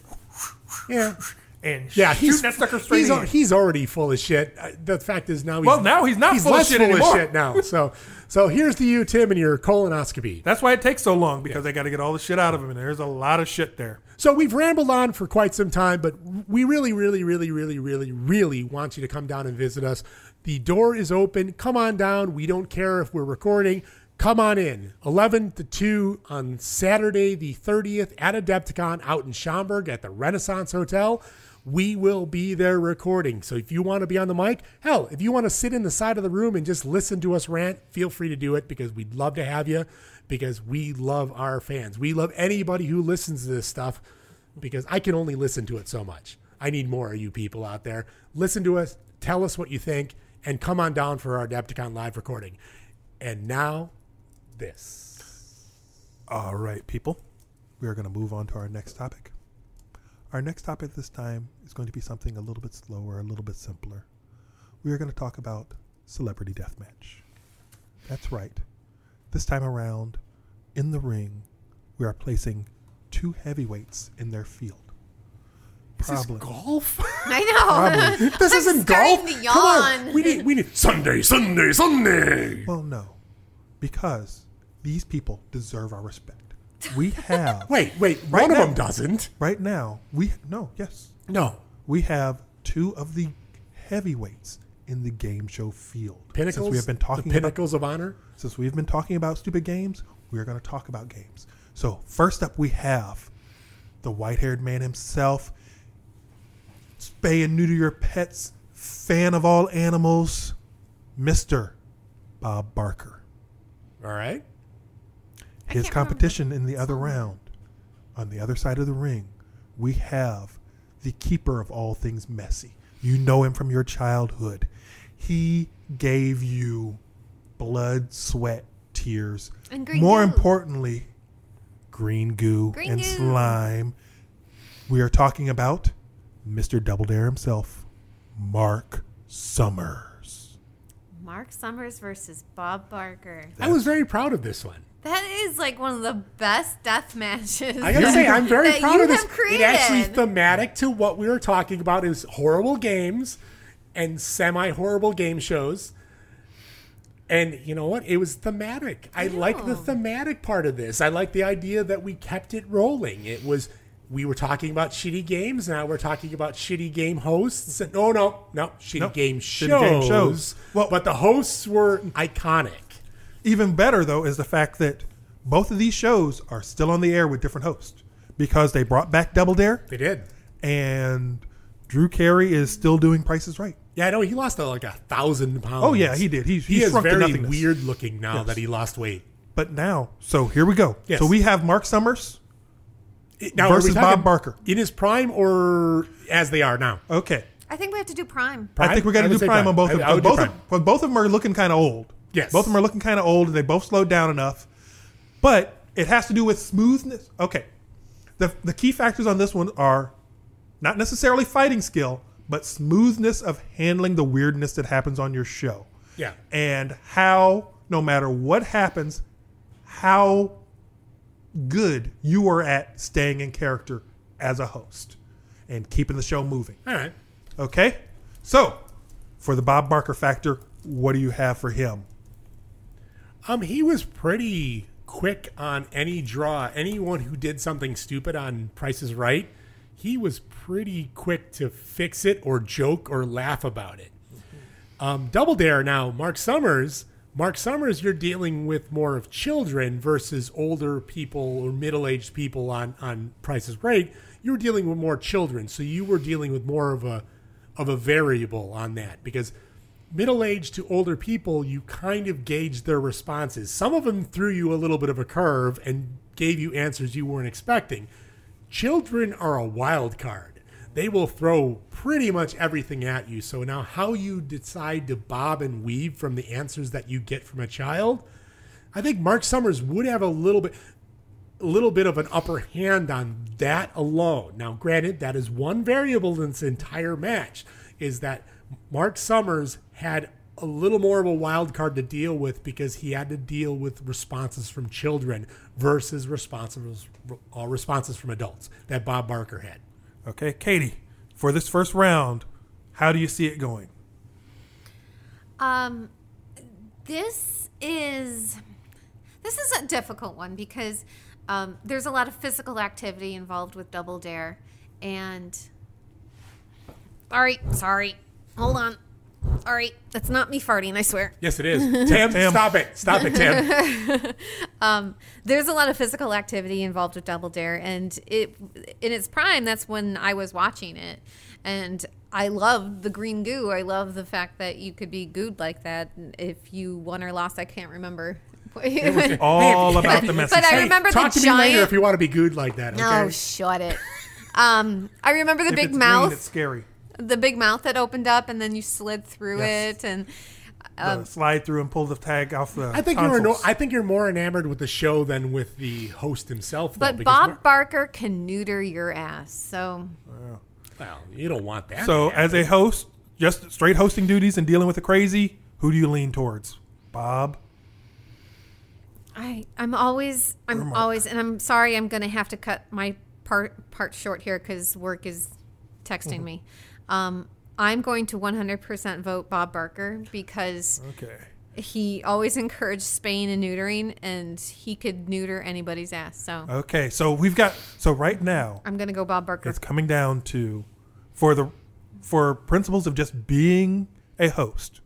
S3: Yeah.
S6: and
S3: Yeah, he's
S6: shooting that sucker straight
S3: he's,
S6: in.
S3: al- he's already full of shit. Uh, The fact is now he's
S6: Well, now he's not full of
S3: less
S6: shit
S3: full
S6: anymore.
S3: of shit now. So so here's to you, Tim, and your colonoscopy.
S6: That's why it takes so long because they got to get all the shit out of him, and there's a lot of shit there.
S3: So we've rambled on for quite some time, but we really, really, really, really, really, really want you to come down and visit us. The door is open. Come on down. We don't care if we're recording. Come on in. 11 to 2 on Saturday, the 30th at Adepticon out in Schaumburg at the Renaissance Hotel. We will be there recording. So if you want to be on the mic, hell, if you want to sit in the side of the room and just listen to us rant, feel free to do it because we'd love to have you because we love our fans. We love anybody who listens to this stuff because I can only listen to it so much. I need more of you people out there. Listen to us, tell us what you think, and come on down for our Adepticon live recording. And now, this.
S6: All right, people, we are going to move on to our next topic. Our next topic this time is going to be something a little bit slower, a little bit simpler. We are going to talk about celebrity deathmatch. That's right. This time around, in the ring, we are placing two heavyweights in their field. Problem.
S3: Golf?
S5: I know.
S3: this
S5: I'm
S3: isn't
S5: starting
S3: golf.
S5: to
S3: Come on,
S5: yawn.
S3: we need we need Sunday, Sunday, Sunday.
S6: Well, no, because these people deserve our respect. We have
S3: Wait, wait.
S6: Right
S3: one
S6: now.
S3: of them doesn't.
S6: right now. We no, yes,
S3: No,
S6: we have two of the heavyweights in the game show field.
S3: pinnacles.
S6: Since we have been talking
S3: the pinnacles of honor.
S6: about, since we've been talking about stupid games, we are going to talk about games. So first up, we have the white-haired man himself, spay and neuter your pets, fan of all animals, Mister Bob Barker.
S3: All right.
S5: I
S6: his
S5: can't remember.
S6: competition in the other round, on the other side of the ring, we have the keeper of all things messy. You know him from your childhood. He gave you blood, sweat, tears.
S5: And green
S6: More
S5: goo.
S6: importantly, green goo
S5: Green
S6: and
S5: goo.
S6: slime. We are talking about Mr. Double Dare himself, Mark Summers.
S5: Mark Summers versus Bob Barker.
S3: I was very proud of this one.
S5: That is like one of the best death matches.
S3: I gotta say, I'm very
S5: that
S3: proud
S5: you
S3: of this.
S5: Have created.
S3: It actually thematic to what we were talking about is horrible games and semi-horrible game shows. And you know what? It was thematic. I like the thematic part of this. I like the idea that we kept it rolling. It was we were talking about shitty games. Now we're talking about shitty game hosts. And, oh no, no, shitty
S6: Nope.
S3: game shows.
S6: Shitty game shows. Well-
S3: but the hosts were iconic.
S6: Even better, though, is the fact that both of these shows are still on the air with different hosts because they brought back Double Dare
S3: They did.
S6: and Drew Carey is still doing Prices Right.
S3: Yeah, I know he lost uh, like a thousand pounds.
S6: Oh, yeah, he did. He's-
S3: he
S6: he
S3: is
S6: shrunk to
S3: very
S6: nothingness.
S3: weird looking now
S6: Yes.
S3: that he lost weight.
S6: But now, so here we go.
S3: Yes.
S6: So we have Mark Summers.
S3: It- Now, are we
S6: Versus
S3: talking
S6: Bob Barker. Oh.
S3: in his prime or as they are now.
S6: Okay.
S5: I think we have to do prime.
S3: Prime?
S6: I think we're going
S3: I
S6: to
S3: would
S6: do
S3: say
S6: prime,
S3: prime.
S6: on both of
S3: I-
S6: them.
S3: I would
S6: But
S3: do
S6: both, of,
S3: prime.
S6: but both of them are looking kind of old.
S3: Yes.
S6: Both of them are looking kind of old and they both slowed down enough. But it has to do with smoothness. Okay. The, the key factors on this one are not necessarily fighting skill, but smoothness of handling the weirdness that happens on your show.
S3: Yeah.
S6: And how, no matter what happens, how good you are at staying in character as a host and keeping the show moving.
S3: All right.
S6: Okay? So, for the Bob Barker factor, what do you have for him?
S3: Um, he was pretty quick on any draw. Anyone who did something stupid on Price is Right, he was pretty quick to fix it or joke or laugh about it. Um, Double Dare now, Mark Summers. Mark Summers, you're dealing with more of children versus older people or middle aged people on, on Price is Right. You were dealing with more children, so you were dealing with more of a of a variable on that because middle aged to older people, you kind of gauge their responses. Some of them threw you a little bit of a curve and gave you answers you weren't expecting. Children are a wild card. They will throw pretty much everything at you. So now, how you decide to bob and weave from the answers that you get from a child, I think Mark Summers would have a little bit. A little bit of an upper hand on that alone. Now, granted, that is one variable in this entire match is that Mark Summers had a little more of a wild card to deal with because he had to deal with responses from children versus responses uh, responses from adults that Bob Barker had.
S6: Okay, Katie, for this first round, how do you see it going?
S5: Um, this is this is a difficult one because um, there's a lot of physical activity involved with Double Dare, and all right, sorry, hold on. All right, that's not me farting, I swear.
S3: Yes, it is. Tam, stop it. Stop it, Tam.
S5: There's a lot of physical activity involved with Double Dare, and it in its prime, that's when I was watching it, and I loved the green goo. I love the fact that you could be gooed like that if you won or lost. I can't remember.
S6: All about the message.
S5: but I remember
S3: Talk
S5: the
S3: to
S5: giant.
S3: me later if you want to be good like that. Okay?
S5: Oh, shut it. Um, I remember the
S6: If
S5: big
S6: it's green, it's
S5: mouth,
S6: scary.
S5: the big mouth that opened up, and then you slid through
S6: Yes.
S5: it, and
S6: The
S5: Um,
S6: slide through and pull the tag off the.
S3: I think you're no,
S6: tonsils.
S3: I think you're more enamored with the show than with the host himself. Though,
S5: but
S3: because
S5: Bob
S3: Mar-
S5: Barker can neuter your ass. So
S3: well, you don't want that.
S6: So,
S3: to
S6: as a host, just straight hosting duties and dealing with the crazy, who do you lean towards? Bob.
S5: I I'm always I'm always and I'm sorry I'm gonna have to cut my part part short here because work is texting me. Um, I'm going to 100% vote Bob Barker because
S6: Okay.
S5: he always encouraged spaying and neutering, and he could neuter anybody's ass. So
S6: Okay, so we've got so right now
S5: I'm gonna go Bob Barker.
S6: it's coming down to for the for principles of just being a host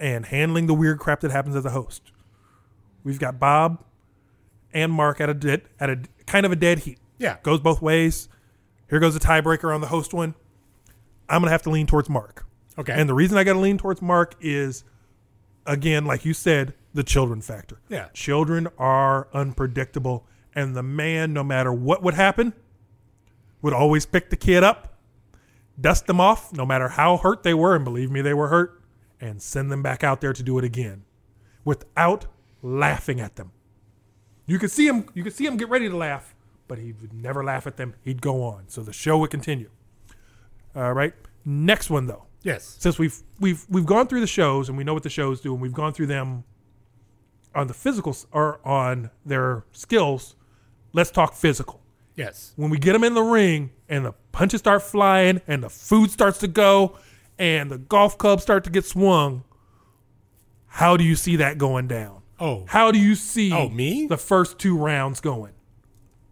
S6: and handling the weird crap that happens as a host. We've got Bob and Mark at a dead, at a kind of a dead heat.
S3: Yeah.
S6: goes both ways. Here goes the tiebreaker on the host one. I'm gonna have to lean towards Mark.
S3: Okay.
S6: and the reason I gotta lean towards Mark is again, like you said, the children factor.
S3: Yeah.
S6: children are unpredictable, and the man, no matter what would happen, would always pick the kid up, dust them off, no matter how hurt they were, and believe me, they were hurt, and send them back out there to do it again without laughing at them. You could see him you could see him get ready to laugh, but he would never laugh at them. He'd go on. So the show would continue. All right. Next one though.
S3: yes,
S6: Since we've we've we've gone through the shows and we know what the shows do and we've gone through them on the physical s- or on their skills, let's talk physical
S3: yes.
S6: when we get them in the ring and the punches start flying and the food starts to go and the golf clubs start to get swung, how do you see that going down?
S3: Oh.
S6: How do you see
S3: Oh, me?
S6: the first two rounds going?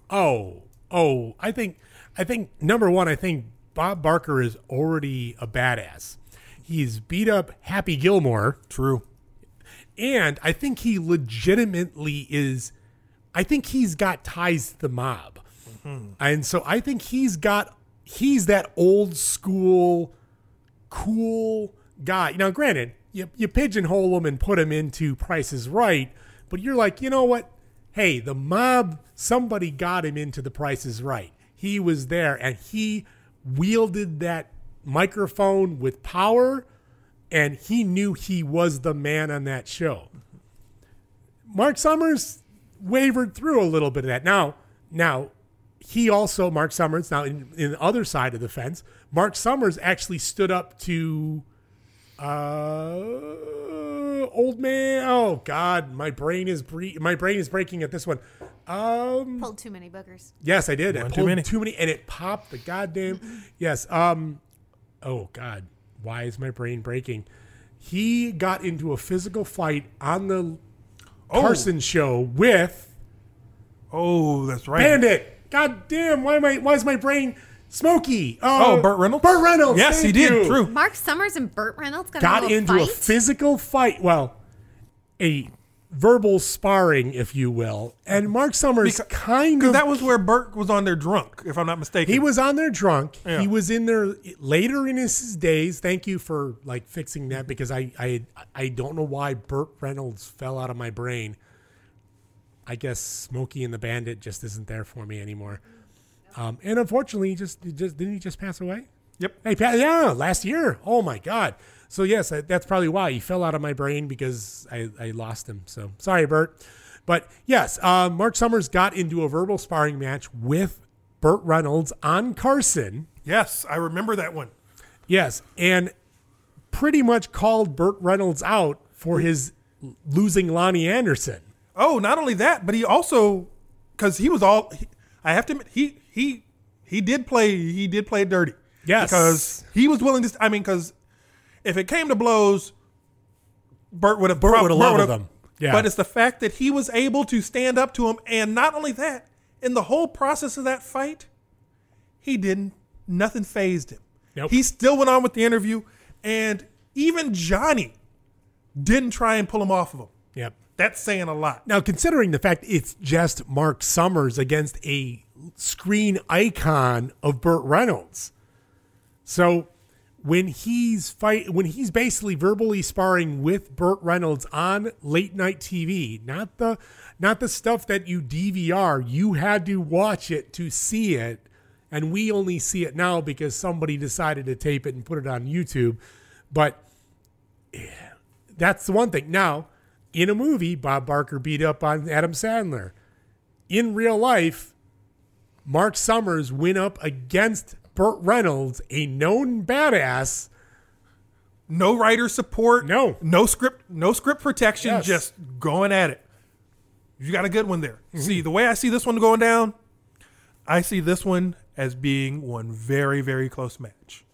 S3: Oh, oh, I think, I think number one, I think Bob Barker is already a badass. He's beat up Happy Gilmore. True. And I think he legitimately is, I think he's got ties to the mob. And so I think he's got, he's that old school, cool guy. Now, granted, you, you pigeonhole him and put him into Price is Right, but you're like, you know what? Hey, the mob, somebody got him into the Price is Right. He was there and he wielded that microphone with power and he knew he was the man on that show. Mark Summers wavered through a little bit of that. Now, now he also Mark Summers now in, in the other side of the fence. Mark Summers actually stood up to uh, old man. Oh God, my brain is bre- my brain is breaking at this one. Um,
S5: Pulled too many boogers.
S3: Yes, I did. I
S6: One too
S3: pulled
S6: many.
S3: too many, and it popped the goddamn. yes. Um. Oh God, why is my brain breaking? He got into a physical fight on the Carson show with
S6: Oh, that's right.
S3: Bandit. God damn, why am I, why is my brain smoky? Uh,
S6: Oh, Burt Reynolds?
S3: Burt Reynolds.
S6: Yes, he
S3: thank
S6: did.
S3: you.
S6: True.
S5: Mark Summers and Burt Reynolds got,
S3: Got
S5: into, a,
S3: into
S5: fight?
S3: a physical fight. Well, a verbal sparring, if you will. And Mark Summers
S6: Because-
S3: kind
S6: Because
S3: of
S6: that was where Burke was on there drunk, if I'm not mistaken.
S3: He was on there drunk.
S6: Yeah.
S3: He was in there later in his days. Thank you for like fixing
S6: Mm-hmm.
S3: that because I I I don't know why Burt Reynolds fell out of my brain. I guess Smokey and the Bandit just isn't there for me anymore. Um, and unfortunately, he just he just didn't he just pass away?
S6: Yep.
S3: Hey, pa- yeah, last year. Oh my God. So yes, I, that's probably why he fell out of my brain because I, I lost him. So sorry, Bert. But yes, uh, Mark Summers got into a verbal sparring match with Burt Reynolds on Carson.
S6: Yes, I remember that one.
S3: Yes, and pretty much called Burt Reynolds out for his losing Lonnie Anderson.
S6: Oh, not only that, but he also because he was all. He, I have to admit, he he he did play he did play dirty.
S3: Yes.
S6: because he was willing to. I mean, because if it came to blows, Bert would have Bert
S3: would've leveled him. Yeah.
S6: but it's the fact that he was able to stand up to him, and not only that, in the whole process of that fight, he didn't nothing phased him.
S3: Nope.
S6: He still went on with the interview, and even Johnny didn't try and pull him off of him.
S3: Yep.
S6: That's saying a lot.
S3: Now, considering the fact it's just Mark Summers against a screen icon of Burt Reynolds, so when he's fight, when he's basically verbally sparring with Burt Reynolds on late night TV, not the not the stuff that you DVR, you had to watch it to see it, and we only see it now because somebody decided to tape it and put it on YouTube, but that's the one thing. Now, in a movie, Bob Barker beat up on Adam Sandler. In real life, Mark Summers went up against Burt Reynolds, a known badass.
S6: no writer support
S3: No.
S6: no script no script protection
S3: Yes.
S6: just going at it you got a good one
S3: Mm-hmm.
S6: there see the way i see this one going down i see this one as being one very very close match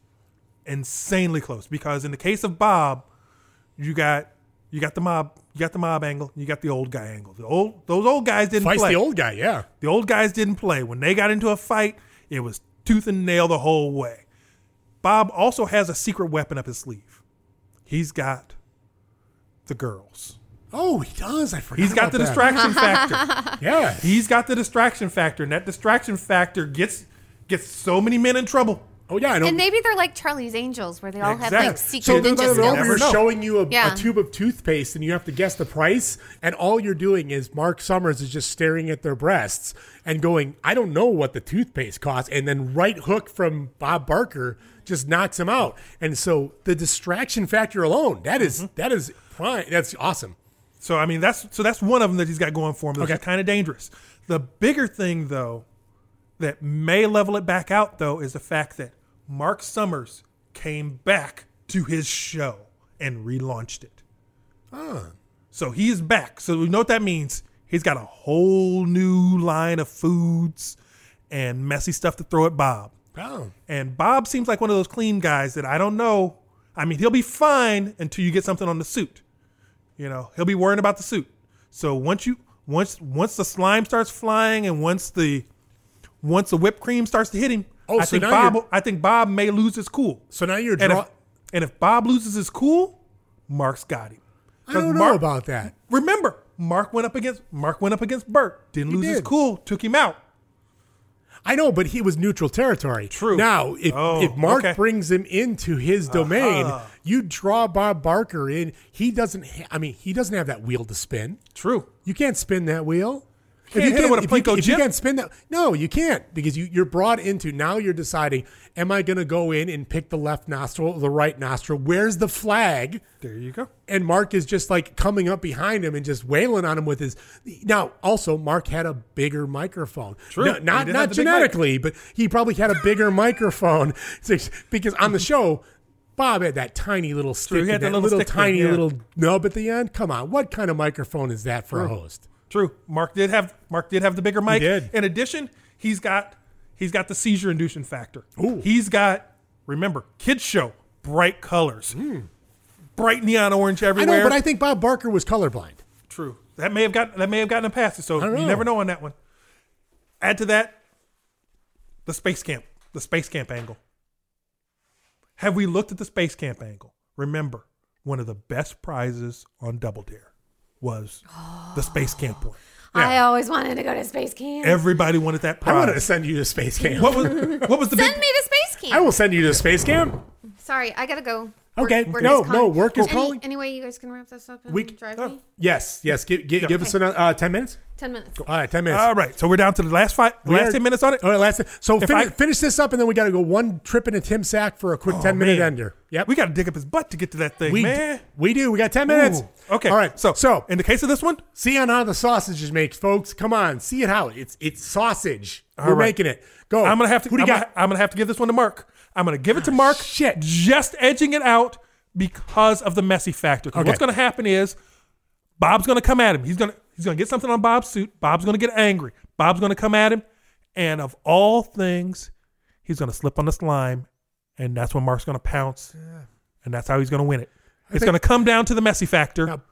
S6: insanely close because in the case of bob you got you got the mob you got the mob angle you got the old guy angle the old those old guys didn't
S3: Vice
S6: play
S3: the old guy, yeah.
S6: the old guys didn't play. When they got into a fight, it was tooth and nail the whole way. Bob also has a secret weapon up his sleeve. He's got the girls.
S3: Oh, he does. I forgot.
S6: He's got
S3: about
S6: the
S3: that.
S6: distraction factor.
S3: Yeah.
S6: He's got the distraction factor, and that distraction factor gets gets so many men in trouble.
S3: Oh, yeah. I know.
S5: And maybe they're like Charlie's Angels, where they all have like
S6: Exactly.
S5: secret
S3: so
S6: they
S3: they're
S5: ninja
S6: just
S3: they're
S6: don't
S5: skills.
S3: over here
S6: know.
S3: showing you a,
S5: Yeah.
S3: a tube of toothpaste, and you have to guess the price. And all you're doing is Mark Summers is just staring at their breasts and going, "I don't know what the toothpaste costs." And then right hook from Bob Barker just knocks him out. And so the distraction factor alone, that is-
S6: Mm-hmm.
S3: that is prime. That's awesome.
S6: So I mean, that's so that's one of them that he's got going for him. That's
S3: Okay.
S6: kind of dangerous. The bigger thing though, that may level it back out though, is the fact that Mark Summers came back to his show and relaunched it. So he is back. So we know what that means. He's got a whole new line of foods and messy stuff to throw at Bob.
S3: Wow.
S6: And Bob seems like one of those clean guys that I don't know. I mean, he'll be fine until you get something on the suit. You know, he'll be worrying about the suit. So once you once once the slime starts flying and once the once the whipped cream starts to hit him,
S3: Oh,
S6: I
S3: so
S6: think
S3: now
S6: Bob
S3: you're-
S6: I think Bob may lose his cool.
S3: So now you're
S6: and
S3: draw-
S6: if, and if Bob loses his cool, Mark's got him.
S3: I don't know
S6: Mark-
S3: about that.
S6: Remember, Mark went up against Mark went up against Burt. Didn't
S3: He
S6: lose his
S3: did.
S6: cool, took him out.
S3: I know, but he was neutral territory.
S6: True.
S3: Now, if
S6: Oh,
S3: if Mark
S6: okay. Uh-huh.
S3: brings him into his domain, you draw Bob Barker in. He doesn't. Ha- I mean, he doesn't have that wheel to spin.
S6: True.
S3: You can't spin that wheel.
S6: Can't hit it with a
S3: if, you,
S6: Plinko
S3: if you
S6: chip.
S3: can't spin that, no, you can't because you, you're brought into now. You're deciding: Am I going to go in and pick the left nostril, or the right nostril? Where's the flag?
S6: There you go.
S3: and Mark is just like coming up behind him and just wailing on him with his. Now, also, Mark had a bigger microphone.
S6: True.
S3: No-
S6: He
S3: not
S6: did
S3: not
S6: have the big mic.
S3: genetically, but he probably had a bigger microphone It's like- because on the show, Bob had that tiny little stick,
S6: he had
S3: and
S6: that
S3: that
S6: little
S3: little
S6: stick thing,
S3: tiny
S6: yeah.
S3: little nub at the end. Come on, what kind of microphone is that for a host?
S6: True. Mark did have Mark did have the bigger mic.
S3: did.
S6: In addition, he's got he's got the seizure inducing factor.
S3: Ooh.
S6: He's got remember kids show bright colors, bright neon orange
S3: Hmm. I
S6: everywhere.
S3: know, but I think Bob Barker was colorblind.
S6: True. That may have got that may have gotten a pass. So
S3: don't
S6: you
S3: know.
S6: never know on that one. Add to that the space camp, the space camp angle. Have we looked at the space camp angle? Remember, one of the best prizes on Double Dare was the space camp one.
S5: I always wanted to go to space camp.
S6: Everybody wanted that
S3: I want to
S6: prize.
S3: send you to space camp.
S6: What was what was the big
S5: Send me to space camp.
S3: I will send you to space camp.
S5: Sorry, I gotta go.
S3: Okay,
S5: Work- work
S3: no,
S5: is
S3: no,
S5: calling.
S3: work is
S5: Any-
S3: calling.
S5: Anyway, you guys can wrap this up and
S3: We-
S5: drive
S6: oh.
S5: me.
S3: Yes, yes. Give, give, give us
S5: Okay.
S3: another uh, ten minutes.
S5: Ten minutes.
S3: All right, ten minutes.
S6: All right, so we're down to the last five,
S3: We
S6: last
S3: are- Oh,
S6: ten minutes on it.
S3: All right, last. So
S6: If
S3: fin-
S6: I-
S3: finish this up, and then we got to go one trip into Tim Sack for a quick
S6: Oh,
S3: ten minute
S6: man.
S3: ender. Yep,
S6: We got to dig up his butt to get to that thing,
S3: we,
S6: man.
S3: we do. We got ten minutes.
S6: Ooh, okay.
S3: All right.
S6: So,
S3: so
S6: in the case of this one,
S3: see on how the sausage is made, folks. Come on, see it how it's it's sausage.
S6: All
S3: We're
S6: right.
S3: making it. Go.
S6: I'm gonna have to.
S3: Oh. Who do you
S6: I'm,
S3: got? Ah,
S6: Gonna, I'm gonna have to give this one to Mark. I'm gonna give it to Mark.
S3: shit.
S6: Just edging it out because of the messy factor. 'Cause
S3: Okay.
S6: What's gonna happen is Bob's gonna come at him. He's gonna he's gonna get something on Bob's suit. Bob's gonna get angry. Bob's gonna come at him, and of all things, he's gonna slip on the slime, and that's when Mark's gonna pounce, and that's how he's gonna win it. It's
S3: think-
S6: gonna come down to the messy factor.
S3: Now-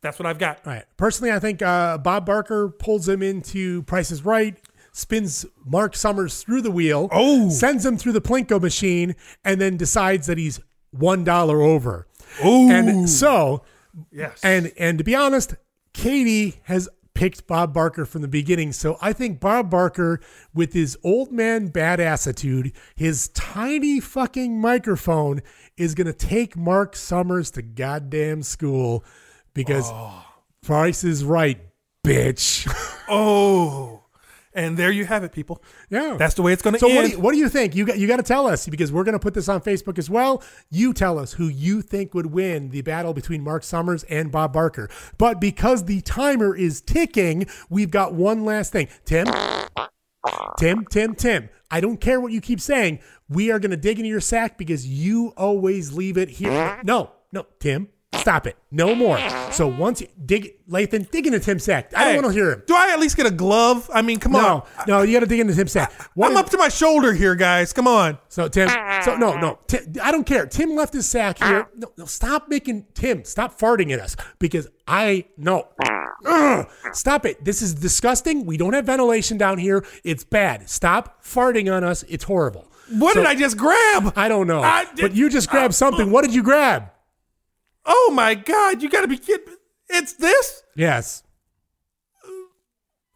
S6: that's what I've got.
S3: All right. Personally, I think uh, Bob Barker pulls him into Price is Right, spins Mark Summers through the wheel,
S6: Oh.
S3: sends him through the Plinko machine, and then decides that he's one dollar over. Oh, and so
S6: Yes.
S3: and and to be honest, Katie has picked Bob Barker from the beginning. So I think Bob Barker, with his old man bad attitude, his tiny fucking microphone, is gonna take Mark Summers to goddamn school because Price is right, bitch.
S6: oh, and there you have it, people.
S3: yeah.
S6: That's the way it's gonna
S3: so
S6: end.
S3: what do, you, what do you think? You got you got to tell us because we're going to put this on Facebook as well. You tell us who you think would win the battle between Mark Summers and Bob Barker. But because the timer is ticking, we've got one last thing. Tim, Tim, Tim, Tim. I don't care what you keep saying. We are going to dig into your sack because you always leave it here. No, no, Tim. Stop it. No more. So once you dig, Lathan, dig into Tim's sack. I
S6: Hey,
S3: don't want to hear him.
S6: Do I at least get a glove? I mean, come on.
S3: No, no, you got to dig into Tim's sack.
S6: I'm up to my shoulder here, guys. Come on.
S3: So Tim, so no, no, Tim, I don't care. Tim left his sack here. No, no, stop making Tim stop farting at us because I no. Ugh, stop it. This is disgusting. We don't have ventilation down here. It's bad. Stop farting on us. It's horrible.
S6: What did I just grab?
S3: I don't know,
S6: I did-
S3: but you just grabbed something. What did you grab?
S6: oh my God! You got to be kidding! It's this.
S3: Yes,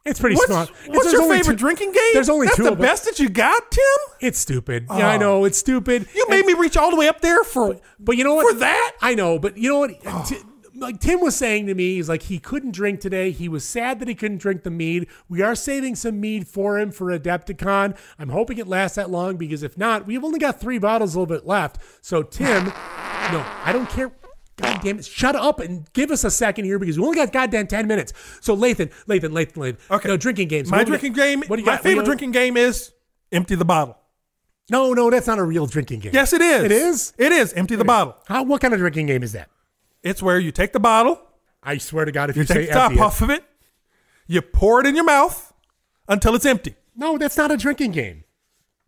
S3: it's pretty
S6: what's
S3: smart.
S6: what's
S3: There's
S6: your
S3: only
S6: favorite
S3: two-
S6: drinking game?
S3: There's only
S6: That's
S3: two.
S6: the
S3: of 'em.
S6: best that you got, Tim.
S3: It's stupid. Yeah, I
S6: Oh.
S3: know it's stupid.
S6: You made me reach all the way up there for.
S3: But you know what?
S6: For that? Oh.
S3: I know. But you know what? Ti- like Tim was saying to me, he's like he couldn't drink today. He was sad that he couldn't drink the mead. We are saving some mead for him for Adepticon. I'm hoping it lasts that long because if not, we've only got three bottles a little bit left. So Tim, no, I don't care. God damn it! Shut up and give us a second here because we only got goddamn ten minutes. So Lathan, Lathan, Lathan, Lathan.
S6: Okay.
S3: No drinking games.
S6: My
S3: What do we
S6: drinking
S3: got-
S6: game.
S3: What do you
S6: my
S3: got?
S6: favorite
S3: What do
S6: drinking
S3: you-
S6: game is empty the bottle.
S3: No, no, that's not a real drinking game.
S6: Yes, it is.
S3: It is.
S6: It is empty the bottle.
S3: How? What kind of drinking game is that?
S6: It's where you take the bottle,
S3: I swear to God, if
S6: you
S3: you
S6: take
S3: say E
S6: the top
S3: empty, it-
S6: off of it, you pour it in your mouth until it's empty.
S3: no, that's not a drinking game.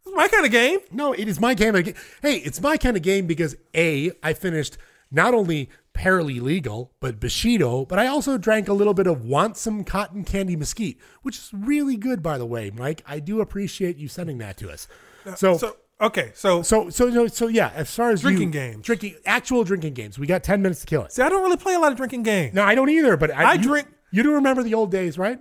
S6: It's my kind of game.
S3: No, it is my game. of ga- Hey, it's my kind of game because a I finished not only Paralegal, legal but Bushido, but I also drank a little bit of Wansome Cotton Candy Mesquite, which is really good, by the way, Mike. I do appreciate you sending that to us. So, so,
S6: So okay, so
S3: Oh. so, so, so, yeah. As far as you-
S6: Drinking games.
S3: drinking actual drinking games, we got ten minutes to kill it.
S6: See, I don't really play a lot of drinking games.
S3: No, I don't either. But I,
S6: I
S3: you-
S6: drink-
S3: You do remember the old days, right?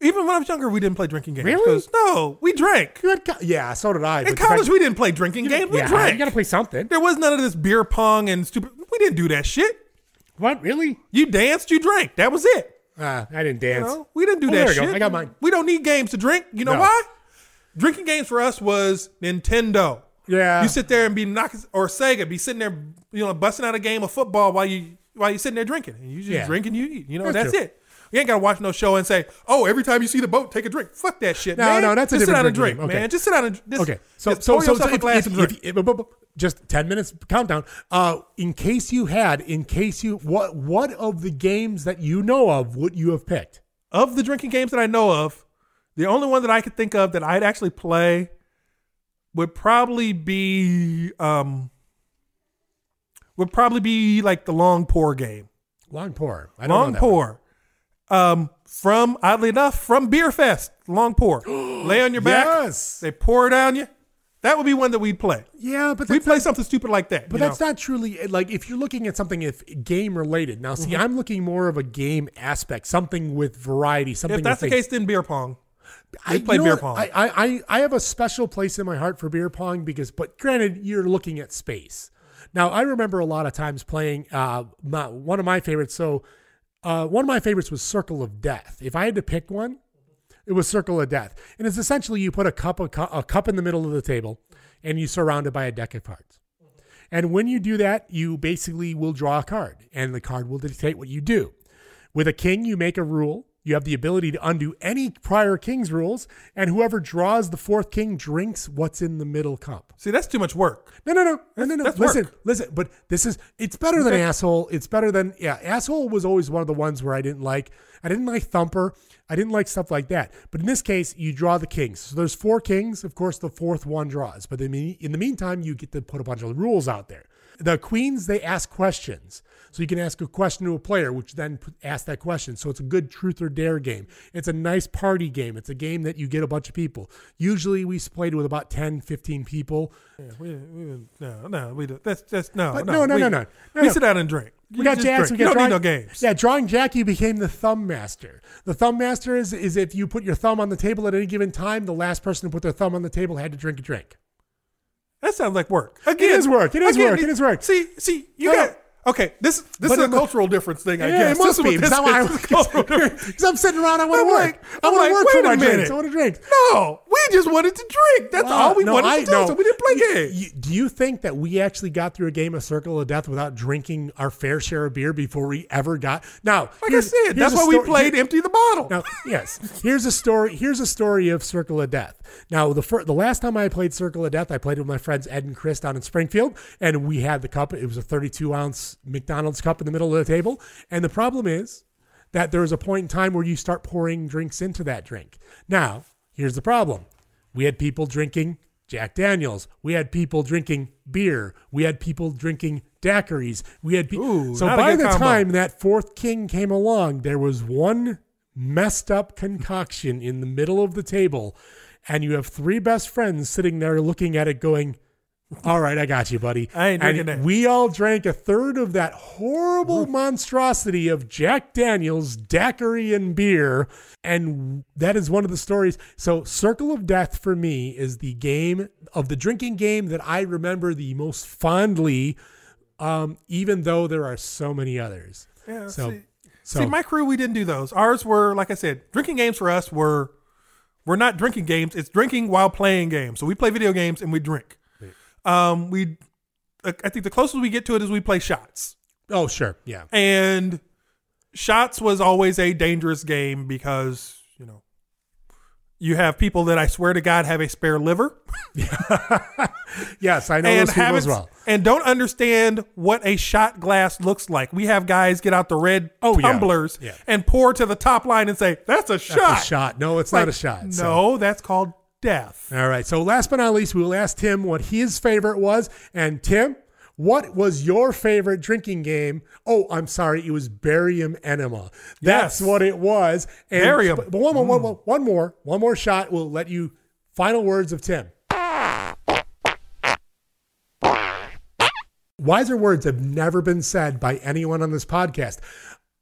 S6: Even when I was younger, we didn't play drinking games.
S3: Really?
S6: 'cause- No, we drank.
S3: You had co- yeah, so did I.
S6: In college, we didn't play drinking games. We
S3: yeah,
S6: drank.
S3: You got to play something.
S6: there was none of this beer pong and stupid. We didn't do that shit.
S3: What really?
S6: You danced, you drank. That was it.
S3: Uh, I didn't
S6: You
S3: dance.
S6: know? We didn't do
S3: Oh,
S6: that
S3: there you
S6: shit.
S3: go. I got mine.
S6: We don't need games to drink. You know
S3: No.
S6: why? Drinking games for us was Nintendo.
S3: Yeah.
S6: You sit there and be knocking, or Sega, be sitting there, you know, busting out a game of football while you while you're sitting there drinking, and you just
S3: Yeah.
S6: drink and you eat. You know,
S3: That's
S6: that's,
S3: true.
S6: it. You ain't gotta watch no show and say, "Oh, every time you see the boat, take a drink." Fuck that shit,
S3: No,
S6: man.
S3: no, that's a
S6: just sit down
S3: different
S6: and drink,
S3: drinking game. Okay.
S6: man. Just sit down and just,
S3: okay. So
S6: just
S3: so
S6: pour
S3: so, so
S6: yourself a
S3: if,
S6: glass
S3: if,
S6: and
S3: if,
S6: drink.
S3: if- bu- bu- bu- just ten minutes countdown. Uh, in case you had, in case you what what of the games that you know of would you have picked?
S6: of the drinking games that I know of, the only one that I could think of that I'd actually play would probably be um would probably be like the long pour game.
S3: Long pour. I don't know
S6: Long
S3: that one.
S6: pour. Um from oddly enough, from Beer Fest. long pour. Lay on your back.
S3: Yes.
S6: They pour it on you. That would be one that we'd play.
S3: Yeah, but
S6: We
S3: that's
S6: play something stupid like that.
S3: But
S6: you
S3: that's
S6: know?
S3: not truly eh, like if you're looking at something if game related. Now, see,
S6: Mm-hmm.
S3: I'm looking more of a game aspect, something with variety, something.
S6: If that's the
S3: with
S6: case, then beer pong.
S3: I
S6: play
S3: you know
S6: beer
S3: what?
S6: pong.
S3: I, I, I- I have a special place in my heart for beer pong because, but granted, you're looking at space. Now, I remember a lot of times playing uh, my, one of my favorites. So, uh, one of my favorites was Circle of Death. If I had to pick one, it was Circle of Death, and it's essentially you put a cup a, cu- a cup in the middle of the table, and you surround it by a deck of cards. And when you do that, you basically will draw a card, and the card will dictate what you do. With a king, you make a rule. You have the ability to undo any prior king's rules, and whoever draws the fourth king drinks what's in the middle cup.
S6: See, that's too much work.
S3: No, no, no, no, no, no.
S6: That's
S3: Listen,
S6: work.
S3: listen. But this is it's better than asshole. It's better than yeah. Asshole was always one of the ones where I didn't like. I didn't like thumper. I didn't like stuff like that. But in this case, you draw the kings. So there's four kings. Of course, the fourth one draws. But in the- in the meantime, you get to put a bunch of rules out there. The queens they ask questions, so you can ask a question to a player, which then p- asks that question. So it's a good truth or dare game. It's a nice party game. It's a game that you get a bunch of people. Usually, we played with about 10, 15 people.
S6: Yeah, we, we, no, no, we do. That's that's no,
S3: But
S6: no,
S3: no, no,
S6: we,
S3: no, no, no,
S6: We
S3: no.
S6: sit down and drink.
S3: We got jacks.
S6: jacks.
S3: We
S6: you
S3: got
S6: don't
S3: drawing,
S6: need no games.
S3: Yeah, drawing jack. You became the thumb master. The thumb master is is if you put your thumb on the table at any given time, the last person to put their thumb on the table had to drink a drink.
S6: That sounds like work.
S3: It is work. It is work. It is work.
S6: See, see, you
S3: No,
S6: got okay. This this
S3: But
S6: is a
S3: it mu-
S6: cultural difference thing. I
S3: Yeah,
S6: guess
S3: it must
S6: this
S3: be.
S6: Is what
S3: Because I'm,
S6: this is, It's a cultural difference.
S3: I'm sitting around. I want
S6: I'm
S3: to work.
S6: like-
S3: I
S6: I'm
S3: want
S6: like,
S3: to work
S6: wait
S3: for
S6: a
S3: my
S6: minute.
S3: drinks. I want to drink.
S6: No, we just wanted to drink. That's
S3: Wow.
S6: all we
S3: No,
S6: wanted
S3: I-
S6: to do.
S3: no.
S6: So we didn't play
S3: You-
S6: games.
S3: you- do you think that we actually got through a game of Circle of Death without drinking our fair share of beer before we ever got? Now,
S6: Like I
S3: here's-
S6: said,
S3: here's
S6: that's
S3: a
S6: why we
S3: story-
S6: played empty the bottle.
S3: Now, yes, here's a story. Here's a story of Circle of Death. Now, the fir- the last time I played Circle of Death, I played with my friends Ed and Chris down in Springfield, and we had the cup. It was a 32 ounce McDonald's cup in the middle of the table. And the problem is that there is a point in time where you start pouring drinks into that drink. Now, here's the problem: we had people drinking Jack Daniels. We had people drinking beer. We had people drinking daiquiris. We had people.
S6: Ooh,
S3: So
S6: not a
S3: by
S6: good
S3: the
S6: combo.
S3: time that fourth king came along, there was one messed up concoction in the middle of the table, and you have three best friends sitting there looking at it, going, "All right, I got you, buddy."
S6: I ain't
S3: and
S6: drinking Mm-hmm. that.
S3: We all drank a third of that horrible monstrosity of Jack Daniels, daiquiri, and beer, and that is one of the stories. So, Circle of Death for me is the game of the drinking game that I remember the most fondly. Um, even though there are so many others.
S6: Yeah,
S3: so,
S6: see-
S3: so
S6: See, my crew, we didn't do those. Ours were, like I said, drinking games for us were, we're not drinking games. It's drinking while playing games. So we play video games and we drink. Um, we, I I think the closest we get to it is we play shots.
S3: oh sure, yeah,
S6: And shots was always a dangerous game because, you know, you have people that I swear to God have a spare liver
S3: yes, I know those people as
S6: haven't-
S3: well.
S6: and don't understand what a shot glass looks like. We have guys get out the red
S3: Oh, yeah.
S6: tumblers
S3: Yeah.
S6: and pour to the top line and say, "That's a shot."
S3: That's a shot. No, it's not a
S6: Like,
S3: shot.
S6: No,
S3: so-
S6: that's called death.
S3: All right. So last but not least, we will ask Tim what his favorite was. And Tim, what was your favorite drinking game? Oh, I'm sorry, it was barium enema. That's
S6: Yes.
S3: what it was. And,
S6: Barium. Mm.
S3: But one more, one more, one more, one more shot. We'll let you. Final words of Tim. Wiser words have never been said by anyone on this podcast.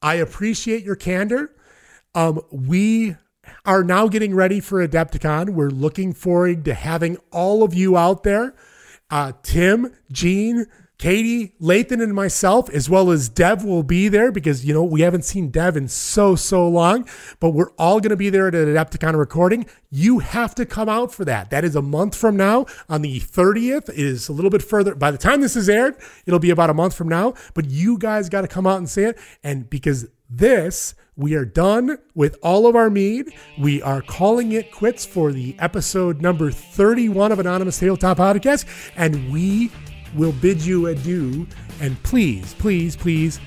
S3: I appreciate your candor. Um, we are now getting ready for Adepticon. We're looking forward to having all of you out there. Uh, Tim, Gene, Katie, Lathan, and myself, as well as Dev, will be there because, you know, we haven't seen Dev in so, so long, but we're all going to be there at Adepticon recording. You have to come out for that. That is a month from now on the 30th. It is a little bit further. By the time this is aired, it'll be about a month from now, but you guys got to come out and see it. And because this, we are done with all of our mead. We are calling it quits for the episode number 31 of Anonymous Tabletop Podcast, and we will bid you adieu. And please, please, please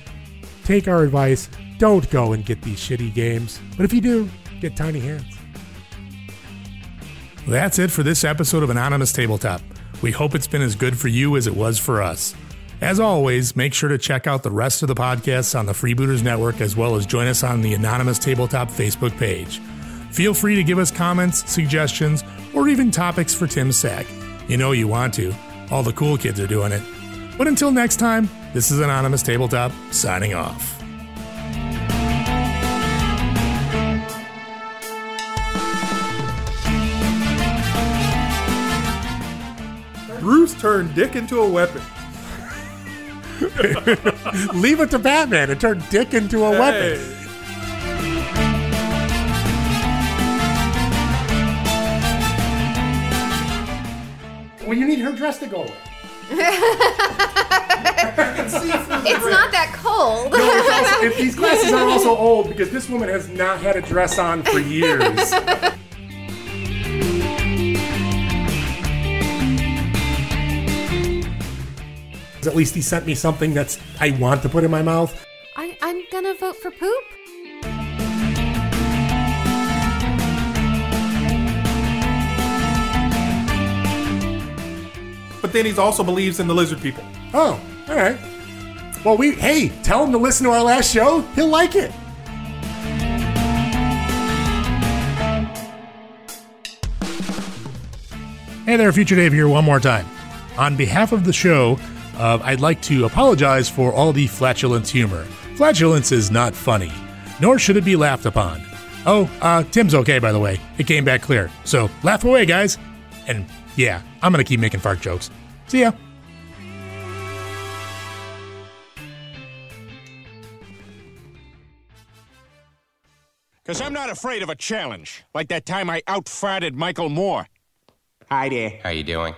S3: take our advice. Don't go and get these shitty games. But if you do, get tiny hands.
S8: That's it for this episode of Anonymous Tabletop. We hope it's been as good for you as it was for us. As always, make sure to check out the rest of the podcasts on the Freebooters Network as well as join us on the Anonymous Tabletop Facebook page.
S3: Feel free to give us comments, suggestions, or even topics for Tim's Sack. You know you want to. All the cool kids are doing it. But until next time, this is Anonymous Tabletop signing off.
S6: Bruce turned Dick into a weapon.
S11: Leave it to Batman and turn Dick into a weapon.
S6: Hey.
S11: Well, you need her dress to go away.
S5: It's not that cold.
S11: if these glasses are also old because this woman has not had a dress on for years. At least he sent me something that's I want to put in my mouth.
S5: I, I'm gonna vote for poop.
S6: But then he also believes in the lizard people.
S11: Oh, all right. Well, we hey, tell him to listen to our last show. He'll like it.
S3: Hey there, Future Dave here one more time. On behalf of the show, uh, I'd like to apologize for all the flatulence humor. Flatulence is not funny, nor should it be laughed upon. Oh, uh, Tim's okay, by the way. It came back clear. So laugh away, guys. And yeah, I'm going to keep making fart jokes. See ya.
S12: Because I'm not afraid of a challenge, like that time I outfarted Michael Moore. Hi there.
S8: How you doing?